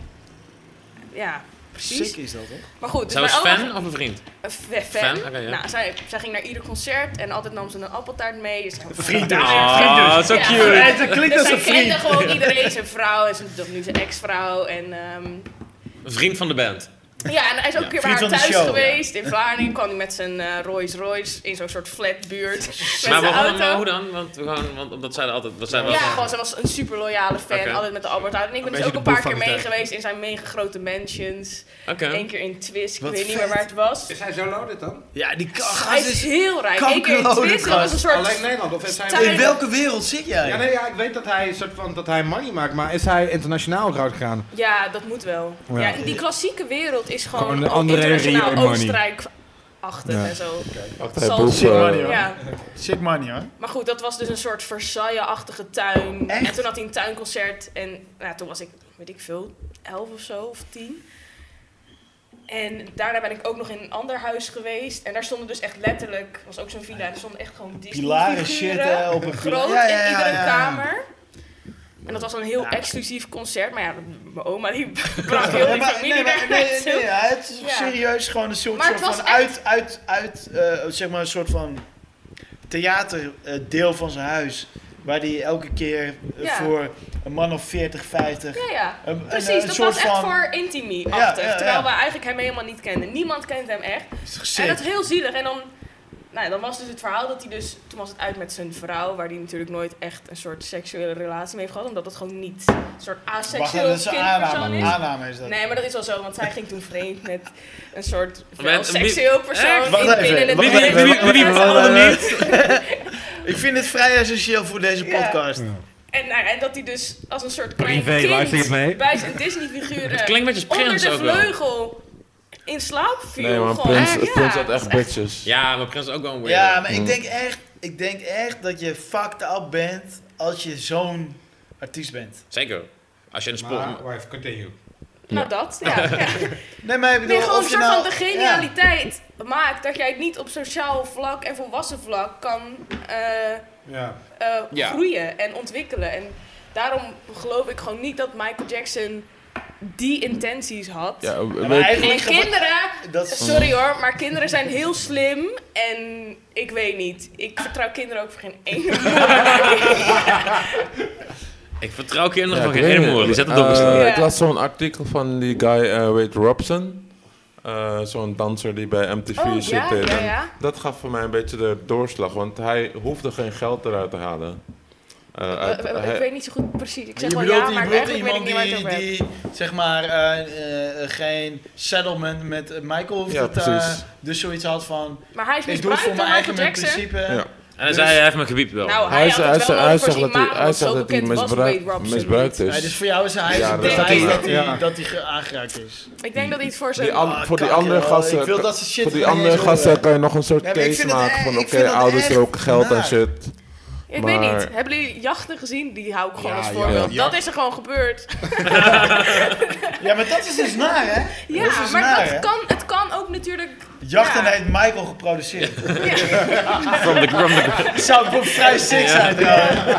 Speaker 6: Ja, precies.
Speaker 2: Sick is dat, toch?
Speaker 6: Maar goed, dus
Speaker 1: Zij was
Speaker 6: mijn oma-
Speaker 1: fan of een vriend?
Speaker 6: Een fa- fan.
Speaker 1: Fan? Oké, ja.
Speaker 6: Nou, zij, zij ging naar ieder concert en altijd nam ze een appeltaart mee. Dus
Speaker 2: Vriend dus.
Speaker 1: Ah, zo
Speaker 6: Ja.
Speaker 1: cute.
Speaker 2: Ja, dat klinkt
Speaker 6: Dus
Speaker 2: als
Speaker 6: zij
Speaker 2: een
Speaker 6: kende
Speaker 2: vriend.
Speaker 6: gewoon iedereen, zijn vrouw en zijn, nu zijn ex-vrouw. En ehm,
Speaker 1: Een vriend van de band.
Speaker 6: ja, en hij is ook een keer bij
Speaker 2: vriend
Speaker 6: haar
Speaker 2: van de
Speaker 6: thuis
Speaker 2: show,
Speaker 6: geweest. In Vlaardingen kwam hij met zijn eh, Rolls Royce in zo'n soort flatbuurt. Met
Speaker 1: Maar
Speaker 6: zijn
Speaker 1: waarom, maar hoe
Speaker 6: auto.
Speaker 1: dan? Want, we gaan, want omdat zij er altijd... Wat zij
Speaker 6: Ja,
Speaker 1: was,
Speaker 6: gewoon, ze was een super loyale fan,
Speaker 1: Oké.
Speaker 6: altijd met de Albert Heijn. En ik ben dus
Speaker 3: beetje
Speaker 6: ook
Speaker 3: de
Speaker 6: een paar
Speaker 3: boef
Speaker 6: keer
Speaker 3: van de
Speaker 6: mee
Speaker 3: tijd.
Speaker 6: geweest in zijn mega grote mansions.
Speaker 1: Oké.
Speaker 6: Eén keer in Twist, ik
Speaker 2: Wat
Speaker 6: weet niet
Speaker 2: vet.
Speaker 6: meer waar het was.
Speaker 3: Is hij zo loaded dan?
Speaker 2: Ja, die
Speaker 6: Hij
Speaker 2: gast
Speaker 6: is
Speaker 2: is...
Speaker 6: heel rijk. Eén keer in
Speaker 2: kankerlode
Speaker 6: Twist, dat was een
Speaker 2: gast.
Speaker 6: soort...
Speaker 3: Alleen Nederland? Of is hij...
Speaker 6: Stijn-
Speaker 2: In welke wereld zit
Speaker 3: Ja,
Speaker 2: jij?
Speaker 3: nee, ja, ik weet dat hij, een soort van, dat hij money maakt, maar is hij internationaal groot gegaan?
Speaker 6: Ja, dat moet wel.
Speaker 3: Ja.
Speaker 6: Ja. die klassieke wereld is gewoon,
Speaker 3: Gewoon de
Speaker 6: ook
Speaker 3: andere
Speaker 6: internationaal
Speaker 3: Rio en
Speaker 6: Oostenrijk achter
Speaker 3: Ja.
Speaker 6: en zo.
Speaker 4: Wacht, hij
Speaker 6: Zal-
Speaker 4: boef,
Speaker 2: Shit,
Speaker 4: eh,
Speaker 2: man, joh.
Speaker 6: Ja.
Speaker 2: Sick money, hoor.
Speaker 6: Maar goed, dat was dus een soort Versailles-achtige tuin.
Speaker 2: Echt?
Speaker 6: En toen had hij een tuinconcert en nou, toen was ik, weet ik veel, elf of zo of tien. En daarna ben ik ook nog in een ander huis geweest. En daar stonden dus echt letterlijk, was ook zo'n villa, er stonden echt gewoon
Speaker 2: Pilaren
Speaker 6: Disney
Speaker 2: shit hè,
Speaker 6: figuren.
Speaker 2: op een
Speaker 6: Groot
Speaker 2: Ja, ja,
Speaker 6: in
Speaker 2: ja,
Speaker 6: iedere
Speaker 2: ja.
Speaker 6: kamer. En dat was een heel
Speaker 2: Ja.
Speaker 6: exclusief concert. Maar ja, mijn oma die bracht
Speaker 2: Ja,
Speaker 6: heel die
Speaker 2: maar-
Speaker 6: familie
Speaker 2: nee, maar-
Speaker 6: daar
Speaker 2: nee,
Speaker 6: naartoe.
Speaker 2: nee, ja, het is
Speaker 6: Ja.
Speaker 2: serieus gewoon een soort,
Speaker 6: Maar
Speaker 2: soort
Speaker 6: het
Speaker 2: van
Speaker 6: was echt-
Speaker 2: uit, uit, uit eh, zeg maar een soort van theaterdeel van zijn huis. Waar die elke keer eh,
Speaker 6: Ja.
Speaker 2: voor een man of 40, 50.
Speaker 6: Ja, ja.
Speaker 2: een- een-
Speaker 6: Precies,
Speaker 2: een
Speaker 6: dat
Speaker 2: soort
Speaker 6: was echt
Speaker 2: van-
Speaker 6: voor intimie
Speaker 2: Ja,
Speaker 6: achtig
Speaker 2: ja, ja.
Speaker 6: Terwijl we eigenlijk hem helemaal niet kenden. Niemand kent hem echt.
Speaker 2: gezicht.
Speaker 6: En dat is heel zielig. En dan, nou, ja, dan was dus het verhaal dat hij dus... Toen was het uit met zijn vrouw, waar hij natuurlijk nooit echt een soort seksuele relatie mee heeft gehad. Omdat dat gewoon niet een soort
Speaker 2: Wacht,
Speaker 6: asexueel
Speaker 2: dat is een
Speaker 6: kindpersoon
Speaker 2: aanname.
Speaker 6: is.
Speaker 2: aanname is dat.
Speaker 6: Nee, maar dat is wel zo, want zij ging toen vreemd met een soort wel
Speaker 1: Met- wie-
Speaker 6: seksueel persoon
Speaker 1: Echt?
Speaker 2: Wacht
Speaker 6: in- nou,
Speaker 2: even,
Speaker 6: binnen het
Speaker 2: wacht
Speaker 1: Wie- wie-
Speaker 2: even,
Speaker 1: wie-
Speaker 2: wacht
Speaker 1: wie- wie-
Speaker 2: even.
Speaker 1: vertelde
Speaker 2: Eh,
Speaker 1: niet?
Speaker 2: Ik vind het vrij essentieel voor deze
Speaker 6: Ja.
Speaker 2: podcast.
Speaker 6: En, nou, en dat hij dus als een soort klein
Speaker 9: Privé, luister
Speaker 6: kind
Speaker 9: je mee?
Speaker 6: bij zijn Disney-figuren
Speaker 1: Het klinkt een beetje
Speaker 6: onder
Speaker 1: prins
Speaker 6: de
Speaker 1: ook wel.
Speaker 6: vleugel in slaap viel.
Speaker 4: Nee, maar
Speaker 6: gewoon.
Speaker 4: Prins,
Speaker 6: ja,
Speaker 4: Prins had
Speaker 6: dat is
Speaker 4: echt bitches.
Speaker 1: Ja, maar Prins is ook wel een weirdo.
Speaker 2: Ja, maar ik
Speaker 4: Hmm.
Speaker 2: denk echt, ik denk echt dat je fucked up bent als je zo'n artiest bent.
Speaker 1: Zeker. Als je in de sport...
Speaker 3: Maar, wacht, continue.
Speaker 6: Nou, dat. Ja, ja.
Speaker 2: Nee, maar ik bedoel,
Speaker 6: Nee, gewoon
Speaker 2: of
Speaker 6: een
Speaker 2: je
Speaker 6: soort
Speaker 2: nou,
Speaker 6: van de
Speaker 2: ja.
Speaker 6: genialiteit maakt dat jij het niet op sociaal vlak en volwassen vlak kan eh,
Speaker 3: Ja.
Speaker 6: eh,
Speaker 1: Ja.
Speaker 6: groeien en ontwikkelen. En daarom geloof ik gewoon niet dat Michael Jackson die intenties had.
Speaker 4: Ja,
Speaker 2: Ja,
Speaker 4: weet
Speaker 2: maar
Speaker 4: je-
Speaker 6: En
Speaker 2: eigenlijk
Speaker 6: kinderen,
Speaker 2: Dat is-
Speaker 6: sorry hoor, maar kinderen zijn heel slim en ik weet niet. Ik vertrouw kinderen ook voor geen ene.
Speaker 1: Ik vertrouw kinderen
Speaker 4: Ja,
Speaker 1: van
Speaker 4: ik
Speaker 1: geen
Speaker 4: weet
Speaker 1: ene
Speaker 4: het.
Speaker 1: moeder. Die zetten het
Speaker 4: Eh,
Speaker 1: opgestaan.
Speaker 6: Ja.
Speaker 4: Ik las zo'n artikel van die guy eh, Wade Robson. Eh, zo'n danser die bij MTV
Speaker 6: Oh,
Speaker 4: zit.
Speaker 6: ja,
Speaker 4: en
Speaker 6: ja, ja.
Speaker 4: Dat gaf voor mij een beetje de doorslag, want hij hoefde geen geld eruit te halen. Eh, uit- hij-
Speaker 6: Ik weet niet zo goed precies. Ik
Speaker 2: Je
Speaker 6: zeg wel
Speaker 2: bedoelt-
Speaker 6: ja,
Speaker 2: je
Speaker 6: maar
Speaker 2: bedoelt
Speaker 6: eigenlijk weet ik niet waar je het over hebt.
Speaker 2: die, die, zeg maar, eh, eh, eh, geen settlement met eh, Michael of
Speaker 4: Ja,
Speaker 2: dat, eh,
Speaker 4: precies.
Speaker 2: dus zoiets had van...
Speaker 6: Maar hij is
Speaker 2: Ik doe het
Speaker 6: misbruikt
Speaker 2: voor
Speaker 6: door
Speaker 2: mijn eigen
Speaker 6: Michael
Speaker 2: mijn
Speaker 6: Jackson.
Speaker 2: principe.
Speaker 4: Ja.
Speaker 1: En dan zei hij, hij heeft mijn gebied wel.
Speaker 6: Nou, hij,
Speaker 4: Hij,
Speaker 6: had het
Speaker 4: zegt-
Speaker 6: wel
Speaker 4: hij
Speaker 6: nodig voor
Speaker 4: zegt
Speaker 6: zijn
Speaker 4: dat hij,
Speaker 6: imago,
Speaker 4: hij
Speaker 6: want
Speaker 4: zegt
Speaker 6: zo
Speaker 4: dat hij
Speaker 6: bekend was
Speaker 4: misbruikt,
Speaker 6: Wade Robson
Speaker 4: misbruikt
Speaker 6: niet.
Speaker 2: Ja,
Speaker 4: is.
Speaker 2: dus voor jou is hij
Speaker 4: Ja,
Speaker 2: een
Speaker 4: dat
Speaker 2: bewijs
Speaker 6: denk ik.
Speaker 2: dat hij
Speaker 3: Ja.
Speaker 2: dat hij ge- aangeraakt is.
Speaker 6: Ik denk dat hij het voor zijn...
Speaker 4: Die an-
Speaker 2: Ah,
Speaker 4: voor die
Speaker 2: kak,
Speaker 4: andere
Speaker 2: joh,
Speaker 4: gasten,
Speaker 2: Ik wil dat soort shit
Speaker 4: voor die
Speaker 2: van
Speaker 4: andere
Speaker 2: eens horen.
Speaker 4: gasten kan je nog een soort
Speaker 2: Nee, maar ik
Speaker 4: case
Speaker 2: vind het
Speaker 4: maken
Speaker 2: e-
Speaker 4: van
Speaker 2: ik
Speaker 4: oké,
Speaker 2: vind dat
Speaker 4: ouders
Speaker 2: echt
Speaker 4: roken geld en
Speaker 2: naar.
Speaker 4: shit.
Speaker 6: ik weet
Speaker 4: maar-
Speaker 6: niet. Hebben jullie jachten gezien? Die hou ik gewoon
Speaker 3: Ja,
Speaker 6: als
Speaker 3: ja,
Speaker 6: voorbeeld.
Speaker 3: ja.
Speaker 6: Dat is er gewoon gebeurd.
Speaker 2: Ja, maar dat is dus naar, hè?
Speaker 6: Ja,
Speaker 2: dat is dus
Speaker 6: maar
Speaker 2: naar,
Speaker 6: dat
Speaker 2: hè?
Speaker 6: kan, het kan ook natuurlijk...
Speaker 2: Jachten
Speaker 6: Ja.
Speaker 2: heeft Michael geproduceerd.
Speaker 6: Ja.
Speaker 1: from the, from the-
Speaker 2: Zou ik ook vrij sick zijn, trouwens.
Speaker 6: Nee,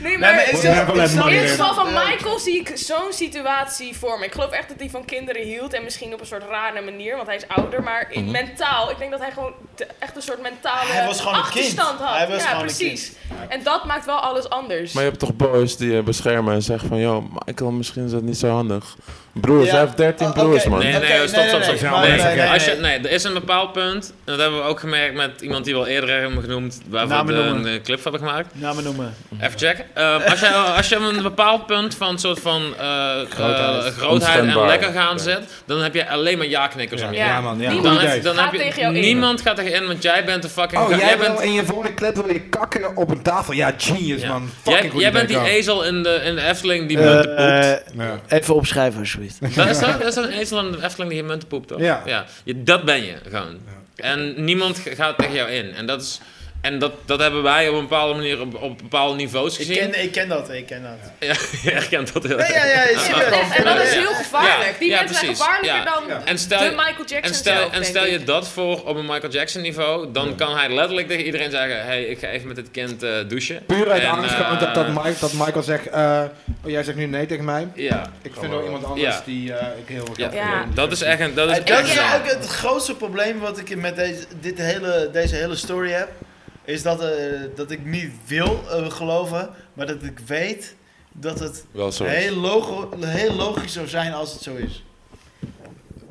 Speaker 2: Nee,
Speaker 6: maar...
Speaker 2: ik
Speaker 9: Wouldn't
Speaker 2: snap-
Speaker 9: have let
Speaker 2: ik snap-
Speaker 9: money
Speaker 6: in het
Speaker 9: there.
Speaker 6: geval van Michael zie ik zo'n situatie voor me. Ik geloof echt dat hij van kinderen hield. En misschien op een soort rare manier, want hij is ouder. Maar in mentaal, ik denk dat hij gewoon te- echt een soort mentale
Speaker 2: Mhm. Hij was gewoon een kind.
Speaker 6: achterstand had.
Speaker 2: Hij was
Speaker 6: ja,
Speaker 2: gewoon een
Speaker 6: precies. En dat maakt wel alles anders.
Speaker 4: Maar je hebt toch boys die je beschermen en zeggen van... ...joh, Michael, misschien is dat niet zo handig. Broers, hij heeft 13
Speaker 2: Oh, oké.
Speaker 4: broers, man.
Speaker 1: Nee, nee,
Speaker 2: Oké,
Speaker 1: nee, stop,
Speaker 2: nee,
Speaker 1: stop,
Speaker 2: nee,
Speaker 1: stop.
Speaker 9: nee,
Speaker 1: Nee,
Speaker 9: nee,
Speaker 2: nee, nee.
Speaker 1: Als je, nee, er is een bepaald punt, en dat hebben we ook gemerkt met iemand die we al eerder hebben genoemd, waarvoor we
Speaker 2: Namen
Speaker 1: de-
Speaker 2: noemen.
Speaker 1: een eh, clip van hebben gemaakt.
Speaker 2: Namen noemen.
Speaker 1: Even checken. Eh, als, je, als je op een bepaald punt van soort van eh, eh, grootheid, en
Speaker 4: Onschendbaar.
Speaker 1: lekker gaan zit, dan heb je alleen maar ja-knikkers om je.
Speaker 6: Ja,
Speaker 3: Ja, man, ja.
Speaker 6: niemand
Speaker 1: Dan,
Speaker 3: Goed
Speaker 1: heb-
Speaker 3: idee.
Speaker 1: dan heb
Speaker 6: Gaat
Speaker 1: je,
Speaker 6: tegen jou in.
Speaker 1: niemand gaat tegen in, want jij bent de fucking.
Speaker 3: Oh, jij,
Speaker 1: bent,
Speaker 3: wil in je volgende clip wil je kakken op een tafel. Ja, genius
Speaker 1: Ja.
Speaker 3: man.
Speaker 1: jij,
Speaker 3: Fucking goed
Speaker 1: jij bent die e-
Speaker 3: idee,
Speaker 1: ezel in de, in de Efteling die munten poept.
Speaker 3: Carl.
Speaker 2: Eh, even opschrijven, alsjeblieft.
Speaker 1: Dat is, dat, dat is een ezel in de Efteling die je munten poept, toch?
Speaker 3: Ja.
Speaker 1: Je- dat ben je gewoon. En niemand g- gaat tegen jou in. En dat is... En dat, dat hebben wij op een bepaalde manier op, op bepaalde niveaus
Speaker 2: Ik
Speaker 1: gezien.
Speaker 2: ken, ik ken dat, ik ken dat.
Speaker 1: Ja, je herkent dat heel
Speaker 2: Nee, ja, ja, serieus.
Speaker 6: En dat is heel
Speaker 1: Ja,
Speaker 6: gevaarlijk. Die
Speaker 1: ja,
Speaker 6: mensen zijn
Speaker 1: precies.
Speaker 6: gevaarlijker
Speaker 1: Ja.
Speaker 6: dan
Speaker 1: En
Speaker 6: de
Speaker 1: stel,
Speaker 6: Michael Jackson
Speaker 1: en stel,
Speaker 6: zelf,
Speaker 1: en
Speaker 6: denk
Speaker 1: stel je
Speaker 6: ik.
Speaker 1: dat voor op een Michael Jackson niveau, dan kan hij letterlijk tegen iedereen zeggen: hey, ik ga even met dit kind eh, douchen.
Speaker 3: Puur uit
Speaker 1: En,
Speaker 3: angst
Speaker 1: eh,
Speaker 3: gewoon dat, dat, Mike, dat Michael zegt, eh, oh, jij zegt nu nee tegen mij.
Speaker 1: Ja,
Speaker 3: Ik vind wel iemand anders
Speaker 1: Ja.
Speaker 3: die eh, ik heel
Speaker 1: ja.
Speaker 3: graag
Speaker 6: Ja.
Speaker 1: dat is echt een. Dat is
Speaker 2: En dat is
Speaker 1: echt een-
Speaker 2: ook het grootste probleem wat ik met deze, dit hele, deze hele story heb. Is dat, eh, dat ik niet wil eh, geloven, maar dat ik weet dat het
Speaker 4: Wel zo.
Speaker 2: heel, logo, heel logisch zou zijn als het zo is.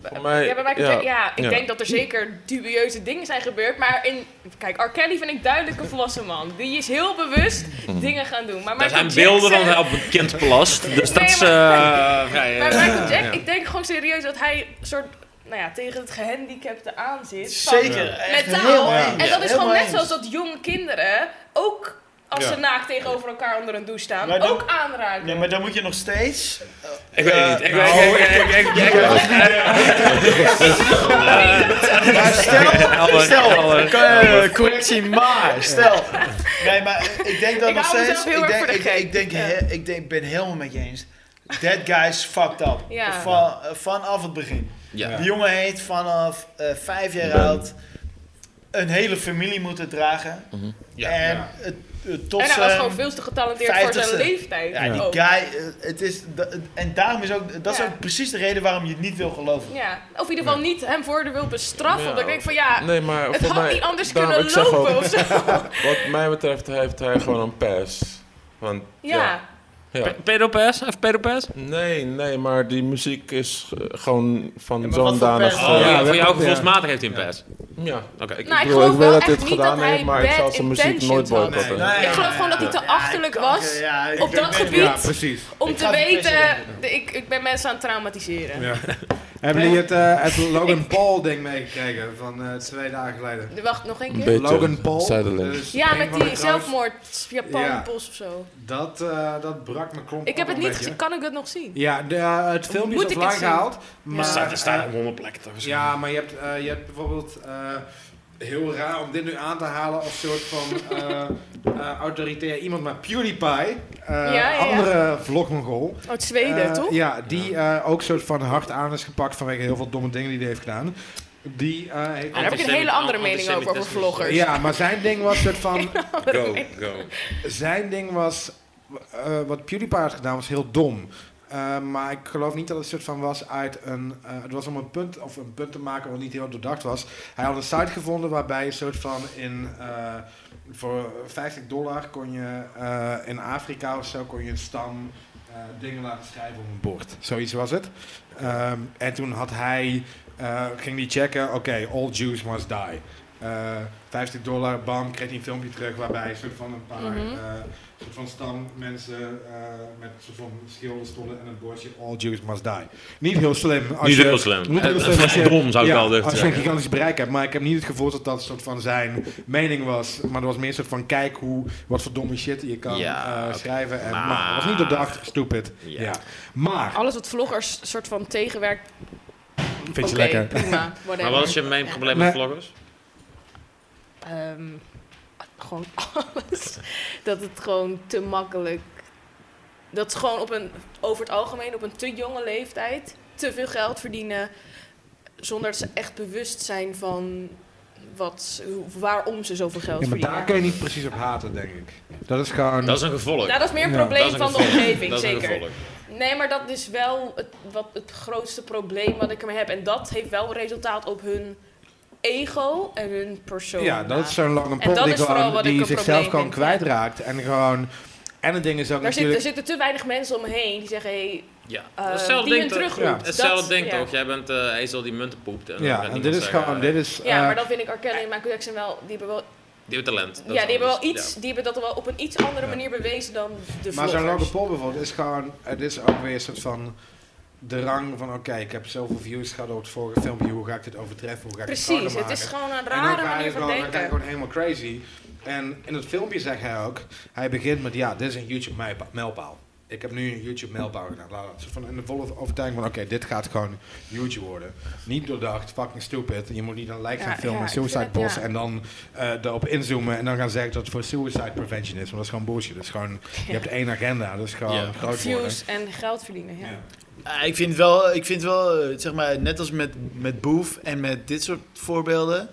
Speaker 4: Voor mij,
Speaker 6: Ja, bij Michael
Speaker 4: ja.
Speaker 6: Jackson- ja, ik
Speaker 4: ja.
Speaker 6: denk dat er zeker dubieuze dingen zijn gebeurd. Maar in, kijk, R. Kelly vind ik duidelijk een volwassen man. Die is heel bewust
Speaker 2: Mm.
Speaker 4: Mhm.
Speaker 6: dingen gaan doen. Maar
Speaker 1: Daar
Speaker 6: Michael
Speaker 1: zijn beelden van
Speaker 6: Jackson-
Speaker 1: hij op een kind plast. Dus dat is.
Speaker 6: Nee,
Speaker 1: eh, vrij, eh,
Speaker 6: Bij Michael Jackson, ik denk gewoon serieus dat hij een soort, nou ja, tegen het gehandicapte aan zit. van-
Speaker 2: Zeker. echt
Speaker 6: Metaal.
Speaker 2: helemaal
Speaker 3: Ja.
Speaker 2: eens.
Speaker 6: En dat is gewoon
Speaker 2: Helemaal
Speaker 6: net
Speaker 2: eens.
Speaker 6: zoals dat jonge kinderen ook... Als
Speaker 4: Ja.
Speaker 6: ze naakt tegenover elkaar onder een douche staan,
Speaker 2: Maar dan-
Speaker 6: ook aanraken.
Speaker 2: Ja, maar dan moet je nog steeds...
Speaker 1: Ik weet het niet. Ik weet- ik- ik- ik- ik- ik-
Speaker 2: Maar stel, stel
Speaker 1: Helder.
Speaker 2: eh, correctie, maar stel. Nee, maar ik denk dat
Speaker 6: Ik
Speaker 2: nog
Speaker 6: hou mezelf
Speaker 2: steeds.
Speaker 6: heel
Speaker 2: Ik
Speaker 6: erg
Speaker 2: denk,
Speaker 6: voor de
Speaker 2: ik,
Speaker 6: gek.
Speaker 2: ik, denk,
Speaker 6: Ja.
Speaker 2: he- ik denk, ben helemaal met je eens. That guy's fucked up.
Speaker 6: Ja.
Speaker 2: Van, vanaf het begin.
Speaker 1: Ja.
Speaker 2: Die jongen heeft vanaf eh, vijf jaar oud een hele familie moeten dragen.
Speaker 1: Mhm.
Speaker 2: Ja, en
Speaker 5: Ja.
Speaker 2: het, het, tot
Speaker 6: en hij was
Speaker 2: zijn-
Speaker 6: gewoon veel te getalenteerd voor zijn
Speaker 2: 50ste.
Speaker 6: leeftijd. Oh.
Speaker 2: Ja, die
Speaker 6: ook.
Speaker 2: guy, eh, het is, da- en daarom is ook, dat is
Speaker 6: Ja.
Speaker 2: ook precies de reden waarom je het niet wil geloven.
Speaker 6: Ja. Of in ieder geval niet hem voor de wil bestraffen. Omdat ik denk van ja,
Speaker 4: Nee, maar
Speaker 6: het
Speaker 4: voor
Speaker 6: had
Speaker 4: mij,
Speaker 6: niet anders
Speaker 4: daarom,
Speaker 6: kunnen
Speaker 4: ik zeg ook-
Speaker 6: lopen of zo.
Speaker 4: wat mij betreft heeft hij gewoon een pass. Want, ja.
Speaker 6: Ja, Nou,
Speaker 4: ja.
Speaker 1: Pedopass? Of pedopass?
Speaker 4: Nee, nee, maar die muziek is eh, gewoon van
Speaker 2: maar wat
Speaker 4: zo'n
Speaker 2: voor
Speaker 4: danig... eh,
Speaker 2: pass?
Speaker 1: Oh,
Speaker 2: Ja,
Speaker 1: ja,
Speaker 2: we
Speaker 1: voor jou
Speaker 2: hebben-
Speaker 1: gevoelsmatig heeft hij een pass.
Speaker 4: Ja.
Speaker 1: Oké.
Speaker 6: nou ik
Speaker 4: bedoel,
Speaker 6: geloof
Speaker 4: ik weet
Speaker 6: wel
Speaker 4: dat
Speaker 6: echt
Speaker 4: dit
Speaker 6: niet
Speaker 4: gedaan
Speaker 6: dat hij
Speaker 4: heeft, maar ik
Speaker 6: bad
Speaker 4: zal zijn muziek nooit
Speaker 6: intentions had.
Speaker 4: boycotten. Nee,
Speaker 2: nee,
Speaker 6: Ik geloof gewoon dat hij te achterlijk was
Speaker 2: Ja, ik-
Speaker 6: op
Speaker 2: ik
Speaker 6: dat
Speaker 2: weet het
Speaker 6: gebied
Speaker 2: niet.
Speaker 3: precies.
Speaker 6: om
Speaker 2: Ik
Speaker 6: te
Speaker 2: ga het
Speaker 6: weten,
Speaker 2: testen.
Speaker 6: de- ik, ik ben mensen aan het traumatiseren.
Speaker 3: Hebben jullie het, eh, het Logan Paul ding meegekregen van eh, twee dagen geleden?
Speaker 6: De- Wacht, nog één
Speaker 4: Een
Speaker 6: keer.
Speaker 4: beetje
Speaker 3: Logan Paul.
Speaker 4: zijdelings.
Speaker 3: dus
Speaker 6: Ja,
Speaker 3: een
Speaker 6: met
Speaker 3: van
Speaker 6: die
Speaker 3: de
Speaker 6: zelfmoord, Japan,
Speaker 3: Ja.
Speaker 6: bos of zo.
Speaker 3: trouwens, Dat, eh, dat brak mijn klomp
Speaker 6: Ik
Speaker 3: op
Speaker 6: heb het
Speaker 3: een
Speaker 6: niet
Speaker 3: beetje.
Speaker 6: gezien, kan ik dat nog zien?
Speaker 3: Ja, de, eh, het filmpje
Speaker 6: Moet
Speaker 3: is
Speaker 6: ik
Speaker 3: offline
Speaker 6: het zien?
Speaker 3: gehaald.
Speaker 6: Er
Speaker 3: Maar,
Speaker 6: staat-
Speaker 1: Er staan
Speaker 3: eh,
Speaker 1: op honderd plekken toch?
Speaker 3: ja, maar je hebt, eh, je hebt bijvoorbeeld... eh, heel raar om dit nu aan te halen als soort van eh, eh, autoritair iemand. Maar PewDiePie, eh,
Speaker 6: ja, ja.
Speaker 3: andere vlogmongol...
Speaker 6: Uit Oh, Zweden,
Speaker 3: Eh,
Speaker 6: toch?
Speaker 3: Ja, die eh, ook soort van hard aan is gepakt vanwege heel veel domme dingen die hij heeft gedaan. Die eh, heeft...
Speaker 6: Daar heb ik een hele andere mening over, over
Speaker 1: Antisemitisme.
Speaker 6: vloggers.
Speaker 3: Ja, maar zijn ding was soort van...
Speaker 8: Go, go.
Speaker 3: Zijn ding was... eh, wat PewDiePie had gedaan was heel dom. Eh, maar ik geloof niet dat het soort van was uit een... eh, het was om een punt, of een punt te maken wat niet heel doordacht was. Hij had een site gevonden waarbij je soort van in... eh, voor 50 dollar kon je eh, in Afrika of zo kon je een stam eh, dingen laten schrijven op een bord. Zoiets was het. Ehm, en toen had hij, eh, ging die checken, oké, all Jews must die. Eh, 50 dollar, bam, kreeg hij een filmpje terug waarbij een soort van een paar
Speaker 6: Mhm.
Speaker 3: eh, soort van stam mensen eh, met soort van schilden stonden en een bordje all Jews must die. Niet heel slim. Als
Speaker 1: Niet
Speaker 3: je-
Speaker 1: heel slim.
Speaker 3: Niet heel
Speaker 1: Eh,
Speaker 3: slim als je-
Speaker 1: Dom zou ik
Speaker 3: ja,
Speaker 1: wel durven
Speaker 3: Als je een
Speaker 1: zeggen.
Speaker 3: gigantisch bereik hebt, maar ik heb niet het gevoel dat dat een soort van zijn mening was. Maar er was meer een soort van kijk hoe, wat voor domme shit je kan
Speaker 1: Ja,
Speaker 3: eh,
Speaker 1: oké.
Speaker 3: schrijven. En,
Speaker 1: Maar-
Speaker 3: maar, het was niet doordacht, stupid. Ja.
Speaker 1: Ja.
Speaker 3: Maar,
Speaker 6: Alles wat vloggers soort van tegenwerkt,
Speaker 3: vind je
Speaker 6: oké,
Speaker 3: lekker.
Speaker 6: prima, whatever.
Speaker 1: Maar wat is je mijn
Speaker 6: Ja.
Speaker 1: probleem
Speaker 3: Nee.
Speaker 1: met vloggers?
Speaker 6: Ehm, gewoon alles. dat het gewoon te makkelijk. Dat ze gewoon op een, over het algemeen op een te jonge leeftijd te veel geld verdienen. Zonder dat ze echt bewust zijn van wat, ze- waarom ze zoveel geld
Speaker 3: Ja, maar daar
Speaker 6: verdienen.
Speaker 3: kun je niet precies op haten, denk ik. Dat is gewoon...
Speaker 1: Dat is een gevolg.
Speaker 6: Nou, dat is meer een
Speaker 3: Ja.
Speaker 6: probleem
Speaker 1: Dat is een
Speaker 6: van de
Speaker 1: gevolg.
Speaker 6: omgeving,
Speaker 1: Dat is een
Speaker 6: zeker.
Speaker 1: gevolg.
Speaker 6: Nee, maar dat is wel het, wat, het grootste probleem wat ik ermee heb. En dat heeft wel resultaat op hun ego en hun persoon.
Speaker 3: ja, dat is zo'n lange
Speaker 6: En
Speaker 3: pol
Speaker 6: dat
Speaker 3: die,
Speaker 6: is vooral
Speaker 3: gewoon,
Speaker 6: wat ik
Speaker 3: die
Speaker 6: een
Speaker 3: zichzelf
Speaker 6: probleem
Speaker 3: gewoon
Speaker 6: vind.
Speaker 3: kwijtraakt. En gewoon... En het ding is ook
Speaker 6: Daar zit, er
Speaker 3: natuurlijk...
Speaker 6: zitten te weinig mensen omheen die zeggen: hey,
Speaker 1: Ja.
Speaker 6: eh,
Speaker 1: Hetzelfde
Speaker 6: die
Speaker 1: ding
Speaker 6: hun
Speaker 1: toch?
Speaker 6: terugroept.
Speaker 3: Ja.
Speaker 6: Dat-
Speaker 1: Hetzelfde ding
Speaker 6: ja.
Speaker 1: toch? Jij bent eh ezel die munten poept. En dan
Speaker 3: ja,
Speaker 1: gaat
Speaker 3: en
Speaker 1: niemand
Speaker 3: dit is
Speaker 1: zeggen,
Speaker 3: gewoon...
Speaker 1: eh,
Speaker 3: Dit is,
Speaker 6: Ja,
Speaker 3: eh,
Speaker 6: maar dan vind ik R. Kelly en Michael Jackson wel. Die hebben wel,
Speaker 1: Die hebben talent. Dat
Speaker 6: ja,
Speaker 1: is
Speaker 6: die hebben wel
Speaker 1: anders.
Speaker 6: iets. Die hebben dat wel op een iets andere
Speaker 3: Ja.
Speaker 6: manier bewezen dan de
Speaker 3: Maar zo'n
Speaker 6: vloggers.
Speaker 3: Logan Paul bijvoorbeeld is gewoon, het is ook weer een soort van de rang van, oké, ik heb zoveel views gehad op het vorige filmpje, hoe ga ik dit overtreffen, hoe ga ik het
Speaker 6: Precies,
Speaker 3: harder
Speaker 6: het
Speaker 3: maken.
Speaker 6: is gewoon een
Speaker 3: En dan
Speaker 6: rare
Speaker 3: ga je
Speaker 6: manier van
Speaker 3: gewoon- dan ga je
Speaker 6: denken.
Speaker 3: gewoon helemaal crazy. En in het filmpje zegt hij ook, hij begint met, ja, dit is een YouTube-mijlpaal. Ik heb nu een YouTube-mijlpaal gedaan. Laat het. Zo Van in de volle overtuiging van, oké, dit gaat gewoon YouTube worden. Niet doordacht, fucking stupid. Je moet niet een like
Speaker 6: Ja,
Speaker 3: gaan filmen,
Speaker 6: ja, ik vind
Speaker 3: suicide
Speaker 6: het-
Speaker 3: boss,
Speaker 6: ja.
Speaker 3: en dan eh erop inzoomen en dan gaan zeggen dat het voor suicide prevention is. Maar dat is gewoon bullshit. Dat is gewoon, je hebt één agenda, dat is gewoon
Speaker 1: Ja.
Speaker 3: groot worden.
Speaker 6: Views en geld verdienen. Ja.
Speaker 3: Ja.
Speaker 2: Ah, ik vind het wel, ik vind het wel eh, zeg maar, net als met, met Boef en met dit soort voorbeelden.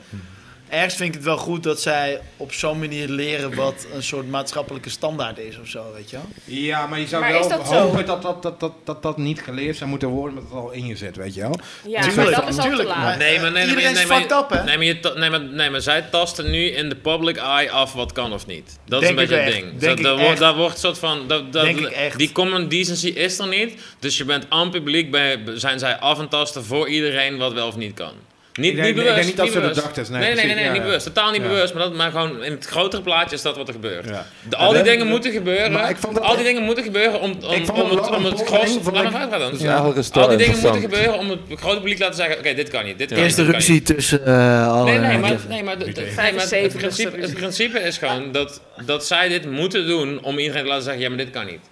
Speaker 2: Ergens vind ik het wel goed dat zij op zo'n manier leren wat een soort maatschappelijke standaard is of zo, weet je wel.
Speaker 3: Ja, maar je zou
Speaker 6: Maar
Speaker 3: wel
Speaker 6: is dat zo?
Speaker 3: hopen dat dat, dat, dat, dat dat niet geleerd zou moeten worden, omdat het al in je zit, weet je wel?
Speaker 6: Ja,
Speaker 2: Tuurlijk,
Speaker 6: maar dat is al te
Speaker 2: tuurlijk,
Speaker 6: laat.
Speaker 2: maar- eh,
Speaker 1: Nee, maar nee, nee,
Speaker 2: Iedereen
Speaker 1: nee,
Speaker 2: is
Speaker 1: maar-
Speaker 2: fucked up, hè?
Speaker 1: Nee maar, je ta- nee, maar, nee, maar zij tasten nu in de public eye af wat kan of niet. Dat is
Speaker 2: Denk
Speaker 1: een beetje
Speaker 2: ik
Speaker 1: het
Speaker 2: echt.
Speaker 1: ding.
Speaker 2: Denk
Speaker 1: dat, dat,
Speaker 2: ik
Speaker 1: wordt-
Speaker 2: echt.
Speaker 1: dat wordt soort van. Dat, dat,
Speaker 2: Denk ik echt.
Speaker 1: Die common decency is er niet. Dus je bent aan publiek, bij, zijn zij af en tasten voor iedereen wat wel of niet kan. Niet,
Speaker 3: Ik denk-
Speaker 1: niet
Speaker 3: ik
Speaker 1: bewust.
Speaker 3: denk niet dat ze
Speaker 1: bewust.
Speaker 3: bedacht is, nee,
Speaker 1: nee, nee,
Speaker 3: precies,
Speaker 1: nee, nee,
Speaker 3: ja,
Speaker 1: niet
Speaker 3: ja.
Speaker 1: bewust. Totaal niet
Speaker 3: Ja.
Speaker 1: bewust. Maar, dat, maar gewoon in het grotere plaatje is dat wat er gebeurt.
Speaker 3: Ja.
Speaker 1: De- al die
Speaker 3: Ja,
Speaker 1: dingen
Speaker 3: dat-
Speaker 1: moeten gebeuren.
Speaker 3: maar ik vond dat
Speaker 1: al die
Speaker 3: echt-
Speaker 1: dingen moeten gebeuren om, om,
Speaker 3: Ik vond
Speaker 1: om
Speaker 3: dat
Speaker 1: het, om
Speaker 3: Logan
Speaker 1: het
Speaker 3: Paul
Speaker 1: groot...
Speaker 3: een van
Speaker 1: Laat
Speaker 3: de-
Speaker 1: me vragen dan.
Speaker 4: is Dus eigenlijk een story
Speaker 1: Al die dingen moeten
Speaker 4: interessant.
Speaker 1: gebeuren Eh, om het grote publiek te laten zeggen... Oké, dit kan niet, dit kan niet.
Speaker 2: Eerste
Speaker 1: dit kan niet.
Speaker 2: ruzie tussen eh alle...
Speaker 1: Nee,
Speaker 3: Oh,
Speaker 1: nee, maar, nee, maar, de- de- nee, maar het,
Speaker 6: 75ste
Speaker 1: principe, het principe is gewoon dat, dat zij dit moeten doen om iedereen te laten zeggen, ja, maar dit kan niet.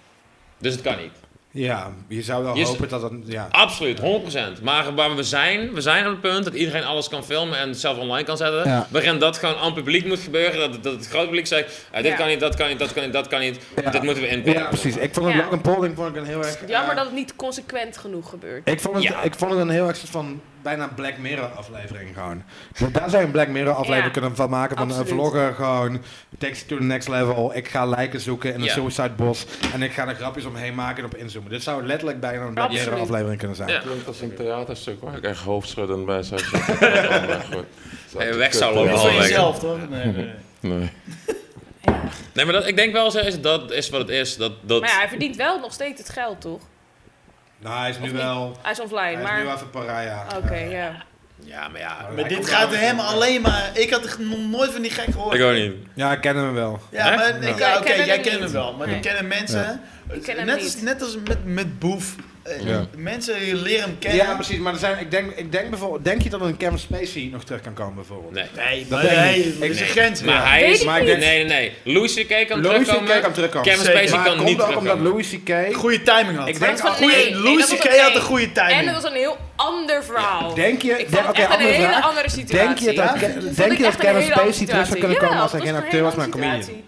Speaker 1: Dus het kan niet.
Speaker 3: Ja, je zou wel
Speaker 1: Je
Speaker 3: hopen dat dat... Ja.
Speaker 1: Absoluut, 100%. Maar waar we zijn, we zijn op het punt dat iedereen alles kan filmen en zelf online kan zetten.
Speaker 3: Ja.
Speaker 1: Waarin dat gewoon aan het publiek moet gebeuren. Dat, dat het groot publiek zegt, ah, dit
Speaker 6: Ja.
Speaker 1: kan niet, dat kan niet, dat kan niet, dat kan niet.
Speaker 3: Ja.
Speaker 1: Dit moeten we inplannen.
Speaker 3: Ja, precies. Ik vond het
Speaker 6: Ja.
Speaker 3: Logan Paul, ik vond ik een heel erg...
Speaker 6: Jammer
Speaker 3: eh,
Speaker 6: dat het niet consequent genoeg gebeurt.
Speaker 3: Ik vond, het,
Speaker 1: Ja.
Speaker 3: ik vond het een heel erg soort van bijna Black Mirror aflevering gewoon. Want daar zou je een Black Mirror aflevering
Speaker 6: Ja,
Speaker 3: kunnen van maken. Van
Speaker 6: absoluut.
Speaker 3: een vlogger gewoon, text to the next level. Ik ga lijken zoeken in een
Speaker 1: Ja.
Speaker 3: suicide bos. En ik ga er grapjes omheen maken en op inzoomen. Dit zou letterlijk bijna een Black
Speaker 6: Absoluut.
Speaker 3: Mirror aflevering kunnen zijn.
Speaker 1: Ja.
Speaker 4: klinkt als een theaterstuk waar ik echt hoofdschuddend bij zou zitten. Oh, maar goed. Zou
Speaker 1: Hey,
Speaker 4: ik
Speaker 1: weg zou
Speaker 4: kut-
Speaker 1: lopen.
Speaker 3: Oh,
Speaker 2: Niet
Speaker 1: Halverwege.
Speaker 2: van jezelf, toch? Nee, nee, nee.
Speaker 4: Nee.
Speaker 1: Nee, maar dat, ik denk wel, zo is, dat is wat het is. Dat, dat,
Speaker 6: Maar ja, hij verdient wel nog steeds het geld, toch?
Speaker 3: Nou, hij is nu
Speaker 6: Of niet?
Speaker 3: wel...
Speaker 6: Hij is online,
Speaker 3: Hij is
Speaker 6: maar...
Speaker 3: nu even paria.
Speaker 6: Oké, ja.
Speaker 1: ja, maar ja.
Speaker 2: Maar dit gaat hem alleen maar... Ik had echt nog nooit van die gek gehoord.
Speaker 1: Ik ook niet.
Speaker 3: Ja, ik ken hem wel.
Speaker 2: Ja,
Speaker 1: Hè?
Speaker 2: maar ik-
Speaker 3: Ja.
Speaker 2: ja,
Speaker 6: Ik
Speaker 2: oké,
Speaker 6: ken hem
Speaker 2: jij
Speaker 6: niet.
Speaker 2: kent hem wel. Maar
Speaker 6: Nee.
Speaker 2: die kennen mensen,
Speaker 3: Ja.
Speaker 2: hè?
Speaker 6: Ik ken hem
Speaker 2: net,
Speaker 6: niet.
Speaker 2: Als, net als met, met Boef. Eh,
Speaker 3: Ja.
Speaker 2: Mensen leren hem kennen.
Speaker 3: Ja, precies. Maar er zijn, ik, denk, ik denk bijvoorbeeld... Denk je dat een Kevin Spacey nog terug kan komen bijvoorbeeld?
Speaker 1: Nee.
Speaker 2: Nee,
Speaker 3: Dat
Speaker 2: maar
Speaker 3: denk ik
Speaker 2: nee,
Speaker 3: niet.
Speaker 2: er is
Speaker 1: Nee.
Speaker 2: een grens.
Speaker 1: Maar
Speaker 2: ja.
Speaker 1: hij
Speaker 6: Weet
Speaker 1: is...
Speaker 6: ik
Speaker 1: Maar
Speaker 3: niet.
Speaker 1: nee, nee, nee. Louis C.K. kan
Speaker 3: Louis
Speaker 1: terugkomen.
Speaker 3: C.K. kan terugkomen.
Speaker 1: Kevin
Speaker 2: Zeker.
Speaker 1: Spacey
Speaker 3: maar
Speaker 1: kan
Speaker 3: komt
Speaker 1: niet
Speaker 3: ook omdat
Speaker 1: terugkomen.
Speaker 3: Louis C.K.
Speaker 2: Goede timing had.
Speaker 3: Ik
Speaker 6: Maar
Speaker 3: denk
Speaker 6: dat was
Speaker 3: al-
Speaker 6: een- nee, nee,
Speaker 2: Louis
Speaker 6: dat was
Speaker 2: C.K.
Speaker 6: een
Speaker 2: had een
Speaker 6: nee.
Speaker 2: goede
Speaker 6: En dat
Speaker 2: timing.
Speaker 6: was een heel ander verhaal.
Speaker 3: Denk je...
Speaker 6: Ik vond
Speaker 3: denk-
Speaker 6: het
Speaker 3: oké,
Speaker 6: echt een
Speaker 3: andere
Speaker 6: hele
Speaker 3: vraag.
Speaker 6: andere situatie.
Speaker 3: Denk je dat,
Speaker 2: Ja?
Speaker 3: Ke-
Speaker 6: Vond
Speaker 3: denk
Speaker 6: ik
Speaker 3: je
Speaker 6: echt
Speaker 3: dat
Speaker 6: een hele
Speaker 3: Kevin
Speaker 6: andere
Speaker 3: Spacey terug zou
Speaker 6: situatie.
Speaker 3: kunnen komen als hij
Speaker 6: Jawel,
Speaker 3: geen
Speaker 6: dat
Speaker 3: acteur was,
Speaker 6: een
Speaker 3: maar een
Speaker 6: hele
Speaker 3: comedian?
Speaker 6: andere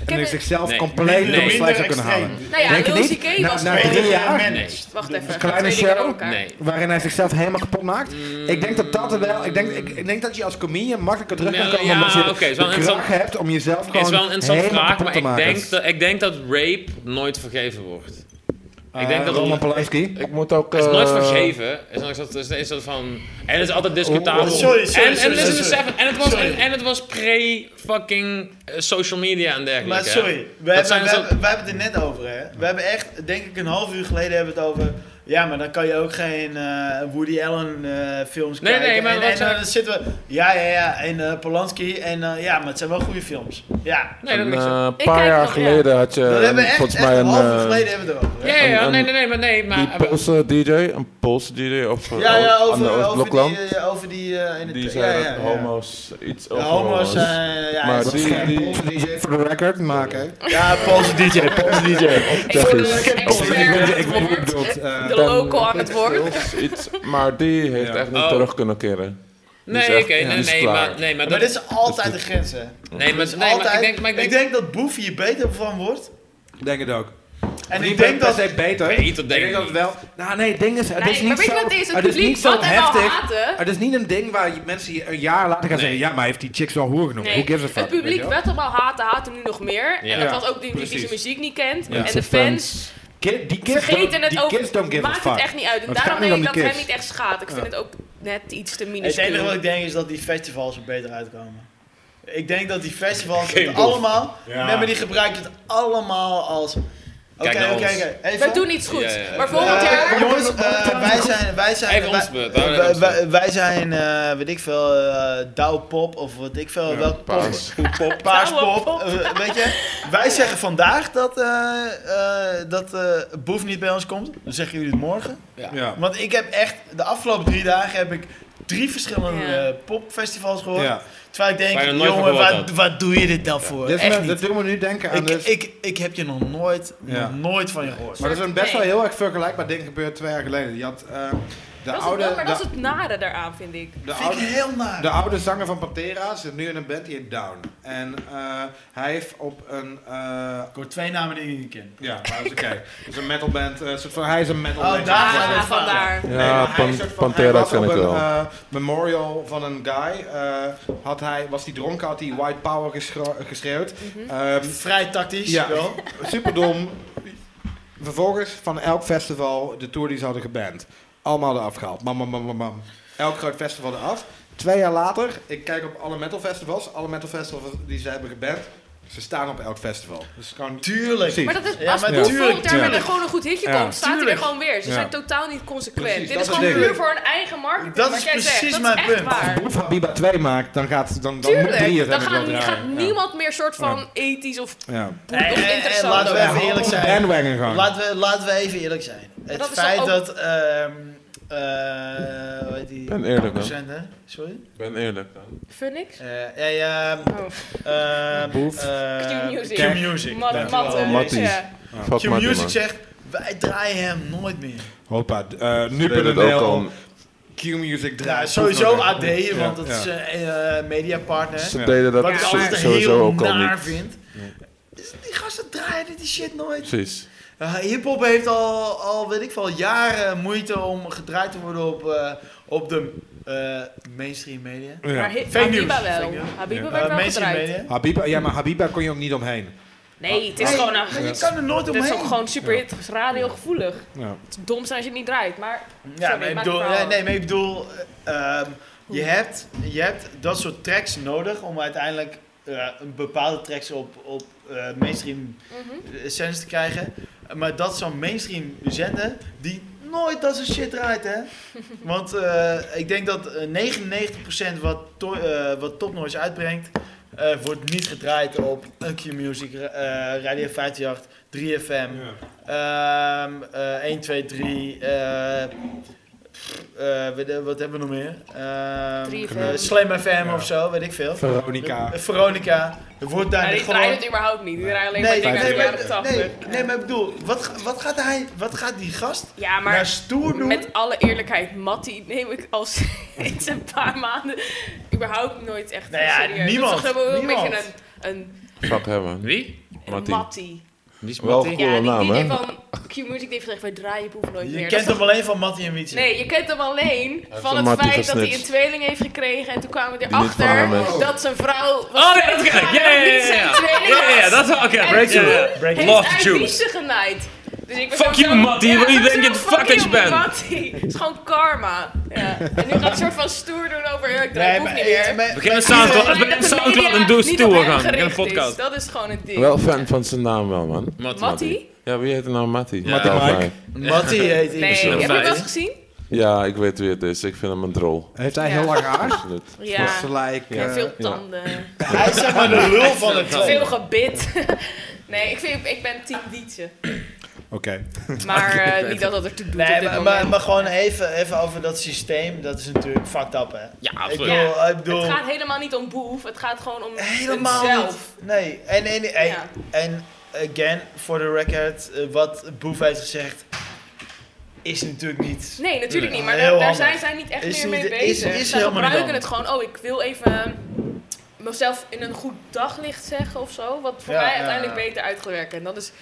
Speaker 3: En
Speaker 6: Kevin-
Speaker 3: hij zichzelf
Speaker 1: Nee.
Speaker 3: compleet
Speaker 1: Minder-
Speaker 3: door de slijf zou
Speaker 2: minder
Speaker 3: kunnen
Speaker 2: extreem.
Speaker 3: halen.
Speaker 6: Nou ja,
Speaker 3: Denk je
Speaker 6: Louis
Speaker 3: niet?
Speaker 6: C.K.
Speaker 3: Na-
Speaker 6: was
Speaker 3: na
Speaker 6: gewoon-
Speaker 3: drie jaar?
Speaker 2: managed.
Speaker 6: Wacht even.
Speaker 3: kleine
Speaker 6: twee dingen door
Speaker 3: show?
Speaker 6: elkaar.
Speaker 1: Nee.
Speaker 3: Waarin hij zichzelf helemaal kapot maakt.
Speaker 1: Mm.
Speaker 3: Ik denk dat dat er wel. Ik denk, ik, ik denk dat je als comedian makkelijker terug kan
Speaker 1: Ja,
Speaker 3: komen.
Speaker 1: Nou ja,
Speaker 3: omdat je de-
Speaker 1: oké, is wel
Speaker 3: de
Speaker 1: een
Speaker 3: kracht hebt om jezelf gewoon.
Speaker 1: is wel een interessante
Speaker 3: helemaal
Speaker 1: vraag,
Speaker 3: kapot
Speaker 1: maar
Speaker 3: te
Speaker 1: ik
Speaker 3: maken.
Speaker 1: denk, dat, ik denk dat rape nooit vergeven wordt. ik denk
Speaker 3: Eh,
Speaker 1: dat
Speaker 3: Roman
Speaker 1: dat-
Speaker 3: Polanski.
Speaker 4: Ik moet ook...
Speaker 1: Het is nooit
Speaker 4: eh,
Speaker 1: vergeven. Is dan is dat, is, is dat van, en het is altijd
Speaker 2: Oh,
Speaker 1: discutabel.
Speaker 2: oh, sorry, sorry,
Speaker 1: en, en,
Speaker 2: sorry,
Speaker 1: het is een
Speaker 2: sorry.
Speaker 1: seven- en het was,
Speaker 2: Sorry.
Speaker 1: en, en het was pre-fucking eh, social media en dergelijke.
Speaker 2: Maar
Speaker 1: hè?
Speaker 2: sorry, we
Speaker 1: Dat
Speaker 2: hebben,
Speaker 1: zijn
Speaker 2: we,
Speaker 1: zo-
Speaker 2: hebben, we hebben het er net over, hè? We hebben echt, denk ik, een half uur geleden hebben we het over. Ja, maar dan kan je ook geen eh, Woody Allen eh, films
Speaker 1: Nee,
Speaker 2: kijken.
Speaker 1: nee, maar
Speaker 2: en,
Speaker 1: wat
Speaker 2: en,
Speaker 1: zijn-
Speaker 2: eh, dan zitten we. Ja, ja, ja. En eh, Polanski. En eh, ja, maar het zijn wel goede films. Ja.
Speaker 1: Nee, dat
Speaker 4: een
Speaker 1: is zo.
Speaker 4: eh,
Speaker 6: Ik
Speaker 4: paar
Speaker 6: kijk
Speaker 4: jaar
Speaker 6: nog, ja.
Speaker 4: geleden had je
Speaker 2: Dat
Speaker 4: een-
Speaker 2: hebben we echt,
Speaker 4: Eh, volgens
Speaker 2: echt
Speaker 4: mij
Speaker 2: een
Speaker 4: een,
Speaker 2: half uur
Speaker 4: eh,
Speaker 2: geleden hebben we het erover. hè?
Speaker 1: Ja, ja, ja,
Speaker 4: een-
Speaker 1: nee, nee, nee, maar nee, maar...
Speaker 4: die Poolse DJ, een Poolse DJ of eh,
Speaker 2: Ja, ja,
Speaker 4: aan de
Speaker 2: over, over die,
Speaker 4: Oostblokland.
Speaker 2: eh, over die, eh in het,
Speaker 4: Die
Speaker 2: ja,
Speaker 4: zei
Speaker 2: ja,
Speaker 4: dat
Speaker 2: ja.
Speaker 4: homo's iets
Speaker 2: De
Speaker 4: over
Speaker 2: homo's eh, zijn, ja,
Speaker 4: Maar
Speaker 2: ja,
Speaker 4: die-
Speaker 2: ja,
Speaker 4: die-
Speaker 3: Onze DJ voor de record maken.
Speaker 2: ja, Poolse DJ, Poolse DJ.
Speaker 3: Ik eh, weet niet wat ik
Speaker 6: De local aan het woord.
Speaker 4: Skills, iets, maar die heeft
Speaker 3: Ja.
Speaker 4: echt niet
Speaker 1: Oh.
Speaker 4: terug kunnen keren. Die is
Speaker 1: Nee, oké,
Speaker 4: echt- die
Speaker 1: nee,
Speaker 4: is
Speaker 1: nee,
Speaker 4: klaar.
Speaker 1: maar, nee, maar
Speaker 2: Maar
Speaker 1: dat
Speaker 2: dit is altijd de grens, hè?
Speaker 1: Nee, maar,
Speaker 2: Dus
Speaker 1: nee, maar
Speaker 2: altijd,
Speaker 1: ik denk... Maar ik denk,
Speaker 2: dat Boef hier beter van wordt.
Speaker 3: Denk het ook.
Speaker 2: En ik denk dat...
Speaker 3: hij beter.
Speaker 1: Nee,
Speaker 3: Ik
Speaker 1: dat denk
Speaker 3: denk
Speaker 1: ik
Speaker 3: dat het wel. Nou nee, het ding is, het
Speaker 6: Nee,
Speaker 3: is
Speaker 6: maar
Speaker 3: niet
Speaker 6: weet je
Speaker 3: zo.
Speaker 6: wat het is? Het
Speaker 3: Het is
Speaker 6: publiek
Speaker 3: niet zo
Speaker 6: zal het wel
Speaker 3: heftig.
Speaker 6: haten.
Speaker 3: Het is niet een ding waar je mensen je een jaar later gaan zeggen, ja, maar heeft die chicks wel hoer genoemd?
Speaker 6: Nee,
Speaker 3: Hoe gives a fuck?
Speaker 6: het
Speaker 3: weet
Speaker 6: publiek
Speaker 3: je wel?
Speaker 6: werd hem al haten, haat hem nu nog meer.
Speaker 1: Ja.
Speaker 6: En het was ook die die
Speaker 3: Precies.
Speaker 6: die muziek niet kent.
Speaker 4: Met
Speaker 6: En de
Speaker 4: zijn
Speaker 6: fans
Speaker 3: Ki- die kids
Speaker 6: vergeten
Speaker 3: don't-
Speaker 6: het
Speaker 3: die
Speaker 6: ook.
Speaker 3: kids don't give a
Speaker 6: maakt
Speaker 3: fuck.
Speaker 6: het echt niet uit. En
Speaker 3: Het gaat
Speaker 6: daarom
Speaker 3: niet
Speaker 6: denk
Speaker 3: om
Speaker 6: ik dat
Speaker 3: die
Speaker 6: het hem
Speaker 3: kids.
Speaker 6: niet echt schaadt. Ik vind het ook net iets te
Speaker 2: Het enige wat ik
Speaker 6: minuscuul.
Speaker 2: denk is dat die festivals er beter uitkomen. Ik denk dat die festivals het allemaal...
Speaker 5: Ja.
Speaker 2: Nee, maar die gebruiken het allemaal als... Oké,
Speaker 1: Kijk naar
Speaker 2: oké,
Speaker 1: ons.
Speaker 2: oké. Even.
Speaker 6: We doen iets goeds.
Speaker 1: Ja, ja, ja.
Speaker 6: Maar
Speaker 2: Eh,
Speaker 6: volgend jaar...
Speaker 2: jongens, eh, wij zijn... Wij zijn
Speaker 1: Even
Speaker 2: wij-
Speaker 1: ons beurt, houden we
Speaker 2: wij,
Speaker 1: ons
Speaker 2: wij- wij zijn, eh, weet ik veel, eh Douw Pop of wat ik veel, welke pop-
Speaker 4: paars.
Speaker 2: pop, paars
Speaker 6: Douwe
Speaker 2: pop,
Speaker 6: Pop.
Speaker 2: eh, weet je. Wij zeggen vandaag dat, eh, eh, dat eh, Boef niet bij ons komt, dan zeggen jullie het morgen.
Speaker 3: Ja.
Speaker 2: Want ik heb echt, de afgelopen drie dagen heb ik drie verschillende
Speaker 6: Ja.
Speaker 2: eh, popfestivals gehoord.
Speaker 3: Ja.
Speaker 2: Terwijl ik denk,
Speaker 1: Waar je nog nooit van
Speaker 2: jongen,
Speaker 1: gehoord
Speaker 2: wat,
Speaker 1: had.
Speaker 2: wat doe je dit nou voor?
Speaker 3: Dit is
Speaker 2: Echt
Speaker 3: me- dat
Speaker 2: niet.
Speaker 3: doen we nu denken aan
Speaker 2: Ik,
Speaker 3: dus...
Speaker 2: ik, ik heb je nog nooit,
Speaker 3: Ja.
Speaker 2: nog nooit van je gehoord.
Speaker 3: maar dat is een best wel heel erg vergelijkbaar ding gebeurd twee jaar geleden. Je had eh, de
Speaker 6: Dat is het
Speaker 3: oude...
Speaker 6: wel, maar dat is
Speaker 3: de,
Speaker 6: het nare daaraan, vind ik.
Speaker 3: de
Speaker 2: vind ik
Speaker 3: oude,
Speaker 2: heel naar.
Speaker 3: de oude zanger van Pantera zit nu in een band die heet Down. En eh, hij heeft op een... eh,
Speaker 2: Ik hoor twee namen die ik niet ken.
Speaker 3: ja, maar dat is oké. Dus een metalband. eh, soort van- hij is een
Speaker 2: Oh,
Speaker 3: metalband.
Speaker 2: daar
Speaker 3: Ja.
Speaker 2: gaat het
Speaker 6: Ah,
Speaker 2: fout.
Speaker 6: vandaar.
Speaker 4: Ja,
Speaker 3: Nee, maar hij
Speaker 4: Pan-
Speaker 3: is soort van- hij
Speaker 4: Pantera
Speaker 3: was
Speaker 4: ken
Speaker 3: op
Speaker 4: ik
Speaker 3: een,
Speaker 4: wel.
Speaker 3: eh, memorial van een guy. eh, had hij, was hij dronken, had hij White Power geschro- geschreeuwd.
Speaker 2: Mhm.
Speaker 3: Ehm,
Speaker 2: Vrij tactisch,
Speaker 3: Ja.
Speaker 2: wel.
Speaker 3: super dom. Vervolgens van elk festival de tour die ze hadden geband. Allemaal eraf gehaald. Mam, mam, mam, mam, mam. Elk groot festival eraf. Twee jaar later, ik kijk op alle metal festivals. Alle metal festivals die ze hebben geband, ze staan op elk festival. Dus gewoon...
Speaker 2: Tuurlijk.
Speaker 3: Precies.
Speaker 6: Maar dat is,
Speaker 2: Ja,
Speaker 6: als
Speaker 2: maar
Speaker 6: Boef
Speaker 2: tuurlijk,
Speaker 6: volgend jaar met
Speaker 3: tuurlijk.
Speaker 6: een gewoon een goed hitje
Speaker 3: Ja.
Speaker 6: komt, staat hij er
Speaker 2: Tuurlijk.
Speaker 6: gewoon weer. Ze
Speaker 3: Ja.
Speaker 6: zijn totaal niet consequent.
Speaker 3: Precies,
Speaker 6: Dit
Speaker 3: dat
Speaker 6: is
Speaker 3: is
Speaker 6: gewoon
Speaker 3: het ding.
Speaker 6: puur voor een eigen marketing.
Speaker 2: Dat
Speaker 6: wat
Speaker 2: is
Speaker 6: jij zegt.
Speaker 2: precies
Speaker 6: dat
Speaker 2: mijn
Speaker 6: is echt
Speaker 2: punt.
Speaker 6: Waar.
Speaker 3: Als Habiba 2 maakt, dan, gaat, dan, dan moet drie
Speaker 6: Tuurlijk,
Speaker 3: het
Speaker 6: dan
Speaker 3: hebben
Speaker 6: gaan, gaat niemand meer soort van ethisch of
Speaker 3: Ja.
Speaker 6: boer-
Speaker 2: Hey,
Speaker 6: of
Speaker 2: hey, hey,
Speaker 6: interessant.
Speaker 2: laten we
Speaker 6: doen.
Speaker 2: even eerlijk zijn.
Speaker 3: Bandwagon gewoon.
Speaker 2: Laten we, laten we even eerlijk zijn. Het
Speaker 6: dat is
Speaker 2: feit
Speaker 6: toch ook-
Speaker 2: dat... ehm eh hoe heet die?
Speaker 4: Ben eerlijk, man.
Speaker 2: Producent, hè? Sorry?
Speaker 4: Ik ben eerlijk dan.
Speaker 6: Phoenix?
Speaker 2: Eh ja, ja.
Speaker 6: Oh.
Speaker 2: ehm,
Speaker 4: Boef.
Speaker 2: eh,
Speaker 6: Q-Music.
Speaker 2: Q-Music.
Speaker 6: Mat-
Speaker 2: dankjewel.
Speaker 6: Matte.
Speaker 4: Matties.
Speaker 6: Ja.
Speaker 4: Fuck Matty, man.
Speaker 2: Q-Music zegt, wij draaien hem nooit meer.
Speaker 3: Hoppa, eh
Speaker 4: deden het ook al.
Speaker 3: nu.nl, Q-Music draait.
Speaker 2: Nou, sowieso AD,
Speaker 3: Ja,
Speaker 2: want dat
Speaker 3: ja.
Speaker 2: is een eh mediapartner.
Speaker 4: Ze deden dat
Speaker 2: Wat ik
Speaker 6: Ja,
Speaker 4: so-
Speaker 2: altijd
Speaker 4: sowieso
Speaker 2: heel
Speaker 4: ook al
Speaker 2: naar
Speaker 4: niet.
Speaker 2: vind. is Die gasten draaien die shit nooit.
Speaker 4: Precies.
Speaker 2: Eh, Eh, Hip-hop heeft al, al, weet ik veel, jaren moeite om gedraaid te worden op, eh, op de eh, mainstream media.
Speaker 6: Maar Hi-
Speaker 2: Fake
Speaker 6: Habiba
Speaker 2: news.
Speaker 6: wel.
Speaker 2: Fake news.
Speaker 6: Habiba
Speaker 3: Ja.
Speaker 6: werd
Speaker 2: Eh,
Speaker 6: wel
Speaker 2: mainstream
Speaker 6: gedraaid.
Speaker 2: media.
Speaker 3: Habiba, ja, maar Habiba kon je ook niet omheen.
Speaker 6: Nee, het is gewoon een...
Speaker 2: Maar Je kan er nooit
Speaker 6: Het is
Speaker 2: omheen.
Speaker 6: ook gewoon super het is radiogevoelig.
Speaker 3: Ja.
Speaker 6: Het is dom zijn als je het niet draait, maar...
Speaker 2: Ja,
Speaker 6: Sorry,
Speaker 2: maar ik
Speaker 6: maak
Speaker 2: bedoel,
Speaker 6: het verhaal.
Speaker 2: ja, nee, maar ik bedoel, eh, ehm, je, hebt, je hebt dat soort tracks nodig om uiteindelijk eh, een bepaalde tracks op, op eh, mainstream eh, zenders te krijgen. Maar dat is zo'n mainstream zender die nooit dat soort shit draait, hè? Want eh, ik denk dat eh, 99% wat, to, eh, wat Top Noise uitbrengt, eh, wordt niet gedraaid op Q Music, eh, Radio 538, 3FM. Ehm eh 1, 2, 3. eh eh, weet- wat hebben we nog meer? Ehm
Speaker 6: 3FM.
Speaker 2: eh, Slam FM
Speaker 3: Ja.
Speaker 2: of zo, weet ik veel.
Speaker 3: Veronica.
Speaker 2: Eh, Veronica. Er wordt daar
Speaker 6: Maar die
Speaker 2: gewoon...
Speaker 6: draait het überhaupt niet. Die draait alleen
Speaker 2: Nee,
Speaker 6: maar
Speaker 2: nee,
Speaker 6: dingen uit
Speaker 2: nee,
Speaker 6: de jaren
Speaker 2: maar,
Speaker 6: 80.
Speaker 2: nee, nee, maar ik bedoel, wat, ga- wat, gaat hij, wat gaat die gast
Speaker 6: Ja,
Speaker 2: naar
Speaker 6: maar
Speaker 2: stoer doen?
Speaker 6: met alle eerlijkheid, Matty neem ik als in zijn paar maanden überhaupt nooit echt
Speaker 2: Nou ja,
Speaker 6: serieus.
Speaker 2: niemand,
Speaker 6: Het is toch wel een
Speaker 2: niemand.
Speaker 6: beetje een, een,
Speaker 4: Fuck hebben.
Speaker 1: Wie?
Speaker 6: een
Speaker 4: Matty.
Speaker 6: Matty.
Speaker 1: Wie is
Speaker 4: Wel
Speaker 1: Matty?
Speaker 4: goed.
Speaker 6: Ja,
Speaker 4: Coole
Speaker 6: die,
Speaker 4: naam,
Speaker 6: die
Speaker 4: nou, hè?
Speaker 6: heeft van Q-Music heeft gezegd, wij draaien proeven nooit
Speaker 2: Je
Speaker 6: meer.
Speaker 2: kent
Speaker 6: Dat is
Speaker 2: hem alleen van Matty en Wietse.
Speaker 6: toch- nee, je kent hem alleen
Speaker 4: heeft
Speaker 6: van
Speaker 4: een
Speaker 6: het
Speaker 4: Matty
Speaker 6: feit dat hij een
Speaker 4: gesnitcht.
Speaker 6: tweeling heeft gekregen. En toen kwamen we
Speaker 4: Die niet van
Speaker 6: erachter
Speaker 4: hem is.
Speaker 6: dat zijn vrouw... was
Speaker 1: Oh, nee, dat ken ik.
Speaker 6: verder
Speaker 1: Ja,
Speaker 6: gegaan
Speaker 1: ja,
Speaker 6: en niet
Speaker 1: ja,
Speaker 6: zijn
Speaker 1: ja.
Speaker 6: tweeling
Speaker 1: Ja, ja,
Speaker 6: was.
Speaker 1: ja, dat is wel... Oké,
Speaker 6: En
Speaker 1: breakthrough.
Speaker 6: toen
Speaker 1: Ja, breakthrough.
Speaker 6: heeft
Speaker 1: Love
Speaker 6: hij
Speaker 1: the juice.
Speaker 6: Wietse genaaid. Dus ik ben
Speaker 1: Fuck
Speaker 6: sowieso-
Speaker 1: you, Matty.
Speaker 6: Ja,
Speaker 1: What do you
Speaker 6: sowieso
Speaker 1: think it
Speaker 6: fuck
Speaker 1: fucking
Speaker 6: you,
Speaker 1: bent?
Speaker 6: Matty. Het is gewoon karma. Ja. En nu gaat hij soort van stoer doen over... ja, Ik draai proef niet meer.
Speaker 2: maar-
Speaker 1: Begin een
Speaker 2: maar iedereen-
Speaker 1: Soundcloud,
Speaker 6: Alleen
Speaker 1: begin een
Speaker 6: dat de
Speaker 1: Soundcloud
Speaker 6: media
Speaker 1: en doe
Speaker 6: niet op
Speaker 1: stoer
Speaker 6: hem
Speaker 1: gaan. Begin een
Speaker 6: gericht is.
Speaker 1: podcast.
Speaker 6: Dat is gewoon het ding.
Speaker 4: Wel fan van zijn naam wel, man.
Speaker 1: Matty.
Speaker 6: Matty?
Speaker 4: Ja, wie heet de naam Matty?
Speaker 1: Matty
Speaker 4: Ja,
Speaker 3: Mike.
Speaker 4: fijn.
Speaker 2: Matty heet hij.
Speaker 6: Nee, heb je
Speaker 1: fijn.
Speaker 6: dat wel eens gezien?
Speaker 4: Ja, ik weet wie het is. Ik vind hem een drol.
Speaker 3: Heeft hij
Speaker 6: Ja.
Speaker 3: heel lang haar?
Speaker 4: Absoluut.
Speaker 6: Ja.
Speaker 3: Like,
Speaker 6: En
Speaker 3: eh,
Speaker 6: veel tanden.
Speaker 2: Hij is zeg maar de lul van het
Speaker 1: Oh.
Speaker 2: twee.
Speaker 6: Veel gebit. nee, ik, vind, ik ben team Dietje.
Speaker 3: Oké.
Speaker 6: Maar eh, niet dat dat er toe doet op
Speaker 2: Nee,
Speaker 6: dit
Speaker 2: maar,
Speaker 6: moment.
Speaker 2: maar, maar gewoon even, even over dat systeem. Dat is natuurlijk fucked up, hè?
Speaker 1: Ja,
Speaker 2: Ik
Speaker 1: absoluut.
Speaker 2: bedoel, ik bedoel
Speaker 6: het gaat helemaal niet om boef. Het gaat gewoon om
Speaker 2: helemaal
Speaker 6: zelf.
Speaker 2: niet. Nee, en, en, en,
Speaker 6: Ja.
Speaker 2: en again, for the record, eh, wat Boef heeft gezegd, is natuurlijk niet...
Speaker 6: Nee, natuurlijk
Speaker 2: Nee.
Speaker 6: niet. Maar
Speaker 2: Heel
Speaker 6: daar, daar
Speaker 2: handig.
Speaker 6: zijn zij niet echt
Speaker 2: Is
Speaker 6: meer mee
Speaker 2: niet- is-
Speaker 6: bezig.
Speaker 2: is
Speaker 6: zij
Speaker 2: helemaal niet
Speaker 6: gebruiken het
Speaker 2: handig.
Speaker 6: gewoon. Oh, ik wil even mezelf in een goed daglicht zeggen of zo. Wat voor
Speaker 2: Ja,
Speaker 6: mij
Speaker 2: ja,
Speaker 6: uiteindelijk
Speaker 2: ja.
Speaker 6: beter uitgewerkt. En dat is,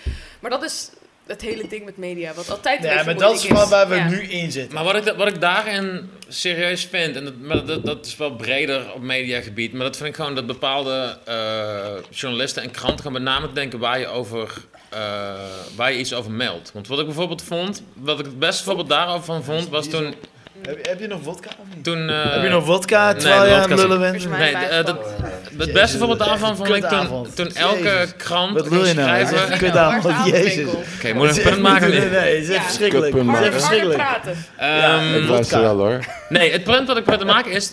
Speaker 6: maar dat is het hele ding met media. Wat altijd een
Speaker 2: Ja,
Speaker 6: beetje
Speaker 2: maar dat is
Speaker 6: moeilijk
Speaker 2: wel waar we
Speaker 6: Ja.
Speaker 2: nu in zitten.
Speaker 1: Maar wat ik, da- wat ik daarin serieus vind, en dat, maar dat, dat is wel breder op mediagebied, maar dat vind ik gewoon dat bepaalde eh, journalisten en kranten gaan met name denken waar je, over, eh, waar je iets over meldt. Want wat ik bijvoorbeeld vond, wat ik het beste voorbeeld daarover van vond, was toen...
Speaker 2: Heb, heb je nog vodka of niet?
Speaker 1: toen eh,
Speaker 2: heb je nog vodka
Speaker 1: nee,
Speaker 2: terwijl je aan
Speaker 1: vodka
Speaker 2: het
Speaker 1: is-
Speaker 2: lullen bent?
Speaker 6: Volgens mij
Speaker 1: Nee,
Speaker 6: mijn
Speaker 1: eh, dat,
Speaker 6: eigen
Speaker 1: het
Speaker 2: Jezus,
Speaker 1: beste voorbeeld
Speaker 2: echt
Speaker 1: daarvan
Speaker 2: een
Speaker 1: vond ik toen,
Speaker 2: kutavond.
Speaker 1: toen elke
Speaker 2: Jezus.
Speaker 1: krant
Speaker 2: Wat wil je
Speaker 1: ging
Speaker 2: nou?
Speaker 1: schrijven...
Speaker 2: Echt een
Speaker 1: Oké,
Speaker 2: kut aan, want jezus.
Speaker 6: Avondwinkel.
Speaker 1: moet ik
Speaker 2: Het is
Speaker 1: een punt
Speaker 2: echt
Speaker 1: maken?
Speaker 2: niet-
Speaker 1: nu?
Speaker 2: Nee, nee, het is
Speaker 6: Ja.
Speaker 2: echt verschrikkelijk.
Speaker 4: Kutpunt
Speaker 2: Het is echt
Speaker 6: Harder, harder
Speaker 2: verschrikkelijk.
Speaker 6: praten.
Speaker 1: Ehm,
Speaker 4: Ik luister
Speaker 2: Wodka.
Speaker 4: wel hoor.
Speaker 1: Nee, het punt dat ik met te maken is,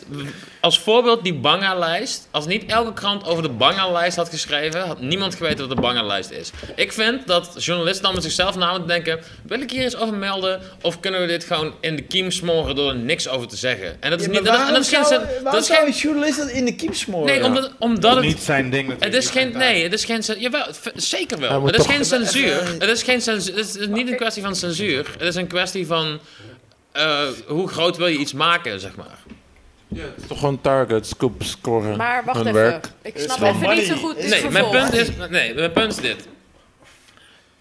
Speaker 1: als voorbeeld die banga-lijst. Als niet elke krant over de banga-lijst had geschreven, had niemand geweten wat de banga-lijst is. Ik vind dat journalisten dan met zichzelf na moeten denken, wil ik hier eens over melden? Of kunnen we dit gewoon in de kiem smoren door er niks over te zeggen? En dat is
Speaker 2: Ja,
Speaker 1: niet...
Speaker 2: maar
Speaker 1: Dat, en dat
Speaker 2: waarom
Speaker 1: is geen...
Speaker 2: zou,
Speaker 1: zin-
Speaker 2: waarom
Speaker 1: dat is
Speaker 2: zou een
Speaker 1: geen
Speaker 2: journalist dat in de kiem smoren?
Speaker 1: nee, omdat, omdat het...
Speaker 3: Niet zijn ding
Speaker 1: Het
Speaker 3: natuurlijk.
Speaker 1: is geen, nee, het is geen, cen- jawel, v- zeker
Speaker 4: Hij
Speaker 1: wel.
Speaker 4: moet
Speaker 1: Het is
Speaker 4: toch-
Speaker 1: geen censuur. Het is geen censuur. Het is niet een kwestie van censuur. Het is een kwestie van eh, hoe groot wil je iets maken, zeg maar.
Speaker 4: Ja, het is toch gewoon target, scoop, scoren.
Speaker 6: Maar wacht
Speaker 4: hun
Speaker 6: even.
Speaker 4: werk.
Speaker 6: Ik
Speaker 2: is
Speaker 6: snap
Speaker 2: gewoon
Speaker 6: even niet zo
Speaker 2: money.
Speaker 6: goed.
Speaker 2: Is
Speaker 6: Dus
Speaker 1: Nee, mijn
Speaker 6: vervolg.
Speaker 1: punt is, nee, mijn punt is dit.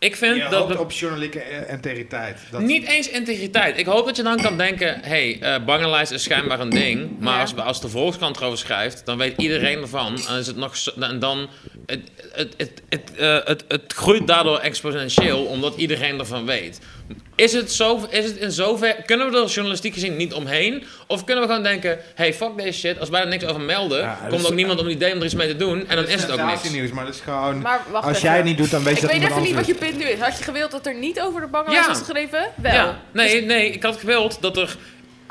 Speaker 1: Ik vind
Speaker 3: Je
Speaker 1: dat
Speaker 3: hoopt
Speaker 1: we-
Speaker 3: op journalieke
Speaker 2: e-
Speaker 3: eh, integriteit. Dat
Speaker 1: niet eens integriteit. Ik hoop dat je dan kan denken, hé, hey, bangenlijst is schijnbaar een ding. Maar
Speaker 6: Ja.
Speaker 1: als, als de Volkskrant erover schrijft, dan weet iedereen ervan. En is het nog zo- en dan, het, het, het, het, eh, het, het groeit daardoor exponentieel, omdat iedereen ervan weet. Is het, zo, is het in zover, kunnen we er journalistiek gezien niet omheen? Of kunnen we gewoon denken, hey, fuck deze shit. Als wij er niks over melden,
Speaker 3: Ja, dat
Speaker 1: komt
Speaker 3: is-
Speaker 1: ook niemand om het idee om er iets mee te doen. En dan is het ook niks.
Speaker 3: Nieuws, maar dat is gewoon...
Speaker 6: Maar wacht
Speaker 3: als
Speaker 6: even.
Speaker 3: jij het niet doet, dan weet
Speaker 6: Ik
Speaker 3: je dat
Speaker 6: weet
Speaker 3: iemand
Speaker 6: even niet
Speaker 3: anders
Speaker 6: wat
Speaker 3: doet.
Speaker 6: je punt nu is. Had je gewild dat er niet over de bangenlijst
Speaker 1: Ja.
Speaker 6: was geschreven? Wel.
Speaker 1: Ja,
Speaker 6: Dus-
Speaker 1: nee, nee, ik had gewild dat er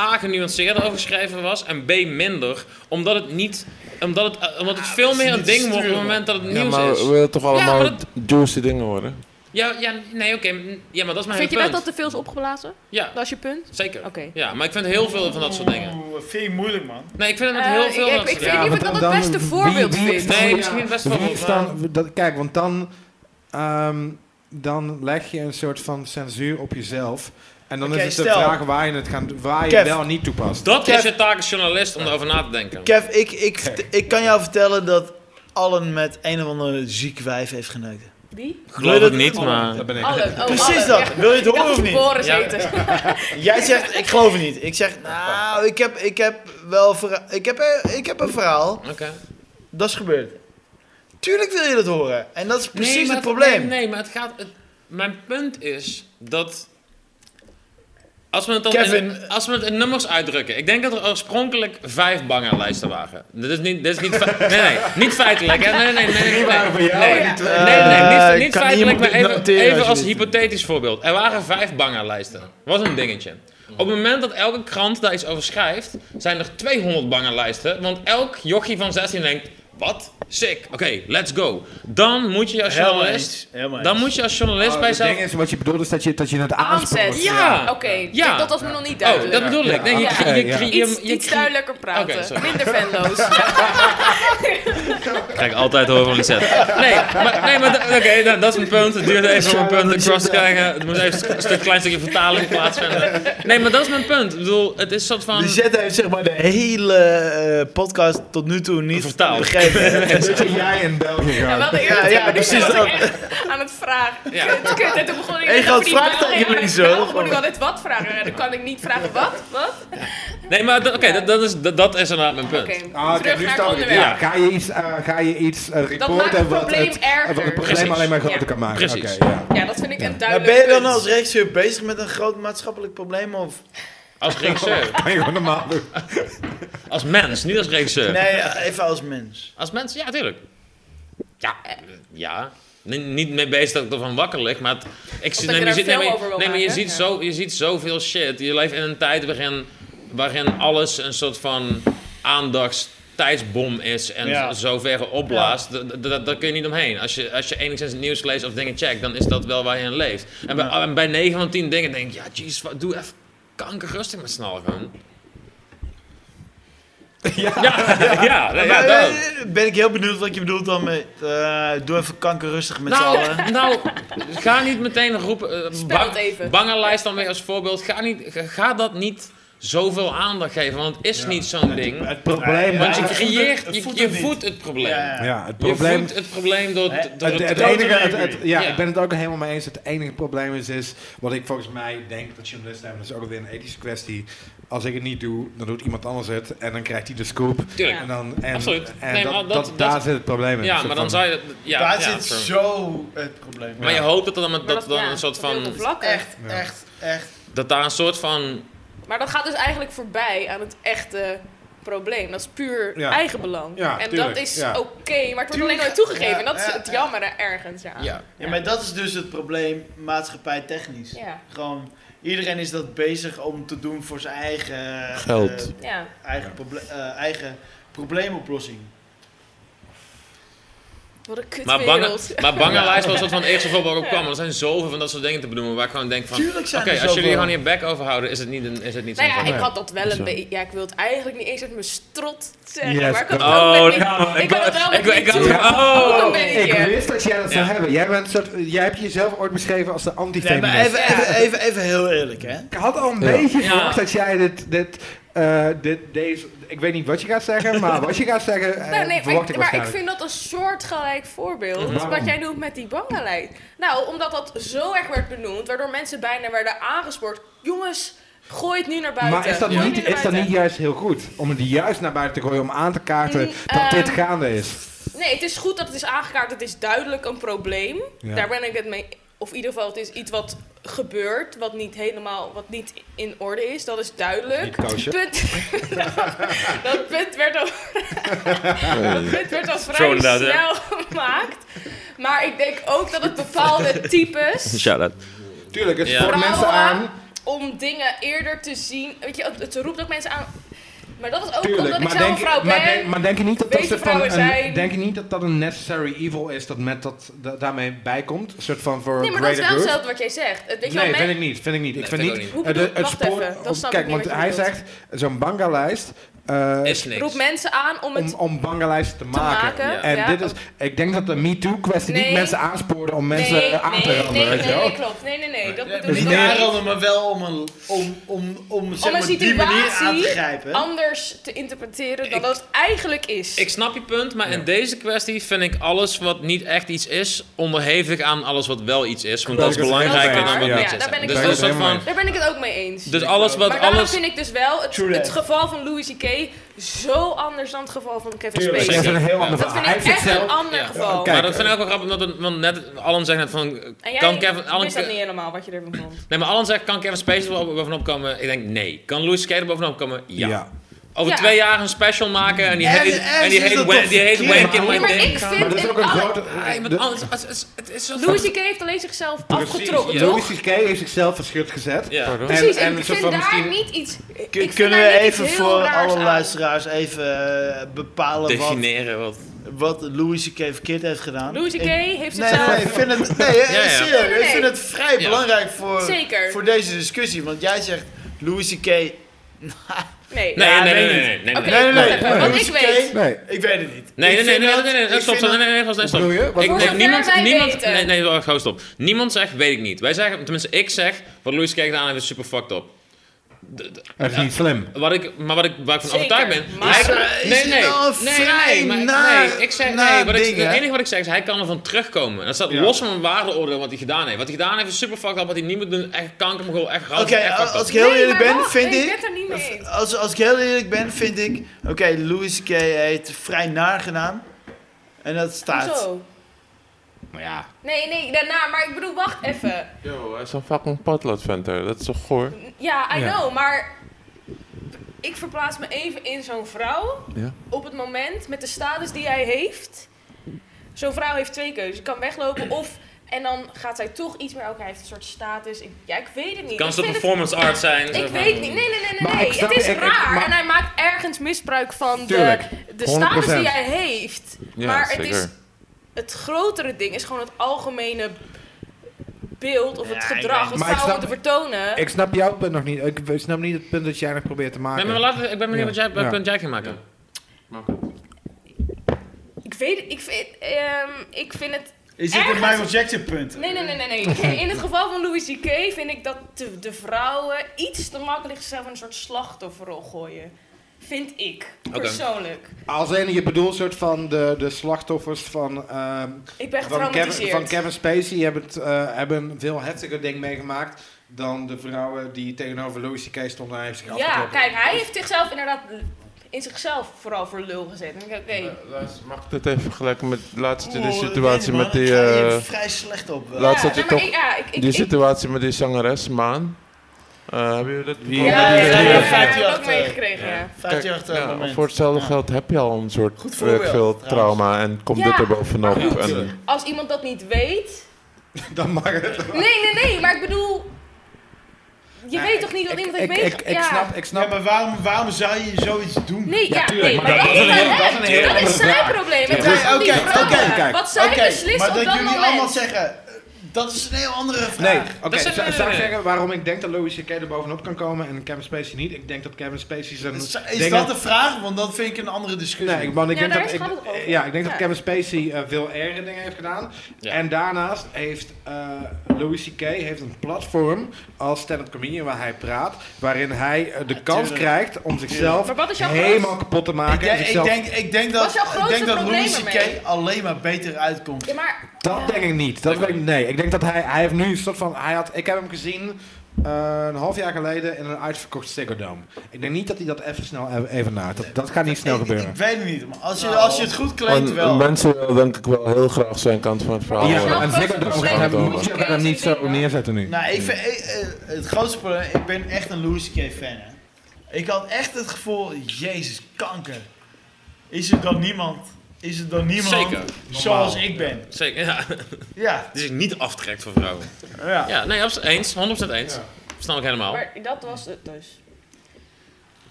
Speaker 1: A genuanceerder over geschreven was en B minder, omdat het niet, omdat het, eh, omdat
Speaker 6: Ah,
Speaker 1: het veel meer een ding wordt op het moment dat het
Speaker 4: Ja,
Speaker 1: nieuws
Speaker 4: maar
Speaker 1: is.
Speaker 4: we willen toch allemaal
Speaker 1: maar dat-
Speaker 4: juicy dingen horen?
Speaker 1: Ja, ja, nee, oké, m- ja, maar dat is mijn
Speaker 6: Vind
Speaker 1: hele
Speaker 6: je wel
Speaker 1: punt.
Speaker 6: dat te veel is opgeblazen?
Speaker 1: Ja,
Speaker 6: Dat is je punt?
Speaker 1: zeker.
Speaker 6: Oké.
Speaker 1: Ja, maar ik vind heel veel van dat soort dingen.
Speaker 2: Oeh, vind je moeilijk, man.
Speaker 1: Nee, ik vind het
Speaker 6: Eh,
Speaker 1: heel veel
Speaker 6: ik,
Speaker 1: van
Speaker 6: ik,
Speaker 1: dat soort
Speaker 6: ik weet
Speaker 1: dingen.
Speaker 6: niet
Speaker 3: Ja,
Speaker 6: of ik
Speaker 3: want
Speaker 6: dat
Speaker 3: dan-
Speaker 6: het beste
Speaker 3: wie-
Speaker 6: voorbeeld
Speaker 3: wie-
Speaker 6: vind.
Speaker 1: Nee, misschien best wel.
Speaker 3: Wie is dan, dat, kijk, want dan, ehm, dan leg je een soort van censuur op jezelf. En dan
Speaker 2: Oké,
Speaker 3: is het de
Speaker 2: stel.
Speaker 3: vraag waar je het gaan, waar je
Speaker 2: Kev.
Speaker 3: wel niet toepast.
Speaker 1: Dat
Speaker 2: Kev-
Speaker 1: is je taak als journalist om erover na te denken.
Speaker 2: Kev, ik, ik, ik kan jou vertellen dat Allen met een of andere ziek wijf heeft geneukt.
Speaker 6: Die?
Speaker 1: Geloof het niet, maar...
Speaker 4: Dat ben ik.
Speaker 6: Alle. Oh,
Speaker 2: Precies
Speaker 6: alle,
Speaker 2: dat.
Speaker 6: ja.
Speaker 2: Wil je het
Speaker 6: Ik
Speaker 2: horen
Speaker 6: dacht
Speaker 2: of niet?
Speaker 6: Boris
Speaker 1: Ja.
Speaker 6: heet het.
Speaker 2: Jij zegt, ik geloof het niet. Ik zeg, nou, ik heb, ik heb wel verha- ik heb, eh, ik heb een verhaal.
Speaker 1: Oké.
Speaker 2: Dat is gebeurd. Tuurlijk wil je dat horen. En dat is precies
Speaker 1: Nee, maar
Speaker 2: het probleem.
Speaker 1: Nee, nee, maar het gaat... het- mijn punt is dat... Als we, het dan in,
Speaker 2: Kevin.
Speaker 1: als we het in nummers uitdrukken. Ik denk dat er oorspronkelijk vijf bangenlijsten waren. Dit is niet, dit is niet, fe- nee, nee, niet feitelijk. Hè? Nee, nee, nee. nee, nee. nee, nee,
Speaker 2: Eh,
Speaker 1: nee, niet, niet
Speaker 2: kan
Speaker 1: feitelijk,
Speaker 2: iemand
Speaker 1: maar
Speaker 2: dit
Speaker 1: even,
Speaker 2: noteren
Speaker 1: even als
Speaker 2: alsjeblieft?
Speaker 1: hypothetisch voorbeeld. Er waren vijf bangenlijsten. Was een dingetje. Op het moment dat elke krant daar iets over schrijft, zijn er 200 bangenlijsten. Want elk jochie van 16 denkt, wat? Sick. Oké, let's go. Dan moet je als
Speaker 2: Helemaal
Speaker 1: journalist...
Speaker 2: eens. Helemaal
Speaker 1: Dan
Speaker 2: eens.
Speaker 1: moet je als journalist
Speaker 6: Oh,
Speaker 1: bij
Speaker 3: Het ding
Speaker 1: zelf...
Speaker 3: is, wat je bedoelt is dat je, dat je het
Speaker 6: Aanzet.
Speaker 3: aanspreekt.
Speaker 1: Ja.
Speaker 6: Oké,
Speaker 1: Ja.
Speaker 6: dat was me nog niet
Speaker 1: Oh,
Speaker 6: duidelijk.
Speaker 1: dat bedoel ik. Nee, je,
Speaker 6: Ja.
Speaker 1: je, je,
Speaker 3: Ja.
Speaker 1: je,
Speaker 6: Iets,
Speaker 1: je-
Speaker 6: iets duidelijker praten.
Speaker 1: Oké, sorry.
Speaker 6: Minder fanloos. Ja.
Speaker 1: Krijg ik altijd horen van Lisette. Nee, maar, nee, maar d- oké, nou, dat is mijn punt. Het duurde even om mijn punt across te krijgen. Het moest even een stuk, klein stukje vertaling plaatsvinden. Nee, maar dat is mijn punt. Ik bedoel, het is een soort van...
Speaker 2: Lisette heeft zeg maar de hele eh, podcast tot nu toe niet
Speaker 1: Vertaald.
Speaker 2: begrepen.
Speaker 3: dat jij in België
Speaker 6: Ja,
Speaker 3: gaat.
Speaker 6: wel de eerste
Speaker 2: Ja,
Speaker 6: ja,
Speaker 2: ja,
Speaker 6: minuten
Speaker 2: precies
Speaker 6: was ik echt aan het vragen.
Speaker 1: Ja.
Speaker 6: Kut, kut. En toen begon ik...
Speaker 2: En je
Speaker 6: over
Speaker 2: gaat
Speaker 6: die bel-
Speaker 2: vragen tegen
Speaker 6: Ja, maar
Speaker 2: jullie
Speaker 6: die
Speaker 2: zo,
Speaker 6: bel moet ik
Speaker 2: gewoon.
Speaker 6: altijd wat vragen. En dan kan ik niet vragen wat, wat.
Speaker 1: Nee, maar d- oké, dat, dat, is, dat, dat is inderdaad mijn punt.
Speaker 6: Oké,
Speaker 3: Ah, oké,
Speaker 6: terug
Speaker 3: nu
Speaker 6: naar het
Speaker 3: snap ik het.
Speaker 6: onderwerp.
Speaker 3: Ja, ga je iets, eh, ga je iets eh,
Speaker 6: maakt
Speaker 3: reporten
Speaker 6: het
Speaker 3: wat
Speaker 6: probleem
Speaker 3: het,
Speaker 6: erger.
Speaker 3: wat het probleem
Speaker 1: Precies.
Speaker 3: alleen maar groter
Speaker 6: Ja.
Speaker 3: kan maken?
Speaker 1: Precies.
Speaker 3: Oké, ja.
Speaker 6: Ja, dat vind ik een
Speaker 2: Maar
Speaker 6: duidelijk
Speaker 2: ben je dan
Speaker 6: punt.
Speaker 2: als regisseur bezig met een groot maatschappelijk probleem? Of?
Speaker 1: Als regisseur.
Speaker 3: Kan je gewoon normaal doen.
Speaker 1: Als mens, niet als regisseur.
Speaker 2: Nee, eh, even als mens.
Speaker 1: Als mens, ja, tuurlijk. Ja, eh, ja. N- niet mee bezig dat ik ervan wakker lig, maar het- ik zie- nee,
Speaker 6: dat je
Speaker 1: maar
Speaker 6: daar
Speaker 1: je ziet- nee,
Speaker 6: een
Speaker 1: maar
Speaker 6: film over
Speaker 1: je-
Speaker 6: wil
Speaker 1: nee, maar je
Speaker 6: maken,
Speaker 1: ziet
Speaker 6: ja.
Speaker 1: zo, je ziet zoveel shit. Je leeft in een tijd waarin, waarin alles een soort van aandachtstijdsbom is en
Speaker 2: Ja.
Speaker 1: z- zo ver opblaast. D- d- d- Daar kun je niet omheen. Als je, als je enigszins het nieuws leest of dingen checkt, dan is dat wel waar je in leeft. En bij, en bij 9 van 10 dingen denk ik, ja, jeez, wat- doe even kanker rustig met snel gewoon. Ja, ja, ja, ja,
Speaker 2: Maar, eh,
Speaker 1: dat.
Speaker 2: ben ik heel benieuwd wat je bedoelt dan met. eh, doe even kanker rustig met z'n allen.
Speaker 1: Nou, nou, ga niet meteen roepen. Uh,
Speaker 6: Spel het even.
Speaker 1: Bangerlijst dan weer als voorbeeld. Ga, niet, ga- ga dat niet zoveel aandacht geven, want het is niet zo'n ding.
Speaker 3: Het probleem...
Speaker 1: Want je
Speaker 2: het voedt
Speaker 1: creëert,
Speaker 2: het-
Speaker 1: je,
Speaker 2: het voedt
Speaker 1: je
Speaker 2: het niet.
Speaker 1: voedt het probleem.
Speaker 2: Ja, ja.
Speaker 3: Ja, het
Speaker 1: Je
Speaker 3: probleem...
Speaker 1: voedt het probleem door, het- door
Speaker 3: Het, het
Speaker 1: het...
Speaker 3: enige, het, het- ja,
Speaker 1: Ja.
Speaker 3: ik ben het ook helemaal mee eens. Het enige probleem is, is, wat ik volgens mij denk dat journalisten hebben, dat is ook weer een ethische kwestie. Als ik het niet doe, dan doet iemand anders het en dan krijgt hij de scoop.
Speaker 1: Tuurlijk.
Speaker 3: En, dan, en,
Speaker 1: Absoluut.
Speaker 3: en
Speaker 1: Nee,
Speaker 3: dat,
Speaker 1: maar
Speaker 3: dat-
Speaker 1: dat-
Speaker 3: daar
Speaker 1: dat-
Speaker 3: zit het probleem in.
Speaker 1: Ja, maar
Speaker 3: Zo van-
Speaker 1: dan zou je... Ja,
Speaker 2: Daar
Speaker 1: ja,
Speaker 2: zit
Speaker 1: sorry.
Speaker 2: zo het probleem.
Speaker 1: Maar je hoopt dat er dan, met-
Speaker 6: Maar
Speaker 1: dat dan
Speaker 6: ja,
Speaker 1: een soort
Speaker 6: dat is heel
Speaker 1: van...
Speaker 6: oppervlakkig.
Speaker 2: Echt, echt, echt.
Speaker 1: Dat daar een soort van...
Speaker 6: Maar dat gaat dus eigenlijk voorbij aan het echte probleem. Dat is puur
Speaker 3: Ja.
Speaker 6: eigenbelang.
Speaker 3: Ja,
Speaker 6: en
Speaker 3: tuurlijk,
Speaker 6: dat is
Speaker 3: ja.
Speaker 6: oké, maar het wordt alleen
Speaker 2: Tuurlijk.
Speaker 6: nooit toegegeven.
Speaker 2: Ja,
Speaker 6: en dat is
Speaker 2: ja,
Speaker 6: het
Speaker 2: ja.
Speaker 6: jammer ergens. Ja.
Speaker 1: Ja.
Speaker 2: Ja, maar dat is dus het probleem maatschappijtechnisch.
Speaker 6: Ja.
Speaker 2: Gewoon, iedereen is dat bezig om te doen voor zijn eigen...
Speaker 4: Geld.
Speaker 2: eh,
Speaker 6: Ja.
Speaker 2: eigen, proble- eh, eigen probleemoplossing.
Speaker 6: Wat een
Speaker 1: Maar,
Speaker 6: kutwereld.
Speaker 1: bange, maar bangerlijst was een soort van het eerste voorbeeld ook kwam. Er zijn zoveel van dat soort dingen te benoemen waar ik gewoon denk van...
Speaker 2: Tuurlijk zijn
Speaker 1: Oké,
Speaker 2: er
Speaker 1: als jullie
Speaker 2: zoveel.
Speaker 1: gewoon je bek overhouden, is het niet, een, is het niet
Speaker 6: Nou
Speaker 1: zo'n
Speaker 6: ja,
Speaker 1: probleem.
Speaker 6: ik had dat wel een beetje... Ja, ik wil het eigenlijk niet eens uit mijn strot zeggen.
Speaker 3: Yes,
Speaker 6: maar ik had het wel
Speaker 1: Oh, ik,
Speaker 6: met me- ik had het wel met
Speaker 1: ik, ik,
Speaker 6: me
Speaker 1: had-
Speaker 6: toe.
Speaker 1: oh.
Speaker 6: Ook een beetje.
Speaker 3: Ik wist dat jij dat zou
Speaker 1: Ja.
Speaker 3: hebben. Jij, bent een soort, jij hebt jezelf ooit beschreven als de
Speaker 2: Nee,
Speaker 3: antifeminist.
Speaker 2: maar even,
Speaker 6: Ja.
Speaker 2: even, even, even heel eerlijk, hè.
Speaker 3: Ik had al een
Speaker 4: Ja.
Speaker 3: beetje
Speaker 1: Ja.
Speaker 3: verwacht dat jij dit, dit, eh, dit, deze... Ik weet niet wat je gaat zeggen, maar wat je gaat zeggen eh,
Speaker 6: Nou, nee, maar,
Speaker 3: verwacht
Speaker 6: ik,
Speaker 3: ik
Speaker 6: maar ik
Speaker 3: waarschijnlijk.
Speaker 6: vind dat een soortgelijk voorbeeld.
Speaker 3: Waarom?
Speaker 6: Wat jij doet met die bankenlijst. Nou, omdat dat zo erg werd benoemd, waardoor mensen bijna werden aangespoord. Jongens, gooi het nu naar buiten.
Speaker 3: Maar is dat,
Speaker 6: Gooi het
Speaker 3: niet,
Speaker 6: nu naar
Speaker 3: is dat niet
Speaker 6: buiten.
Speaker 3: juist heel goed? Om het juist naar buiten te gooien, om aan te kaarten
Speaker 6: Mm,
Speaker 3: dat dit
Speaker 6: ehm,
Speaker 3: gaande is.
Speaker 6: Nee, het is goed dat het is aangekaart. Het is duidelijk een probleem. Daar ben ik het mee. Of in ieder geval, het is iets wat gebeurt, wat niet helemaal, wat niet in orde is. Dat is duidelijk.
Speaker 3: Niet kosher.
Speaker 6: Punt. dat punt werd al
Speaker 4: Nee.
Speaker 6: Het werd al
Speaker 1: Zo
Speaker 6: vrij
Speaker 1: inderdaad, hè?
Speaker 6: snel gemaakt. Maar ik denk ook dat het bepaalde types
Speaker 1: Shout-out.
Speaker 3: Tuurlijk, het
Speaker 1: Ja.
Speaker 3: spoort mensen aan.
Speaker 6: vrouwen om dingen eerder te zien. Weet je, het, het roept ook mensen aan. Maar dat is ook
Speaker 3: Tuurlijk,
Speaker 6: omdat ik
Speaker 3: maar
Speaker 6: zelf
Speaker 3: denk,
Speaker 6: een vrouw
Speaker 3: maar,
Speaker 6: ben.
Speaker 3: denk, maar denk je niet dat dat,
Speaker 6: Witte
Speaker 3: soort van
Speaker 6: vrouwen
Speaker 3: een,
Speaker 6: zijn-
Speaker 3: denk je niet dat dat een necessary evil is dat met dat, da- daarmee bijkomt? Een soort van voor
Speaker 6: nee, maar dat is
Speaker 3: greater
Speaker 6: wel
Speaker 3: good?
Speaker 6: hetzelfde wat jij zegt. Het- Weet je
Speaker 3: nee,
Speaker 6: wel,
Speaker 3: vind
Speaker 6: men-
Speaker 3: ik niet. Vind ik niet. Ik
Speaker 1: Nee,
Speaker 3: vind
Speaker 1: vind ik
Speaker 3: niet.
Speaker 1: ook
Speaker 6: niet.
Speaker 3: eh, de-
Speaker 6: Hoe bedoel-
Speaker 3: het
Speaker 6: wacht
Speaker 3: spoor.
Speaker 6: even, dat snap ik
Speaker 3: kijk,
Speaker 6: niet
Speaker 3: want
Speaker 6: wat je
Speaker 3: hij
Speaker 6: bedoelt.
Speaker 3: zegt zo'n bangalijst. eh,
Speaker 1: Is niks.
Speaker 6: Roep mensen aan om het
Speaker 3: om, om bangenlijsten te,
Speaker 6: te
Speaker 3: maken.
Speaker 6: maken.
Speaker 1: Ja.
Speaker 3: En
Speaker 6: ja.
Speaker 3: dit is, ik denk dat de MeToo-kwestie
Speaker 6: Nee.
Speaker 3: niet mensen aanspoorde om mensen
Speaker 6: nee,
Speaker 3: aan te
Speaker 6: nee,
Speaker 3: randen,
Speaker 6: nee,
Speaker 3: weet je
Speaker 6: nee,
Speaker 3: wel.
Speaker 6: nee, klopt. Nee, nee, nee. Dat bedoel
Speaker 2: dus
Speaker 6: ik
Speaker 2: niet
Speaker 6: ook niet.
Speaker 2: aanranden, maar wel om, een, om, om, om, zeg
Speaker 6: Om een
Speaker 2: maar, die manier aan te
Speaker 6: situatie-
Speaker 2: grijpen.
Speaker 6: Anders te interpreteren dan
Speaker 1: Ik-
Speaker 6: dat het eigenlijk is.
Speaker 1: Ik snap je punt, maar in deze kwestie vind ik alles wat niet echt iets is, onderhevig aan alles wat wel iets is. Want
Speaker 3: Ben
Speaker 1: dat is
Speaker 3: ik het
Speaker 1: belangrijker
Speaker 6: helemaal
Speaker 1: dan wat
Speaker 6: mee
Speaker 1: niks
Speaker 6: eens. Ja, daar ben
Speaker 1: is.
Speaker 6: ik
Speaker 1: Dus
Speaker 6: het
Speaker 1: dat is
Speaker 3: ook
Speaker 1: soort van.
Speaker 3: mee
Speaker 6: Daar ben ik het ook mee eens.
Speaker 1: Dus alles wat
Speaker 6: maar daarom
Speaker 1: alles.
Speaker 6: vind ik dus wel het,
Speaker 2: True
Speaker 6: het
Speaker 2: that.
Speaker 6: geval van Louis C.K. zo anders dan het geval van Kevin
Speaker 3: Dat
Speaker 1: Tuurlijk.
Speaker 6: Spacey.
Speaker 3: is een heel ander
Speaker 6: Dat
Speaker 3: verhaal.
Speaker 6: vind
Speaker 3: Hij
Speaker 6: ik
Speaker 3: heeft het
Speaker 6: echt een
Speaker 3: zelf...
Speaker 6: ander
Speaker 1: Ja.
Speaker 6: geval.
Speaker 3: Kijk,
Speaker 1: maar dat vind ik ook wel grappig, omdat- want net Alan zegt net van.
Speaker 6: eh. en jij
Speaker 1: Kan Kevin, Alan,
Speaker 6: wist dat niet helemaal wat je ervan vond.
Speaker 1: nee, maar Alan zegt: kan Kevin Spacey er bovenop komen? Ik denk nee. Kan Louis C.K. er bovenop komen? Ja.
Speaker 3: Ja.
Speaker 1: Over
Speaker 6: Ja.
Speaker 1: twee jaar een special maken en die
Speaker 2: En-
Speaker 1: heet
Speaker 2: en
Speaker 1: en die
Speaker 2: is
Speaker 1: heet
Speaker 2: dat
Speaker 1: Wa-
Speaker 2: toch
Speaker 1: die heet
Speaker 2: verkeerd?
Speaker 1: Wank in
Speaker 6: Nee, maar
Speaker 1: LinkedIn.
Speaker 6: ik vind
Speaker 3: Maar dat is ook
Speaker 6: in
Speaker 3: een
Speaker 6: alle-
Speaker 3: grote...
Speaker 1: Nee, maar
Speaker 3: de-
Speaker 1: alles- het is- het is zo.
Speaker 6: Louis C.K. heeft alleen zichzelf afgetrokken,
Speaker 1: ja.
Speaker 6: toch?
Speaker 3: Louis C.K. heeft zichzelf verschut gezet.
Speaker 1: Ja.
Speaker 3: En-
Speaker 6: Precies,
Speaker 3: en
Speaker 6: en,
Speaker 3: een
Speaker 6: ik
Speaker 3: soort
Speaker 6: vind
Speaker 3: van
Speaker 6: daar
Speaker 3: misschien-
Speaker 6: niet iets... ik
Speaker 2: Kun-
Speaker 6: vind
Speaker 2: kunnen
Speaker 6: daar
Speaker 2: we
Speaker 6: niet iets
Speaker 2: even
Speaker 6: heel
Speaker 2: voor
Speaker 6: raars
Speaker 2: alle
Speaker 6: aan.
Speaker 2: luisteraars even eh, bepalen wat,
Speaker 1: Definiëren wat.
Speaker 2: wat Louis C.K. verkeerd heeft gedaan?
Speaker 6: Louis C.K.
Speaker 2: Ik-
Speaker 6: heeft
Speaker 2: Nee, nee,
Speaker 6: zichzelf...
Speaker 2: ik vind het, nee, eh,
Speaker 1: Ja, ja.
Speaker 2: serieus,
Speaker 6: Nee, nee,
Speaker 2: ik vind
Speaker 6: nee.
Speaker 2: het vrij
Speaker 1: Ja.
Speaker 2: belangrijk voor,
Speaker 6: Zeker.
Speaker 2: voor deze discussie. Want jij zegt Louis C.K.
Speaker 6: Nee.
Speaker 1: Nee,
Speaker 2: Ja,
Speaker 1: nee, nee,
Speaker 2: weet
Speaker 1: nee,
Speaker 2: niet.
Speaker 1: nee, nee.
Speaker 6: Oké,
Speaker 1: nee.
Speaker 2: nee,
Speaker 6: wacht
Speaker 2: nee,
Speaker 6: even, want
Speaker 2: Louis
Speaker 6: ik
Speaker 2: C.K.
Speaker 6: weet...
Speaker 3: Nee.
Speaker 2: Ik weet het niet.
Speaker 1: Nee, nee, nee,
Speaker 2: Ik vind
Speaker 1: nee,
Speaker 2: dat-
Speaker 1: nee, nee,
Speaker 2: ik
Speaker 1: nee, stop,
Speaker 2: vind
Speaker 1: stop, nee,
Speaker 2: dat-
Speaker 1: nee, nee, nee, nee, stop.
Speaker 3: bedoel je? Wat-
Speaker 1: Ik,
Speaker 6: Hoe
Speaker 1: nee,
Speaker 6: zover
Speaker 1: niemand,
Speaker 6: wij
Speaker 1: niemand,
Speaker 6: weten.
Speaker 1: nee, nee, wacht, gewoon stop. Niemand zegt, weet ik niet. Wij zeggen, tenminste, ik zeg, wat Louis C.K. gedaan heeft is super fucked up.
Speaker 3: Dat is niet slim.
Speaker 1: Wat ik, maar wat ik, waar ik van
Speaker 6: Zeker,
Speaker 1: overtuigd ben,
Speaker 6: maar-
Speaker 1: hij-
Speaker 6: Is
Speaker 2: er- is
Speaker 1: nee,
Speaker 2: er
Speaker 1: nee,
Speaker 2: wel een
Speaker 1: nee,
Speaker 2: vrij
Speaker 1: nee, maar-
Speaker 2: naar-
Speaker 1: nee, ik zeg, nee,
Speaker 2: naar
Speaker 1: wat ik,
Speaker 2: ding,
Speaker 1: het
Speaker 2: hè?
Speaker 1: enige wat ik zeg is, hij kan ervan terugkomen. En dat staat
Speaker 2: Ja.
Speaker 1: los van een waardeoordeel wat hij gedaan heeft. Wat hij gedaan heeft is super fucked up, wat hij niet moet doen, echt kankermogel, echt rat,
Speaker 2: Oké, eh,
Speaker 1: echt fucked
Speaker 2: als
Speaker 1: up.
Speaker 2: ik heel
Speaker 6: Nee,
Speaker 2: eerlijk
Speaker 6: maar
Speaker 2: ben,
Speaker 6: wacht,
Speaker 2: vind
Speaker 6: nee,
Speaker 2: ik...
Speaker 6: ben het er niet mee eens.
Speaker 2: Als, als ik heel eerlijk ben, vind ik... Oké, Louis C.K. heeft vrij naar gedaan. En dat staat...
Speaker 6: Zo.
Speaker 3: Maar ja.
Speaker 6: Nee, nee, daarna, maar ik bedoel, wacht even.
Speaker 4: Yo, hij is een fucking potloodventer. Dat is toch goor?
Speaker 6: Ja, I
Speaker 3: Ja.
Speaker 6: know, maar ik verplaats me even in zo'n vrouw.
Speaker 4: Ja.
Speaker 6: Op het moment, met de status die hij heeft. Zo'n vrouw heeft twee keuzes. Je kan weglopen of... En dan gaat zij toch iets meer... Oké, hij heeft een soort status. Ik, ja, ik weet het niet.
Speaker 1: Kan
Speaker 6: Ik
Speaker 1: ze
Speaker 6: vind het-
Speaker 1: performance art zijn? zo
Speaker 6: Ik
Speaker 1: van-
Speaker 6: weet niet. Nee, nee, nee, nee.
Speaker 3: Maar
Speaker 6: nee.
Speaker 3: ik snap-
Speaker 6: het is
Speaker 3: ik- ik-
Speaker 6: raar.
Speaker 3: maar-
Speaker 6: en hij maakt ergens misbruik van de,
Speaker 3: Tuurlijk.
Speaker 6: de status
Speaker 3: 100%.
Speaker 6: die hij heeft.
Speaker 4: Ja,
Speaker 6: maar het,
Speaker 4: zeker.
Speaker 6: is, het grotere ding is gewoon het algemene beeld of het
Speaker 2: Ja, ik
Speaker 6: gedrag wat
Speaker 3: Maar ik
Speaker 6: vrouwen
Speaker 3: snap-
Speaker 6: moeten vertonen.
Speaker 3: Ik snap jouw punt nog niet. Ik snap niet het punt dat jij nog probeert te
Speaker 1: Nee,
Speaker 3: maken.
Speaker 1: maar laten we- ik ben benieuwd wat jij, wat
Speaker 3: Ja.
Speaker 1: punt jij gaat maken.
Speaker 6: ik weet ik vind, ehm, ik vind het...
Speaker 2: Is dit een
Speaker 6: Ergens-
Speaker 2: Michael Jackson punt?
Speaker 6: Nee, nee, nee, nee. nee. In het geval van Louis C.K. vind ik dat de, de vrouwen iets te makkelijk zichzelf in een soort slachtofferrol gooien. Vind ik.
Speaker 1: Oké.
Speaker 6: Persoonlijk.
Speaker 3: Als een, je bedoelt soort van de, de slachtoffers van, ehm,
Speaker 6: Ik ben
Speaker 3: van, Kevin,
Speaker 6: getraumatiseerd.
Speaker 3: van Kevin Spacey hebben, het, eh, hebben een veel heftiger ding meegemaakt dan de vrouwen die tegenover Louis C.K. stonden en hij heeft zich
Speaker 6: Ja,
Speaker 3: afgetrokken.
Speaker 6: kijk, hij heeft zichzelf inderdaad in zichzelf vooral voor lul gezet. En ik denk, oké,
Speaker 4: Laatst- Eh, Mag ik dit even vergelijken met laatst die
Speaker 2: Oeh,
Speaker 4: situatie
Speaker 2: Oh, nee,
Speaker 4: met
Speaker 2: man,
Speaker 4: die...
Speaker 2: Ik ga hier
Speaker 4: eh,
Speaker 2: vrij slecht op. eh.
Speaker 4: laat- laatst
Speaker 6: ja,
Speaker 4: had je
Speaker 6: nee, maar
Speaker 4: toch-
Speaker 6: ik- ja, ik, ik,
Speaker 4: die
Speaker 6: ik-
Speaker 4: situatie met die zangeres, Maan. Eh, hebben jullie dat?
Speaker 3: Die-
Speaker 6: ja,
Speaker 2: Ja,
Speaker 6: ja,
Speaker 2: ja, ja, ja,
Speaker 6: ik heb
Speaker 2: 58,
Speaker 6: het ook meegekregen, ja.
Speaker 4: Kijk,
Speaker 2: 58
Speaker 4: ja,
Speaker 2: moment.
Speaker 4: voor hetzelfde
Speaker 2: Ja.
Speaker 4: geld heb je al een soort
Speaker 2: Goed
Speaker 4: weet ik
Speaker 2: voorbeeld,
Speaker 4: veel,
Speaker 2: trouwens.
Speaker 4: trauma en komt
Speaker 6: Ja,
Speaker 4: dit er bovenop.
Speaker 6: maar goed.
Speaker 4: en,
Speaker 6: Als iemand dat niet weet...
Speaker 3: Dan mag het.
Speaker 6: Nee, nee, nee, maar ik bedoel... Je
Speaker 3: Ja,
Speaker 6: weet toch niet wat iemand heeft
Speaker 3: ik, ik,
Speaker 6: meegemaakt?
Speaker 3: ik
Speaker 6: ja.
Speaker 3: snap, ik snap.
Speaker 2: Ja, maar waarom, waarom zou je zoiets doen?
Speaker 6: Nee, ja,
Speaker 3: tuurlijk,
Speaker 6: nee,
Speaker 3: maar
Speaker 6: maar
Speaker 3: dat
Speaker 6: dat
Speaker 3: is
Speaker 6: is
Speaker 3: een heel-
Speaker 6: aan
Speaker 3: dat is
Speaker 6: hem.
Speaker 3: een heel
Speaker 6: Dat
Speaker 3: andere
Speaker 6: is zijn
Speaker 3: vraag.
Speaker 6: probleem. Het
Speaker 2: Ja,
Speaker 6: gaat om die
Speaker 2: oké,
Speaker 6: vrouwen.
Speaker 2: oké,
Speaker 3: kijk.
Speaker 6: Wat zij
Speaker 2: Oké,
Speaker 6: beslissen
Speaker 2: maar
Speaker 6: op
Speaker 2: dat,
Speaker 6: dat
Speaker 2: jullie
Speaker 6: moment.
Speaker 2: allemaal zeggen, eh, dat is een heel andere vraag.
Speaker 3: Nee, oké.
Speaker 1: Dat zijn-
Speaker 3: zou- zou ik zeggen waarom ik denk dat Louis C.K. er bovenop kan komen en Kevin Spacey niet? Ik denk dat Kevin Spacey zijn...
Speaker 2: Is, is
Speaker 3: dingen-
Speaker 2: dat de vraag? Want dat vind ik een andere discussie.
Speaker 3: Nee, want ik
Speaker 6: Ja,
Speaker 3: denk
Speaker 6: daar
Speaker 3: dat
Speaker 6: is-
Speaker 3: ik,
Speaker 6: gaat het over.
Speaker 3: ja, ik denk
Speaker 6: Ja.
Speaker 3: dat Kevin Spacey eh, veel erger dingen heeft gedaan.
Speaker 1: Ja.
Speaker 3: En daarnaast heeft eh, Louis C.K. heeft een platform als stand-up comedian waar hij praat, waarin hij eh, de kans
Speaker 2: tuurlijk.
Speaker 3: krijgt om zichzelf
Speaker 6: Maar wat is jouw
Speaker 3: helemaal kapot te
Speaker 2: ik,
Speaker 3: maken. en
Speaker 2: denk, ik,
Speaker 3: zichzelf,
Speaker 2: denk, ik denk
Speaker 6: Wat is
Speaker 2: dat,
Speaker 6: jouw
Speaker 2: ik
Speaker 6: grootste
Speaker 2: denk dat
Speaker 6: probleem
Speaker 2: Louis
Speaker 6: ermee?
Speaker 2: C.K. alleen maar beter uitkomt.
Speaker 6: Ja, maar...
Speaker 3: dat denk ik niet. Dat weet ik, nee, ik denk dat hij, hij heeft nu een soort van, hij had, ik heb hem gezien eh, een half jaar geleden in een uitverkocht Ziggo Dome. Ik denk niet dat hij dat even snel e- even na. Dat, dat gaat niet snel
Speaker 2: Ik- Ik,
Speaker 3: gebeuren.
Speaker 2: weet het niet, maar als je,
Speaker 6: Nou.
Speaker 2: als je het goed claimt
Speaker 4: en
Speaker 2: wel.
Speaker 4: mensen willen denk ik wel heel graag zijn kant van het verhaal.
Speaker 6: Ja,
Speaker 4: horen.
Speaker 3: en Ziggo
Speaker 6: dat is
Speaker 3: Dome
Speaker 4: wel
Speaker 3: gaan we-
Speaker 4: dope.
Speaker 3: moet je hem niet zo neerzetten nu.
Speaker 2: Nou, ik vind, ik, eh, het grootste probleem, ik ben echt een Louis C.K. fan. Hè. Ik had echt het gevoel, jezus, kanker. Is er dan niemand, is er dan niemand
Speaker 1: Zeker.
Speaker 2: zoals ik ben?
Speaker 1: Zeker, ja.
Speaker 2: Ja,
Speaker 1: Die zich niet aftrekt voor vrouwen.
Speaker 2: ja.
Speaker 1: Ja, nee, absoluut eens. 100% eens. Snap ik helemaal.
Speaker 6: Maar dat was het dus.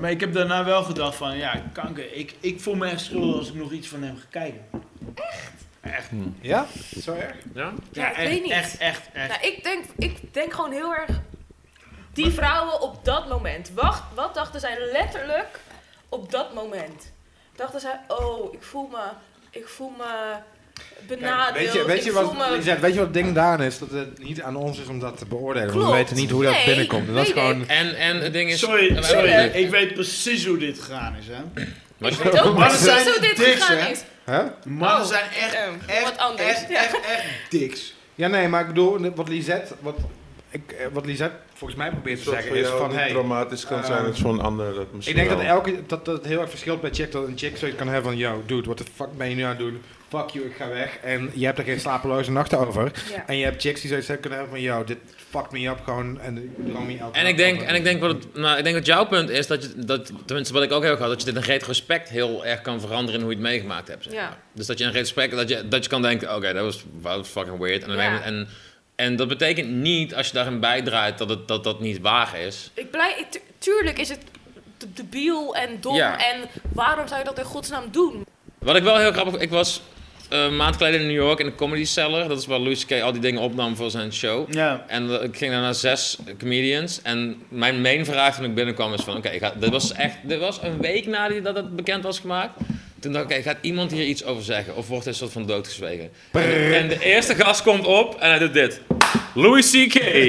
Speaker 2: Maar ik heb daarna wel gedacht van, ja, kanker, ik, ik voel me echt schuldig als ik nog iets van hem ga kijken.
Speaker 3: Ja? Zo erg?
Speaker 1: Ja?
Speaker 6: Ja, ik weet niet.
Speaker 2: Echt, echt, echt.
Speaker 6: Nou, ik denk, ik denk gewoon heel erg. Die vrouwen op dat moment. Wacht, wat dachten zij letterlijk? op dat moment dachten zij, oh, ik voel me, ik voel me benadeeld.
Speaker 3: Weet je,
Speaker 6: ik
Speaker 3: weet, je wat,
Speaker 6: voel me-
Speaker 3: je zegt, weet je wat het ding daar is? Dat het niet aan ons is om dat te beoordelen. want We
Speaker 6: Klopt.
Speaker 3: weten niet hoe dat
Speaker 6: Nee,
Speaker 3: binnenkomt. En dat is
Speaker 6: weet
Speaker 3: gewoon...
Speaker 1: En, en het ding is...
Speaker 2: Sorry,
Speaker 1: en-
Speaker 2: sorry.
Speaker 1: en-
Speaker 2: Ik weet precies hoe dit gegaan is, hè.
Speaker 1: Was je-
Speaker 6: Ik weet ook
Speaker 2: Maar
Speaker 6: precies
Speaker 2: het zijn
Speaker 6: hoe dit
Speaker 2: dicks,
Speaker 6: gegaan
Speaker 2: hè?
Speaker 6: is.
Speaker 3: Hè?
Speaker 2: Mannen
Speaker 6: Oh.
Speaker 2: zijn echt,
Speaker 6: Ehm,
Speaker 2: echt,
Speaker 6: wat anders.
Speaker 2: echt,
Speaker 6: Ja.
Speaker 2: echt, echt diks.
Speaker 3: Ja, nee, maar ik bedoel, wat Lisette, wat, ik, eh, wat Lisette volgens mij probeert te
Speaker 4: Iets wat
Speaker 3: zeggen
Speaker 4: voor
Speaker 3: is
Speaker 4: jou
Speaker 3: van,
Speaker 4: niet
Speaker 3: hey,
Speaker 4: dramatisch kan
Speaker 3: eh,
Speaker 4: zijn, is voor een ander dat misschien
Speaker 3: ik denk dat,
Speaker 4: wel.
Speaker 3: elke, dat, dat het heel erg verschilt bij chick, dat een chick zoiets kan hebben van, yo, dude, what the fuck ben je nu aan het doen? Fuck you, ik ga weg. En je hebt er geen slapeloze nachten over.
Speaker 6: Ja.
Speaker 3: En je hebt chicks die zoiets hebben kunnen hebben van, yo, dit fucked me up gewoon en ik droom me elke
Speaker 1: En
Speaker 3: nacht
Speaker 1: ik denk,
Speaker 3: over.
Speaker 1: en ik denk, wat het, nou, ik denk dat jouw punt is dat, je, dat tenminste wat ik ook heel erg had, dat je dit in retrospect heel erg kan veranderen in hoe je het meegemaakt hebt. zeg
Speaker 6: Ja.
Speaker 1: maar. Dus dat je in retrospect, dat je, dat je kan denken, oké, dat was, dat was fucking weird. En, dan
Speaker 6: Ja.
Speaker 1: ben je- en, en dat betekent niet, als je daarin bijdraait, dat het, dat, dat niet waar is.
Speaker 6: Ik blij, ik- tu- tuurlijk is het de- debiel en dom
Speaker 1: Ja.
Speaker 6: en waarom zou je dat in godsnaam doen?
Speaker 1: Wat ik wel heel grappig, ik was eh, een maand geleden in New York in de Comedy Cellar. Dat is waar Louis C.K. al die dingen opnam voor zijn show.
Speaker 2: Ja.
Speaker 1: En eh, ik ging daar naar zes comedians. En mijn main vraag toen ik binnenkwam is van... Oké, ik ga- dit was echt... Dit was een week nadat dat het bekend was gemaakt. Toen dacht ik, oké, gaat iemand hier iets over zeggen? Of wordt dit soort van doodgezwegen? En, en de eerste gast komt op en hij doet dit. Louis C.K. en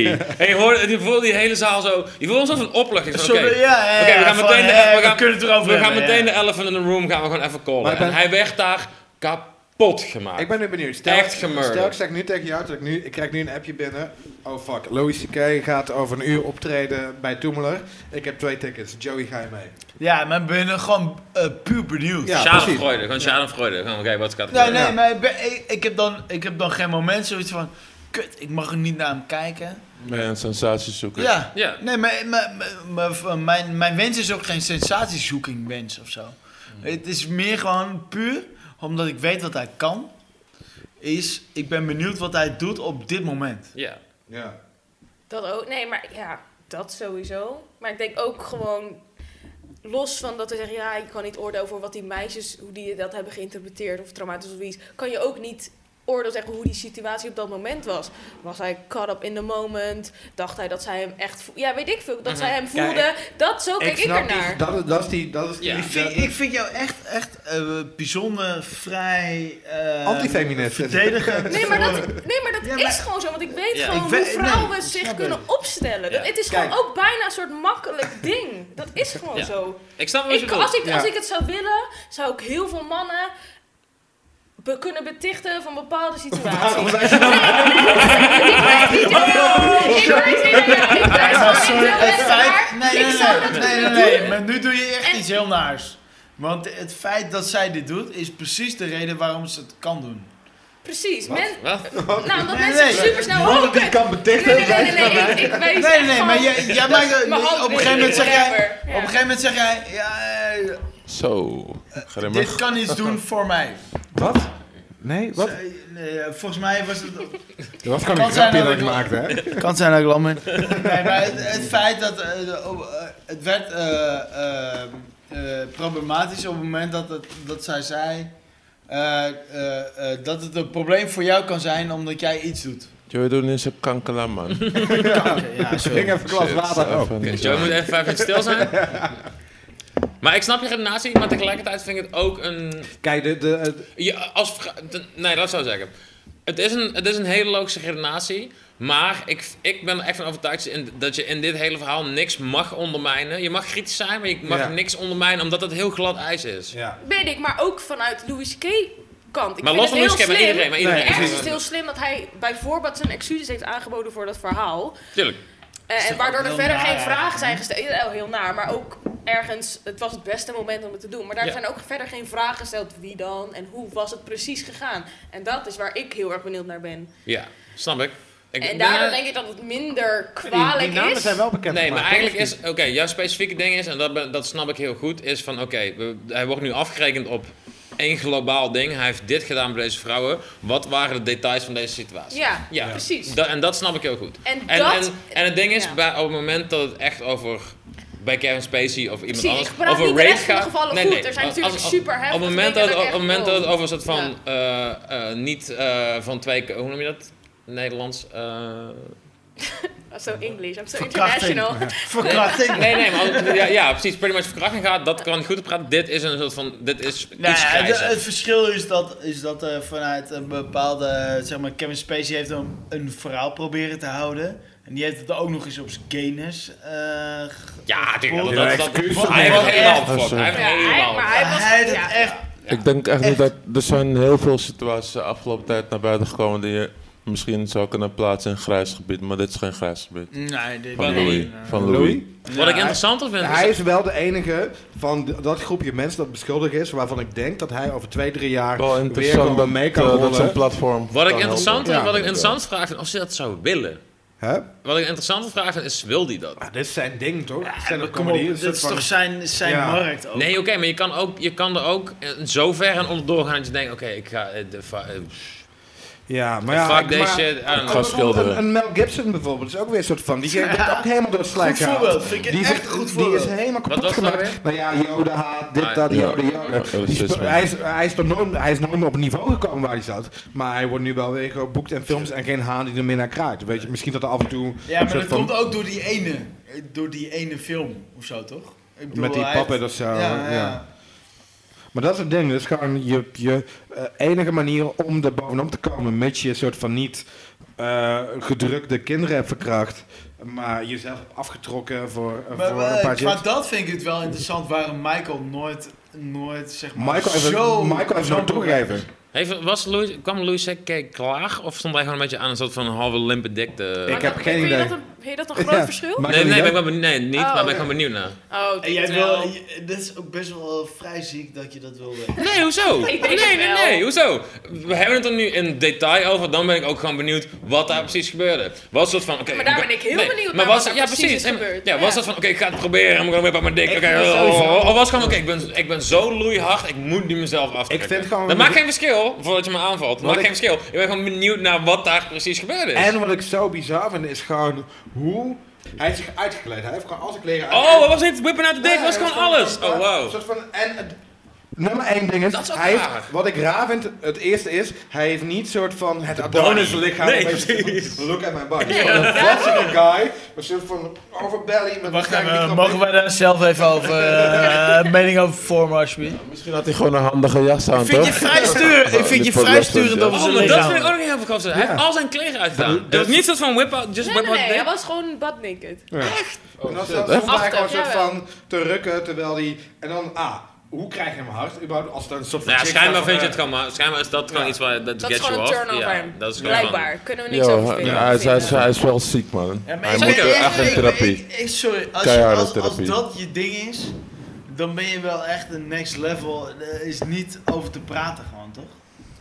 Speaker 1: je, hoorde, je voelde die hele zaal zo... Je voelde een soort van opluchting. van,
Speaker 2: Zo,
Speaker 1: oké,
Speaker 2: ja, ja, ja,
Speaker 1: oké, we gaan
Speaker 2: van,
Speaker 1: meteen de- we
Speaker 2: eh, we
Speaker 1: gaan-
Speaker 2: kunnen het erover
Speaker 1: we gaan
Speaker 2: hebben,
Speaker 1: meteen de
Speaker 2: ja.
Speaker 1: elephant in the room gaan we gewoon even callen.
Speaker 3: Maar ben-
Speaker 1: En hij werd daar kapot gemaakt.
Speaker 3: Ik ben nu benieuwd. Stel,
Speaker 1: Echt gemurderd.
Speaker 3: Stel, ik zeg nu tegen jou, dat ik, nu, ik krijg nu een appje binnen. Oh fuck, Louis C.K. gaat over een uur optreden bij Toemeler. Ik heb twee tickets. Joey, ga je mee?
Speaker 2: Ja, maar ik ben gewoon eh, puur benieuwd.
Speaker 3: Ja, precies.
Speaker 1: Schadenfreude, gewoon schadenfreude. Gewoon, oké, wat gaat er
Speaker 2: Nee, nee,
Speaker 3: Ja.
Speaker 2: maar ik, ben- ik, ik heb dan, ik heb dan geen moment zoiets van... Kut, ik mag er niet naar hem kijken.
Speaker 4: Ben je een sensatiezoeker?
Speaker 2: Ja.
Speaker 1: Ja.
Speaker 2: Nee, maar, maar, maar- maar- mijn, mijn wens is ook geen sensatiezoeking wens of zo.
Speaker 3: Mm.
Speaker 2: Het is meer gewoon puur, omdat ik weet wat hij kan. Is, ik ben benieuwd wat hij doet op dit moment.
Speaker 1: Ja.
Speaker 3: Ja.
Speaker 6: Dat ook, nee, maar ja, dat sowieso. Maar ik denk ook gewoon, los van dat we zeggen, ja, ik kan niet oordelen over wat die meisjes, hoe die dat hebben geïnterpreteerd of traumatisch of iets, kan je ook niet oordeel zeggen hoe die situatie op dat moment was. Was hij caught up in the moment? Dacht hij dat zij hem echt voelde? Ja, weet ik veel. Dat zij hem
Speaker 3: Kijk,
Speaker 6: voelde. dat zo kijk ik,
Speaker 3: snap die-
Speaker 6: ernaar.
Speaker 3: Dat, dat is die... Dat is die
Speaker 1: Ja.
Speaker 2: Ik vind, ik vind jou echt, echt eh, bijzonder, vrij... eh,
Speaker 3: Antifeminist.
Speaker 2: Verdedigend.
Speaker 6: Nee, maar dat, nee, maar dat
Speaker 2: Ja, maar-
Speaker 6: is gewoon zo. Want ik weet
Speaker 1: Ja.
Speaker 6: gewoon
Speaker 2: Ik weet-
Speaker 6: hoe vrouwen
Speaker 2: nee, ik
Speaker 6: zich
Speaker 2: snap
Speaker 6: kunnen
Speaker 2: het.
Speaker 6: opstellen. Dat,
Speaker 1: Ja.
Speaker 6: het is
Speaker 3: Kijk.
Speaker 6: gewoon ook bijna een soort makkelijk ding. Dat is gewoon
Speaker 1: Ja.
Speaker 6: zo.
Speaker 1: Ik snap wat je
Speaker 6: Ik,
Speaker 1: bedoelt.
Speaker 6: als, ik,
Speaker 3: Ja.
Speaker 6: als ik het zou willen, zou ik heel veel mannen be- kunnen betichten van bepaalde situaties.
Speaker 3: Waarom zijn ze nou-
Speaker 6: Ik weet niet, ja, ik weet
Speaker 2: Ja,
Speaker 6: het
Speaker 2: Oh, sorry,
Speaker 6: wel, maar
Speaker 2: het feit... Nee,
Speaker 6: ik
Speaker 2: nee,
Speaker 6: zou dat
Speaker 2: nee, nee,
Speaker 6: niet
Speaker 2: nee,
Speaker 6: doen.
Speaker 2: maar nu doe je echt
Speaker 6: En-
Speaker 2: iets heel naars. Want het feit dat zij dit doet, is precies de reden waarom ze het kan doen.
Speaker 6: Precies. Men,
Speaker 1: Wat?
Speaker 6: nou, omdat
Speaker 2: Nee,
Speaker 6: mensen
Speaker 2: nee.
Speaker 6: super snel...
Speaker 3: Mannen die kan
Speaker 6: Nee, nee,
Speaker 3: betichten.
Speaker 6: nee, nee, nee, ik, ik weet
Speaker 2: Nee,
Speaker 6: echt
Speaker 2: nee, maar
Speaker 6: gewoon-
Speaker 2: jij, jij maakt...
Speaker 6: mijn hand
Speaker 2: Op een gegeven moment
Speaker 6: weten,
Speaker 2: zeg jij...
Speaker 6: whatever.
Speaker 2: Op een
Speaker 6: Ja.
Speaker 2: gegeven moment zeg jij... Ja, eh,
Speaker 4: Zo.
Speaker 3: Eh,
Speaker 4: Ga er maar
Speaker 2: dit kan iets doen voor mij.
Speaker 3: Wat? Nee, wat?
Speaker 2: Eh, nee, eh, volgens mij was het...
Speaker 3: Dat was gewoon
Speaker 2: Kan
Speaker 3: een
Speaker 2: zijn
Speaker 3: grapje dat
Speaker 2: dat
Speaker 3: ik
Speaker 2: ik-
Speaker 3: maakte, hè?
Speaker 2: Kan zijn dat ik lam ben. Nee, maar het, het feit dat... eh, de- op- eh, het werd eh, eh, eh, problematisch op het moment dat, het, dat zij zei... eh, eh, eh, dat het een probleem voor jou kan zijn omdat jij iets doet.
Speaker 4: Joey doet nu zijn kankela, man.
Speaker 2: Ja,
Speaker 3: Ik ging even een glas water Oh,
Speaker 4: Oh.
Speaker 3: op.
Speaker 1: Oké, Joe, moet even vijf minuten stil zijn. Maar ik snap je redenatie, maar tegelijkertijd vind ik het ook een...
Speaker 3: Kijk, de... de het-
Speaker 1: Je, als, vra- de- nee, dat zou ik zeggen. Het is, een, het is een hele logische redenatie, maar ik, ik ben er echt van overtuigd in- dat je in dit hele verhaal niks mag ondermijnen. Je mag kritisch zijn, maar je mag
Speaker 3: Ja.
Speaker 1: niks ondermijnen omdat het heel glad ijs is.
Speaker 3: Ja.
Speaker 6: Weet ik, maar ook vanuit Louis C.K. kant. Ik
Speaker 1: Maar los
Speaker 6: vind het
Speaker 1: van
Speaker 6: heel
Speaker 1: Louis C.K., maar
Speaker 6: slim.
Speaker 1: iedereen, maar iedereen.
Speaker 6: Ergens is het heel slim dat hij bijvoorbeeld zijn excuses heeft aangeboden voor dat verhaal.
Speaker 1: Tuurlijk.
Speaker 6: Eh, en
Speaker 2: toch
Speaker 6: waardoor
Speaker 2: ook
Speaker 6: er
Speaker 2: heel
Speaker 6: verder
Speaker 2: naar
Speaker 6: geen
Speaker 2: eigenlijk,
Speaker 6: vragen
Speaker 1: Hm.
Speaker 6: zijn gesteld. Ja, Heel naar, maar ook ergens, het was het beste moment om het te doen. Maar daar
Speaker 1: Ja.
Speaker 6: zijn ook verder geen vragen gesteld. Wie dan en hoe was het precies gegaan? En dat is waar ik heel erg benieuwd naar ben.
Speaker 1: Ja, snap ik. ik
Speaker 6: en
Speaker 1: ben eh,
Speaker 6: daardoor
Speaker 1: er-
Speaker 6: denk ik dat het minder
Speaker 3: Die, die
Speaker 6: kwalijk
Speaker 3: namen
Speaker 6: is.
Speaker 3: zijn wel bekend
Speaker 1: Nee, maar
Speaker 3: gemaakt,
Speaker 1: eigenlijk
Speaker 3: toch?
Speaker 1: is, oké, jouw specifieke ding is, en dat, ben- dat snap ik heel goed, is van oké, we- hij wordt nu afgerekend op één globaal ding. Hij heeft dit gedaan bij deze vrouwen. Wat waren de details van deze situatie?
Speaker 6: Ja,
Speaker 1: Ja.
Speaker 6: precies.
Speaker 1: Da- en dat snap ik heel goed.
Speaker 6: en,
Speaker 1: En,
Speaker 6: dat...
Speaker 1: en, en het ding is,
Speaker 6: ja.
Speaker 1: bij, op het moment dat het echt over bij Kevin Spacey of iemand
Speaker 6: Precies,
Speaker 1: anders
Speaker 6: ik praat
Speaker 1: over
Speaker 6: niet de
Speaker 1: rape
Speaker 6: rest van de
Speaker 1: gaat-
Speaker 6: gevallen
Speaker 1: nee,
Speaker 6: goed.
Speaker 1: nee,
Speaker 6: Er zijn
Speaker 1: als-
Speaker 6: natuurlijk
Speaker 1: als-
Speaker 6: super
Speaker 1: op
Speaker 6: heftige
Speaker 1: het moment
Speaker 6: dingen
Speaker 1: dat, op
Speaker 6: dat
Speaker 1: het
Speaker 6: ik echt
Speaker 1: moment
Speaker 6: wil.
Speaker 1: dat het over een soort van eh, eh, niet eh, van twee hoe noem je dat? Nederlands. eh,
Speaker 6: I'm so Oh, English, I'm so
Speaker 2: Verkrachting.
Speaker 6: international.
Speaker 2: Verkrachting.
Speaker 1: Nee, nee, maar als het- ja, ja, precies. Pretty much verkrachting gaat, dat kan ik goed praten. Dit is een soort van, dit is
Speaker 2: Nou
Speaker 1: iets
Speaker 2: ja, het,
Speaker 1: grijzer.
Speaker 2: het verschil is dat, is dat eh, vanuit een bepaalde, eh, zeg maar, Kevin Spacey heeft een, een verhaal proberen te houden. En die heeft het ook nog eens op zijn gayness. eh, ge-
Speaker 1: Ja, ik denk dat-
Speaker 2: Ja,
Speaker 1: dat- dat-
Speaker 5: excuus
Speaker 1: dat-
Speaker 5: voor
Speaker 1: Hij heeft
Speaker 2: mij.
Speaker 1: helemaal gefokt. Hij
Speaker 6: Ja,
Speaker 1: heeft
Speaker 6: hij,
Speaker 1: helemaal
Speaker 6: maar hij was...
Speaker 2: hij heeft
Speaker 6: ja.
Speaker 2: het echt
Speaker 4: Ik denk echt,
Speaker 2: Echt.
Speaker 4: dat er zijn heel veel situaties de afgelopen tijd naar buiten gekomen die je misschien zou kunnen plaatsen in een grijs gebied, maar dit is geen grijs gebied.
Speaker 2: Nee, dit
Speaker 4: Van
Speaker 1: Nee.
Speaker 4: Louis. Van Louis.
Speaker 1: Wat ik interessanter vind,
Speaker 3: Hij
Speaker 1: is...
Speaker 3: is wel de enige van d- dat groepje mensen dat beschuldigd is, waarvan ik denk dat hij over twee, drie jaar
Speaker 4: Wel
Speaker 3: weer gewoon
Speaker 4: interessant dat,
Speaker 3: mee kan
Speaker 4: eh, dat
Speaker 3: rollen.
Speaker 4: zo'n platform.
Speaker 1: Wat ik
Speaker 4: kan
Speaker 1: interessant,
Speaker 3: Ja.
Speaker 1: wat ik interessant vraag vind, of ze dat zou willen.
Speaker 3: Hè?
Speaker 1: Wat ik interessant vraag vind, is wil die dat?
Speaker 3: Ah, dit is zijn ding, toch? Stand-up
Speaker 2: Kom
Speaker 3: comedy,
Speaker 2: op,
Speaker 3: een soort
Speaker 2: dat is
Speaker 3: van-
Speaker 2: toch zijn, zijn
Speaker 3: Ja.
Speaker 2: markt ook?
Speaker 1: Nee, oké, maar je kan, ook, je kan er ook eh, zo ver aan onderdoor gaan dat je denkt, oké, ik ga... eh, de fa- eh,
Speaker 3: Ja, maar ja...
Speaker 1: fuck
Speaker 3: maar-
Speaker 1: deze shit, I don't know.
Speaker 4: Ik ga schilderen.
Speaker 3: Een, een Mel Gibson bijvoorbeeld is ook weer een soort van. Die gaat ook helemaal door het slijk
Speaker 2: Goed voorbeeld, vind ik
Speaker 3: Die,
Speaker 2: echt
Speaker 3: is-
Speaker 2: een goed
Speaker 3: die
Speaker 2: voorbeeld.
Speaker 3: is helemaal kapot
Speaker 1: was dat
Speaker 3: gemaakt. Nou ja, Joden haat, dit,
Speaker 1: Ah,
Speaker 3: dat,
Speaker 4: ja.
Speaker 3: Joden,
Speaker 4: Ja,
Speaker 3: Joden. Die
Speaker 2: dus
Speaker 4: racisme.
Speaker 3: sp- Hij is- hij is nog nooit- hij is nooit meer op het niveau gekomen waar hij zat. Maar hij wordt nu wel weer geboekt en films en geen haan die er meer naar kraakt. Weet je, misschien dat er af en toe...
Speaker 2: Ja,
Speaker 3: een
Speaker 2: maar
Speaker 3: soort
Speaker 2: dat
Speaker 3: van-
Speaker 2: komt ook door die ene, eh, door die ene film of zo, toch? Ik bedoel,
Speaker 3: Met die
Speaker 2: hij-
Speaker 3: pappen of zo.
Speaker 2: Ja, ja.
Speaker 3: ja. Maar dat is het ding, dat is gewoon je, je eh, enige manier om er bovenop te komen, mits je een soort van niet eh, gedrukte kinderen hebt verkracht, maar jezelf hebt afgetrokken voor, eh,
Speaker 2: Maar,
Speaker 3: voor
Speaker 2: eh,
Speaker 3: een paar
Speaker 2: qua
Speaker 3: shit.
Speaker 2: dat vind ik het wel interessant, waarom Michael nooit, nooit zeg maar,
Speaker 3: Michael heeft,
Speaker 2: zo...
Speaker 3: het, Michael heeft
Speaker 2: zo'n
Speaker 3: het
Speaker 2: probleem.
Speaker 3: toegegeven.
Speaker 1: Heeft- was Louis, kwam Louis C.K. klaar of stond hij gewoon een beetje aan een soort van halve limpe dikte?
Speaker 3: Ik heb
Speaker 6: Maar
Speaker 3: geen
Speaker 6: vind je
Speaker 3: idee.
Speaker 6: dat een- Vind je dat een groot
Speaker 3: Ja.
Speaker 6: verschil?
Speaker 3: Maar-
Speaker 1: Nee, nee,
Speaker 3: Maakt
Speaker 1: ben ik
Speaker 3: dat
Speaker 1: ben benieuwd, nee, niet,
Speaker 6: Oh,
Speaker 1: maar ben ik
Speaker 6: ja.
Speaker 1: wel benieuwd naar.
Speaker 6: Oh,
Speaker 2: En
Speaker 6: dit
Speaker 2: jij
Speaker 6: wel.
Speaker 2: wil, je- dit is ook best wel eh, vrij ziek dat je dat wil weten.
Speaker 1: Nee, hoezo?
Speaker 6: Ik
Speaker 1: nee,
Speaker 6: denk
Speaker 1: nee,
Speaker 6: het wel.
Speaker 1: nee, hoezo? We hebben het er nu in detail over, dan ben ik ook gewoon benieuwd wat daar precies gebeurde. Was dat van, oké...
Speaker 6: Maar daar
Speaker 1: ik-
Speaker 6: ben ik heel benieuwd
Speaker 1: maar
Speaker 6: naar
Speaker 1: was,
Speaker 6: wat
Speaker 1: ja,
Speaker 6: daar precies is
Speaker 1: en-
Speaker 6: gebeurd.
Speaker 1: Ja, was
Speaker 6: Ja.
Speaker 1: dat van, oké, ik ga het proberen, I'm gonna whip out my dick,
Speaker 3: Ik
Speaker 1: oké,
Speaker 3: vind
Speaker 1: oh,
Speaker 3: het
Speaker 1: oh,
Speaker 3: sowieso-
Speaker 1: oh, of was gewoon, oké, ik ben, ik ben zo loeihard, ik moet nu mezelf aftrekken.
Speaker 3: vind gewoon-
Speaker 1: Dat maakt geen verschil, voordat je me aanvalt, dat
Speaker 3: Wat
Speaker 1: maakt geen
Speaker 3: ik-
Speaker 1: verschil. Ik ben gewoon benieuwd naar wat daar precies gebeurd is.
Speaker 3: En wat ik zo bizar vind is gewoon hoe hij heeft zich uitgekleed. Hij heeft gewoon al zijn kleren
Speaker 1: Oh, wat was dit? Whipping out the dick, was gewoon alles. Oh,
Speaker 3: Een
Speaker 1: wow.
Speaker 3: soort van, en het- nummer één ding is,
Speaker 1: Dat is ook
Speaker 3: hij heeft-
Speaker 1: raar.
Speaker 3: wat ik raar vind, het eerste is, hij heeft niet soort van het
Speaker 1: body.
Speaker 3: Adonis-lichaam.
Speaker 1: Nee,
Speaker 3: een beetje
Speaker 1: precies.
Speaker 3: van, Look at my body. Gewoon Een flashy guy, een soort van overbelly. Met
Speaker 2: Wacht
Speaker 3: een
Speaker 2: even,
Speaker 3: klein
Speaker 2: mogen wij daar zelf even over eh, mening over vormen, alsjeblieft?
Speaker 4: Misschien had hij gewoon een handige jas aan,
Speaker 2: Ik vind je
Speaker 4: toch?
Speaker 2: vrij sturen, ik vind je vrij sturend over
Speaker 1: Oh,
Speaker 2: zijn
Speaker 1: maar dat
Speaker 2: lichaam.
Speaker 1: vind ik ook nog heel veel Hij heeft al zijn kleren uitgedaan. Het was niet soort van whip out, just
Speaker 6: Nee,
Speaker 1: whip
Speaker 6: nee,
Speaker 1: out the
Speaker 6: nee, hij
Speaker 1: dick.
Speaker 6: was gewoon butt naked.
Speaker 3: En dan staat soms
Speaker 6: Achter,
Speaker 3: eigenlijk gewoon een soort
Speaker 6: jawel.
Speaker 3: van te rukken, terwijl hij... En dan, ah, hoe krijg je hem hard? überhaupt, Als het een soort van
Speaker 1: Nou ja,
Speaker 3: chick
Speaker 1: schijnbaar
Speaker 3: was,
Speaker 1: vind je
Speaker 3: eh,
Speaker 1: het gewoon, maar schijnbaar is dat gewoon
Speaker 3: Ja.
Speaker 1: iets waar, dat
Speaker 6: Dat
Speaker 1: gets
Speaker 6: is gewoon
Speaker 1: you
Speaker 6: een
Speaker 1: off.
Speaker 6: turn-off
Speaker 1: ja,
Speaker 6: aan hem.
Speaker 1: Dat is gewoon
Speaker 6: Blijkbaar, kunnen we niks
Speaker 4: Yo,
Speaker 6: over
Speaker 4: hij,
Speaker 6: vinden.
Speaker 4: hij is, hij, is, hij is wel ziek, man.
Speaker 2: Ja, maar
Speaker 4: hij
Speaker 2: ik-
Speaker 4: moet
Speaker 2: ik-
Speaker 1: ook
Speaker 4: echt in
Speaker 2: ik-
Speaker 4: therapie.
Speaker 2: ik- ik- Sorry, als, je-
Speaker 4: Keiharde
Speaker 2: als, als
Speaker 4: therapie.
Speaker 2: dat je ding is, dan ben je wel echt een next level. Er is niet over te praten gewoon, toch?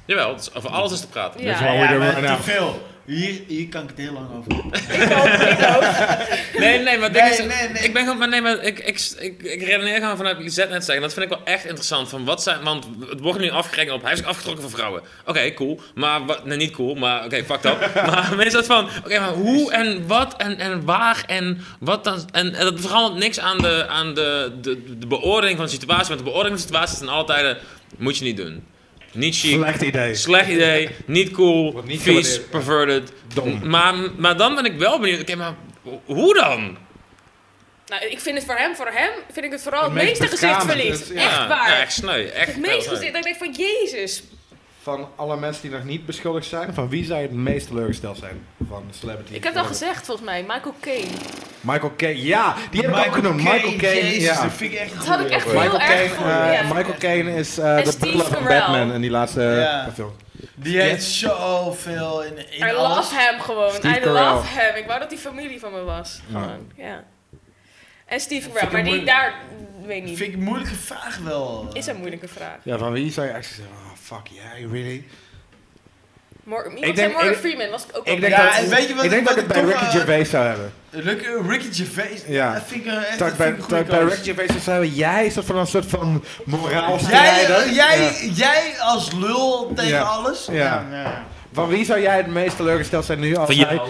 Speaker 1: Jawel, het is- over alles is te praten.
Speaker 6: Ja.
Speaker 2: Ja,
Speaker 3: we doen
Speaker 2: maar
Speaker 3: right
Speaker 2: te
Speaker 3: now.
Speaker 2: veel. Hier, hier kan ik het heel lang over doen.
Speaker 1: Nee, nee, maar het ding
Speaker 2: Nee,
Speaker 1: is-
Speaker 2: nee, nee.
Speaker 1: ik ben gewoon, maar nee, maar ik, ik, ik, ik redeneer gewoon vanuit wat Lisette net zeggen. Dat vind ik wel echt interessant. Van wat zijn, want het wordt nu afgerekend op, hij is afgetrokken van vrouwen. Oké, cool. Maar, wat, nee, niet cool, maar oké, fuck dat. maar mensen dat van, oké, maar hoe en wat en, en waar en wat dan. En, en dat verandert niks aan, de, aan de, de, de beoordeling van de situatie. Want de beoordeling van de situatie is in alle tijden, moet je niet doen. Niet chic,
Speaker 3: eh, Slecht idee.
Speaker 1: Slecht idee, niet cool,
Speaker 3: Wordt niet
Speaker 1: vies,
Speaker 3: gewaardeerd.
Speaker 1: perverted.
Speaker 3: Dom.
Speaker 1: Maar, maar dan ben ik wel benieuwd, oké, maar hoe dan?
Speaker 6: Nou, ik vind het voor hem, voor hem vind ik het vooral het
Speaker 3: Het meest
Speaker 6: meeste
Speaker 3: beschamend
Speaker 6: gezichtsverlies.
Speaker 3: is,
Speaker 6: Echt waar.
Speaker 1: Ja, echt sneu. Echt
Speaker 6: het meest
Speaker 1: wel
Speaker 6: gezicht,
Speaker 1: sneu.
Speaker 6: dat ik denk van, jezus.
Speaker 3: Van alle mensen die nog niet beschuldigd zijn, van wie zou je het meest teleurgesteld zijn? Van de celebrity.
Speaker 6: Ik heb het al gezegd, volgens mij. Michael Caine.
Speaker 3: Michael Caine, ja, die heb ik ook genoemd. Michael Caine,
Speaker 2: Jezus,
Speaker 3: ja.
Speaker 2: dat vind ik echt
Speaker 6: Dat had ik echt heel
Speaker 3: Michael Caine,
Speaker 6: erg gevonden,
Speaker 3: eh,
Speaker 6: ja.
Speaker 3: Michael Caine is eh, de
Speaker 6: Steve
Speaker 3: butler van
Speaker 6: Carell.
Speaker 3: Batman in die laatste
Speaker 2: Ja.
Speaker 3: eh, film.
Speaker 2: Die heeft zoveel in, in
Speaker 6: I
Speaker 2: alles.
Speaker 6: love hem gewoon.
Speaker 3: Steve
Speaker 6: I
Speaker 3: Carell.
Speaker 6: love hem. Ik wou dat die familie van me was. Gewoon, ja. En Steve Carell,
Speaker 2: ik
Speaker 6: maar
Speaker 2: een
Speaker 6: die
Speaker 2: moeilijk-
Speaker 6: daar, weet niet.
Speaker 2: Vind ik een moeilijke vraag wel.
Speaker 6: Is een moeilijke vraag.
Speaker 3: Ja, van wie zou je echt zeggen, oh fuck yeah, really?
Speaker 6: Morgan,
Speaker 3: Ik
Speaker 6: iemand zei
Speaker 3: denk-
Speaker 6: Morgan
Speaker 3: ik-
Speaker 6: Freeman, was ik ook
Speaker 3: Ik
Speaker 6: al
Speaker 3: denk
Speaker 2: Ja,
Speaker 6: bij.
Speaker 3: dat,
Speaker 2: en weet je wat
Speaker 3: ik, denk
Speaker 2: ik-
Speaker 3: dat ik
Speaker 2: wat
Speaker 3: het bij
Speaker 2: ik
Speaker 3: Ricky
Speaker 2: toch, eh,
Speaker 3: Gervais zou hebben.
Speaker 2: Rick- Ricky Gervais,
Speaker 3: Ja.
Speaker 2: dat vind ik een echt
Speaker 3: Dat
Speaker 2: dat
Speaker 3: ik bij,
Speaker 2: vind ik een
Speaker 3: dat ik
Speaker 2: goede
Speaker 3: bij
Speaker 2: kans.
Speaker 3: Ricky Gervais zou hebben, jij is dat van een soort van
Speaker 2: Jij, eh,
Speaker 3: moraalstrijder.
Speaker 2: jij,
Speaker 3: Ja.
Speaker 2: jij als lul tegen
Speaker 3: Ja.
Speaker 2: alles.
Speaker 3: Ja.
Speaker 2: ja.
Speaker 3: Van wie zou jij het meest teleurgesteld zijn nu als
Speaker 1: Van
Speaker 3: hij, eh,
Speaker 1: jou.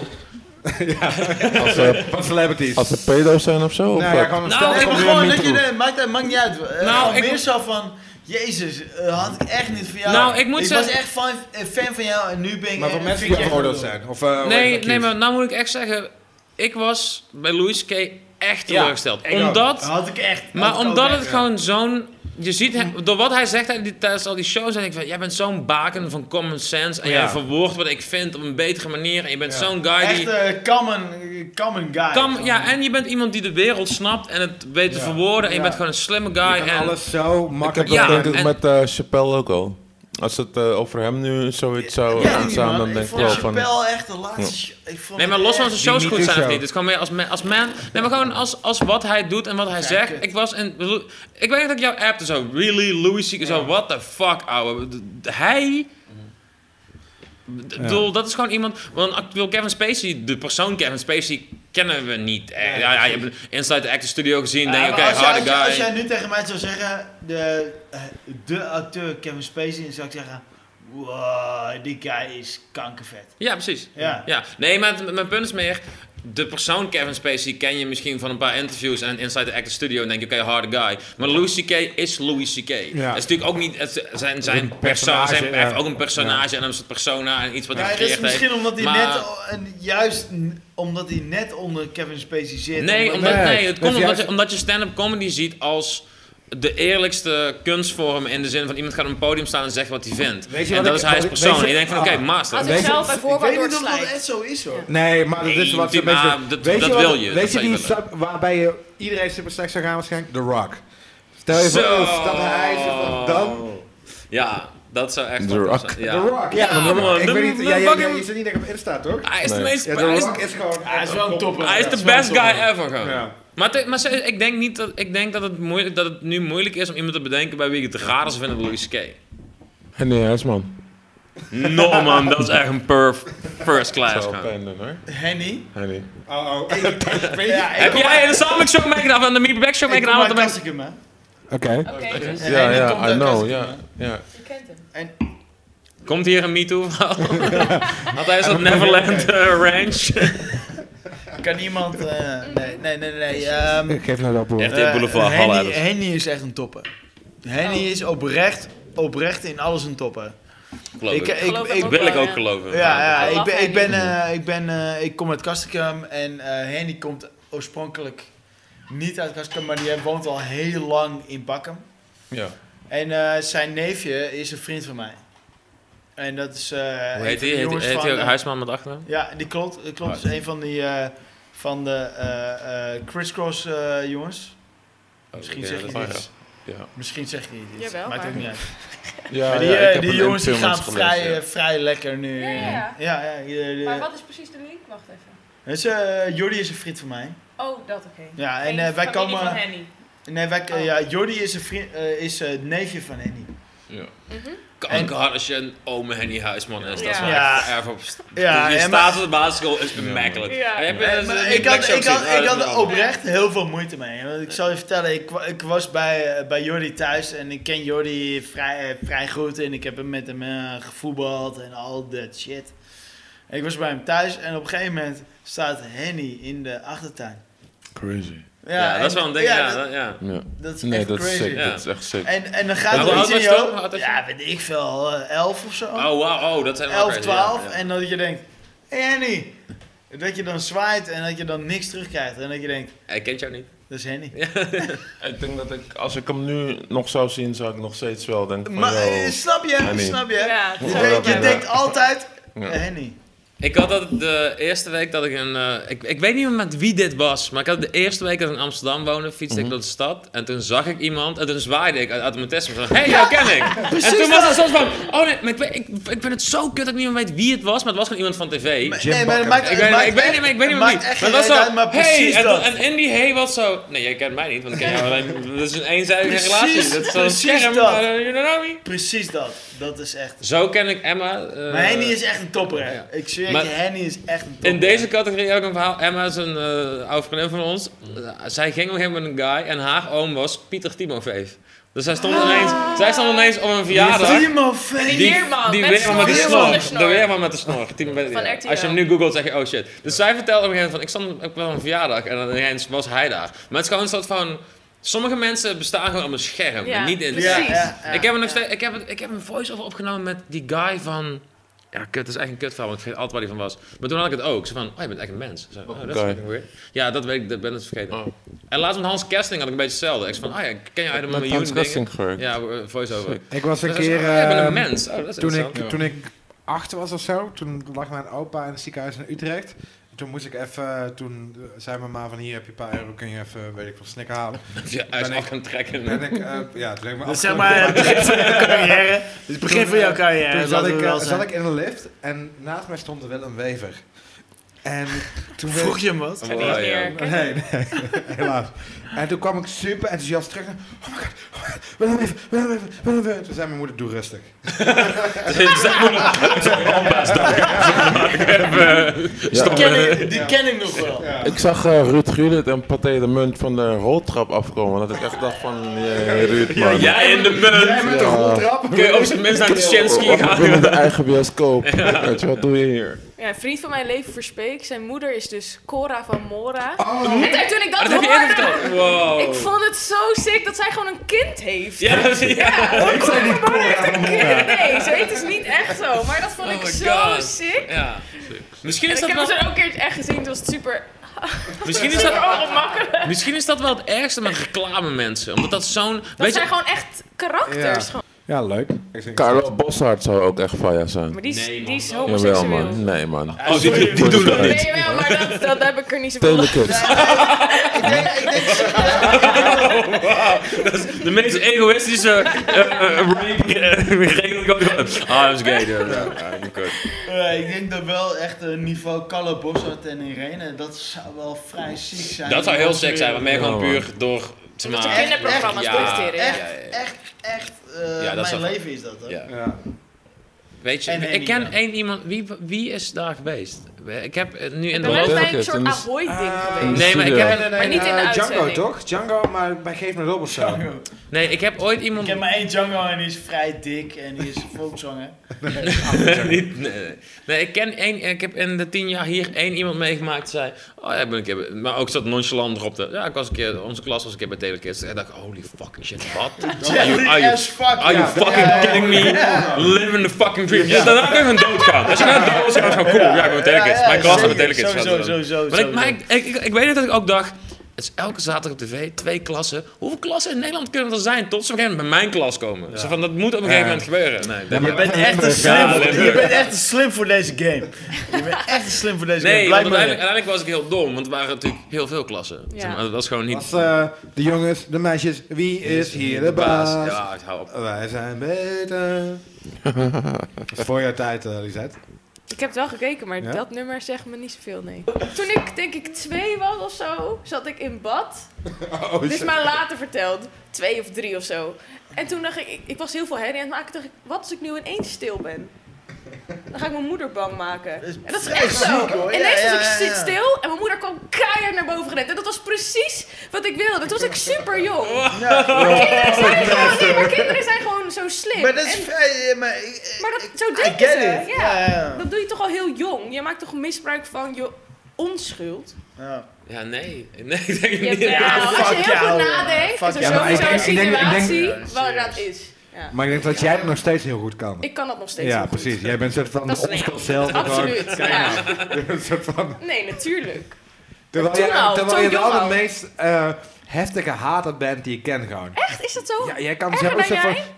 Speaker 4: Als ze,
Speaker 3: van celebrities?
Speaker 4: als ze pedo's zijn of zo? of
Speaker 3: nou,
Speaker 4: wat?
Speaker 3: ja, gewoon een
Speaker 1: Nou,
Speaker 3: stel
Speaker 2: Nee,
Speaker 3: van
Speaker 2: maar
Speaker 3: weer
Speaker 2: gewoon
Speaker 3: Me
Speaker 2: dat je,
Speaker 3: Too.
Speaker 2: nee, maakt, maakt niet uit. Eh,
Speaker 1: Nou,
Speaker 2: gewoon
Speaker 1: ik-
Speaker 2: meer zo van, jezus, eh, had ik echt niet van jou.
Speaker 1: Nou, ik moet
Speaker 2: was
Speaker 1: zeggen-
Speaker 2: echt fan, eh, fan van jou en nu ben ik...
Speaker 3: Maar voor
Speaker 2: eh,
Speaker 3: mensen
Speaker 2: vind
Speaker 3: die
Speaker 2: ik je echt
Speaker 3: veroordeeld
Speaker 2: een lul.
Speaker 3: zijn. Of, eh, hoe heet
Speaker 1: Nee,
Speaker 3: dat
Speaker 1: nee,
Speaker 3: kies?
Speaker 1: maar nou moet ik echt zeggen, ik was bij Louis C.K. echt
Speaker 5: Ja,
Speaker 1: teleurgesteld.
Speaker 5: ik ook.
Speaker 1: omdat,
Speaker 2: Dat had ik echt.
Speaker 1: maar
Speaker 2: had ik ook
Speaker 1: omdat
Speaker 2: echt.
Speaker 1: het gewoon zo'n... Je ziet, hem-
Speaker 6: Hm.
Speaker 1: door wat hij zegt tijdens die- tijdens al die shows, en ik van, jij bent zo'n baken van common sense. En
Speaker 3: Ja.
Speaker 1: jij verwoordt wat ik vind op een betere manier. En je bent
Speaker 3: Ja.
Speaker 1: zo'n guy die...
Speaker 2: Echt eh common, common guy.
Speaker 1: Kan, ja, en je bent iemand die de wereld snapt en het weet te
Speaker 3: Ja.
Speaker 1: verwoorden. En je
Speaker 2: Ja.
Speaker 1: bent gewoon een slimme
Speaker 3: Je
Speaker 1: guy.
Speaker 3: kan
Speaker 1: en
Speaker 3: alles zo
Speaker 4: Ik heb
Speaker 3: makkelijk...
Speaker 4: dat
Speaker 1: Ja,
Speaker 4: denk ik
Speaker 1: en-
Speaker 4: met eh Chappelle ook al. Als het eh, over hem nu zoiets
Speaker 3: eh,
Speaker 4: zou
Speaker 2: Ja,
Speaker 4: gaan staan, dan
Speaker 2: ik
Speaker 4: denk ik
Speaker 2: vond
Speaker 4: wel van...
Speaker 2: Chappelle echt de laatste... show- ik vond
Speaker 1: Nee, maar
Speaker 2: het
Speaker 1: los van
Speaker 2: echt-
Speaker 1: zijn shows
Speaker 3: Die
Speaker 1: goed
Speaker 3: niet
Speaker 1: zijn
Speaker 3: is
Speaker 1: of
Speaker 3: zo.
Speaker 1: niet. Het is gewoon meer als, ma- als man. Nee, maar gewoon als, als wat hij doet en wat hij zegt.
Speaker 2: kut.
Speaker 1: Ik was in. bedoel, Ik weet dat ik jou appte zo. Really, Louis C.K. Zo, what the fuck, ouwe. D- d- Hij. Ik bedoel, dat is gewoon iemand. Want ik bedoel, Kevin Spacey, de persoon Kevin Spacey, kennen we niet. echt. Ja, ja, je hebt Inside the Actor Studio gezien.
Speaker 2: Ja,
Speaker 1: denk je,
Speaker 2: maar
Speaker 1: oké,
Speaker 2: als, jij-
Speaker 1: harde
Speaker 2: als, jij- als
Speaker 1: guy.
Speaker 2: jij nu tegen mij zou zeggen, de, eh, de acteur Kevin Spacey, dan zou ik zeggen, wow, die guy is kankervet.
Speaker 1: Ja, precies.
Speaker 2: Ja.
Speaker 1: Ja, nee, maar het- mijn punt is meer... De persoon Kevin Spacey ken je misschien van een paar interviews en Inside the Actor Studio en denk je, oké, harde guy. Maar Louis C.K. is Louis C.K. Het is natuurlijk ook niet... Het is- zijn, zijn persoon,
Speaker 3: personage,
Speaker 1: zijn, hij
Speaker 3: ja.
Speaker 1: heeft ook een personage en een soort persona en iets wat
Speaker 2: Ja,
Speaker 1: hij
Speaker 2: dat is
Speaker 1: gecreëerd heeft.
Speaker 2: misschien omdat hij
Speaker 1: Maar-
Speaker 2: net, o- en juist n- omdat hij net onder Kevin Spacey zit.
Speaker 1: Nee,
Speaker 2: omdat,
Speaker 1: omdat,
Speaker 3: Nee,
Speaker 1: nee, het
Speaker 3: dat
Speaker 1: komt
Speaker 3: is
Speaker 1: omdat
Speaker 3: juist-
Speaker 1: je, omdat je stand-up comedy ziet als de eerlijkste kunstvorm in de zin van iemand gaat op een podium staan en zegt wat hij vindt.
Speaker 3: Weet je
Speaker 1: en
Speaker 3: wat
Speaker 1: dat
Speaker 3: ik-
Speaker 1: is hij als
Speaker 3: weet je-
Speaker 1: persoon. En je
Speaker 3: ah.
Speaker 1: denkt van, oké, master.
Speaker 6: Als
Speaker 3: Weet
Speaker 6: ik
Speaker 3: je-
Speaker 6: zelf bij
Speaker 2: ik
Speaker 6: voorbaat
Speaker 2: weet niet of dat
Speaker 6: doorslijt.
Speaker 2: echt zo is hoor.
Speaker 3: Nee, maar dat is
Speaker 1: Nee,
Speaker 3: wat ze een
Speaker 1: natuurlijk,
Speaker 3: beetje...
Speaker 1: maar dat-
Speaker 3: weet
Speaker 1: dat
Speaker 3: je wat-
Speaker 1: wil je, dat
Speaker 3: Weet je
Speaker 1: zou je
Speaker 3: die
Speaker 1: willen.
Speaker 3: sub waarbij je iedereen super slecht zou gaan waarschijnlijk? The Rock. Stel je voor
Speaker 1: Zo.
Speaker 3: dat hij zegt van, dan...
Speaker 1: Ja, dat zou echt...
Speaker 4: The
Speaker 1: wat
Speaker 4: Rock.
Speaker 1: zijn. Ja.
Speaker 3: The Rock, ja,
Speaker 1: Ja,
Speaker 3: maar
Speaker 1: man,
Speaker 3: ik
Speaker 1: de-
Speaker 3: weet
Speaker 1: de
Speaker 3: niet, ja, ja, ja,
Speaker 1: fucking-
Speaker 3: je zit niet echt op Insta, toch?
Speaker 1: Hij is de
Speaker 4: Nee.
Speaker 1: meest...
Speaker 3: Ja,
Speaker 1: hij
Speaker 3: The
Speaker 1: is-
Speaker 3: Rock is gewoon...
Speaker 2: Hij is wel een topper.
Speaker 1: Hij is
Speaker 2: Ja,
Speaker 1: de best guy ever gewoon.
Speaker 3: Ja.
Speaker 1: Maar, te- maar ze- ik denk niet dat ik denk dat het moeilijk dat het nu moeilijk is om iemand te bedenken bij wie ik het raar is vinden dan Louis C.K.
Speaker 4: Henny Huisman.
Speaker 1: No man, dat is echt een perf first class
Speaker 4: Zou
Speaker 1: gewoon.
Speaker 4: pijn doen hoor.
Speaker 2: Henny.
Speaker 4: Henny.
Speaker 3: Oh, oh. Ja,
Speaker 1: Heb jij in de Sonic Show meegedaan en de Meet Back Show
Speaker 2: Ik
Speaker 1: meegedaan?
Speaker 2: kom
Speaker 1: Want
Speaker 2: uit
Speaker 1: dan ben-
Speaker 2: Kassikum, hè.
Speaker 3: Oké.
Speaker 6: Oké, dus
Speaker 2: En
Speaker 4: Ja,
Speaker 2: Henny komt
Speaker 4: ja, I
Speaker 2: uit
Speaker 4: know,
Speaker 2: Kassikum,
Speaker 4: ja. ja.
Speaker 6: je kent hem.
Speaker 1: Komt hier een MeToo verhaal? Want hij is op Neverland eh, Ranch.
Speaker 2: hè. Kan iemand... eh, nee, nee, nee, nee. ehm,
Speaker 3: Ik geef nou dat
Speaker 1: Echt
Speaker 3: boer.
Speaker 1: dit
Speaker 2: Eh,
Speaker 1: boulevard
Speaker 2: Henny-
Speaker 1: Halleiders.
Speaker 2: Henny is echt een topper. Henny is oprecht, oprecht in alles een topper.
Speaker 1: Geloof
Speaker 2: Ik,
Speaker 1: ik.
Speaker 2: ik,
Speaker 6: Geloof
Speaker 2: ik-
Speaker 6: hem
Speaker 1: Wil ik
Speaker 6: wel,
Speaker 1: ook
Speaker 6: ja.
Speaker 1: geloven.
Speaker 2: ja, ja,
Speaker 6: Ik
Speaker 2: ik ben,
Speaker 6: lach
Speaker 2: ik ben, eh, ik ben, eh, ik kom uit Kastikum en eh, Henny komt oorspronkelijk niet uit Kastikum, maar die woont al heel lang in Bakkum.
Speaker 4: Ja.
Speaker 2: En eh, zijn neefje is een vriend van mij. En dat is... eh,
Speaker 1: Hoe
Speaker 2: een
Speaker 1: heet
Speaker 2: van
Speaker 1: hij?
Speaker 2: de
Speaker 1: Heet,
Speaker 2: jongens
Speaker 1: heet hij ook
Speaker 2: van, eh,
Speaker 1: Huisman met achternaam?
Speaker 2: Ja, die klopt. die klopt. is een van die eh, van de eh eh crisscross eh, jongens. Misschien
Speaker 1: ja,
Speaker 2: zeg
Speaker 1: Oh, dat
Speaker 2: je
Speaker 4: is-
Speaker 2: niks.
Speaker 4: Ja.
Speaker 2: Misschien zeg je niet. iets.
Speaker 6: Jawel,
Speaker 2: Maakt ook
Speaker 6: maar-
Speaker 2: niet uit.
Speaker 4: Ja,
Speaker 2: Maar die,
Speaker 4: ja,
Speaker 2: eh,
Speaker 4: ik heb
Speaker 2: die
Speaker 4: een
Speaker 2: jongens die
Speaker 4: infilmance
Speaker 2: gaan vrij,
Speaker 4: gelezen, ja.
Speaker 2: eh, vrij lekker nu.
Speaker 6: Ja, ja.
Speaker 2: ja, ja, die- die-
Speaker 6: Maar wat is precies de link? Wacht even.
Speaker 2: Dus, eh, Jordi is een vriend van mij.
Speaker 6: Oh, dat oké. dus
Speaker 2: Ja, en
Speaker 6: Geen
Speaker 2: eh, wij
Speaker 6: familie
Speaker 2: komen...
Speaker 6: van Henny.
Speaker 2: Nee, wij, eh,
Speaker 6: Oh.
Speaker 2: ja, Jordi is, een vriend, eh, is eh, het neefje van Henny.
Speaker 1: Kankerhard als je een ome Henny Huisman is. Dat is
Speaker 6: Ja.
Speaker 1: wel
Speaker 2: Ja.
Speaker 1: echt erg op
Speaker 2: Ja,
Speaker 1: je
Speaker 2: en
Speaker 1: staat
Speaker 2: maar-
Speaker 1: op de basisschool is bemakkelijk.
Speaker 6: Ja.
Speaker 1: En heb je
Speaker 2: Eh,
Speaker 1: dus,
Speaker 2: maar
Speaker 1: eh, die
Speaker 2: ik, had,
Speaker 1: Black
Speaker 2: ik,
Speaker 1: Show
Speaker 2: had,
Speaker 1: gezien? Oh, dat
Speaker 2: ik
Speaker 1: is
Speaker 2: had
Speaker 1: wel
Speaker 2: er
Speaker 1: allemaal.
Speaker 2: oprecht heel veel moeite mee. Want ik zal je vertellen, ik, wa- ik was bij, eh, bij Jordi thuis en ik ken Jordi vrij, eh, vrij goed. En ik heb hem met hem eh, gevoetbald en al dat shit. En ik was bij hem thuis en op een gegeven moment staat Henny in de achtertuin.
Speaker 4: Crazy.
Speaker 1: Ja, dat
Speaker 2: en-
Speaker 1: is wel een ding,
Speaker 2: ja,
Speaker 1: ja.
Speaker 2: dat,
Speaker 1: dat- ja.
Speaker 4: Ja.
Speaker 2: dat is
Speaker 4: Nee,
Speaker 2: echt
Speaker 4: dat is
Speaker 2: crazy.
Speaker 4: sick.
Speaker 1: Ja.
Speaker 4: Dat is echt sick.
Speaker 2: En, en dan
Speaker 1: Ja,
Speaker 2: gaat
Speaker 1: hoe
Speaker 2: er iets
Speaker 1: oud
Speaker 2: in
Speaker 1: was
Speaker 2: je
Speaker 1: het dan? Hoe oud
Speaker 2: hoofd.
Speaker 1: was
Speaker 2: Ja, weet ik veel, eh, elf of zo.
Speaker 1: Oh, wauw, oh, dat zijn wel
Speaker 2: 11,
Speaker 1: crazy,
Speaker 2: 12.
Speaker 1: ja.
Speaker 2: En dat je denkt, hé hey Henny. Dat je dan zwaait en dat je dan niks terugkrijgt. En dat je denkt,
Speaker 1: Hij kent jou niet.
Speaker 2: dat is Henny.
Speaker 4: Ik denk dat ik, als ik hem nu nog zou zien, zou ik nog steeds wel denken van,
Speaker 2: Maar eh,
Speaker 4: yo.
Speaker 2: snap je?
Speaker 4: Henny.
Speaker 2: Snap je?
Speaker 6: Ja,
Speaker 2: Je,
Speaker 4: Ja.
Speaker 2: denkt- je
Speaker 4: Ja.
Speaker 2: denkt altijd,
Speaker 4: Ja.
Speaker 2: eh, Henny.
Speaker 1: Ik had dat de eerste week dat ik een... eh, ik, ik weet niet meer met wie dit was, maar ik had de eerste week dat ik in Amsterdam woonde, fietste
Speaker 2: Mhm.
Speaker 1: ik door de stad. En toen zag ik iemand en toen zwaaide ik uit, uit mijn test. Hé, hey, jou ken ik! en toen was het soms van... Oh nee, maar ik, weet- ik, ik vind het zo kut dat ik niet meer weet wie het was, maar het was gewoon iemand van tv.
Speaker 2: Maar-
Speaker 3: Jim
Speaker 2: nee, maar
Speaker 3: Bakker.
Speaker 2: dat maakt,
Speaker 1: Ik
Speaker 2: het
Speaker 1: weet,
Speaker 2: maakt
Speaker 1: ik weet
Speaker 2: echt-
Speaker 1: niet, ik weet niet
Speaker 2: het
Speaker 1: meer
Speaker 2: maakt
Speaker 1: wie.
Speaker 2: echt
Speaker 1: Maar
Speaker 2: geen
Speaker 1: dat was
Speaker 2: reet
Speaker 1: zo,
Speaker 2: uit, maar
Speaker 1: hey,
Speaker 2: precies
Speaker 1: en,
Speaker 2: dat.
Speaker 1: en Andy Hey was zo, nee, jij kent mij niet, want ik ken jou alleen, dat is een eenzijdige
Speaker 2: Precies,
Speaker 1: relatie. Dat is zo'n
Speaker 2: precies
Speaker 1: scherm,
Speaker 2: dat.
Speaker 1: eh, you know me.
Speaker 2: Precies dat. Dat is echt...
Speaker 1: Zo ken ik Emma. eh,
Speaker 2: Maar Henny is echt een topper, hè.
Speaker 1: ja.
Speaker 2: Ik zweer
Speaker 1: Maar-
Speaker 2: je, Henny is echt een topper.
Speaker 1: In deze categorie ook een verhaal. Emma is een eh, oude vriendin van ons. Eh, zij ging op een gegeven moment met een guy en haar oom was Pieter Timofeef. Dus zij stond, ineens, zij stond ineens op een verjaardag.
Speaker 2: Timo
Speaker 6: Die,
Speaker 2: Veen.
Speaker 1: Die,
Speaker 6: weerman.
Speaker 1: die
Speaker 6: met
Speaker 1: weerman met de
Speaker 2: snor.
Speaker 1: snor.
Speaker 2: Weerman.
Speaker 1: De weerman met de snor. Timo Bennett,
Speaker 6: Van
Speaker 1: ja.
Speaker 6: RTL.
Speaker 1: Als je hem nu googelt zeg je oh shit. Dus zij vertelde op een gegeven moment van ik stond op wel een verjaardag en dan ineens was hij daar. Maar het is gewoon een soort van... Sommige mensen bestaan gewoon op een scherm.
Speaker 6: Ja,
Speaker 1: en niet in
Speaker 6: precies.
Speaker 2: Ja, ja, ja.
Speaker 1: ik heb, hem nog steeds, ik, heb, het- ik heb een voice-over opgenomen met die guy van Ja, kut, dat is eigenlijk een kutverhaal, want ik vergeet altijd waar die van was. Maar toen had ik het ook. Zo van, oh, je bent echt een mens. Zo, oh, dat is
Speaker 4: Oké.
Speaker 1: fucking weird. Ja, dat weet ik, dat ben ik vergeten.
Speaker 4: Oh.
Speaker 1: En laatst met Hans Kesting had ik een beetje hetzelfde. Ik zei van, ah ja, ken je uit een
Speaker 4: Met
Speaker 1: miljoen
Speaker 4: Hans
Speaker 1: dingen?
Speaker 4: Kesting gewerkt.
Speaker 1: Ja, eh, voice-over.
Speaker 4: Sick.
Speaker 3: Ik was een
Speaker 1: Dus dat is-
Speaker 3: keer...
Speaker 1: oh, jij bent een
Speaker 3: ehm,
Speaker 1: mens. Oh, dat is
Speaker 3: toen, ik,
Speaker 1: interessant.
Speaker 3: toen ik acht was of zo, toen lag mijn opa in het ziekenhuis in Utrecht. Toen moest ik even, toen zei mijn ma van hier heb je een paar euro, kun je even, weet ik veel, snikken halen.
Speaker 1: Ja, uit
Speaker 3: ben
Speaker 1: af
Speaker 3: ik-
Speaker 1: gaan trekken.
Speaker 3: Toen ben ik, eh, ja, toen heb ik me
Speaker 2: Dat
Speaker 1: Dus
Speaker 2: is zeg maar het begin van jouw carrière. Het is het begin van jouw carrière.
Speaker 3: Toen zat
Speaker 2: laten we
Speaker 3: ik, eh,
Speaker 2: wel
Speaker 3: zat
Speaker 2: zijn.
Speaker 3: ik in een lift en naast mij stond er wel een wever. En toen werd-
Speaker 2: Vroeg je hem wat?
Speaker 1: Oh, ja.
Speaker 3: Nee, nee, helaas. En toen kwam ik super enthousiast terug. En, oh my god, oh my god, wil hem even, wil hem even, wil hem even. Toen zei mijn moeder, doe rustig.
Speaker 2: Die ken ik- Die ken ik nog wel.
Speaker 4: Ik zag eh, Ruud Gullit en Pathé de Munt van de roltrap afkomen. Dat ik echt dacht van, jee, Ruud man.
Speaker 1: Jij in de munt!
Speaker 3: Met de roltrap.
Speaker 1: Kun je ook zo'n mens naar de Shensky
Speaker 4: Of
Speaker 1: gaan?
Speaker 4: binnen de eigen bioscoop. Weet je, wat doe je hier?
Speaker 6: Ja, een vriend van mijn leven verspeek. Zijn moeder is dus Cora van Mora. En toen ik dat,
Speaker 1: Oh. Ah, Dat heb je
Speaker 6: hoorde,
Speaker 1: eerder verteld. Wow.
Speaker 6: ik vond het zo sick dat zij gewoon een kind heeft.
Speaker 1: Ja, dat is... Ja.
Speaker 6: ik zei niet Nee, ze heet dus niet echt zo. Maar dat vond
Speaker 1: Oh
Speaker 6: ik
Speaker 1: my
Speaker 6: zo
Speaker 1: God.
Speaker 6: sick.
Speaker 1: Ja. Misschien
Speaker 6: En
Speaker 1: is
Speaker 6: ik
Speaker 1: dat
Speaker 6: heb
Speaker 1: wel...
Speaker 6: hem zo ook een keer echt gezien. Toen was het super,
Speaker 1: Misschien is dat...
Speaker 6: super ongemakkelijk.
Speaker 1: Misschien is dat wel het ergste met reclame mensen. Omdat dat zo'n...
Speaker 6: Dat
Speaker 1: Weet
Speaker 6: zijn
Speaker 1: je...
Speaker 6: gewoon echt karakters.
Speaker 3: Ja.
Speaker 6: gewoon.
Speaker 3: Ja, leuk. Ik denk,
Speaker 4: Carlo Bossard zou ook echt van jou zijn.
Speaker 6: Maar die is,
Speaker 5: Nee, man.
Speaker 6: die is
Speaker 4: Jawel
Speaker 6: homoseksueel.
Speaker 4: man, nee man.
Speaker 1: Oh, die, die- die
Speaker 4: Doe
Speaker 1: doen dat.
Speaker 6: Nee, wel, maar dat, dat heb ik er niet zoveel van.
Speaker 4: Telekids.
Speaker 1: De meest egoïstische eh, eh, rape, eh, regel ik ook gewoon. Ah, dat is gay. dude. Ja, ja, kut.
Speaker 2: Eh, ik denk dat wel echt eh, niveau Carlo Bossart en Irene, dat zou wel vrij ziek zijn.
Speaker 1: Dat zou heel sec zijn, maar meer
Speaker 4: Ja,
Speaker 1: gewoon
Speaker 4: man.
Speaker 1: puur door te
Speaker 6: Omdat ze
Speaker 1: maken.
Speaker 6: kinderprogramma's
Speaker 1: Ja.
Speaker 6: produceren. Ja.
Speaker 2: Echt,
Speaker 1: Ja, ja, ja.
Speaker 2: echt, echt, eh,
Speaker 1: Ja, dat
Speaker 2: mijn
Speaker 1: zou-
Speaker 2: leven is dat. Hoor.
Speaker 1: Ja.
Speaker 3: Ja.
Speaker 1: Weet je,
Speaker 2: En één
Speaker 1: ik ken
Speaker 2: iemand.
Speaker 1: één iemand. Wie, wie is daar geweest? Ik heb eh, nu in
Speaker 6: Ik
Speaker 1: de
Speaker 6: ben wel eens
Speaker 1: loop.
Speaker 6: bij een
Speaker 4: Telekids,
Speaker 6: soort
Speaker 4: en dus-
Speaker 6: Ahoy-ding
Speaker 3: Ah.
Speaker 6: geweest.
Speaker 1: Nee, maar ik
Speaker 4: Studio.
Speaker 1: heb,
Speaker 3: nee,
Speaker 6: Maar niet in de
Speaker 3: eh, Django
Speaker 6: uitzending.
Speaker 3: toch? Django, maar bij Geef Me Rob of zo.
Speaker 1: nee, ik heb ooit
Speaker 2: Ik
Speaker 1: iemand.
Speaker 2: heb maar één Django en die is vrij dik en die is volkszanger.
Speaker 1: Niet- nee, nee. nee, ik ken één. Ik heb in de tien jaar hier één iemand meegemaakt. die zei. Oh ja, ik ben een keer. bij- Maar ook zat nonchalant erop. Te, ja, ik was een keer. Onze klas was een keer bij Telekids. En dacht ik, holy fucking shit, wat? Are you, are you
Speaker 2: as fuck.
Speaker 1: Are you
Speaker 2: ja.
Speaker 1: fucking kidding me? Living the fucking dream. Dus daarna kun je gewoon doodgaan. Als je nou dood is, dan is het gewoon cool. Ja, ik ben telekids.
Speaker 2: Ja, ja,
Speaker 1: Mijn klas
Speaker 2: zeker.
Speaker 1: hebben telekids.
Speaker 2: Sowieso,
Speaker 1: Gaat
Speaker 2: sowieso,
Speaker 1: doen. Maar, ik,
Speaker 2: sowieso.
Speaker 1: maar ik, ik, ik, ik weet dat ik ook dacht... Het is elke zaterdag op tv, twee klassen. Hoeveel klassen in Nederland kunnen er zijn tot ze op een gegeven moment bij mijn klas komen? Zo van, dat moet op een gegeven moment gebeuren. Nee, dat-
Speaker 2: Je bent echt te slim,
Speaker 1: Ja,
Speaker 2: voor- je
Speaker 1: Limburg.
Speaker 2: bent echt te slim voor deze game. Je bent echt te slim voor deze
Speaker 1: nee
Speaker 2: game.
Speaker 1: want
Speaker 2: Blijf maar.
Speaker 1: uiteindelijk, uiteindelijk was ik heel dom, want er waren natuurlijk heel veel klassen.
Speaker 6: Ja.
Speaker 1: Zeg maar, dat was gewoon niet...
Speaker 3: Was eh, de jongens, de meisjes, wie is hier de baas?
Speaker 1: Ja, hou op.
Speaker 3: Wij zijn beter. Dat is voor jouw tijd, eh Lisette.
Speaker 6: Ik heb het wel gekeken, maar
Speaker 3: Ja?
Speaker 6: dat nummer zegt me niet zoveel, nee. Toen ik denk ik twee was of zo, zat ik in bad.
Speaker 3: Oh,
Speaker 6: Dit is maar later verteld. Twee of drie of zo. En toen dacht ik, ik, ik was heel veel herrie aan het maken. Dacht ik, wat als ik nu ineens stil ben? Dan ga ik mijn moeder bang maken.
Speaker 2: is
Speaker 6: En dat is
Speaker 2: vrij
Speaker 6: echt zo.
Speaker 2: ziek, hoor. Ja,
Speaker 6: Ineens
Speaker 2: Oh, ja,
Speaker 6: was ik
Speaker 2: ja,
Speaker 6: sti-
Speaker 2: ja.
Speaker 6: stil en mijn moeder kwam keihard naar boven gerend. En dat was precies wat ik wilde. Toen was ik super jong. Kinderen, zijn gewoon, nee, maar kinderen zijn gewoon zo slim.
Speaker 2: Maar dat is
Speaker 6: En-
Speaker 2: vrij... eh, Maar, ik-
Speaker 6: maar dat, zo
Speaker 2: I
Speaker 6: denken
Speaker 2: get
Speaker 6: ze.
Speaker 2: it.
Speaker 6: Ja.
Speaker 2: Ja, ja.
Speaker 6: Dat doe je toch al heel jong. Je maakt toch misbruik van je onschuld.
Speaker 2: ja.
Speaker 1: Ja, nee. Nee, ik denk het
Speaker 6: Je
Speaker 1: niet.
Speaker 6: hebt- nou, als je
Speaker 2: fuck
Speaker 6: heel
Speaker 2: jou,
Speaker 6: goed
Speaker 2: ja.
Speaker 6: nadenkt,
Speaker 2: Fuck
Speaker 6: is er
Speaker 2: jou.
Speaker 3: Ja, maar
Speaker 6: sowieso
Speaker 3: ik-
Speaker 6: een
Speaker 3: ik denk- ik denk-
Speaker 6: situatie
Speaker 2: Ja,
Speaker 6: waar
Speaker 2: serieus.
Speaker 6: dat is. Ja.
Speaker 3: Maar ik denk dat jij het nog steeds heel goed kan.
Speaker 6: Ik kan dat nog steeds
Speaker 3: Ja,
Speaker 6: heel goed.
Speaker 3: precies. Jij bent een soort van
Speaker 6: Dat is
Speaker 3: de
Speaker 6: een-
Speaker 3: onschuld zelf.
Speaker 6: Absoluut. Ja.
Speaker 3: nou. Een soort van...
Speaker 6: Nee, natuurlijk.
Speaker 3: Terwijl
Speaker 6: Toen
Speaker 3: jij,
Speaker 6: al,
Speaker 3: terwijl
Speaker 6: zo
Speaker 3: je wel
Speaker 6: jong
Speaker 3: de
Speaker 6: al.
Speaker 3: meest eh, heftige hater bent die je kent gewoon.
Speaker 6: Echt, is dat zo?
Speaker 3: Ja, jij kan
Speaker 6: Erger
Speaker 3: zelf een
Speaker 6: dan
Speaker 3: soort van...
Speaker 6: jij?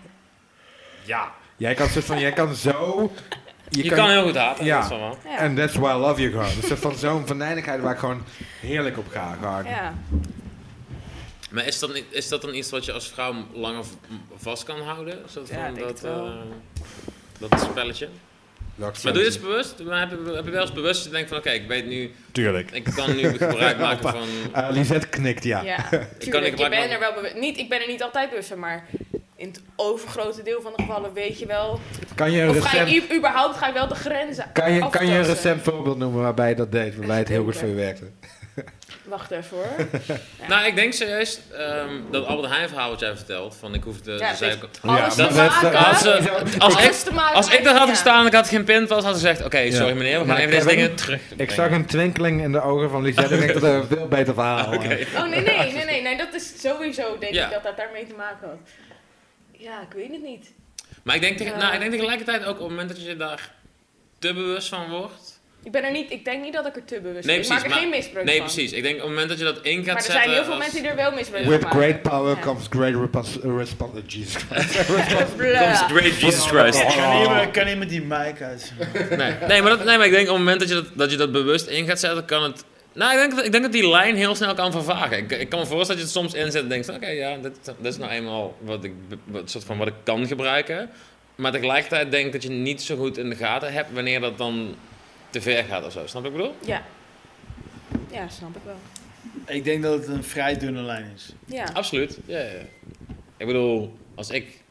Speaker 3: Ja. Jij kan een soort van... Jij kan zo...
Speaker 1: Je kan heel goed haten.
Speaker 3: Ja.
Speaker 1: dat is wel waar.
Speaker 6: Ja.
Speaker 3: And that's why I love you gewoon. Een soort van zo'n venijnigheid waar ik gewoon heerlijk op ga. Gewoon.
Speaker 6: Ja.
Speaker 1: Maar is dat, niet, is dat dan iets wat je als vrouw langer v- m- vast kan houden? Zo
Speaker 6: Ja,
Speaker 1: van
Speaker 6: ik denk
Speaker 1: dat,
Speaker 6: het wel.
Speaker 1: eh, dat spelletje.
Speaker 3: Lockdown.
Speaker 1: Maar doe je dit bewust? Maar heb, je, heb je wel eens bewust dat je denkt van oké, ik weet nu,
Speaker 3: Tuurlijk.
Speaker 1: ik kan nu gebruik maken van...
Speaker 3: Eh, Lisette knikt, ja.
Speaker 6: Ja,
Speaker 1: Ik kan
Speaker 6: tuurlijk.
Speaker 1: niet
Speaker 6: Je
Speaker 1: maken-
Speaker 6: bent er wel bewust. Niet, ik ben er niet altijd bewust van, maar in het overgrote deel van de gevallen weet je wel.
Speaker 3: Kan je een
Speaker 6: Of ga
Speaker 3: recent...
Speaker 6: je u- überhaupt ga je wel de grenzen
Speaker 3: Kan je, kan je een
Speaker 6: aftasten?
Speaker 3: recent voorbeeld noemen waarbij je dat deed? Waarbij het heel goed voor je werkte?
Speaker 6: Wacht even hoor.
Speaker 1: Nou, ik denk serieus ehm, dat Albert Heijn verhaal wat jij vertelt, van ik hoef de...
Speaker 6: Ja,
Speaker 1: de zij-
Speaker 6: weet Alles
Speaker 3: maar dat-
Speaker 6: te maken.
Speaker 1: als, eh, als,
Speaker 6: alles
Speaker 1: ik,
Speaker 6: te maken
Speaker 1: als ik
Speaker 6: met-
Speaker 1: daar had
Speaker 6: ja.
Speaker 1: gestaan en ik had geen pint was, had ik gezegd oké,
Speaker 3: Ja.
Speaker 1: sorry meneer, we gaan
Speaker 3: Maar
Speaker 1: even deze
Speaker 3: Kevin,
Speaker 1: dingen terug.
Speaker 3: Ik zag een twinkeling in de ogen van Lisette. Ik denk dat er een veel beter verhaal eh,
Speaker 6: Oh nee, nee, nee, nee, nee. Dat is sowieso, denk
Speaker 1: Ja.
Speaker 6: ik, dat dat daarmee te maken had. Ja, ik weet het niet.
Speaker 1: Maar ik denk, tegen-
Speaker 6: Ja.
Speaker 1: nou, ik denk tegelijkertijd ook op het moment dat je daar te bewust van wordt.
Speaker 6: Ik ben er niet, ik denk niet dat ik er te bewust
Speaker 1: Nee,
Speaker 6: ben.
Speaker 1: precies.
Speaker 6: ik maak er
Speaker 1: maar-
Speaker 6: geen misbruik
Speaker 1: Nee,
Speaker 6: van.
Speaker 1: precies. Ik denk op het moment dat je dat in gaat
Speaker 6: Maar er
Speaker 1: zetten.
Speaker 6: zijn heel veel
Speaker 1: als-
Speaker 6: mensen die er wel misbruik van
Speaker 3: With
Speaker 6: maken.
Speaker 3: great power
Speaker 6: Ja.
Speaker 3: comes great responsibility. Jesus
Speaker 6: Blah.
Speaker 1: Great Jesus Christ.
Speaker 2: Ik kan niet meer- ik kan niet meer die mic uit.
Speaker 1: Nee, nee, maar, dat, nee maar ik denk op het moment dat je dat, dat je dat bewust in gaat zetten, kan het. Nou, ik denk, dat, ik denk dat die lijn heel snel kan vervagen. Ik, ik kan me voorstellen dat je het soms inzet en denkt: van, oké, ja, dit, dit is nou eenmaal wat ik, be- wat, soort van wat ik kan gebruiken. Maar tegelijkertijd denk ik dat je niet zo goed in de gaten hebt wanneer dat dan te ver gaat of zo. Snap je wat ik bedoel?
Speaker 6: Ja. Ja, snap ik wel.
Speaker 2: Ik denk dat het een vrij dunne lijn is.
Speaker 6: Ja.
Speaker 1: Absoluut. Ja, ja, ja. Ik bedoel, als ik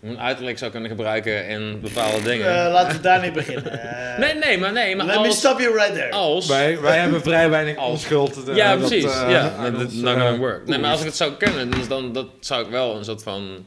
Speaker 1: mijn uiterlijk zou kunnen gebruiken in bepaalde dingen.
Speaker 2: Eh, laten we daar niet beginnen. Eh,
Speaker 1: nee, nee, maar nee, maar
Speaker 2: let me
Speaker 1: als.
Speaker 2: stop you right there.
Speaker 1: als
Speaker 3: Wij, wij hebben vrij weinig
Speaker 1: Als-
Speaker 3: onschuld. eh,
Speaker 1: Ja,
Speaker 3: dat,
Speaker 1: precies.
Speaker 3: eh,
Speaker 1: ja,
Speaker 3: aan
Speaker 1: dat
Speaker 3: ons,
Speaker 1: is not
Speaker 3: eh,
Speaker 1: gonna work. Nee, maar als ik het zou kunnen, dus dan dat zou ik wel een soort van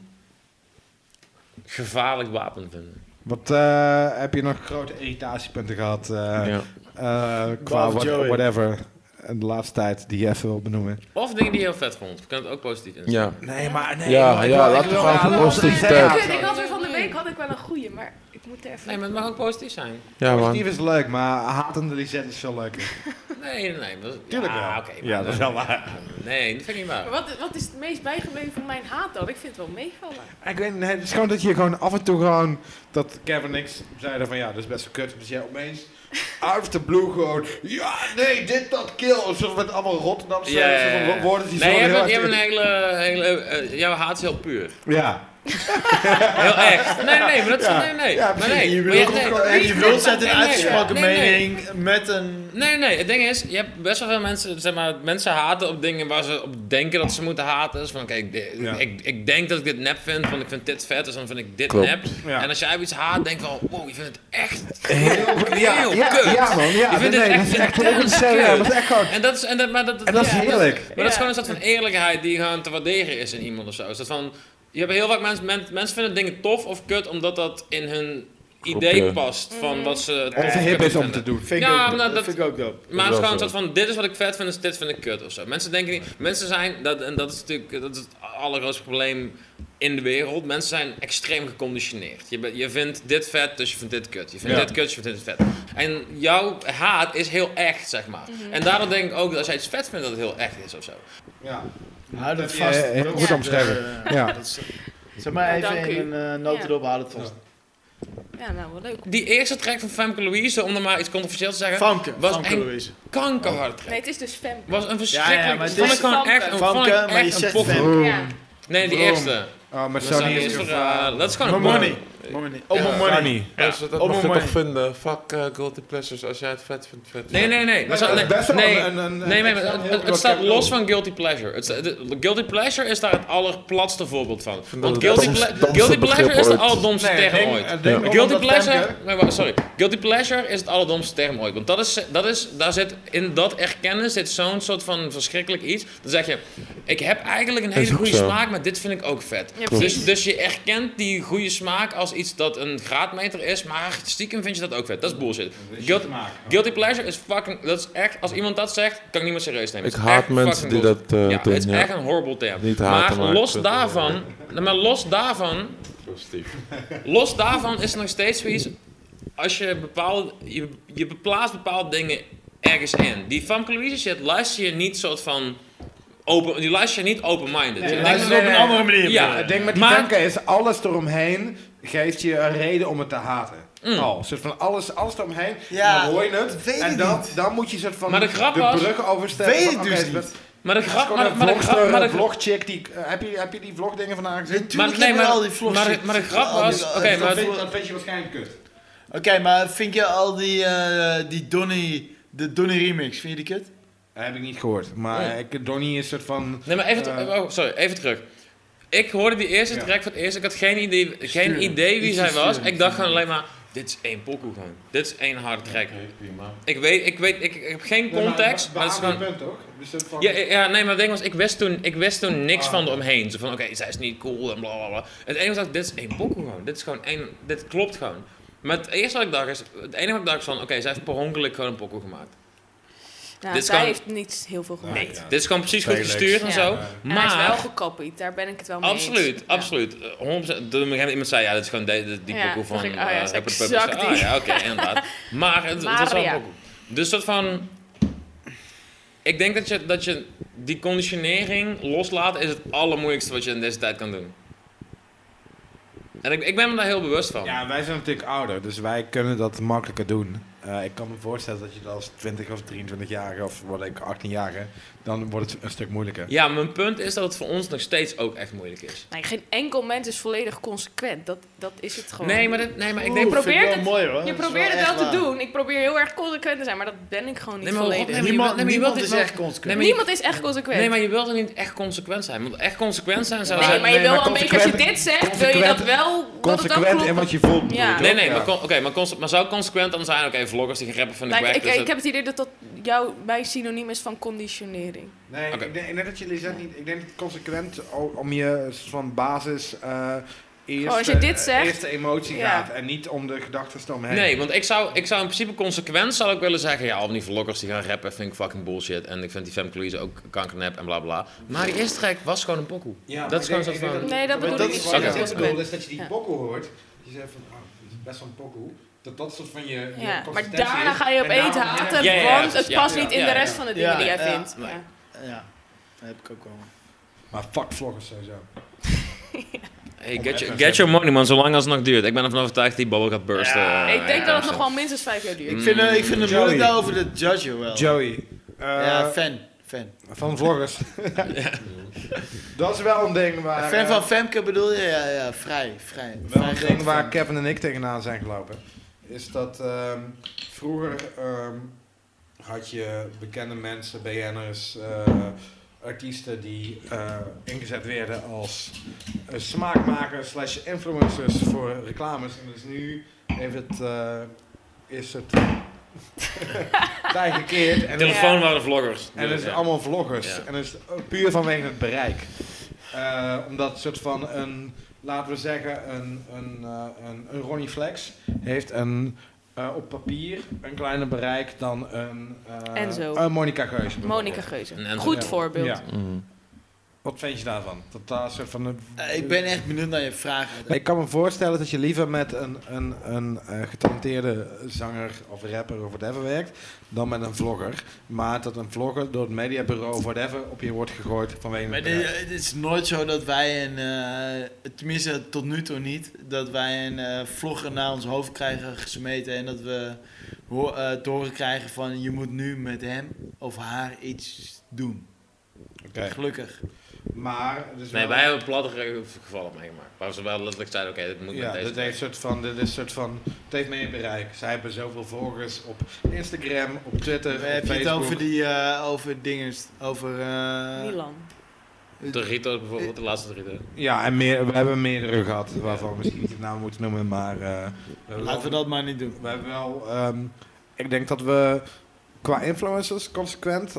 Speaker 1: gevaarlijk wapen vinden.
Speaker 3: Wat eh, heb je nog grote irritatiepunten gehad eh, eh, qua
Speaker 2: Behalve
Speaker 3: what-
Speaker 2: Joey.
Speaker 3: whatever in de laatste tijd die je even wil benoemen?
Speaker 1: Of dingen die je heel vet vond. Ik kan het ook positief in.
Speaker 4: Ja.
Speaker 3: Nee, maar nee.
Speaker 8: Ja, maar ik ja, wil- laten ik we wil- gaan voor laten we- positiviteit.
Speaker 6: Kut, Oh, ik had er van de week had ik wel een goeie, maar ik moet er even...
Speaker 1: Nee, maar het mag ook positief zijn.
Speaker 4: Ja, man.
Speaker 3: Positief is leuk, maar hatende Lisette is veel leuker.
Speaker 1: Nee, nee, nee. Dat,
Speaker 3: Tuurlijk
Speaker 1: ja,
Speaker 3: wel.
Speaker 1: oké, maar-
Speaker 3: Ja, dat is wel waar.
Speaker 1: Nee, dat vind ik niet waar.
Speaker 6: Maar wat, wat is het meest bijgebleven van mijn haat dan? Ik vind het wel meevallen.
Speaker 3: Ik weet niet, het is gewoon dat je gewoon af en toe gewoon... Dat Kevin niks zeiden van ja, dat is best wel kut. Dus jij opeens out of the blue gewoon... Ja, nee, dit, dat, kill. Of zo met allemaal Rotterdamse
Speaker 1: Ja, ja, ja.
Speaker 3: zo van woorden die
Speaker 1: Nee,
Speaker 3: zo
Speaker 1: je
Speaker 3: heel
Speaker 1: hebt,
Speaker 3: erg-
Speaker 1: je hebt een hele... hele eh, jouw haat is heel puur.
Speaker 3: Ja.
Speaker 1: Heel echt. Nee, nee, maar dat is...
Speaker 3: Ja.
Speaker 1: Nee, nee.
Speaker 3: Ja,
Speaker 1: maar
Speaker 3: precies.
Speaker 1: nee.
Speaker 3: Je
Speaker 1: maar je-
Speaker 3: wilt
Speaker 1: nee.
Speaker 3: gewoon
Speaker 2: En je wilt zetten een
Speaker 1: Nee, nee,
Speaker 2: uitgesproken
Speaker 1: nee, nee.
Speaker 2: mening met een...
Speaker 1: Nee, nee, het ding is, je hebt best wel veel mensen, zeg maar, mensen haten op dingen waar ze op denken dat ze moeten haten. Dus van, kijk, ik,
Speaker 3: Ja.
Speaker 1: ik, ik denk dat ik dit nep vind, want ik vind dit vet, dus dan vind ik dit
Speaker 8: Klopt.
Speaker 1: nep.
Speaker 3: Ja.
Speaker 1: En als jij op iets haat, denk van, wow, je vindt het echt
Speaker 3: Heel, ja,
Speaker 1: heel
Speaker 3: ja,
Speaker 1: kut.
Speaker 3: ja, man. Ja,
Speaker 1: Je vindt
Speaker 3: nee,
Speaker 1: het
Speaker 3: dat is
Speaker 1: echt
Speaker 3: echt intens.
Speaker 1: intens
Speaker 3: Ja,
Speaker 1: kut.
Speaker 3: dat is echt gewoon...
Speaker 1: En dat is, en dat, maar dat,
Speaker 3: En dat is
Speaker 1: ja,
Speaker 3: heerlijk.
Speaker 1: Maar dat is
Speaker 6: Ja.
Speaker 1: gewoon een soort van eerlijkheid die gewoon te waarderen is in iemand of zo. Is dat van, je hebt heel vaak mensen, men- mensen vinden dingen tof of kut omdat dat in hun idee
Speaker 8: Groepje.
Speaker 1: past van wat ze tof
Speaker 3: Of
Speaker 1: of
Speaker 3: hip
Speaker 1: kut
Speaker 3: is om
Speaker 1: vinden.
Speaker 3: te doen.
Speaker 2: Vind ik
Speaker 1: Ja,
Speaker 2: ook-
Speaker 1: maar dat-
Speaker 2: dat vind ik ook dope.
Speaker 1: Maar het is
Speaker 8: wel
Speaker 1: gewoon een soort van, dit is wat ik vet vind, dus dit vind ik kut of zo. Mensen denken niet, mensen zijn, dat, en dat is natuurlijk dat is het allergrootste probleem in de wereld, mensen zijn extreem geconditioneerd. Je, bent- je vindt dit vet, dus je vindt dit kut. Je vindt
Speaker 3: Ja.
Speaker 1: dit kut, dus je vindt dit vet. En jouw haat is heel echt, zeg maar.
Speaker 2: Mhm.
Speaker 1: En daardoor denk ik ook dat als jij iets vet vindt, dat het heel echt is of zo.
Speaker 3: Ja.
Speaker 2: Houd het
Speaker 3: Ja,
Speaker 2: vast.
Speaker 3: ja, heel
Speaker 2: Dat
Speaker 3: goed
Speaker 2: is,
Speaker 3: omschreven.
Speaker 2: eh,
Speaker 3: Ja.
Speaker 2: dat is- Zeg maar
Speaker 6: Nou,
Speaker 2: even
Speaker 6: dank
Speaker 2: in een eh,
Speaker 6: Ja.
Speaker 2: notendop, houd het vast.
Speaker 6: Ja, nou, wel leuk.
Speaker 1: Die eerste track van Femke Louise, om er maar iets controversieels te zeggen,
Speaker 2: Famke,
Speaker 1: Was
Speaker 2: Famke
Speaker 1: eng-
Speaker 2: Louise.
Speaker 1: kankerhard track.
Speaker 6: Nee, het is dus fem.
Speaker 1: Was een
Speaker 2: Oh. Ja, ja,
Speaker 1: verschrikkelijk,
Speaker 2: maar het
Speaker 1: vond
Speaker 2: is-
Speaker 1: ik gewoon echt een, vond ik
Speaker 2: Famke, maar je
Speaker 1: echt een
Speaker 2: zegt
Speaker 1: pochel.
Speaker 2: Fem.
Speaker 6: Ja. Nou,
Speaker 1: Nee, die
Speaker 3: Waarom?
Speaker 1: eerste.
Speaker 3: Oh, maar
Speaker 1: Dat is
Speaker 3: Sony is
Speaker 1: eerste,
Speaker 3: gevraagd.
Speaker 1: eh, dat is gewoon
Speaker 2: Oh,
Speaker 1: een
Speaker 2: money. Money. Oh, my money.
Speaker 4: Dus dat
Speaker 2: Oh,
Speaker 4: mag je
Speaker 2: mooi.
Speaker 4: toch vinden. Fuck eh, guilty pleasures. Als jij het vet vindt, vet.
Speaker 1: Nee, nee, nee. Maar
Speaker 3: Nee,
Speaker 1: zo-
Speaker 3: maar
Speaker 1: nee,
Speaker 3: het is best wel
Speaker 1: nee,
Speaker 3: een- een-
Speaker 1: nee, nee,
Speaker 3: een-
Speaker 1: maar het-
Speaker 3: een-
Speaker 1: het, het staat los van guilty pleasure. Het, sta- de- guilty pleasure is daar het allerplatste voorbeeld van. Want
Speaker 4: het
Speaker 1: guilty,
Speaker 8: domst-
Speaker 1: ple-
Speaker 8: domste
Speaker 1: guilty
Speaker 8: begrip
Speaker 1: pleasure is de
Speaker 8: ooit.
Speaker 1: allerdomste term ooit.
Speaker 3: ding
Speaker 1: Maar
Speaker 3: ook
Speaker 1: Guilty
Speaker 3: omdat
Speaker 1: pleasure,
Speaker 3: Femke-
Speaker 1: nee, wacht, sorry. Guilty pleasure is het allerdomste term ooit. Want dat is, dat is, daar zit, in dat erkennen zit zo'n soort van verschrikkelijk iets. Dan zeg je, ik heb eigenlijk een
Speaker 8: Is
Speaker 1: hele
Speaker 8: ook
Speaker 1: goede
Speaker 8: zo.
Speaker 1: smaak, maar dit vind ik ook vet.
Speaker 6: Ja, precies.
Speaker 1: dus, dus je erkent die goede smaak als iets dat een graadmeter is, maar stiekem vind je dat ook vet. Dat is bullshit. Guilty, guilty pleasure is fucking, dat is echt, als iemand dat zegt, kan ik niet meer serieus nemen.
Speaker 8: Ik
Speaker 1: Het is
Speaker 8: haat
Speaker 1: echt
Speaker 8: mensen
Speaker 1: fucking
Speaker 8: die
Speaker 1: bullshit.
Speaker 8: dat eh,
Speaker 1: Ja,
Speaker 8: doen.
Speaker 1: het is
Speaker 8: ja.
Speaker 1: echt een horrible term.
Speaker 8: Niet haten,
Speaker 1: maar
Speaker 8: maar
Speaker 1: los
Speaker 8: ik vind het
Speaker 1: daarvan, maar los daarvan
Speaker 8: Positief.
Speaker 1: Los daarvan is er nog steeds zoiets. Als je bepaalde. Je, je beplaatst bepaalde dingen ergens in. Die Famke Louise shit luister je niet soort van. Open, die luister je niet open-minded. Ik denk
Speaker 2: Luister
Speaker 1: dat-
Speaker 2: het op een andere manier.
Speaker 1: Ja,
Speaker 3: Het ding met die
Speaker 1: Maar-
Speaker 3: tanken is, alles eromheen geeft je een reden om het te haten.
Speaker 1: Mm.
Speaker 3: Al, soort van alles, alles eromheen,
Speaker 2: Ja,
Speaker 3: dan hoor je het.
Speaker 2: weet
Speaker 3: en
Speaker 2: ik
Speaker 3: dan, dan moet je soort van
Speaker 1: Maar de grap was-
Speaker 3: brug oversteken.
Speaker 2: Weet
Speaker 3: van,
Speaker 2: ik
Speaker 3: oké,
Speaker 2: dus
Speaker 3: het is best-
Speaker 1: maar de
Speaker 3: het is
Speaker 1: grap.
Speaker 3: gewoon
Speaker 1: Maar,
Speaker 3: een
Speaker 1: maar de grap. Maar de
Speaker 3: vlogster,
Speaker 1: grap.
Speaker 3: vlogchick. die- eh, Heb je, heb je die vlogdingen vandaag gezien?
Speaker 1: Maar,
Speaker 2: Natuurlijk
Speaker 1: nee,
Speaker 2: hebben
Speaker 1: maar,
Speaker 2: we al die
Speaker 1: maar,
Speaker 2: vlogs.
Speaker 1: de- maar de grap was. Oké, maar.
Speaker 5: Dat vind, dat vind je waarschijnlijk kut.
Speaker 2: Oké, maar vind je al die, eh, die Donny, de Donny remix, vind je die kut?
Speaker 3: Dat heb ik niet gehoord. Maar
Speaker 1: Nee.
Speaker 3: ik, Donnie is soort van...
Speaker 1: Nee, maar even. ter-
Speaker 3: Eh.
Speaker 1: oh, sorry, even terug. Ik hoorde die eerste
Speaker 3: Ja.
Speaker 1: track voor het eerst. Ik had geen idee, geen idee wie zij was. Ik dacht gewoon alleen maar. Dit is één pokoe gewoon. Dit is één harde track. Ik weet, ik weet, ik, ik heb geen context. maar het is gewoon.
Speaker 3: punt, toch? Dus het van-
Speaker 1: Ja, ja, ja, nee, maar het ding was, ik wist toen, ik wist toen niks van eromheen. Zo van, oké, zij is niet cool en bla bla bla. Het enige was, dit is één pokoe gewoon. Dit is gewoon één, dit klopt gewoon. Maar het eerste wat ik dacht is, het enige wat ik dacht is van, oké, zij heeft per ongeluk gewoon een pokoe gemaakt.
Speaker 6: Nou,
Speaker 1: Dit
Speaker 6: hij
Speaker 1: is gewoon-
Speaker 6: heeft niet heel veel gemaakt.
Speaker 5: Ja.
Speaker 1: Dit is gewoon precies goed
Speaker 3: Felix.
Speaker 1: gestuurd en
Speaker 6: Ja.
Speaker 1: zo.
Speaker 5: Ja.
Speaker 6: En hij is
Speaker 1: Maar...
Speaker 6: wel gekopied, daar ben ik het wel mee eens.
Speaker 1: Absoluut,
Speaker 6: Ja.
Speaker 1: absoluut. Eh, 100%. Toen op een gegeven moment iemand zei, ja, dit is gewoon de, de- die
Speaker 6: Ja,
Speaker 1: pokoe van...
Speaker 6: dacht ik, oh
Speaker 1: eh,
Speaker 6: ja, is
Speaker 1: Hupper Puppers.
Speaker 6: exact
Speaker 1: Ah,
Speaker 6: die.
Speaker 1: ja, oké, inderdaad. Maar het, het is wel
Speaker 6: Maar ja.
Speaker 1: een pokoe. Dus soort van... Ik denk dat je, dat je die conditionering loslaten is het allermoeilijkste wat je in deze tijd kan doen. En ik, ik ben me daar heel bewust van.
Speaker 3: Ja, wij zijn natuurlijk ouder, dus wij kunnen dat makkelijker doen. Eh, ik kan me voorstellen dat je dat als 20 of 23 jaar of wat ik 18 jaar, dan wordt het een stuk moeilijker.
Speaker 1: Ja, mijn punt is dat het voor ons nog steeds ook echt moeilijk is.
Speaker 6: Nee, geen enkel mens is volledig consequent. Dat, dat is het gewoon.
Speaker 1: Nee, maar, dat, nee, maar ik
Speaker 6: Je
Speaker 1: denk...
Speaker 6: probeert
Speaker 2: probeer
Speaker 6: het-
Speaker 2: mooi, hoor.
Speaker 6: je
Speaker 2: Dat is
Speaker 6: probeert het
Speaker 2: echt
Speaker 6: wel te
Speaker 2: waar.
Speaker 6: doen. Ik probeer heel erg consequent te zijn, maar dat ben ik gewoon niet
Speaker 1: Nee, maar
Speaker 6: volledig.
Speaker 1: nee, maar je
Speaker 2: Niemand,
Speaker 1: wilt- nee, maar je
Speaker 2: niemand
Speaker 1: wilt
Speaker 2: is
Speaker 1: dit wel-
Speaker 2: echt consequent.
Speaker 1: Nee, maar je-
Speaker 6: Niemand is echt consequent.
Speaker 1: Nee, maar je wilt er niet echt consequent zijn. Want echt consequent zijn zou
Speaker 6: Nee,
Speaker 1: zijn...
Speaker 6: maar je wil wel een beetje, als je
Speaker 3: consequent-
Speaker 6: dit zegt, wil je dat wel... dat het wel
Speaker 3: Consequent
Speaker 6: klopt.
Speaker 3: in wat je voelt. bedoel je
Speaker 6: Ja.
Speaker 1: Nee,
Speaker 3: toch?
Speaker 1: nee,
Speaker 3: Ja.
Speaker 1: maar, kon- oké, maar, cons- maar zou consequent dan zijn? Oké, vloggers die rappen van de
Speaker 6: Lijkt-
Speaker 1: crack.
Speaker 6: ik,
Speaker 1: dus
Speaker 6: ik
Speaker 1: dat-
Speaker 6: heb het idee dat dat jou, mijn synoniem is van conditionering.
Speaker 3: Nee,
Speaker 1: Oké.
Speaker 3: ik, denk, ik denk dat jullie zeggen niet. Ik denk dat consequent o- om je soort van basis. eh eerste,
Speaker 6: als je dit zegt-
Speaker 3: eerste emotie
Speaker 6: Ja.
Speaker 3: gaat en niet om de gedachten omheen.
Speaker 1: Nee, want ik zou, ik zou in principe consequent zou ik willen zeggen... Ja, al die vloggers die gaan rappen vind ik fucking bullshit. En ik vind die Femke Louise ook kankernep en bla bla. Maar die eerste track was gewoon een pokoe.
Speaker 3: Ja,
Speaker 1: dat is
Speaker 3: maar
Speaker 1: gewoon
Speaker 3: ik
Speaker 1: zo
Speaker 3: denk- ik
Speaker 1: van...
Speaker 3: denk
Speaker 6: Nee, dat
Speaker 3: Maar
Speaker 6: bedoel
Speaker 3: dat
Speaker 6: ik
Speaker 3: is
Speaker 6: niet.
Speaker 3: wat
Speaker 1: Oké.
Speaker 3: ik dit bedoel,
Speaker 6: consequent.
Speaker 3: is dat je die
Speaker 6: Ja.
Speaker 3: bokkel hoort. Je zegt van, ah, dit is best wel een bokkel. Dat dat soort van je, je
Speaker 6: Ja, maar
Speaker 3: consistentie
Speaker 6: daarna
Speaker 3: is.
Speaker 6: ga je op
Speaker 3: En
Speaker 6: eet
Speaker 3: daarom-
Speaker 6: haten,
Speaker 1: Ja, ja, ja,
Speaker 6: want het
Speaker 1: ja,
Speaker 6: past
Speaker 1: ja,
Speaker 6: niet in
Speaker 1: ja,
Speaker 6: de
Speaker 1: ja.
Speaker 6: rest van de dingen
Speaker 2: Ja,
Speaker 6: die jij
Speaker 2: ja,
Speaker 6: vindt.
Speaker 1: nee.
Speaker 6: Ja.
Speaker 2: Ja, dat heb ik ook wel.
Speaker 3: Maar fuck vloggers sowieso.
Speaker 1: Hey, get, your, get your money man, zolang als het nog duurt. Ik ben ervan overtuigd die bubble gaat bursten.
Speaker 2: Ja,
Speaker 1: eh,
Speaker 6: Ik denk dat het
Speaker 1: zo.
Speaker 6: nog wel minstens vijf jaar duurt.
Speaker 2: Ik vind, eh, ik vind het
Speaker 3: Joey.
Speaker 2: moeilijk daarover te judgen wel.
Speaker 3: Joey. Eh,
Speaker 2: ja, fan. Fan.
Speaker 3: van vloggers. Dat is wel een ding waar...
Speaker 2: fan van Femke bedoel je? Ja, ja, vrij. Vrij.
Speaker 3: Wel
Speaker 2: vrij
Speaker 3: een ding
Speaker 2: grote
Speaker 3: waar
Speaker 2: fan.
Speaker 3: Kevin en ik tegenaan zijn gelopen, is dat ehm, vroeger ehm, had je bekende mensen, BN'ers, eh, artiesten die eh, ingezet werden als eh, smaakmakers slash influencers voor reclames. En dus nu heeft het, eh, is het tijd gekeerd en is-
Speaker 1: Mm. Telefoon waren de vloggers.
Speaker 3: en het is
Speaker 1: Ja.
Speaker 3: allemaal vloggers.
Speaker 1: Ja.
Speaker 3: En het is puur vanwege het bereik. Eh, omdat soort van een, laten we zeggen, een, een, eh, een, een Ronnie Flex heeft een, eh, op papier een kleiner bereik dan een, eh,
Speaker 6: Enzo.
Speaker 3: een Monica Geuze.
Speaker 6: Monika
Speaker 3: bijvoorbeeld.
Speaker 1: En-
Speaker 6: Geuze.
Speaker 1: en-
Speaker 6: Goed
Speaker 3: Ja.
Speaker 6: voorbeeld.
Speaker 3: Ja.
Speaker 4: Mm.
Speaker 3: Wat vind je daarvan? Dat daar soort van een-
Speaker 2: Eh, ik ben echt benieuwd naar je vragen.
Speaker 3: Ik kan me voorstellen dat je liever met een, een, een eh, getalenteerde zanger of rapper of whatever werkt, dan met een vlogger. Maar dat een vlogger door het mediabureau of whatever op je wordt gegooid vanwege
Speaker 2: Maar
Speaker 3: het
Speaker 2: dit-
Speaker 3: bedrijf.
Speaker 2: het is nooit zo dat wij een, eh, tenminste tot nu toe niet, dat wij een eh, vlogger naar ons hoofd krijgen gesmeten en dat we ho- eh, te horen krijgen van je moet nu met hem of haar iets doen.
Speaker 3: Oké.
Speaker 2: Gelukkig.
Speaker 3: Maar, dus
Speaker 1: Nee, wij hebben platte ge- gevallen meegemaakt. Waar ze wel letterlijk zeiden, oké, dit moet met
Speaker 3: Ja,
Speaker 1: deze
Speaker 3: dit heeft soort van, dit is soort van, het heeft meer bereik. Zij hebben zoveel volgers op Instagram, op Twitter, op
Speaker 2: heb je het
Speaker 3: Facebook.
Speaker 2: over die, eh, over dingen, over... eh,
Speaker 6: Milan.
Speaker 1: Doritos bijvoorbeeld, de laatste Doritos.
Speaker 3: Ja, en meer, we hebben meerdere gehad, waarvan we misschien niet de naam moeten noemen, maar... eh, we hebben
Speaker 2: Laten we
Speaker 3: wel-
Speaker 2: dat maar niet doen.
Speaker 3: We hebben wel, ehm, ik denk dat we qua influencers consequent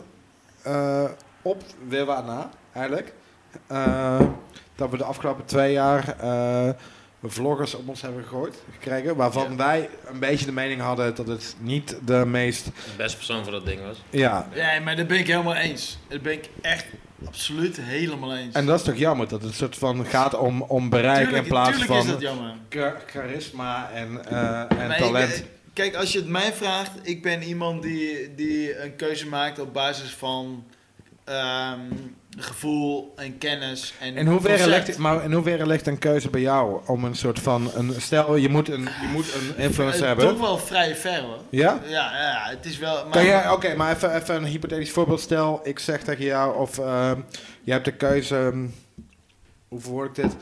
Speaker 3: eh, op weer waar na, eigenlijk. Eh, dat we de afgelopen twee jaar eh, vloggers op ons hebben gegooid, gekregen, waarvan
Speaker 2: Ja.
Speaker 3: wij een beetje de mening hadden dat het niet de meest...
Speaker 1: De beste persoon voor dat ding was.
Speaker 3: Ja,
Speaker 2: Nee, maar dat ben ik helemaal eens. Dat ben ik echt absoluut helemaal eens.
Speaker 3: En dat is toch jammer, dat het soort van gaat om, om bereik
Speaker 2: Tuurlijk-
Speaker 3: in plaats
Speaker 2: tuurlijk is
Speaker 3: van
Speaker 2: dat jammer.
Speaker 3: cha- charisma en, eh, en
Speaker 2: Maar ik-
Speaker 3: talent.
Speaker 2: eh, kijk, als je het mij vraagt, ik ben iemand die, die een keuze maakt op basis van ehm, gevoel en kennis. En
Speaker 3: in hoeverre,
Speaker 2: concept.
Speaker 3: ligt, dit- maar in hoeverre ligt een keuze bij jou om een soort van, een, stel je moet een, je moet een influencer
Speaker 2: Eh,
Speaker 3: hebben.
Speaker 2: Toch wel vrij ver hoor.
Speaker 3: Ja?
Speaker 2: Ja, ja, het is wel. Maar,
Speaker 3: Kan jij, oké, maar even, even een hypothetisch voorbeeld. Stel, ik zeg tegen jou, of eh, jij hebt de keuze, hm, hoe verwoord ik dit?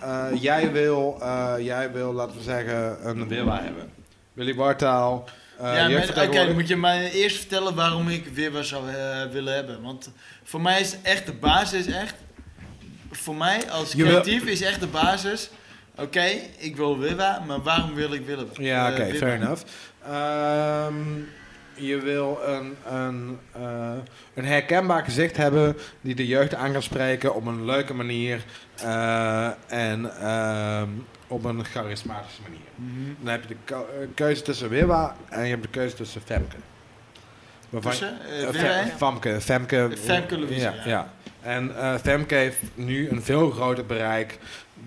Speaker 3: Eh, jij, wil, eh, jij wil, laten we zeggen, een Wilwa hebben. Willy Wartaal. eh,
Speaker 2: ja,
Speaker 3: jeugdvertegenwoordiger.
Speaker 2: maar- oké, dan moet je mij eerst vertellen waarom ik weer wat zou eh, willen hebben. Want voor mij is echt de basis echt. Voor mij als
Speaker 3: Je wil-
Speaker 2: creatief is echt de basis. Oké, ik wil Wiwa, maar waarom wil ik Willem?
Speaker 3: Ja,
Speaker 2: Eh,
Speaker 3: oké,
Speaker 2: Wibba.
Speaker 3: fair enough. Ehm, je wil een, een, eh, een herkenbaar gezicht hebben die de jeugd aan kan spreken op een leuke manier eh, en ehm, op een charismatische manier.
Speaker 2: Mhm.
Speaker 3: Dan heb je de keu- eh, keuze tussen Wilma en je hebt de keuze tussen Femke. Waarvan-
Speaker 2: Tussen, eh,
Speaker 3: Eh, Fe-
Speaker 2: Verwij-
Speaker 3: Famke. Femke.
Speaker 2: Femke Louise,
Speaker 3: Ja,
Speaker 2: ja.
Speaker 3: ja. En eh Femke heeft nu een veel groter bereik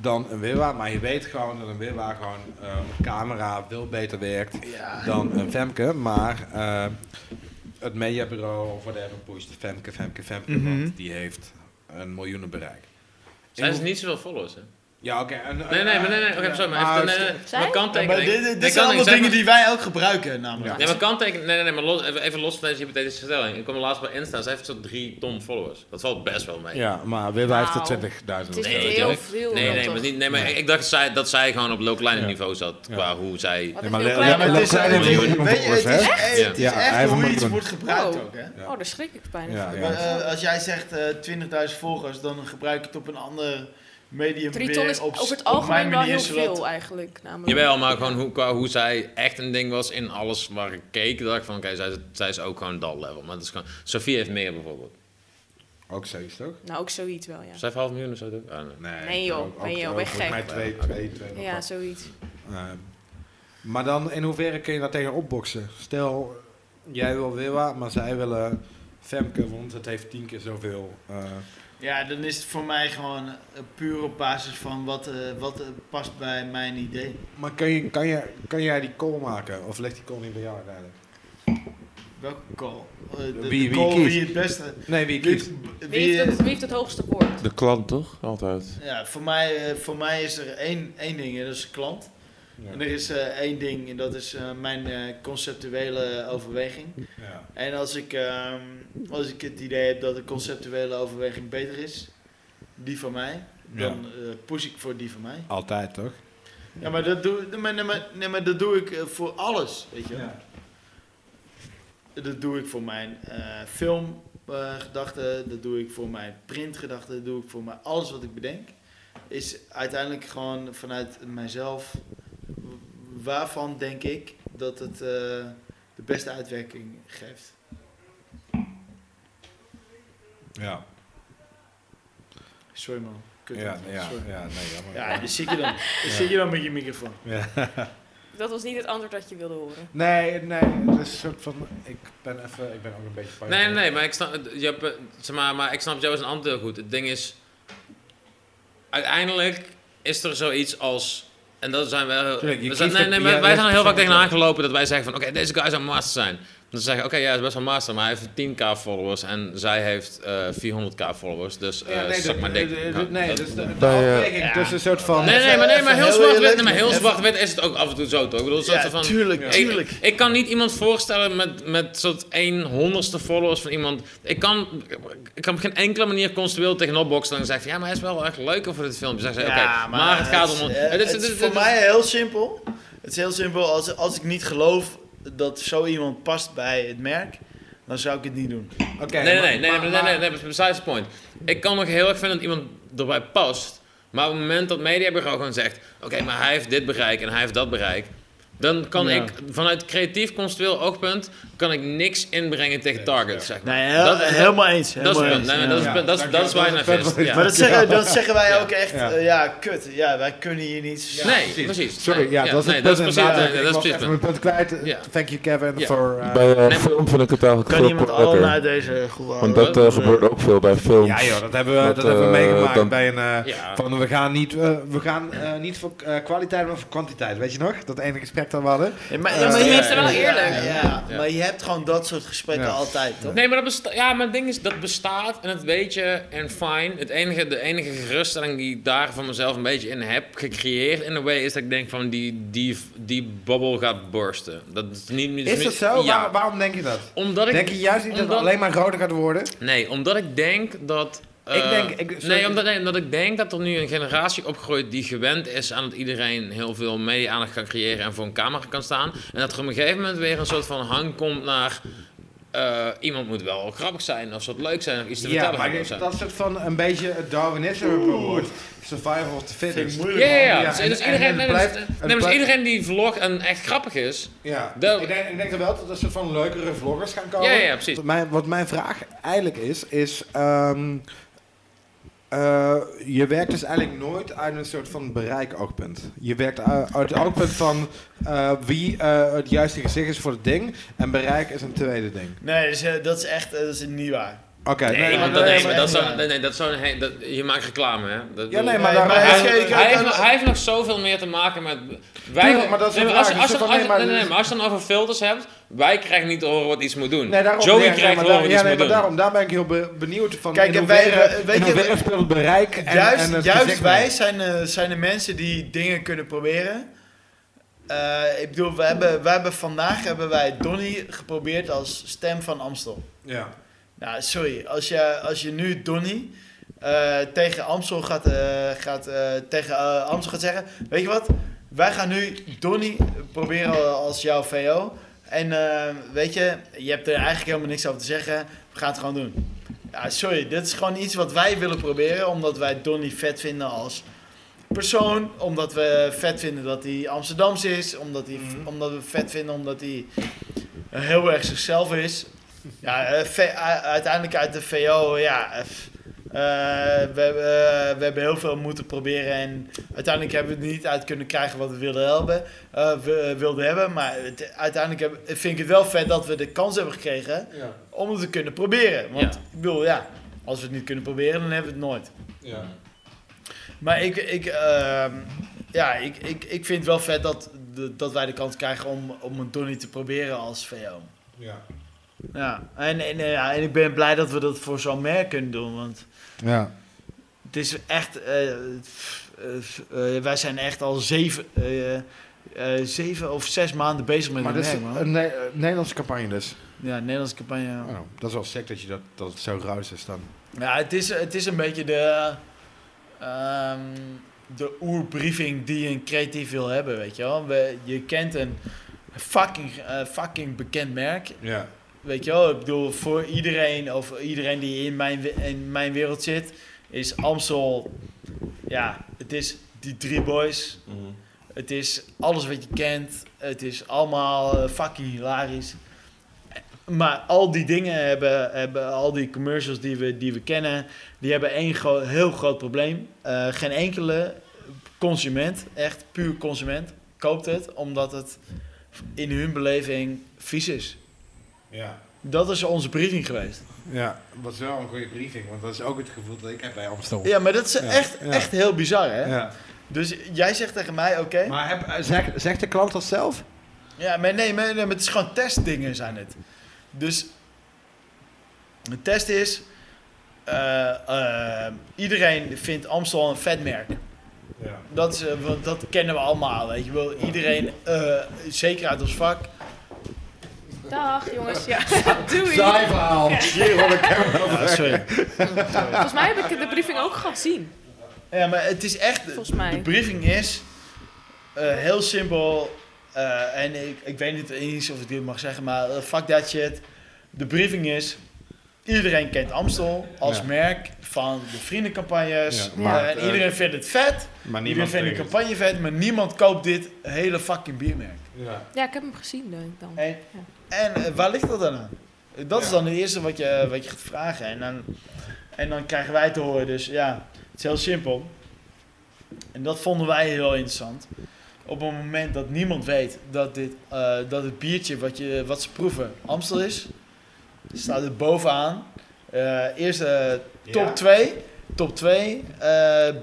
Speaker 3: dan een Wilwa. Maar je weet gewoon dat een Wilwa gewoon eh, op camera veel beter werkt
Speaker 2: Ja.
Speaker 3: dan een Femke. Maar eh, het mediabureau of whatever pusht Femke, Femke, Femke.
Speaker 2: Mhm.
Speaker 3: Want die heeft een miljoenen bereik.
Speaker 1: Zij is niet zoveel followers, hè?
Speaker 3: Ja, oké. en- Ah,
Speaker 1: Nee, nee, maar nee, nee. Oké, sorry, maar even... eh, Nee, nee, nee,
Speaker 6: Zij?
Speaker 1: maar
Speaker 2: Ah, Ja, maar
Speaker 1: kanttekening. Nee,
Speaker 2: dit, dit zijn allemaal
Speaker 1: kanttekening, zeg
Speaker 2: dingen
Speaker 1: maar-
Speaker 2: die wij ook gebruiken, namelijk.
Speaker 1: Ja, maar kanttekening... Nee, nee, nee, maar los, even, even los van deze hypothetische stelling. Ik kwam laatst bij Insta, zij heeft zo'n 3 ton followers. Dat valt best wel mee.
Speaker 3: Ja, maar Wilwa heeft er 20.000.
Speaker 6: Het is
Speaker 1: Nee,
Speaker 6: niet
Speaker 1: dat
Speaker 6: heel
Speaker 1: weet ik.
Speaker 6: veel.
Speaker 1: Nee, nee,
Speaker 6: toch?
Speaker 1: maar, niet, nee, maar ik dacht dat zij, dat zij gewoon op low kleiner
Speaker 3: Ja.
Speaker 1: niveau zat.
Speaker 3: Ja.
Speaker 1: Qua hoe zij...
Speaker 6: Wat
Speaker 3: Nee,
Speaker 6: een
Speaker 3: maar
Speaker 6: heel
Speaker 3: le-
Speaker 6: klein
Speaker 3: le-
Speaker 6: bedrag.
Speaker 3: le-
Speaker 2: het is, eh, het is-
Speaker 3: miljoen
Speaker 2: weet je, het is
Speaker 3: volgers,
Speaker 2: echt,
Speaker 1: Ja.
Speaker 2: het is
Speaker 3: Ja,
Speaker 2: echt
Speaker 3: hij heeft
Speaker 2: hoe
Speaker 3: een
Speaker 2: iets
Speaker 3: miljoen.
Speaker 2: wordt gebruikt
Speaker 6: Wow.
Speaker 2: ook, hè?
Speaker 3: Ja.
Speaker 6: Oh, daar schrik ik bijna
Speaker 3: Ja,
Speaker 6: van.
Speaker 3: ja.
Speaker 2: Maar, eh, als jij zegt eh 20.000 volgers, dan gebruik ik het op een ander medium
Speaker 6: Drie
Speaker 2: weer
Speaker 6: ton is
Speaker 2: op,
Speaker 6: over het
Speaker 2: op
Speaker 6: algemeen
Speaker 2: mijn
Speaker 6: wel
Speaker 2: manier,
Speaker 6: heel
Speaker 2: zodat-
Speaker 6: veel eigenlijk. Namelijk.
Speaker 1: Jawel, maar gewoon hoe, qua hoe zij echt een ding was in alles waar ik keek, dacht ik van, oké, zij, is- zij is ook gewoon dat level. Maar dat is gewoon... Sofie heeft meer bijvoorbeeld.
Speaker 3: Ook zoiets, toch?
Speaker 6: Nou, ook zoiets wel, ja.
Speaker 1: Zij heeft half miljoen of zo, toch? Ah, I don't know.
Speaker 6: Nee, joh.
Speaker 3: ook-
Speaker 6: Nee,
Speaker 3: ook-
Speaker 6: joh.
Speaker 3: ook
Speaker 6: Ben je
Speaker 3: volgens
Speaker 6: gek?
Speaker 3: mij twee, twee, twee. nog
Speaker 6: Ja,
Speaker 3: wat.
Speaker 6: zoiets.
Speaker 3: Ehm, maar dan, in hoeverre kun je daar tegen opboksen? Stel, jij wil Wilwa, maar zij willen Femke, want het heeft tien keer zoveel. eh,
Speaker 2: Ja, dan is het voor mij gewoon eh, puur op basis van wat, eh, wat eh, past bij mijn idee.
Speaker 3: maar kun je, kan, je, kan jij die call maken? Of ligt die call niet bij jou uiteindelijk?
Speaker 2: Welke call? Eh, de, de
Speaker 3: Wie- wie
Speaker 2: call
Speaker 3: kiest?
Speaker 2: wie het beste.
Speaker 3: Nee, wie kiest?
Speaker 2: Wie,
Speaker 6: Wie heeft
Speaker 2: eh,
Speaker 6: het, wie heeft het hoogste woord?
Speaker 4: De klant toch? Altijd.
Speaker 2: ja, voor, mij, eh, voor mij is er één, één ding, en dat is klant.
Speaker 3: Ja.
Speaker 2: En er is eh, één ding, en dat is eh, mijn eh, conceptuele overweging.
Speaker 3: Ja.
Speaker 2: En als ik, ehm, als ik het idee heb dat de conceptuele overweging beter is, die van mij, dan eh, push ik voor die van mij.
Speaker 3: Altijd, toch?
Speaker 2: Ja, maar dat doe, nee, maar, nee, maar, nee, maar dat doe ik eh, voor alles, weet je wel. Dat doe ik voor mijn eh, filmgedachten, dat doe ik voor mijn printgedachten, dat doe ik voor mijn, alles wat ik bedenk. Is uiteindelijk gewoon vanuit mijzelf, w- waarvan denk ik dat het eh, de beste uitwerking geeft.
Speaker 3: Ja.
Speaker 2: Sorry man, kut.
Speaker 3: Ja,
Speaker 2: man.
Speaker 3: ja,
Speaker 2: Sorry.
Speaker 3: ja, nee, jammer.
Speaker 2: Ja, daar zit je dan. Daar zit je dan met je microfoon.
Speaker 6: Dat was niet het antwoord dat je wilde horen.
Speaker 3: Nee, nee, het is een soort van, ik ben even, ik ben ook een beetje bang.
Speaker 1: Nee, nee, nee, maar ik snap, je hebt, eh, zeg maar, maar ik snap jou als een ander heel goed. Het ding is, uiteindelijk is er zoiets als, en dat zijn wel,
Speaker 3: Tuurlijk, je
Speaker 1: we zijn, nee,
Speaker 3: kiest het-
Speaker 1: nee, maar
Speaker 3: jij
Speaker 1: wij
Speaker 3: legt
Speaker 1: zijn er heel vaak
Speaker 3: persoonlijk
Speaker 1: tegenaan gelopen dat wij zeggen van, oké, deze guy zou een master zijn. Dan zeggen, oké, ja, hij is best wel een master, maar hij heeft 10k followers en zij heeft eh, 400k followers, dus eh
Speaker 3: Ja, nee,
Speaker 1: zak
Speaker 3: dat-
Speaker 1: maar dik.
Speaker 3: eh, eh,
Speaker 1: Ja,
Speaker 3: nee,
Speaker 1: dat-
Speaker 3: dus de, de
Speaker 4: Bij, eh,
Speaker 3: afweging tussen een soort van...
Speaker 1: Nee, nee, maar, nee, maar heel
Speaker 2: Even heel
Speaker 1: zwart-wit nee,
Speaker 2: eerlijk,
Speaker 1: maar heel
Speaker 2: even-
Speaker 1: zwart-wit is het ook af en toe zo, toch? Ik bedoel, soort
Speaker 2: Ja,
Speaker 1: van,
Speaker 2: tuurlijk,
Speaker 1: Ik-
Speaker 2: tuurlijk.
Speaker 1: Ik, kan niet iemand voorstellen met, met soort 1 honderdste followers van iemand. Ik kan, ik kan op geen enkele manier conceptueel tegenop boksen. En dan zeg ik van, ja, maar hij is wel echt leuker voor dit filmpje. Zeg ze, oké, maar, het gaat om...
Speaker 2: eh,
Speaker 1: het is-
Speaker 2: het is
Speaker 1: het is-
Speaker 2: voor
Speaker 1: het is-
Speaker 2: mij heel simpel. Het is heel simpel. Als, als ik niet geloof dat zo iemand past bij het merk, dan zou ik het niet doen.
Speaker 3: Oké,
Speaker 1: Nee, nee,
Speaker 3: maar-
Speaker 1: nee, nee,
Speaker 3: maar-
Speaker 1: nee, nee,
Speaker 3: maar-
Speaker 1: nee, nee, besides the point. Ik kan nog heel erg vinden dat iemand erbij past. Maar op het moment dat mediabureau gewoon zegt... Oké, maar hij heeft dit bereik en hij heeft dat bereik. Dan kan
Speaker 3: Ja.
Speaker 1: ik vanuit creatief conceptueel oogpunt... kan ik niks inbrengen tegen target, zeg maar.
Speaker 2: Nee, heel-
Speaker 1: Dat- dat-
Speaker 2: helemaal eens.
Speaker 1: Dat is
Speaker 2: helemaal
Speaker 1: het punt. Nee,
Speaker 2: eens,
Speaker 1: maar
Speaker 2: ja.
Speaker 1: dat is het
Speaker 3: Ja,
Speaker 1: punt. Dat is- dat is waar je naar
Speaker 3: dankjewel.
Speaker 1: vist. Ja.
Speaker 2: Maar dat zeggen, dat zeggen wij ook echt, eh,
Speaker 3: Ja.
Speaker 2: ja. kut. Ja, wij kunnen hier niet.
Speaker 1: Nee, precies.
Speaker 3: Sorry,
Speaker 1: Nee,
Speaker 3: ja, dat is
Speaker 1: nee,
Speaker 3: het
Speaker 1: dat
Speaker 3: punt
Speaker 1: is precies.
Speaker 3: inderdaad.
Speaker 1: nee,
Speaker 3: Ik
Speaker 1: dat is
Speaker 3: was
Speaker 1: precies
Speaker 3: even
Speaker 1: het punt.
Speaker 3: mijn punt kwijt.
Speaker 1: Ja.
Speaker 3: Thank you, Kevin,
Speaker 1: Ja.
Speaker 3: voor... eh,
Speaker 4: Bij eh,
Speaker 1: nee, maar-
Speaker 4: film vind ik het eigenlijk
Speaker 2: Kan
Speaker 4: veel
Speaker 2: iemand
Speaker 4: makkelijker.
Speaker 2: allemaal uit deze groep halen?
Speaker 4: Want dat eh, gebeurt ook veel bij films.
Speaker 3: ja joh, dat hebben we, dat,
Speaker 4: Dat,
Speaker 3: hebben we
Speaker 4: eh,
Speaker 3: meegemaakt
Speaker 4: dan-
Speaker 3: bij een... eh,
Speaker 1: Ja.
Speaker 3: Van we gaan niet, eh, we gaan, eh, niet voor eh, kwaliteit, maar voor kwantiteit. Weet je nog? Dat ene gesprek dat we hadden.
Speaker 2: Ja, maar,
Speaker 3: Eh,
Speaker 2: maar je
Speaker 3: ja,
Speaker 2: hebt
Speaker 6: ja, ja.
Speaker 2: Ja,
Speaker 1: Ja.
Speaker 2: maar je hebt gewoon dat soort gesprekken
Speaker 3: Ja.
Speaker 2: altijd, toch?
Speaker 1: Nee, maar dat besta- ja, maar het ding is, dat bestaat en dat weet je en fijn. Het enige, de enige geruststelling die ik daar van mezelf een beetje in heb gecreëerd in een way is dat ik denk van die, die, die bubbel gaat borsten. Dat is niet... niet-
Speaker 3: Is dat zo?
Speaker 1: Dus Ja.
Speaker 3: Waar- waarom denk je dat?
Speaker 1: Omdat ik...
Speaker 3: Denk je juist niet dat het
Speaker 1: omdat-
Speaker 3: alleen maar groter gaat worden?
Speaker 1: Nee, omdat ik denk dat. eh,
Speaker 3: Ik denk- ik- sorry.
Speaker 1: nee, omdat, nee, omdat ik denk dat er nu een generatie opgroeit die gewend is aan dat iedereen heel veel media-aandacht kan creëren en voor een camera kan staan. En dat er op een gegeven moment weer een soort van hang komt naar. eh, iemand moet wel grappig zijn of soort leuk zijn of iets te
Speaker 3: Ja,
Speaker 1: vertellen
Speaker 3: maar
Speaker 1: hebben.
Speaker 3: ik-
Speaker 1: of zo.
Speaker 3: dat is soort van een beetje het Darwinisme wordt. Survival of the
Speaker 2: Vind
Speaker 3: fittest.
Speaker 2: ik moeilijk.
Speaker 1: Ja, ja,
Speaker 2: man.
Speaker 1: ja.
Speaker 3: Ja,
Speaker 1: Dus,
Speaker 3: en-
Speaker 1: dus
Speaker 3: en
Speaker 1: iedereen,
Speaker 3: het
Speaker 1: nee,
Speaker 3: blijft-
Speaker 1: dus-
Speaker 3: het
Speaker 1: nee, dus
Speaker 3: blijft-
Speaker 1: iedereen die vlog en echt grappig is.
Speaker 3: Ja,
Speaker 1: Dat-
Speaker 3: ik, denk, ik denk er wel dat er soort van leukere vloggers gaan komen.
Speaker 1: Ja, ja, precies.
Speaker 3: Wat mijn, wat mijn vraag eigenlijk is, is... ehm, eh, je werkt dus eigenlijk nooit uit een soort van bereikoogpunt. Je werkt uit, uit het oogpunt van eh, wie eh, het juiste gezicht is voor het ding. En bereik is een tweede ding.
Speaker 2: Nee, dus, eh, dat is echt eh, dat is niet waar.
Speaker 3: Oké,
Speaker 1: Nee, want dat,
Speaker 2: nee,
Speaker 1: nee, maar
Speaker 2: nee,
Speaker 1: dat zou,
Speaker 2: nee.
Speaker 1: nee, nee, dat zou een he- dat, je maakt reclame, hè? Dat,
Speaker 3: Ja, nee, maar,
Speaker 2: Nee,
Speaker 3: daar-
Speaker 2: maar
Speaker 1: hij,
Speaker 2: Hij heeft-
Speaker 1: hij heeft,
Speaker 2: hij-
Speaker 1: nog- hij heeft nog zoveel meer te maken met. Wij,
Speaker 3: Tuurlijk, maar dat is
Speaker 1: Nee,
Speaker 3: een
Speaker 1: als,
Speaker 3: vraag.
Speaker 1: als,
Speaker 3: Dus
Speaker 1: als-
Speaker 3: van, nee,
Speaker 1: als-
Speaker 3: maar-
Speaker 1: nee, nee, maar als je dan over filters hebt, wij krijgen niet te horen wat iets moet doen.
Speaker 3: Nee, daarom,
Speaker 1: Joey
Speaker 3: nee, nee,
Speaker 1: krijgt
Speaker 3: maar
Speaker 1: te horen
Speaker 3: daar-
Speaker 1: wat
Speaker 3: ja,
Speaker 1: iets
Speaker 3: nee,
Speaker 1: moet
Speaker 3: maar
Speaker 1: doen.
Speaker 3: daarom, daar ben ik heel be- benieuwd van.
Speaker 2: Kijk,
Speaker 3: in
Speaker 2: en wij-
Speaker 3: hoeverre-
Speaker 2: we- weet
Speaker 3: in
Speaker 2: je-
Speaker 3: hoeverre speelt het bereik en,
Speaker 2: juist
Speaker 3: en het
Speaker 2: juist
Speaker 3: gezicht
Speaker 2: wij
Speaker 3: mee?
Speaker 2: zijn, eh, zijn de mensen die dingen kunnen proberen. Eh, ik bedoel, we hebben, we hebben vandaag hebben wij Donny geprobeerd als stem van Amstel.
Speaker 3: Ja.
Speaker 2: Nou, sorry. Als je, als je nu Donny eh, tegen Amstel gaat, eh, gaat, eh, tegen, eh, Amstel gaat zeggen... Weet je wat? Wij gaan nu Donny proberen als jouw VO. En eh, weet je, je hebt er eigenlijk helemaal niks over te zeggen. We gaan het gewoon doen. Ja, sorry. Dit is gewoon iets wat wij willen proberen. Omdat wij Donny vet vinden als persoon. Omdat we vet vinden dat hij Amsterdams is. Omdat, hij, omdat we vet vinden omdat hij heel erg zichzelf is. Ja, eh, ve- u- uiteindelijk uit de VO, ja. eh, f- eh, we, hebben, eh, we hebben heel veel moeten proberen en uiteindelijk hebben we het niet uit kunnen krijgen wat we wilden hebben. eh, we, eh, wilden hebben maar het- uiteindelijk heb- vind ik het wel vet dat we de kans hebben gekregen
Speaker 5: Ja,
Speaker 2: om het te kunnen proberen. Want
Speaker 1: Ja.
Speaker 2: ik bedoel, ja, als we het niet kunnen proberen, dan hebben we het nooit.
Speaker 5: ja.
Speaker 2: Maar ik, ik, ehm, ja, ik, ik, ik vind het wel vet dat, dat wij de kans krijgen om, om een Donnie te proberen als VO.
Speaker 5: ja.
Speaker 2: Ja, en, en, eh, ja, en ik ben blij dat we dat voor zo'n merk kunnen doen. Want
Speaker 3: Ja.
Speaker 2: het is echt. eh, pff, eh, pff, eh, wij zijn echt al zeven, eh, eh, zeven of zes maanden bezig met
Speaker 3: Maar
Speaker 2: een
Speaker 3: dat is
Speaker 2: merk, man.
Speaker 3: een Ne- eh, Nederlandse campagne dus.
Speaker 2: Ja, Nederlandse campagne. ja.
Speaker 3: Oh, dat is wel sick dat, je dat, dat het zo ruis is dan.
Speaker 2: Ja, het is, het is een beetje de. ehm, de oerbriefing die een creatief wil hebben, weet je wel. We, je kent een fucking, eh, fucking bekend merk.
Speaker 3: Ja.
Speaker 2: Weet je wel, ik bedoel, voor iedereen of iedereen die in mijn, we- in mijn wereld zit, is Amstel, ja, het is die drie boys.
Speaker 4: Mhm.
Speaker 2: Het is alles wat je kent. Het is allemaal eh, fucking hilarisch. Maar al die dingen hebben, hebben al die commercials die we, die we kennen, die hebben één gro- heel groot probleem. Eh, geen enkele consument, echt puur consument, koopt het omdat het in hun beleving vies is.
Speaker 3: Ja.
Speaker 2: Dat is onze briefing geweest.
Speaker 3: Ja, wat is wel een goede briefing, want dat is ook het gevoel dat ik heb bij Amstel.
Speaker 2: Ja, maar dat is echt,
Speaker 3: ja.
Speaker 2: echt heel bizar, hè?
Speaker 3: Ja.
Speaker 2: Dus jij zegt tegen mij, oké.
Speaker 3: Maar heb, eh, zegt, zegt de klant dat zelf?
Speaker 2: Ja, maar nee, maar, nee, maar het is gewoon testdingen zijn het. Dus de test is, eh, eh, iedereen vindt Amstel een vet merk.
Speaker 3: Ja.
Speaker 2: Dat, is, eh, want dat kennen we allemaal, weet je wel. Iedereen, eh, zeker uit ons vak.
Speaker 6: Dag jongens, ja. Doei.
Speaker 3: Saai verhaal. Hier hoor ik hem wel
Speaker 2: Ja, sorry.
Speaker 6: Volgens mij heb ik de briefing ook gezien.
Speaker 2: Ja, maar het is echt,
Speaker 6: Volgens mij.
Speaker 2: De briefing is eh, heel simpel. eh, en ik, ik weet niet eens of ik dit mag zeggen, maar eh, fuck that shit. De briefing is: iedereen kent Amstel als
Speaker 3: Ja.
Speaker 2: merk van de vriendencampagnes.
Speaker 3: Ja, maar,
Speaker 2: Eh, en iedereen vindt het vet.
Speaker 3: Maar
Speaker 2: Iedereen vindt de campagne vet, maar niemand koopt dit hele fucking biermerk.
Speaker 3: Ja.
Speaker 6: Ja, ik heb hem gezien denk ik dan.
Speaker 2: En, en eh, waar ligt dat dan aan? Dat is
Speaker 3: Ja.
Speaker 2: dan het eerste wat je, wat je gaat vragen. En dan, en dan krijgen wij te horen. Dus ja, het is heel simpel. En dat vonden wij heel interessant. Op het moment dat niemand weet dat, dit, eh, dat het biertje wat, je, wat ze proeven Amstel is, staat het bovenaan. Eh eerste top 2. Top 2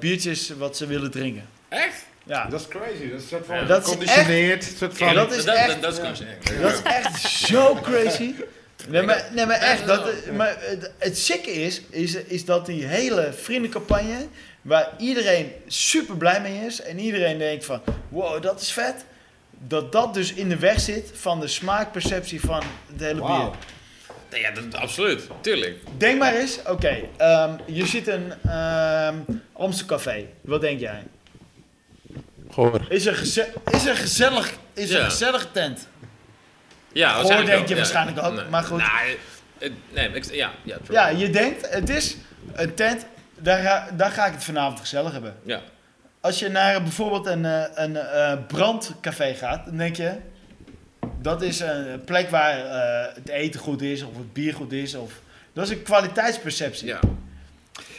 Speaker 2: biertjes wat ze willen drinken.
Speaker 1: Echt?
Speaker 2: Ja,
Speaker 3: Dat is crazy. Dat is soort
Speaker 1: Ja,
Speaker 3: van
Speaker 2: dat is
Speaker 3: geconditioneerd. soort van...
Speaker 2: Ja, dat is echt-
Speaker 1: dat is kunst.
Speaker 2: Dat is echt zo crazy. Nee, maar, nee, maar echt. Dat, maar het, het sikke is, is, is dat die hele vriendencampagne... waar iedereen super blij mee is... en iedereen denkt van, wow, dat is vet... dat dat dus in de weg zit van de smaakperceptie van het hele bier.
Speaker 5: Wauw.
Speaker 1: Nee, Ja, dat, absoluut. Tuurlijk.
Speaker 2: Denk maar eens, oké, ehm, je ziet een ehm Amstelcafé. Wat denk jij?
Speaker 4: Goor.
Speaker 2: Is een, geze- is een, gezellig, is een
Speaker 1: Ja.
Speaker 2: gezellige tent.
Speaker 1: Ja,
Speaker 2: Goor
Speaker 1: waarschijnlijk
Speaker 2: denk
Speaker 1: ook,
Speaker 2: je
Speaker 1: ja.
Speaker 2: waarschijnlijk ook,
Speaker 1: Nee.
Speaker 2: maar goed.
Speaker 1: Nee, eh, nee, ik, ja, ja, true.
Speaker 2: Ja, je denkt, het is een tent, daar ga, daar ga ik het vanavond gezellig hebben.
Speaker 1: Ja.
Speaker 2: Als je naar bijvoorbeeld een, eh, een eh, brandcafé gaat, dan denk je... Dat is een plek waar eh, het eten goed is, of het bier goed is, of... Dat is een kwaliteitsperceptie.
Speaker 1: Ja.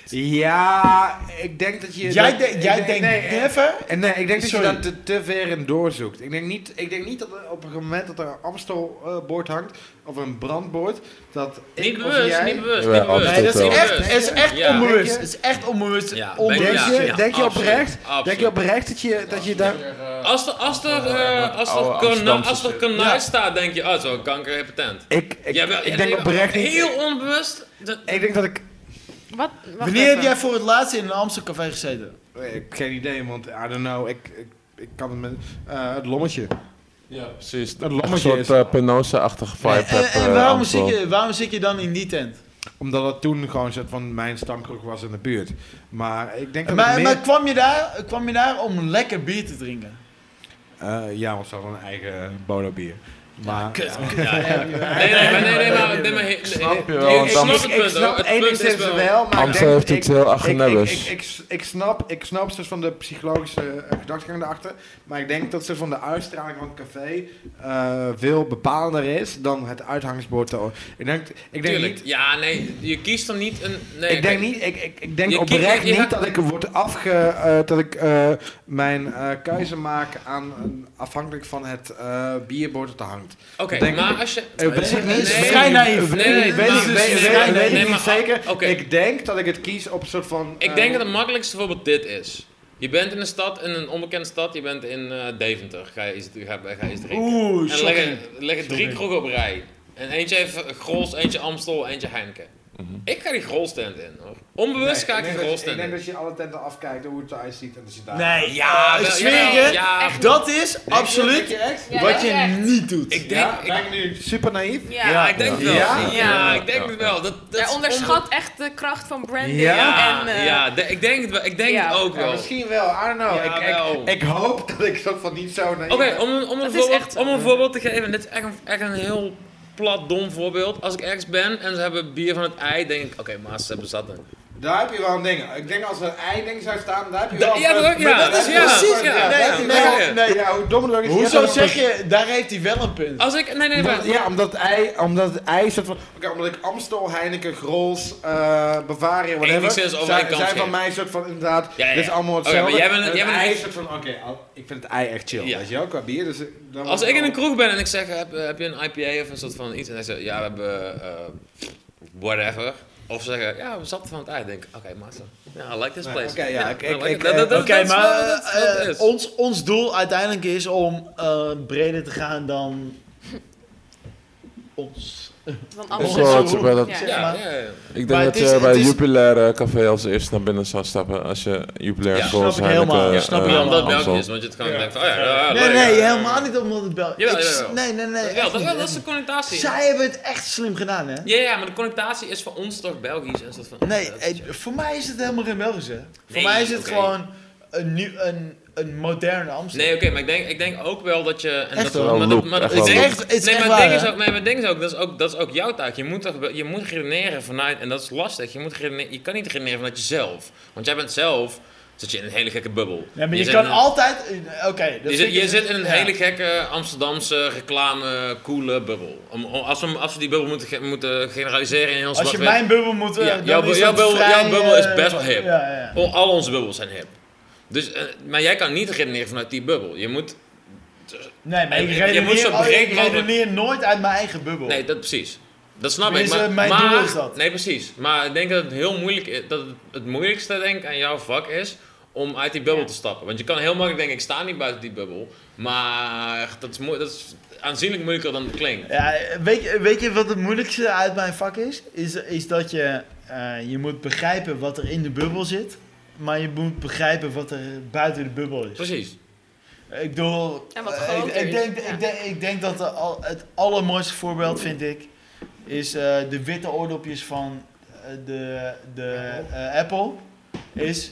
Speaker 3: Ja, ik denk dat je...
Speaker 2: Jij,
Speaker 3: dat-
Speaker 2: de-
Speaker 3: ik
Speaker 2: jij
Speaker 3: denk-
Speaker 2: denkt
Speaker 3: nee,
Speaker 2: never?
Speaker 3: En nee, ik denk
Speaker 2: Sorry.
Speaker 3: dat je dat te, te ver in doorzoekt. Ik denk niet, ik denk niet dat er op een moment dat er een Amstelbord hangt, of een brandbord, dat ik
Speaker 1: Niet
Speaker 3: of
Speaker 1: bewust,
Speaker 3: jij-
Speaker 1: niet bewust,
Speaker 4: Jawel,
Speaker 1: niet bewust.
Speaker 2: Nee, dat is
Speaker 4: Absoluut
Speaker 1: Niet
Speaker 2: echt,
Speaker 1: bewust.
Speaker 2: het is echt
Speaker 1: Ja.
Speaker 2: onbewust.
Speaker 3: Denk je-
Speaker 2: Het is echt onbewust.
Speaker 1: Ja, ben-
Speaker 2: onbewust.
Speaker 3: Denk
Speaker 1: Ja,
Speaker 3: je,
Speaker 1: ja,
Speaker 3: denk je
Speaker 1: absoluut,
Speaker 3: oprecht, denk je
Speaker 1: absoluut.
Speaker 3: oprecht dat je, dat je daar...
Speaker 1: Als er, als er, eh, als
Speaker 4: Oude
Speaker 1: er, kana-
Speaker 4: Amsterdamse
Speaker 1: als er
Speaker 4: shit.
Speaker 1: kanaal staat, denk je, oh, het is wel een kankerrepetent.
Speaker 3: Ik, ik,
Speaker 1: Jij wel-
Speaker 3: ik
Speaker 1: jij
Speaker 3: denk
Speaker 1: denkt
Speaker 3: oprecht
Speaker 1: Heel
Speaker 3: niet.
Speaker 1: onbewust. dat-
Speaker 3: Ik denk dat ik...
Speaker 6: Wat? Wacht
Speaker 2: Wanneer
Speaker 6: even.
Speaker 2: heb jij voor het laatst in een Amsterdam-café gezeten?
Speaker 3: Ik heb geen idee, want I don't know, ik, ik, ik kan het met... eh, het lommetje.
Speaker 4: Ja, precies.
Speaker 3: Een
Speaker 4: Een,
Speaker 3: lammetje
Speaker 4: soort
Speaker 3: is-
Speaker 4: eh, Penosa-achtige vibe
Speaker 2: en,
Speaker 4: heb,
Speaker 2: en
Speaker 4: eh,
Speaker 2: waarom,
Speaker 4: Amstel.
Speaker 2: zit je, waarom zit je dan in die tent?
Speaker 3: Omdat het toen gewoon soort van mijn stamkroeg was in de buurt. Maar ik denk dat het
Speaker 2: Maar,
Speaker 3: meer-
Speaker 2: maar kwam, je daar, kwam je daar om lekker bier te drinken?
Speaker 3: Eh, ja, want ze hadden een eigen bolo bier. Maar,
Speaker 2: Kut.
Speaker 1: Ja, ja. Nee, nee, maar, nee, nee, maar, nee, maar he-
Speaker 4: Snap je
Speaker 1: he-
Speaker 4: wel,
Speaker 1: ik-
Speaker 4: want
Speaker 1: Ik snap
Speaker 4: Amstel-
Speaker 1: het
Speaker 3: ik
Speaker 1: punt hoor.
Speaker 3: snap
Speaker 1: Het punt is
Speaker 3: enigszins
Speaker 1: wel...
Speaker 3: wel, maar ik
Speaker 4: Amstel
Speaker 3: denk,
Speaker 4: heeft
Speaker 3: ik-
Speaker 4: iets heel
Speaker 3: ik, ik,
Speaker 4: achternebbers.
Speaker 3: ik, ik, ik snap, ik snap soort van de psychologische eh, gedachtegang erachter. Maar ik denk dat ze van de uitstraling van het café eh, veel bepalender is dan het uithangsbord. te- Ik denk, ik denk
Speaker 1: Tuurlijk.
Speaker 3: niet...
Speaker 1: Ja, nee, je kiest er niet een... Nee,
Speaker 3: ik
Speaker 1: kijk,
Speaker 3: denk niet, ik, ik, ik denk
Speaker 1: Je
Speaker 3: oprecht
Speaker 1: kijkt- je
Speaker 3: niet
Speaker 1: gaat-
Speaker 3: dat ik word afge, eh, dat ik eh, mijn eh, keuze maak aan afhankelijk van het eh, bierbord dat er hangt.
Speaker 1: Oké,
Speaker 3: denk-
Speaker 1: maar als je...
Speaker 3: Eh, weet ik
Speaker 1: Nee,
Speaker 3: niet.
Speaker 1: nee,
Speaker 2: vrij naïef.
Speaker 3: Weet ik
Speaker 1: Nee,
Speaker 3: niet, weet ik
Speaker 1: maar-
Speaker 3: niet, weet-
Speaker 1: nee,
Speaker 3: weet-
Speaker 1: nee,
Speaker 3: weet ik
Speaker 1: nee,
Speaker 3: niet
Speaker 1: maar- ah,
Speaker 3: zeker.
Speaker 1: oké.
Speaker 3: Ik denk dat ik het kies op een soort van.
Speaker 1: Ik
Speaker 3: eh,
Speaker 1: denk dat het makkelijkste voorbeeld dit is. Je bent in een stad, in een onbekende stad, je bent in eh, Deventer. Ga je iets, ga, ga je iets drinken.
Speaker 2: Oeh,
Speaker 1: en er liggen,
Speaker 2: shocking.
Speaker 1: er liggen drie kroegen op rij. En eentje heeft Grols, eentje Amstel, eentje Heineken. Ik ga die Grolstand in hoor.
Speaker 3: nee,
Speaker 1: Onbewust ga ik
Speaker 3: denk
Speaker 1: die
Speaker 3: dat je-
Speaker 1: Grolstand
Speaker 3: Ik denk
Speaker 1: in.
Speaker 3: dat je alle tenten afkijkt hoe het eruit ziet en dat je daar.
Speaker 2: Nee, ja, ik
Speaker 1: wel,
Speaker 2: zweer
Speaker 1: jawel,
Speaker 2: je,
Speaker 1: ja.
Speaker 2: dat is absoluut
Speaker 6: Ja,
Speaker 2: wat
Speaker 6: dat
Speaker 2: je
Speaker 6: is echt.
Speaker 2: niet doet.
Speaker 1: Ik denk,
Speaker 3: Ja,
Speaker 1: ik-
Speaker 3: ben ik nu super naïef?
Speaker 6: Ja.
Speaker 1: ja, ik denk het wel.
Speaker 3: Ja?
Speaker 1: Ja, ik denk het wel. Dat, dat
Speaker 6: Jij
Speaker 1: is
Speaker 6: onderschat echt de kracht van branding.
Speaker 1: onbe- Ja,
Speaker 6: en, eh,
Speaker 1: ja, de- ik denk het wel. Ik denk
Speaker 6: ja.
Speaker 1: het ook
Speaker 3: Ja,
Speaker 1: wel.
Speaker 3: misschien wel, I don't know.
Speaker 1: Ja,
Speaker 3: ik, ik,
Speaker 1: wel.
Speaker 3: ik hoop dat ik soort van niet zo naïef
Speaker 1: Oké,
Speaker 3: ben.
Speaker 1: om, een- om, een
Speaker 6: Het is
Speaker 1: voorbeeld-
Speaker 6: echt-
Speaker 1: om een voorbeeld te geven. Dit is echt een, echt een heel plat, dom voorbeeld. Als ik ergens ben en ze hebben bier van het ei, denk ik, oké, maar ze hebben zat. in.
Speaker 3: Daar heb je wel een ding. Ik denk als er een einding zou staan, daar heb je
Speaker 1: Da-
Speaker 3: wel
Speaker 1: ja,
Speaker 3: een-
Speaker 1: maar- ja,
Speaker 3: dat is
Speaker 1: ja,
Speaker 3: precies,
Speaker 1: ja,
Speaker 3: ja.
Speaker 1: nee,
Speaker 3: dat is
Speaker 1: nee,
Speaker 3: wel-
Speaker 1: nee.
Speaker 3: nee, Ja, hoe dommer ik
Speaker 2: Hoezo zeg je, daar heeft hij wel een punt.
Speaker 1: Als ik, nee, nee, maar,
Speaker 3: Ja, omdat het ei, omdat het ei soort van... Oké, omdat ik Amstel, Heineken, Grols, eh Bavaria, whatever...
Speaker 1: Enigszins over één
Speaker 3: zijn,
Speaker 1: kant
Speaker 3: zijn van
Speaker 1: scheren.
Speaker 3: mij soort van inderdaad,
Speaker 1: Ja, ja, ja.
Speaker 3: dit is allemaal
Speaker 1: Oké, maar
Speaker 3: hetzelfde.
Speaker 1: jij bent-
Speaker 3: En
Speaker 1: jij bent-
Speaker 3: het ei soort van, oké, al- ik vind het ei echt chill,
Speaker 1: Ja.
Speaker 3: weet je wel, qua bier. Dus, eh, dan
Speaker 1: als ik in een kroeg ben en ik zeg, heb, eh, heb je een IPA of een soort van iets? En hij zegt, ja, we hebben eh, whatever. Of ze zeggen, ja, we zaten van het ei. denk ik, oké, maar ze- ja, I like this place.
Speaker 3: Oké, ja, ik-
Speaker 1: I like
Speaker 3: ik- ik,
Speaker 1: it. Dat- dat-
Speaker 2: eh, Oké,
Speaker 1: dat- dat is
Speaker 2: maar
Speaker 1: wel- dat- dat
Speaker 2: eh,
Speaker 1: is.
Speaker 2: ons, ons doel uiteindelijk is om eh, breder te gaan dan ons.
Speaker 6: dan
Speaker 4: Dat is
Speaker 6: allemaal
Speaker 2: Amstel.
Speaker 4: wel wat ze bij dat-
Speaker 6: Ja.
Speaker 1: Ja, ja, ja.
Speaker 4: Ik
Speaker 2: Maar
Speaker 4: denk dat
Speaker 2: het is-
Speaker 4: je bij
Speaker 2: het is-
Speaker 4: Jupiler eh, Café als eerste naar binnen zou stappen als je Jupiler
Speaker 1: Ja,
Speaker 4: ja,
Speaker 2: snap ik helemaal. Ja, snap ik
Speaker 1: Maar
Speaker 2: helemaal.
Speaker 1: omdat het
Speaker 4: eh, Amstel.
Speaker 1: België is, want je het gewoon denkt van, oh ja, ja, ja,
Speaker 2: Nee,
Speaker 1: leuk,
Speaker 2: nee,
Speaker 1: ja.
Speaker 2: helemaal niet omdat het bel.
Speaker 1: Jawel,
Speaker 2: Ik s-
Speaker 1: jawel.
Speaker 2: Nee, nee, nee.
Speaker 1: Dat
Speaker 2: echt
Speaker 1: wel, dat
Speaker 2: niet.
Speaker 1: wel, dat is de connotatie.
Speaker 2: Zij hebben het echt slim gedaan, hè?
Speaker 1: Ja, ja, maar de connotatie is voor ons toch Belgisch en soort van.
Speaker 2: Nee,
Speaker 1: dat is
Speaker 2: eh, voor mij is het helemaal geen Belgisch, hè? Voor
Speaker 1: Nee,
Speaker 2: mij is het
Speaker 1: oké.
Speaker 2: gewoon een, nieuw, een, een moderne Amsterdam.
Speaker 1: Nee, oké, maar ik denk, ik denk ook wel dat je. En
Speaker 2: Echt
Speaker 1: dat,
Speaker 2: wel.
Speaker 1: maar dat- maar
Speaker 4: Echt
Speaker 1: ik
Speaker 4: wel.
Speaker 1: denk-
Speaker 2: Het is echt- het is
Speaker 1: nee,
Speaker 2: echt
Speaker 1: maar
Speaker 2: waar,
Speaker 1: ding is
Speaker 2: hè?
Speaker 1: ook, nee, maar ding is ook, dat is ook, dat is ook jouw taak. Je moet, toch, wel- je moet redeneren vanuit, en dat is lastig, je, moet redeneren, je kan niet redeneren vanuit jezelf. Want jij bent zelf, zit je in een hele gekke bubbel.
Speaker 2: Ja, maar je,
Speaker 1: zit
Speaker 2: kan
Speaker 1: in een-
Speaker 2: altijd. Oké, dat
Speaker 1: Je
Speaker 2: vind
Speaker 1: zit,
Speaker 2: ik- dus
Speaker 1: je zit in een
Speaker 2: ja.
Speaker 1: hele gekke Amsterdamse reclame, coole bubbel. Om, om- als, we, als we die bubbel moeten, ge- moeten generaliseren in heel
Speaker 2: Als je
Speaker 1: zwart-wit-
Speaker 2: mijn bubbel moet. eh,
Speaker 1: Ja,
Speaker 2: dan
Speaker 1: jouw bu-
Speaker 2: is
Speaker 1: jouw
Speaker 2: dat
Speaker 1: bubbel-
Speaker 2: vrij,
Speaker 1: jouw bubbel is
Speaker 2: eh,
Speaker 1: best wel hip.
Speaker 2: Ja, ja.
Speaker 1: Al- Oh, al onze bubbels zijn hip. Dus, eh, maar jij kan niet redeneren vanuit die bubbel. Je moet.
Speaker 2: Nee, maar
Speaker 1: En-
Speaker 2: ik
Speaker 1: en je moet zo
Speaker 2: redeneer, oh,
Speaker 1: breed
Speaker 2: ik
Speaker 1: mogelijk-
Speaker 2: redeneer nooit uit mijn eigen bubbel.
Speaker 1: Nee, dat precies. Dat snap ik.
Speaker 2: Tenminste,
Speaker 1: Maar,
Speaker 2: mijn
Speaker 1: maar-
Speaker 2: doel is dat.
Speaker 1: Nee, precies. Maar ik denk dat het heel moeilijk is. Dat het, het moeilijkste denk ik aan jouw vak is om uit die bubbel te stappen. Want je kan heel makkelijk denken, ik sta niet buiten die bubbel. Maar dat is, moe- dat is aanzienlijk moeilijker dan het klinkt.
Speaker 2: Ja, weet, je- weet je wat het moeilijkste uit mijn vak is? Is, is dat je, eh, je moet begrijpen wat er in de bubbel zit. Maar je moet begrijpen wat er buiten de bubbel is.
Speaker 1: Precies.
Speaker 2: Ik bedoel,
Speaker 6: En wat
Speaker 2: eh, ik,
Speaker 6: groter
Speaker 2: ik,
Speaker 6: is,
Speaker 2: denk,
Speaker 6: ja.
Speaker 2: ik, denk, ik denk dat de al- het allermooiste voorbeeld, vind ik, is eh, de witte oordopjes van eh, de, de eh, Apple. Is,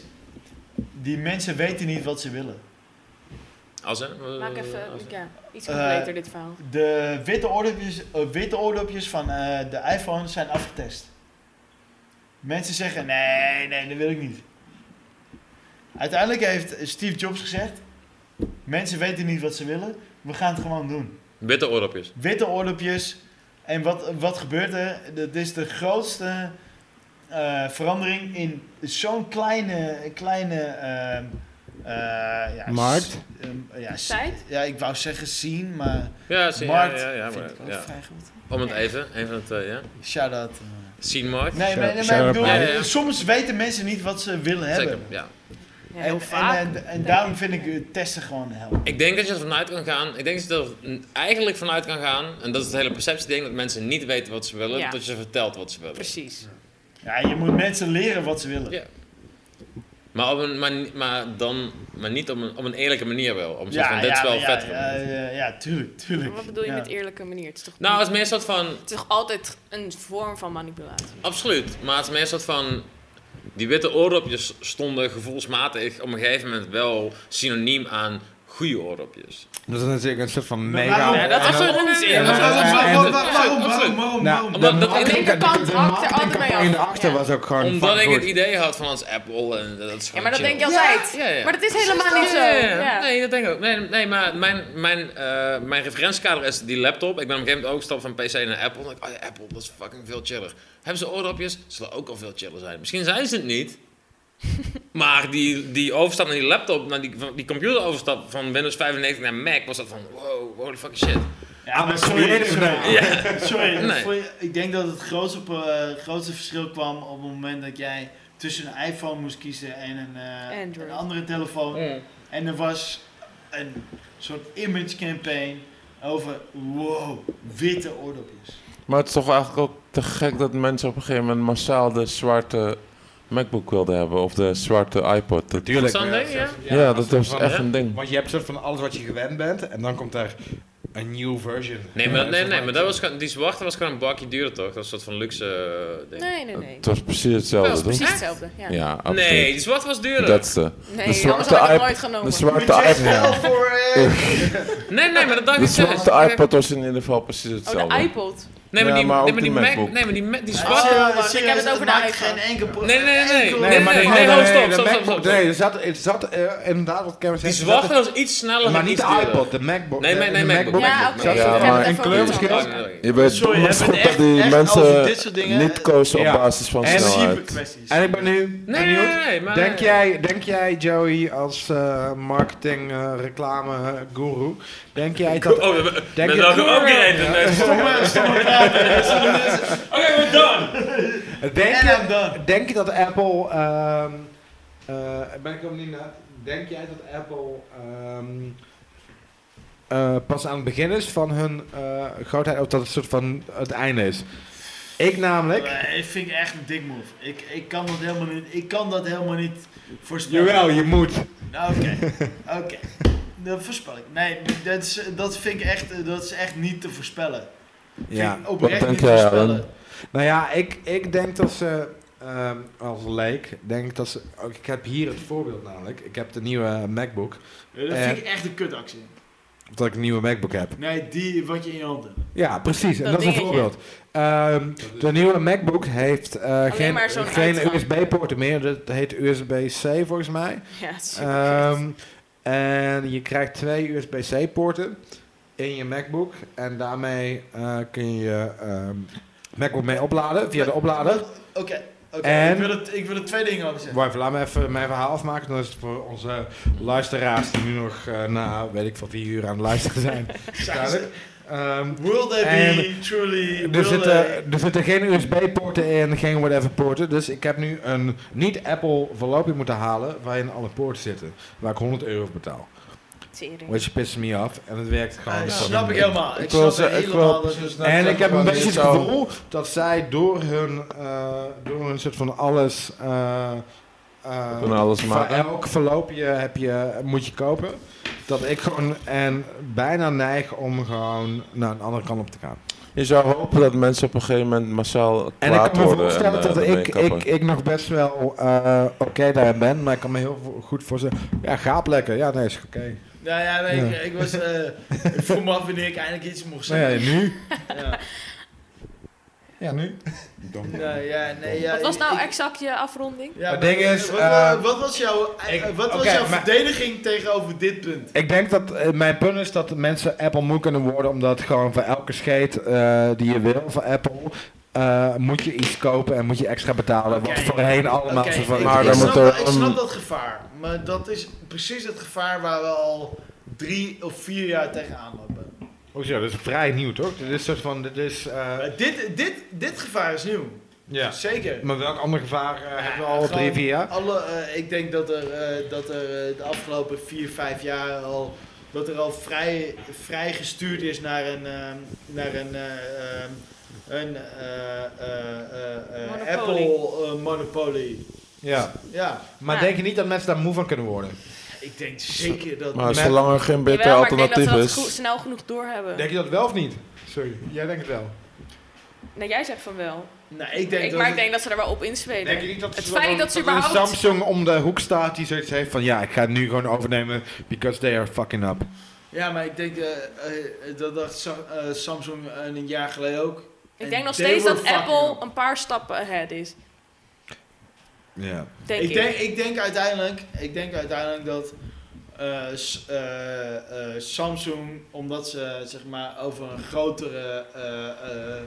Speaker 2: die mensen weten niet wat ze willen.
Speaker 1: Als, er-
Speaker 6: Maak even
Speaker 1: als-
Speaker 6: ja, iets
Speaker 2: Eh,
Speaker 6: completer dit verhaal.
Speaker 2: De witte oordopjes, eh, witte oordopjes van eh, de iPhone zijn afgetest. Mensen zeggen, nee, nee, dat wil ik niet. Uiteindelijk heeft Steve Jobs gezegd, mensen weten niet wat ze willen, we gaan het gewoon doen.
Speaker 1: Witte oordopjes.
Speaker 2: Witte oordopjes, en wat, wat gebeurt er? Dat is de grootste eh, eh, verandering in zo'n kleine, kleine ehm, eh, ja,
Speaker 3: Markt?
Speaker 2: s- ehm, ja, s-
Speaker 6: Tijd?
Speaker 2: ja, ik wou zeggen zien, maar
Speaker 1: Ja, zie- ja,
Speaker 2: markt
Speaker 1: ja, ja,
Speaker 2: vind
Speaker 1: maar-
Speaker 2: ik ook
Speaker 1: ja.
Speaker 2: vrij goed.
Speaker 1: Om het even, een van de twee, ja.
Speaker 2: Shout-out.
Speaker 1: Scene Markt.
Speaker 2: Nee, maar, nee,
Speaker 3: shout
Speaker 2: maar ik
Speaker 3: out
Speaker 2: bedoel,
Speaker 1: Mark. Ja, ja, ja.
Speaker 2: soms weten mensen niet wat ze willen
Speaker 1: Zeker,
Speaker 2: hebben.
Speaker 1: ja.
Speaker 6: Ja,
Speaker 2: En,
Speaker 6: heel
Speaker 2: en,
Speaker 6: vaak.
Speaker 2: en, en daarom vind ik eh, testen gewoon helpen.
Speaker 1: Ik denk dat je er vanuit kan gaan. Ik denk dat je er n- eigenlijk vanuit kan gaan. En dat is de hele perceptie. Ik denk dat mensen niet weten wat ze willen.
Speaker 6: Ja.
Speaker 1: Dat je ze vertelt wat ze willen.
Speaker 6: Precies.
Speaker 2: Ja, je moet mensen leren wat ze willen.
Speaker 1: Ja. Maar, op een, maar, ni- maar, dan, maar niet op een, op een eerlijke manier wel. Om te zeggen van, dit is wel
Speaker 2: maar
Speaker 1: vet
Speaker 2: ja,
Speaker 1: voor
Speaker 2: ja,
Speaker 1: me.
Speaker 2: ja, ja, tuurlijk, tuurlijk.
Speaker 6: Wat bedoel je
Speaker 2: Ja.
Speaker 6: met eerlijke manier? Het is toch,
Speaker 1: Nou, het is meer een soort van...
Speaker 6: het is toch altijd een vorm van manipulatie?
Speaker 1: Absoluut. Maar het is meer een soort van... Die witte oordopjes stonden gevoelsmatig op een gegeven moment wel synoniem aan goede oordopjes.
Speaker 3: Dat Dus is natuurlijk een soort van
Speaker 2: Maar
Speaker 3: mega...
Speaker 2: waarom-
Speaker 1: Ja, dat
Speaker 3: en
Speaker 1: is
Speaker 3: dan-
Speaker 1: wel
Speaker 6: een
Speaker 1: onzin.
Speaker 3: en
Speaker 2: Waarom,
Speaker 3: dan- en
Speaker 2: waarom,
Speaker 3: dan-
Speaker 2: waarom, waarom,
Speaker 3: Nou,
Speaker 2: waarom, waarom?
Speaker 1: Omdat
Speaker 3: de
Speaker 1: dat- ik denk
Speaker 6: dat kant hakt er altijd
Speaker 3: marketingcampagne
Speaker 6: mee af.
Speaker 3: erachter
Speaker 6: Ja.
Speaker 3: was ook gewoon
Speaker 1: Omdat ik
Speaker 3: fucking goed.
Speaker 1: het idee had van als Apple en dat is
Speaker 6: Ja,
Speaker 1: gewoon
Speaker 6: maar dat
Speaker 1: chill.
Speaker 6: denk je altijd.
Speaker 1: Ja, ja.
Speaker 6: Maar dat is helemaal niet zo.
Speaker 1: Ja, ja, ja.
Speaker 6: Ja.
Speaker 1: Nee, dat denk ik ook. Nee, nee maar mijn, mijn, eh, mijn referentiekader is die laptop. Ik ben op een gegeven moment ook gestapt van PC naar Apple. Dan denk ik, oh ja, Apple, dat is fucking veel chiller. Hebben ze oordopjes? Zullen ook al veel chiller zijn. Misschien zijn ze het niet. maar die, die overstap naar die laptop, naar die, van die computeroverstap van Windows 95 naar Mac, was dat van wow, holy fucking shit.
Speaker 2: Ja, maar
Speaker 3: creative,
Speaker 2: sorry, sorry.
Speaker 1: Nee.
Speaker 2: Voor je- ik denk dat het grootste, op, eh, grootste verschil kwam op het moment dat jij tussen een iPhone moest kiezen en een, eh,
Speaker 6: Android.
Speaker 2: een andere telefoon. En er was een soort image campaign over, wow, witte oordopjes.
Speaker 4: Maar het is toch eigenlijk ook te gek dat mensen op een gegeven moment massaal de zwarte MacBook wilden hebben of de zwarte iPod. Dat-
Speaker 1: Dat
Speaker 3: Tuurlijk.
Speaker 1: Zo'n ding, ja.
Speaker 4: ja, dat
Speaker 3: soort
Speaker 4: was
Speaker 3: van-
Speaker 4: echt een ding.
Speaker 3: Want je hebt soort van alles wat je gewend bent en dan komt daar een nieuw version.
Speaker 1: Nee, maar,
Speaker 3: Ja,
Speaker 1: nee,
Speaker 3: soort
Speaker 1: nee,
Speaker 3: van-
Speaker 1: maar dat was, gewoon- die zwarte was gewoon een bakje duurder toch? Dat was een soort van luxe eh, ding.
Speaker 6: Nee, nee, nee.
Speaker 4: Het was precies
Speaker 1: Dat
Speaker 4: hetzelfde,
Speaker 1: was
Speaker 4: toch?
Speaker 6: Precies hetzelfde. Ja.
Speaker 4: Ja, absoluut.
Speaker 1: Nee, die zwarte was duurder.
Speaker 4: Dat is de,
Speaker 6: Nee,
Speaker 4: de
Speaker 6: anders had ik
Speaker 4: zwarte
Speaker 6: het
Speaker 4: iPod.
Speaker 6: nooit
Speaker 4: De
Speaker 6: genomen.
Speaker 4: zwarte
Speaker 2: Budget wel
Speaker 4: iPod.
Speaker 2: voor... eh,
Speaker 1: Nee, nee, maar dat dacht
Speaker 4: De
Speaker 1: ik zelf.
Speaker 4: zwarte iPod was in ieder geval precies
Speaker 6: Oh, de
Speaker 4: hetzelfde.
Speaker 6: iPod.
Speaker 1: Nee, maar
Speaker 4: Ja,
Speaker 1: die,
Speaker 4: maar ook
Speaker 1: nee, maar die,
Speaker 4: die
Speaker 1: Mac,
Speaker 4: MacBook.
Speaker 1: nee, maar die, Mac- die
Speaker 6: Oh,
Speaker 1: zwarte...
Speaker 6: wacht, ik heb
Speaker 2: serieus,
Speaker 6: het over
Speaker 2: dat
Speaker 6: de
Speaker 2: maakt
Speaker 6: iPhone.
Speaker 2: Geen enkel pro-
Speaker 1: Nee, nee, nee,
Speaker 2: enkel-
Speaker 1: nee. Nee,
Speaker 3: maar
Speaker 1: nee,
Speaker 3: de-
Speaker 1: nee,
Speaker 3: de-
Speaker 1: nee,
Speaker 3: de-
Speaker 1: stop,
Speaker 3: de
Speaker 1: stop, stop,
Speaker 3: MacBook-
Speaker 1: stop.
Speaker 3: Nee, er zat, er zat eh, inderdaad wat Kevin
Speaker 1: Die
Speaker 3: zegt. er zat
Speaker 1: zwarte was iets sneller
Speaker 3: Maar
Speaker 1: en
Speaker 3: niet
Speaker 1: iets
Speaker 3: de
Speaker 1: duurder.
Speaker 3: iPod, de MacBook.
Speaker 1: Nee, nee,
Speaker 3: de-
Speaker 1: nee,
Speaker 3: de
Speaker 1: MacBook.
Speaker 6: Ja,
Speaker 1: MacBook.
Speaker 6: oké.
Speaker 4: Ja,
Speaker 6: ik heb
Speaker 4: maar
Speaker 6: het
Speaker 3: in
Speaker 6: even over
Speaker 3: kleurverschil-
Speaker 6: iets
Speaker 1: Oh,
Speaker 6: anders.
Speaker 1: nee.
Speaker 4: Je weet
Speaker 2: Sorry, je hebt
Speaker 4: goed
Speaker 2: het echt-
Speaker 4: dat die
Speaker 2: echt over
Speaker 4: mensen
Speaker 2: dit soort dingen-
Speaker 4: niet kozen op
Speaker 3: Ja.
Speaker 4: basis van
Speaker 3: En-
Speaker 4: snelheid.
Speaker 2: Principe-kwesties.
Speaker 3: En ik ben nu
Speaker 1: Nee, nee,
Speaker 3: benieuwd.
Speaker 1: nee, nee, maar-
Speaker 3: denk, jij, denk jij, Joey, als eh, marketing, eh, reclame, eh, guru, denk jij dat...
Speaker 1: Oh, we- we-
Speaker 3: Denk
Speaker 1: we
Speaker 3: je-
Speaker 1: lachen ook niet eens. Nee, stop. Oké, we're done.
Speaker 3: Denk
Speaker 2: En I'm
Speaker 3: je,
Speaker 2: done.
Speaker 3: denk je dat Apple... ehm, eh, ben ik ook niet na... Denk jij dat Apple ehm, eh, pas aan het begin is van hun eh, grootheid... Of dat het soort van het einde is? Ik namelijk...
Speaker 2: Nee, ik vind het echt een dik move. Ik, ik kan dat helemaal niet. Ik kan dat helemaal niet voorspellen.
Speaker 3: Jawel, je moet.
Speaker 2: Nou, Oké, oké. Dat voorspel ik. Nee, dat, is, dat vind ik echt, eh, dat is echt niet te voorspellen.
Speaker 3: Ja.
Speaker 2: Vind ik
Speaker 4: Wat
Speaker 2: oprecht
Speaker 4: denk
Speaker 2: niet
Speaker 4: jij,
Speaker 2: te voorspellen.
Speaker 3: Nou ja, ik, ik denk dat ze ehm, als leek, denk ik dat ze. ook- Ik heb hier het voorbeeld namelijk. Ik heb de nieuwe MacBook.
Speaker 2: Ja, Eh, dat
Speaker 3: Eh.
Speaker 2: vind ik echt een kutactie.
Speaker 3: Of dat ik een nieuwe MacBook heb.
Speaker 2: Nee, die wat je in je hand hebt.
Speaker 3: Ja, precies. En
Speaker 6: Dat
Speaker 3: dat is een
Speaker 6: dingetje.
Speaker 3: voorbeeld. Ehm, de nieuwe MacBook heeft eh, geen,
Speaker 6: maar zo'n
Speaker 3: geen
Speaker 6: uitgang.
Speaker 3: USB-poorten meer. Dat heet USB-C volgens mij.
Speaker 6: Ja, het is super
Speaker 3: Ehm, en je krijgt twee USB-C-poorten in je MacBook. En daarmee eh, kun je je ehm, MacBook mee opladen via de oplader.
Speaker 2: Oké, oké.
Speaker 3: En-
Speaker 2: Ik, wil het- ik wil er twee dingen over zeggen.
Speaker 3: Wacht, laat me even mijn verhaal afmaken. Dan is het voor onze luisteraars die nu nog eh, na weet ik van vier uur aan het luisteren zijn. duidelijk. Ehm,
Speaker 2: Will they be
Speaker 3: En-
Speaker 2: truly...
Speaker 3: er,
Speaker 2: Will they...
Speaker 3: zitten, er zitten geen USB-poorten in, geen whatever-poorten. Dus ik heb nu een niet-Apple verloopje moeten halen waarin alle poorten zitten. Waar ik 100 euro voor betaal.
Speaker 6: tering.
Speaker 3: Which pisses me af. En het werkt gewoon.
Speaker 2: Eh,
Speaker 3: niet.
Speaker 2: snap ik helemaal. Ik,
Speaker 4: Ik wil
Speaker 2: snap
Speaker 4: ze- ik wil
Speaker 2: helemaal dus dat
Speaker 4: precies net
Speaker 2: het-
Speaker 3: En ik
Speaker 4: zeggen
Speaker 3: heb een
Speaker 4: van,
Speaker 3: beetje
Speaker 4: dit
Speaker 3: het
Speaker 4: zou-
Speaker 3: gevoel dat zij door hun, eh, door hun soort van alles. eh, eh,
Speaker 4: Van alles
Speaker 3: van
Speaker 4: maken.
Speaker 3: elk verloopje heb je, moet je kopen. Dat ik gewoon en bijna neig om gewoon naar een andere kant op te gaan.
Speaker 4: Je zou hopen dat mensen op een gegeven moment
Speaker 3: En
Speaker 4: massaal
Speaker 3: ik
Speaker 4: kwaad
Speaker 3: kan me
Speaker 4: worden.
Speaker 3: voorstellen
Speaker 4: en, eh,
Speaker 3: dat
Speaker 4: ermee
Speaker 3: ik,
Speaker 4: kappen.
Speaker 3: ik, ik nog best wel eh, oké daarin ben. Maar ik kan me heel vo- goed voorstellen. Ja, gaap lekker. Ja, nee, is oké.
Speaker 2: Nou ja, nee, ik-
Speaker 3: Ja.
Speaker 2: Ik, was, eh, ik voel me af wanneer ik eindelijk iets mocht
Speaker 3: Nou
Speaker 2: zeggen.
Speaker 3: ja, nu.
Speaker 2: Ja.
Speaker 3: Ja, nu.
Speaker 2: Nou ja, nee, ja,
Speaker 6: Wat was nou
Speaker 2: ik-
Speaker 6: exact je afronding?
Speaker 2: Ja,
Speaker 3: Het
Speaker 2: maar
Speaker 3: ding is,
Speaker 2: Wat,
Speaker 3: eh,
Speaker 2: wat was jouw, eh,
Speaker 3: ik-
Speaker 2: wat was
Speaker 3: oké,
Speaker 2: jouw
Speaker 3: maar-
Speaker 2: verdediging tegenover dit punt?
Speaker 3: Ik denk dat eh, mijn punt is dat mensen Apple moe kunnen worden, omdat gewoon voor elke scheet eh, die je wil van Apple eh, moet je iets kopen en moet je extra betalen.
Speaker 2: Oké.
Speaker 3: Wat voorheen allemaal
Speaker 2: Oké,
Speaker 3: zo van...
Speaker 2: ik-
Speaker 4: Maar
Speaker 2: ik,
Speaker 4: dan
Speaker 2: snap,
Speaker 4: moet er
Speaker 2: ik snap
Speaker 4: een-
Speaker 2: dat gevaar. Maar dat is precies het gevaar waar we al drie of vier jaar tegenaan lopen.
Speaker 3: Hoezo, Oh, dat is vrij nieuw toch? Dit is soort van, dit is... eh,
Speaker 2: Eh, dit, dit, dit gevaar is nieuw.
Speaker 3: ja.
Speaker 2: Zeker.
Speaker 3: Maar welk ander gevaar eh, hebben we al
Speaker 2: Gewoon
Speaker 3: op drie, vier jaar?
Speaker 2: Alle, eh, ik denk dat er, eh, dat er eh, de afgelopen vier, vijf jaar al, dat er al vrij, vrij gestuurd is naar een, ehm, naar een, eh, ehm, een eh, eh, eh, eh,
Speaker 6: Monopolie.
Speaker 2: Apple eh, monopolie.
Speaker 3: Ja.
Speaker 2: Ja,
Speaker 3: Maar
Speaker 6: Ja.
Speaker 3: denk je niet dat mensen daar moe van kunnen worden?
Speaker 2: ik denk zeker dat...
Speaker 4: Maar
Speaker 3: Met-
Speaker 4: zolang er geen beter
Speaker 6: Jawel, maar ik denk dat
Speaker 4: alternatief
Speaker 6: we dat
Speaker 4: is.
Speaker 6: goed- snel genoeg doorhebben.
Speaker 3: Denk je dat wel of niet? Sorry, jij denkt het wel.
Speaker 6: Nee, jij zegt van wel.
Speaker 2: nou, ik
Speaker 6: Ik
Speaker 2: denk dat
Speaker 6: maar
Speaker 2: het-
Speaker 6: ik denk dat ze er wel op inspelen.
Speaker 3: Denk je niet dat
Speaker 6: het
Speaker 3: wel
Speaker 6: feit
Speaker 3: een-
Speaker 6: dat ze
Speaker 3: er een
Speaker 6: überhaupt...
Speaker 3: Samsung om de hoek staat die zoiets heeft van ja, ik ga het nu gewoon overnemen because they are fucking up.
Speaker 2: Ja, maar ik denk eh, eh, dat dacht Sa- eh, Samsung eh, een jaar geleden ook.
Speaker 6: Ik denk nog
Speaker 2: They
Speaker 6: steeds
Speaker 2: were
Speaker 6: dat
Speaker 2: fucking
Speaker 6: Apple
Speaker 2: up.
Speaker 6: een paar stappen ahead is.
Speaker 3: Ja.
Speaker 6: Denk ik.
Speaker 2: ik, denk, ik, denk uiteindelijk, ik denk uiteindelijk dat eh, s- eh, eh, Samsung, omdat ze zeg maar, over een grotere. eh, eh,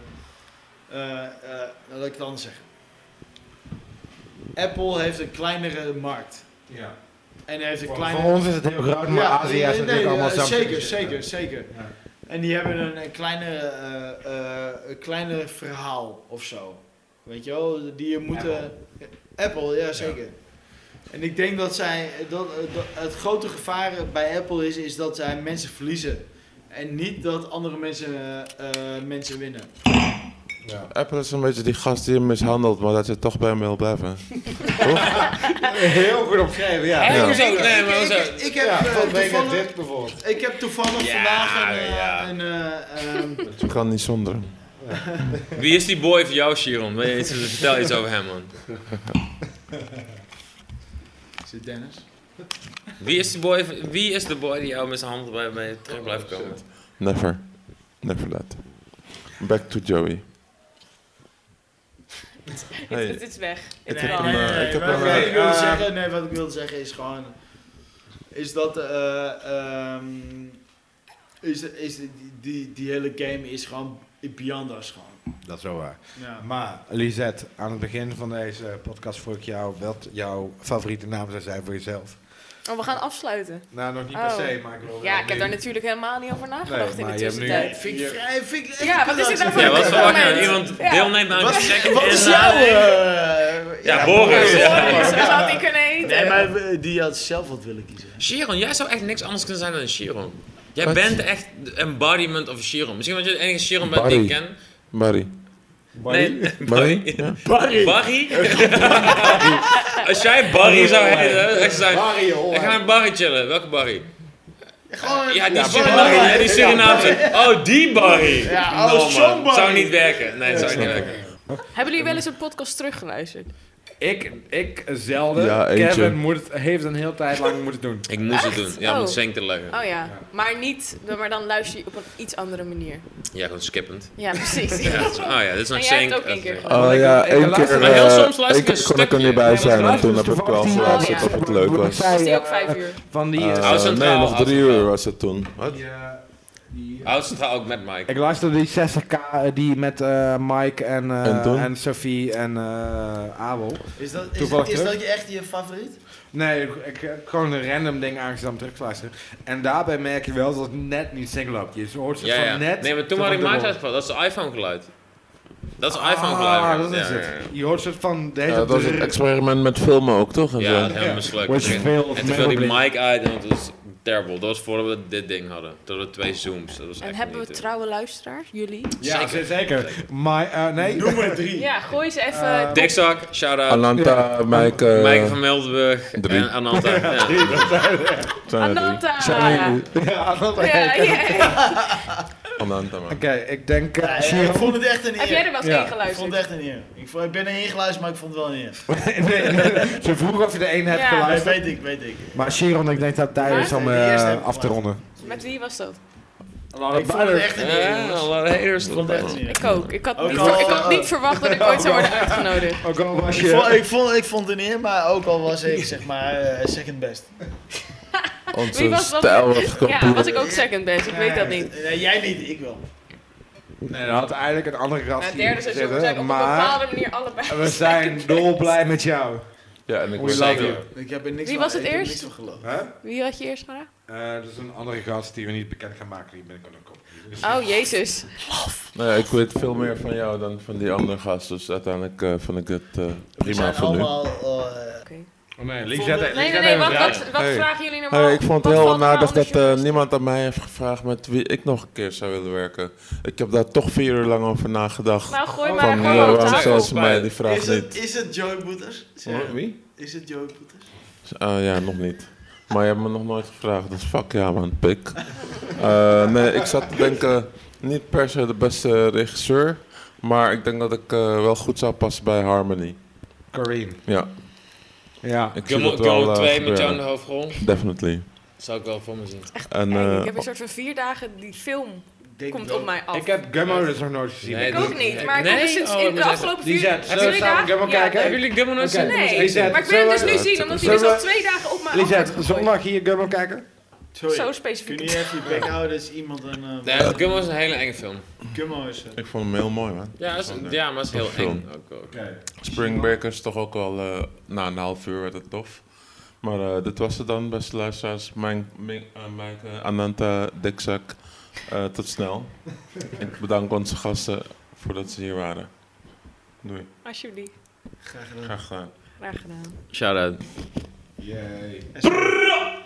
Speaker 2: eh, eh, laat ik het anders zeggen. Apple heeft een kleinere markt.
Speaker 10: Ja.
Speaker 2: En heeft een
Speaker 3: Voor,
Speaker 2: kleine.
Speaker 3: voor ons is het heel groot, maar
Speaker 2: Ja,
Speaker 3: Azië is
Speaker 2: nee,
Speaker 3: natuurlijk
Speaker 2: nee,
Speaker 3: allemaal
Speaker 2: eh,
Speaker 3: Samsung.
Speaker 2: Zeker,
Speaker 3: shit.
Speaker 2: zeker, zeker.
Speaker 10: Ja.
Speaker 2: En die hebben een, een kleiner eh, eh, een kleiner verhaal of zo. Weet je wel, die je moeten. Apple, ja zeker. En ik denk dat zij. Dat, eh, dat het grote gevaar bij Apple is, is dat zij mensen verliezen. En niet dat andere mensen, eh, eh, mensen winnen.
Speaker 4: Apple is een beetje die gast die je mishandelt, maar dat je toch bij hem wil blijven.
Speaker 3: Heel goed omschreven, ja.
Speaker 6: Echt?
Speaker 4: Ja.
Speaker 6: Zeker.
Speaker 1: Nee, maar
Speaker 2: ik,
Speaker 1: zo.
Speaker 2: ik, ik heb,
Speaker 3: Ja,
Speaker 2: eh,
Speaker 3: vanwege
Speaker 2: toevallig,
Speaker 3: dit bijvoorbeeld.
Speaker 2: ik heb toevallig
Speaker 1: Ja,
Speaker 2: vandaag een, eh,
Speaker 1: ja.
Speaker 2: een, eh, ehm,
Speaker 4: Je kan niet zonder.
Speaker 1: Wie is die boy van jou, Chiron? Wil je iets- Vertel iets over hem, man.
Speaker 2: Zit Dennis?
Speaker 1: Wie is, die boy, van- wie is de boy die jou mishandelt bij, bij je terug blijft komen?
Speaker 4: Never. Never that. Back to Joey.
Speaker 6: Het-
Speaker 4: Hey,
Speaker 6: Het is weg.
Speaker 4: ik
Speaker 2: Nee,
Speaker 4: heb
Speaker 2: nee,
Speaker 4: een,
Speaker 2: nee,
Speaker 4: eh,
Speaker 2: nee,
Speaker 4: ik heb
Speaker 2: maar
Speaker 4: een,
Speaker 2: wat
Speaker 4: eh,
Speaker 2: ik wilde
Speaker 3: eh,
Speaker 2: zeggen, nee, wat ik wilde zeggen is gewoon... Is dat... eh, ehm, is, is die, die, die hele game is gewoon Biandas gewoon.
Speaker 3: Dat is wel waar.
Speaker 2: Ja.
Speaker 3: Maar Lisette, aan het begin van deze podcast vroeg ik jou wat jouw favoriete naam zou zijn voor jezelf.
Speaker 6: Oh, we gaan afsluiten.
Speaker 3: Nou, nog niet
Speaker 6: per Oh.
Speaker 3: per se,
Speaker 6: se,
Speaker 3: maar ik wil
Speaker 6: Ja, ik heb daar natuurlijk helemaal niet over nagedacht
Speaker 3: Nee,
Speaker 6: in de
Speaker 3: maar je hebt nu-
Speaker 2: Nee,
Speaker 6: tussentijd.
Speaker 2: vind ik vrij... Vind ik echt
Speaker 6: Ja, wat is dit nou voor
Speaker 1: Ja, wat
Speaker 6: een
Speaker 1: verwacht je?
Speaker 6: compliment?
Speaker 1: dat Iemand
Speaker 6: Ja.
Speaker 1: deelneemt aan een gesprek
Speaker 2: Wat is
Speaker 1: en...
Speaker 2: jouw... eh,
Speaker 1: Ja, Boris.
Speaker 6: Sorry, zo had hij kunnen eten.
Speaker 2: Nee, maar eh, die had zelf wat willen kiezen.
Speaker 1: Chiron, jij zou echt niks anders kunnen zijn dan een Chiron. Jij bent echt de embodiment of Chiron. Misschien want je de enige Chiron bent die ik
Speaker 4: Barry.
Speaker 1: ken.
Speaker 4: Barry.
Speaker 1: Nee,
Speaker 4: Barry? Ja. Oh,
Speaker 1: Barry? Als jij Barry zou heten, echt zijn.
Speaker 3: Barry,
Speaker 1: Ik ga met Barry chillen. Welke Barry?
Speaker 2: Gewoon...
Speaker 1: Ja, die
Speaker 2: Ja,
Speaker 1: Surinaamse.
Speaker 2: Barry.
Speaker 1: Ja, die Surinaamse. Oh, die Barry. Nou,
Speaker 2: Ja, oh,
Speaker 1: man.
Speaker 2: zo'n Barry.
Speaker 1: Zou niet werken. Nee, het zou niet werken.
Speaker 6: Hebben jullie wel eens een podcast teruggeluisterd?
Speaker 3: Ik, ik zelden.
Speaker 4: Ja, eentje.
Speaker 3: Kevin moet het, heeft een hele tijd lang moeten doen.
Speaker 1: Ik moest het doen. Ja, om het
Speaker 6: Oh.
Speaker 1: zeng te leggen.
Speaker 6: Oh ja, maar niet, maar dan luister je op een iets andere manier.
Speaker 1: Ja, gewoon skippend.
Speaker 6: Ja, precies.
Speaker 1: Ja. Oh ja, dit is nog
Speaker 6: En jij
Speaker 1: zeng.
Speaker 6: hebt het ook één keer gedaan.
Speaker 4: Oh ja,
Speaker 3: Ik- ik
Speaker 4: één keer,
Speaker 3: luister-
Speaker 1: Maar heel
Speaker 4: eh,
Speaker 1: soms luister
Speaker 4: één
Speaker 1: ik
Speaker 4: keer
Speaker 1: een
Speaker 4: kon ik er
Speaker 1: stukje.
Speaker 4: niet bij
Speaker 1: Nee,
Speaker 4: zijn en
Speaker 3: Luister,
Speaker 4: toen heb
Speaker 3: dus
Speaker 4: ik wel
Speaker 3: toevallig die-
Speaker 4: geluisterd
Speaker 6: Oh, ja.
Speaker 4: of het leuk was.
Speaker 3: Zij,
Speaker 6: Is die ook
Speaker 3: eh,
Speaker 6: vijf uur?
Speaker 3: Van die... eh,
Speaker 1: Oud
Speaker 4: Eh, nee,
Speaker 1: Centraal,
Speaker 4: nog
Speaker 1: Oud
Speaker 4: drie
Speaker 1: Centraal.
Speaker 4: uur was het toen. Wat?
Speaker 11: Die, eh, die,
Speaker 1: Houd centraal ook met Mike.
Speaker 3: ik luisterde die 60k eh, die met eh, Mike en, eh,
Speaker 4: En Tom?
Speaker 3: en Sophie en eh Abel.
Speaker 2: Is dat, is,
Speaker 3: Toevallig
Speaker 2: is
Speaker 3: terug.
Speaker 2: dat je echt je favoriet?
Speaker 3: Nee, ik- ik heb gewoon een random ding aangezet om terug te luisteren. En daarbij merk je wel dat het net niet single loopt. Je hoort ze
Speaker 1: Ja,
Speaker 3: van
Speaker 1: ja.
Speaker 3: net...
Speaker 1: Nee, maar
Speaker 3: tot
Speaker 1: toen had
Speaker 3: op
Speaker 1: ik
Speaker 3: de
Speaker 1: Mike
Speaker 3: rol.
Speaker 1: uitgevallen. Dat is een iPhone geluid. Dat is een iPhone geluid.
Speaker 3: Ah, dat is
Speaker 1: Ja,
Speaker 3: het. Je hoort soort van... Deze
Speaker 4: Ja, Eh, dat was het experiment met filmen ook, toch? En
Speaker 1: Ja,
Speaker 4: zo.
Speaker 1: ja, dat hebben we mislukt.
Speaker 3: Was je veel of
Speaker 1: En toen viel die
Speaker 3: memorably?
Speaker 1: mic uit en het was terrible. Dat was voordat we dit ding hadden. Toen hadden we twee zooms. Dat was
Speaker 6: En
Speaker 1: echt
Speaker 6: hebben we
Speaker 1: niet, eh.
Speaker 6: trouwe luisteraars, jullie?
Speaker 3: Ja, zeker. zeker. Maar, eh, nee.
Speaker 2: Noem maar drie.
Speaker 6: Ja, gooi ze even.
Speaker 3: Eh,
Speaker 1: Dikzak, shout-out.
Speaker 4: Ananta, Mike, eh,
Speaker 1: Mike van Mildenburg
Speaker 4: drie.
Speaker 1: en Ananta. Ja.
Speaker 4: zijn er drie.
Speaker 6: Ananta!
Speaker 4: Zijn er
Speaker 6: Ja,
Speaker 4: drie.
Speaker 6: ja, ja.
Speaker 4: Ananta, man.
Speaker 3: Oké, ik denk... eh,
Speaker 2: Ja,
Speaker 3: Chiron-
Speaker 2: ik vond het echt een eer.
Speaker 6: Heb jij er wel eens
Speaker 3: Ja.
Speaker 6: één
Speaker 2: Ik vond
Speaker 6: geluisterd?
Speaker 2: het echt een eer. Ik, vond, ik ben erin geluisterd, maar ik vond het wel een eer.
Speaker 3: nee, nee, ze vroeg of je de een hebt
Speaker 6: Ja.
Speaker 2: Nee,
Speaker 3: geluisterd.
Speaker 2: weet ik, weet ik.
Speaker 3: Maar Chiron, ik denk dat het tijd is om
Speaker 2: Maarten, die eerste
Speaker 3: eh,
Speaker 2: heb ik
Speaker 3: af te
Speaker 2: geluisterd.
Speaker 3: ronden.
Speaker 6: Met wie was dat?
Speaker 2: Ik vond het echt een eer,
Speaker 1: Ja,
Speaker 2: jongens.
Speaker 1: alle haters.
Speaker 2: Ik vond het echt een eer.
Speaker 6: Ik ook. Ik had
Speaker 2: Ook
Speaker 6: niet,
Speaker 2: al,
Speaker 6: ver- ik had
Speaker 2: eh,
Speaker 6: niet verwacht dat ik ooit zou worden uitgenodigd.
Speaker 3: Ook al was
Speaker 2: Oh, Ik vond,
Speaker 3: je...
Speaker 2: ik, vond, ik vond het een eer, maar ook al was ik zeg maar eh, second best.
Speaker 4: Onze
Speaker 6: Wie was- was-
Speaker 4: stijl werd
Speaker 6: Ja, was
Speaker 4: kapot.
Speaker 6: ik ook second best. Ik weet dat niet.
Speaker 2: Nee, jij niet, ik wel.
Speaker 3: Nee, dan had eigenlijk een andere gast
Speaker 6: het derde
Speaker 3: hier
Speaker 6: seizoen
Speaker 3: zitten,
Speaker 6: zijn we op een
Speaker 3: maar
Speaker 6: bepaalde manier allebei.
Speaker 3: we zijn dolblij met jou.
Speaker 4: Ja, en ik
Speaker 3: We
Speaker 4: was
Speaker 3: love
Speaker 4: zeker.
Speaker 3: you.
Speaker 2: Ik heb er niks
Speaker 6: Wie
Speaker 2: van-
Speaker 6: was het
Speaker 2: ik heb er
Speaker 6: eerst?
Speaker 2: niks van geloofd.
Speaker 3: Hè?
Speaker 6: Wie had je eerst gedaan?
Speaker 3: Eh, dat is een andere gast die we niet bekend gaan maken, die binnenkort ook komt.
Speaker 6: Oh, jezus.
Speaker 4: Nou ja, ik weet veel meer van jou dan van die andere gast. Dus uiteindelijk eh, vond ik het eh,
Speaker 2: We
Speaker 4: prima
Speaker 2: zijn
Speaker 4: voor nu.
Speaker 2: allemaal... eh,
Speaker 6: Oké.
Speaker 3: Oh nee, links
Speaker 2: Volgende-
Speaker 3: zetten-
Speaker 6: Nee,
Speaker 3: links zetten
Speaker 6: nee, nee,
Speaker 3: even
Speaker 6: wat,
Speaker 3: draaien.
Speaker 6: wat, wat
Speaker 4: Hey.
Speaker 6: vragen jullie normaal?
Speaker 4: Hey, Nou ik vond het
Speaker 6: Wat
Speaker 4: heel
Speaker 6: valt er
Speaker 4: onaardig
Speaker 6: nou
Speaker 4: dat
Speaker 6: onder
Speaker 4: eh,
Speaker 6: journalisten?
Speaker 4: niemand aan mij heeft gevraagd met wie ik nog een keer zou willen werken. Ik heb daar toch vier uur lang over nagedacht.
Speaker 6: Nou, gooi
Speaker 4: van,
Speaker 6: maar
Speaker 4: eh,
Speaker 6: gewoon op
Speaker 4: waarom
Speaker 6: tafel.
Speaker 4: stellen ze mij die vraag
Speaker 2: is,
Speaker 4: niet?
Speaker 2: het, is het Joey Boeters? Zeg,
Speaker 4: Wie?
Speaker 2: Is het Joey Boeters?
Speaker 4: Ah ja, nog niet. Maar je hebt me nog nooit gevraagd, dus fuck ja man, pik. Eh, nee, ik zat te denken, niet per se de beste regisseur, maar ik denk dat ik eh, wel goed zou passen bij Harmony.
Speaker 3: Kareem.
Speaker 4: Ja,
Speaker 3: Ja.
Speaker 4: ik zie
Speaker 1: Gilmore
Speaker 4: dat wel
Speaker 1: Gilmore
Speaker 4: eh,
Speaker 1: 2 met jou in de
Speaker 4: gebeuren.
Speaker 1: hoofdrol.
Speaker 4: Definitely.
Speaker 1: Zou ik wel voor me zien.
Speaker 4: En,
Speaker 6: Hey,
Speaker 4: eh,
Speaker 6: ik heb een soort van vier dagen die film
Speaker 2: Denk
Speaker 6: komt
Speaker 2: ik wel.
Speaker 6: op mij af.
Speaker 3: Ik heb Gummo dus nog nooit gezien.
Speaker 1: Nee,
Speaker 6: Ik
Speaker 1: dat-
Speaker 6: ook niet, maar ik
Speaker 1: Nee?
Speaker 6: heb dus sinds
Speaker 1: Oh,
Speaker 6: in
Speaker 1: maar
Speaker 6: de
Speaker 1: dat-
Speaker 6: afgelopen
Speaker 3: Die
Speaker 6: vier,
Speaker 3: zet-
Speaker 6: twee
Speaker 3: zullen we samen
Speaker 6: dagen-
Speaker 3: Gummo
Speaker 6: ja,
Speaker 3: kijken?
Speaker 1: Hebben jullie Gilmore nog
Speaker 3: Oké.
Speaker 1: zien?
Speaker 6: Nee,
Speaker 3: Lisette,
Speaker 6: maar ik wil hem dus
Speaker 3: zullen
Speaker 6: nu
Speaker 4: we-
Speaker 6: zien, omdat hij
Speaker 3: zullen
Speaker 6: dus al
Speaker 3: we-
Speaker 6: twee dagen op mij af wordt
Speaker 3: Lisette,
Speaker 6: gegooid.
Speaker 3: zondag hier Gummo kijken?
Speaker 2: Sorry,
Speaker 6: Zo
Speaker 2: kun
Speaker 6: specifiek.
Speaker 2: je niet even je bek houden? Is iemand een... eh,
Speaker 1: Nee, Gilmore is een hele enge film.
Speaker 2: Gummo is het.
Speaker 4: oh, ik vond hem heel mooi man.
Speaker 1: Ja, is- ja maar het is heel
Speaker 4: Film.
Speaker 1: eng. Ook, ook.
Speaker 4: Spring Breakers toch ook wel, eh, na een half uur werd het tof. Maar eh, dit was het dan, beste luisteraars. Mijn, mijn, eh, mijn, eh, Ananta Dikzak, eh, tot snel. Ik bedank onze gasten voordat ze hier waren. Doei.
Speaker 6: Alsjeblieft.
Speaker 2: Graag gedaan.
Speaker 4: Graag gedaan.
Speaker 6: Graag gedaan.
Speaker 1: Shout out.
Speaker 12: Yay.
Speaker 2: En zo-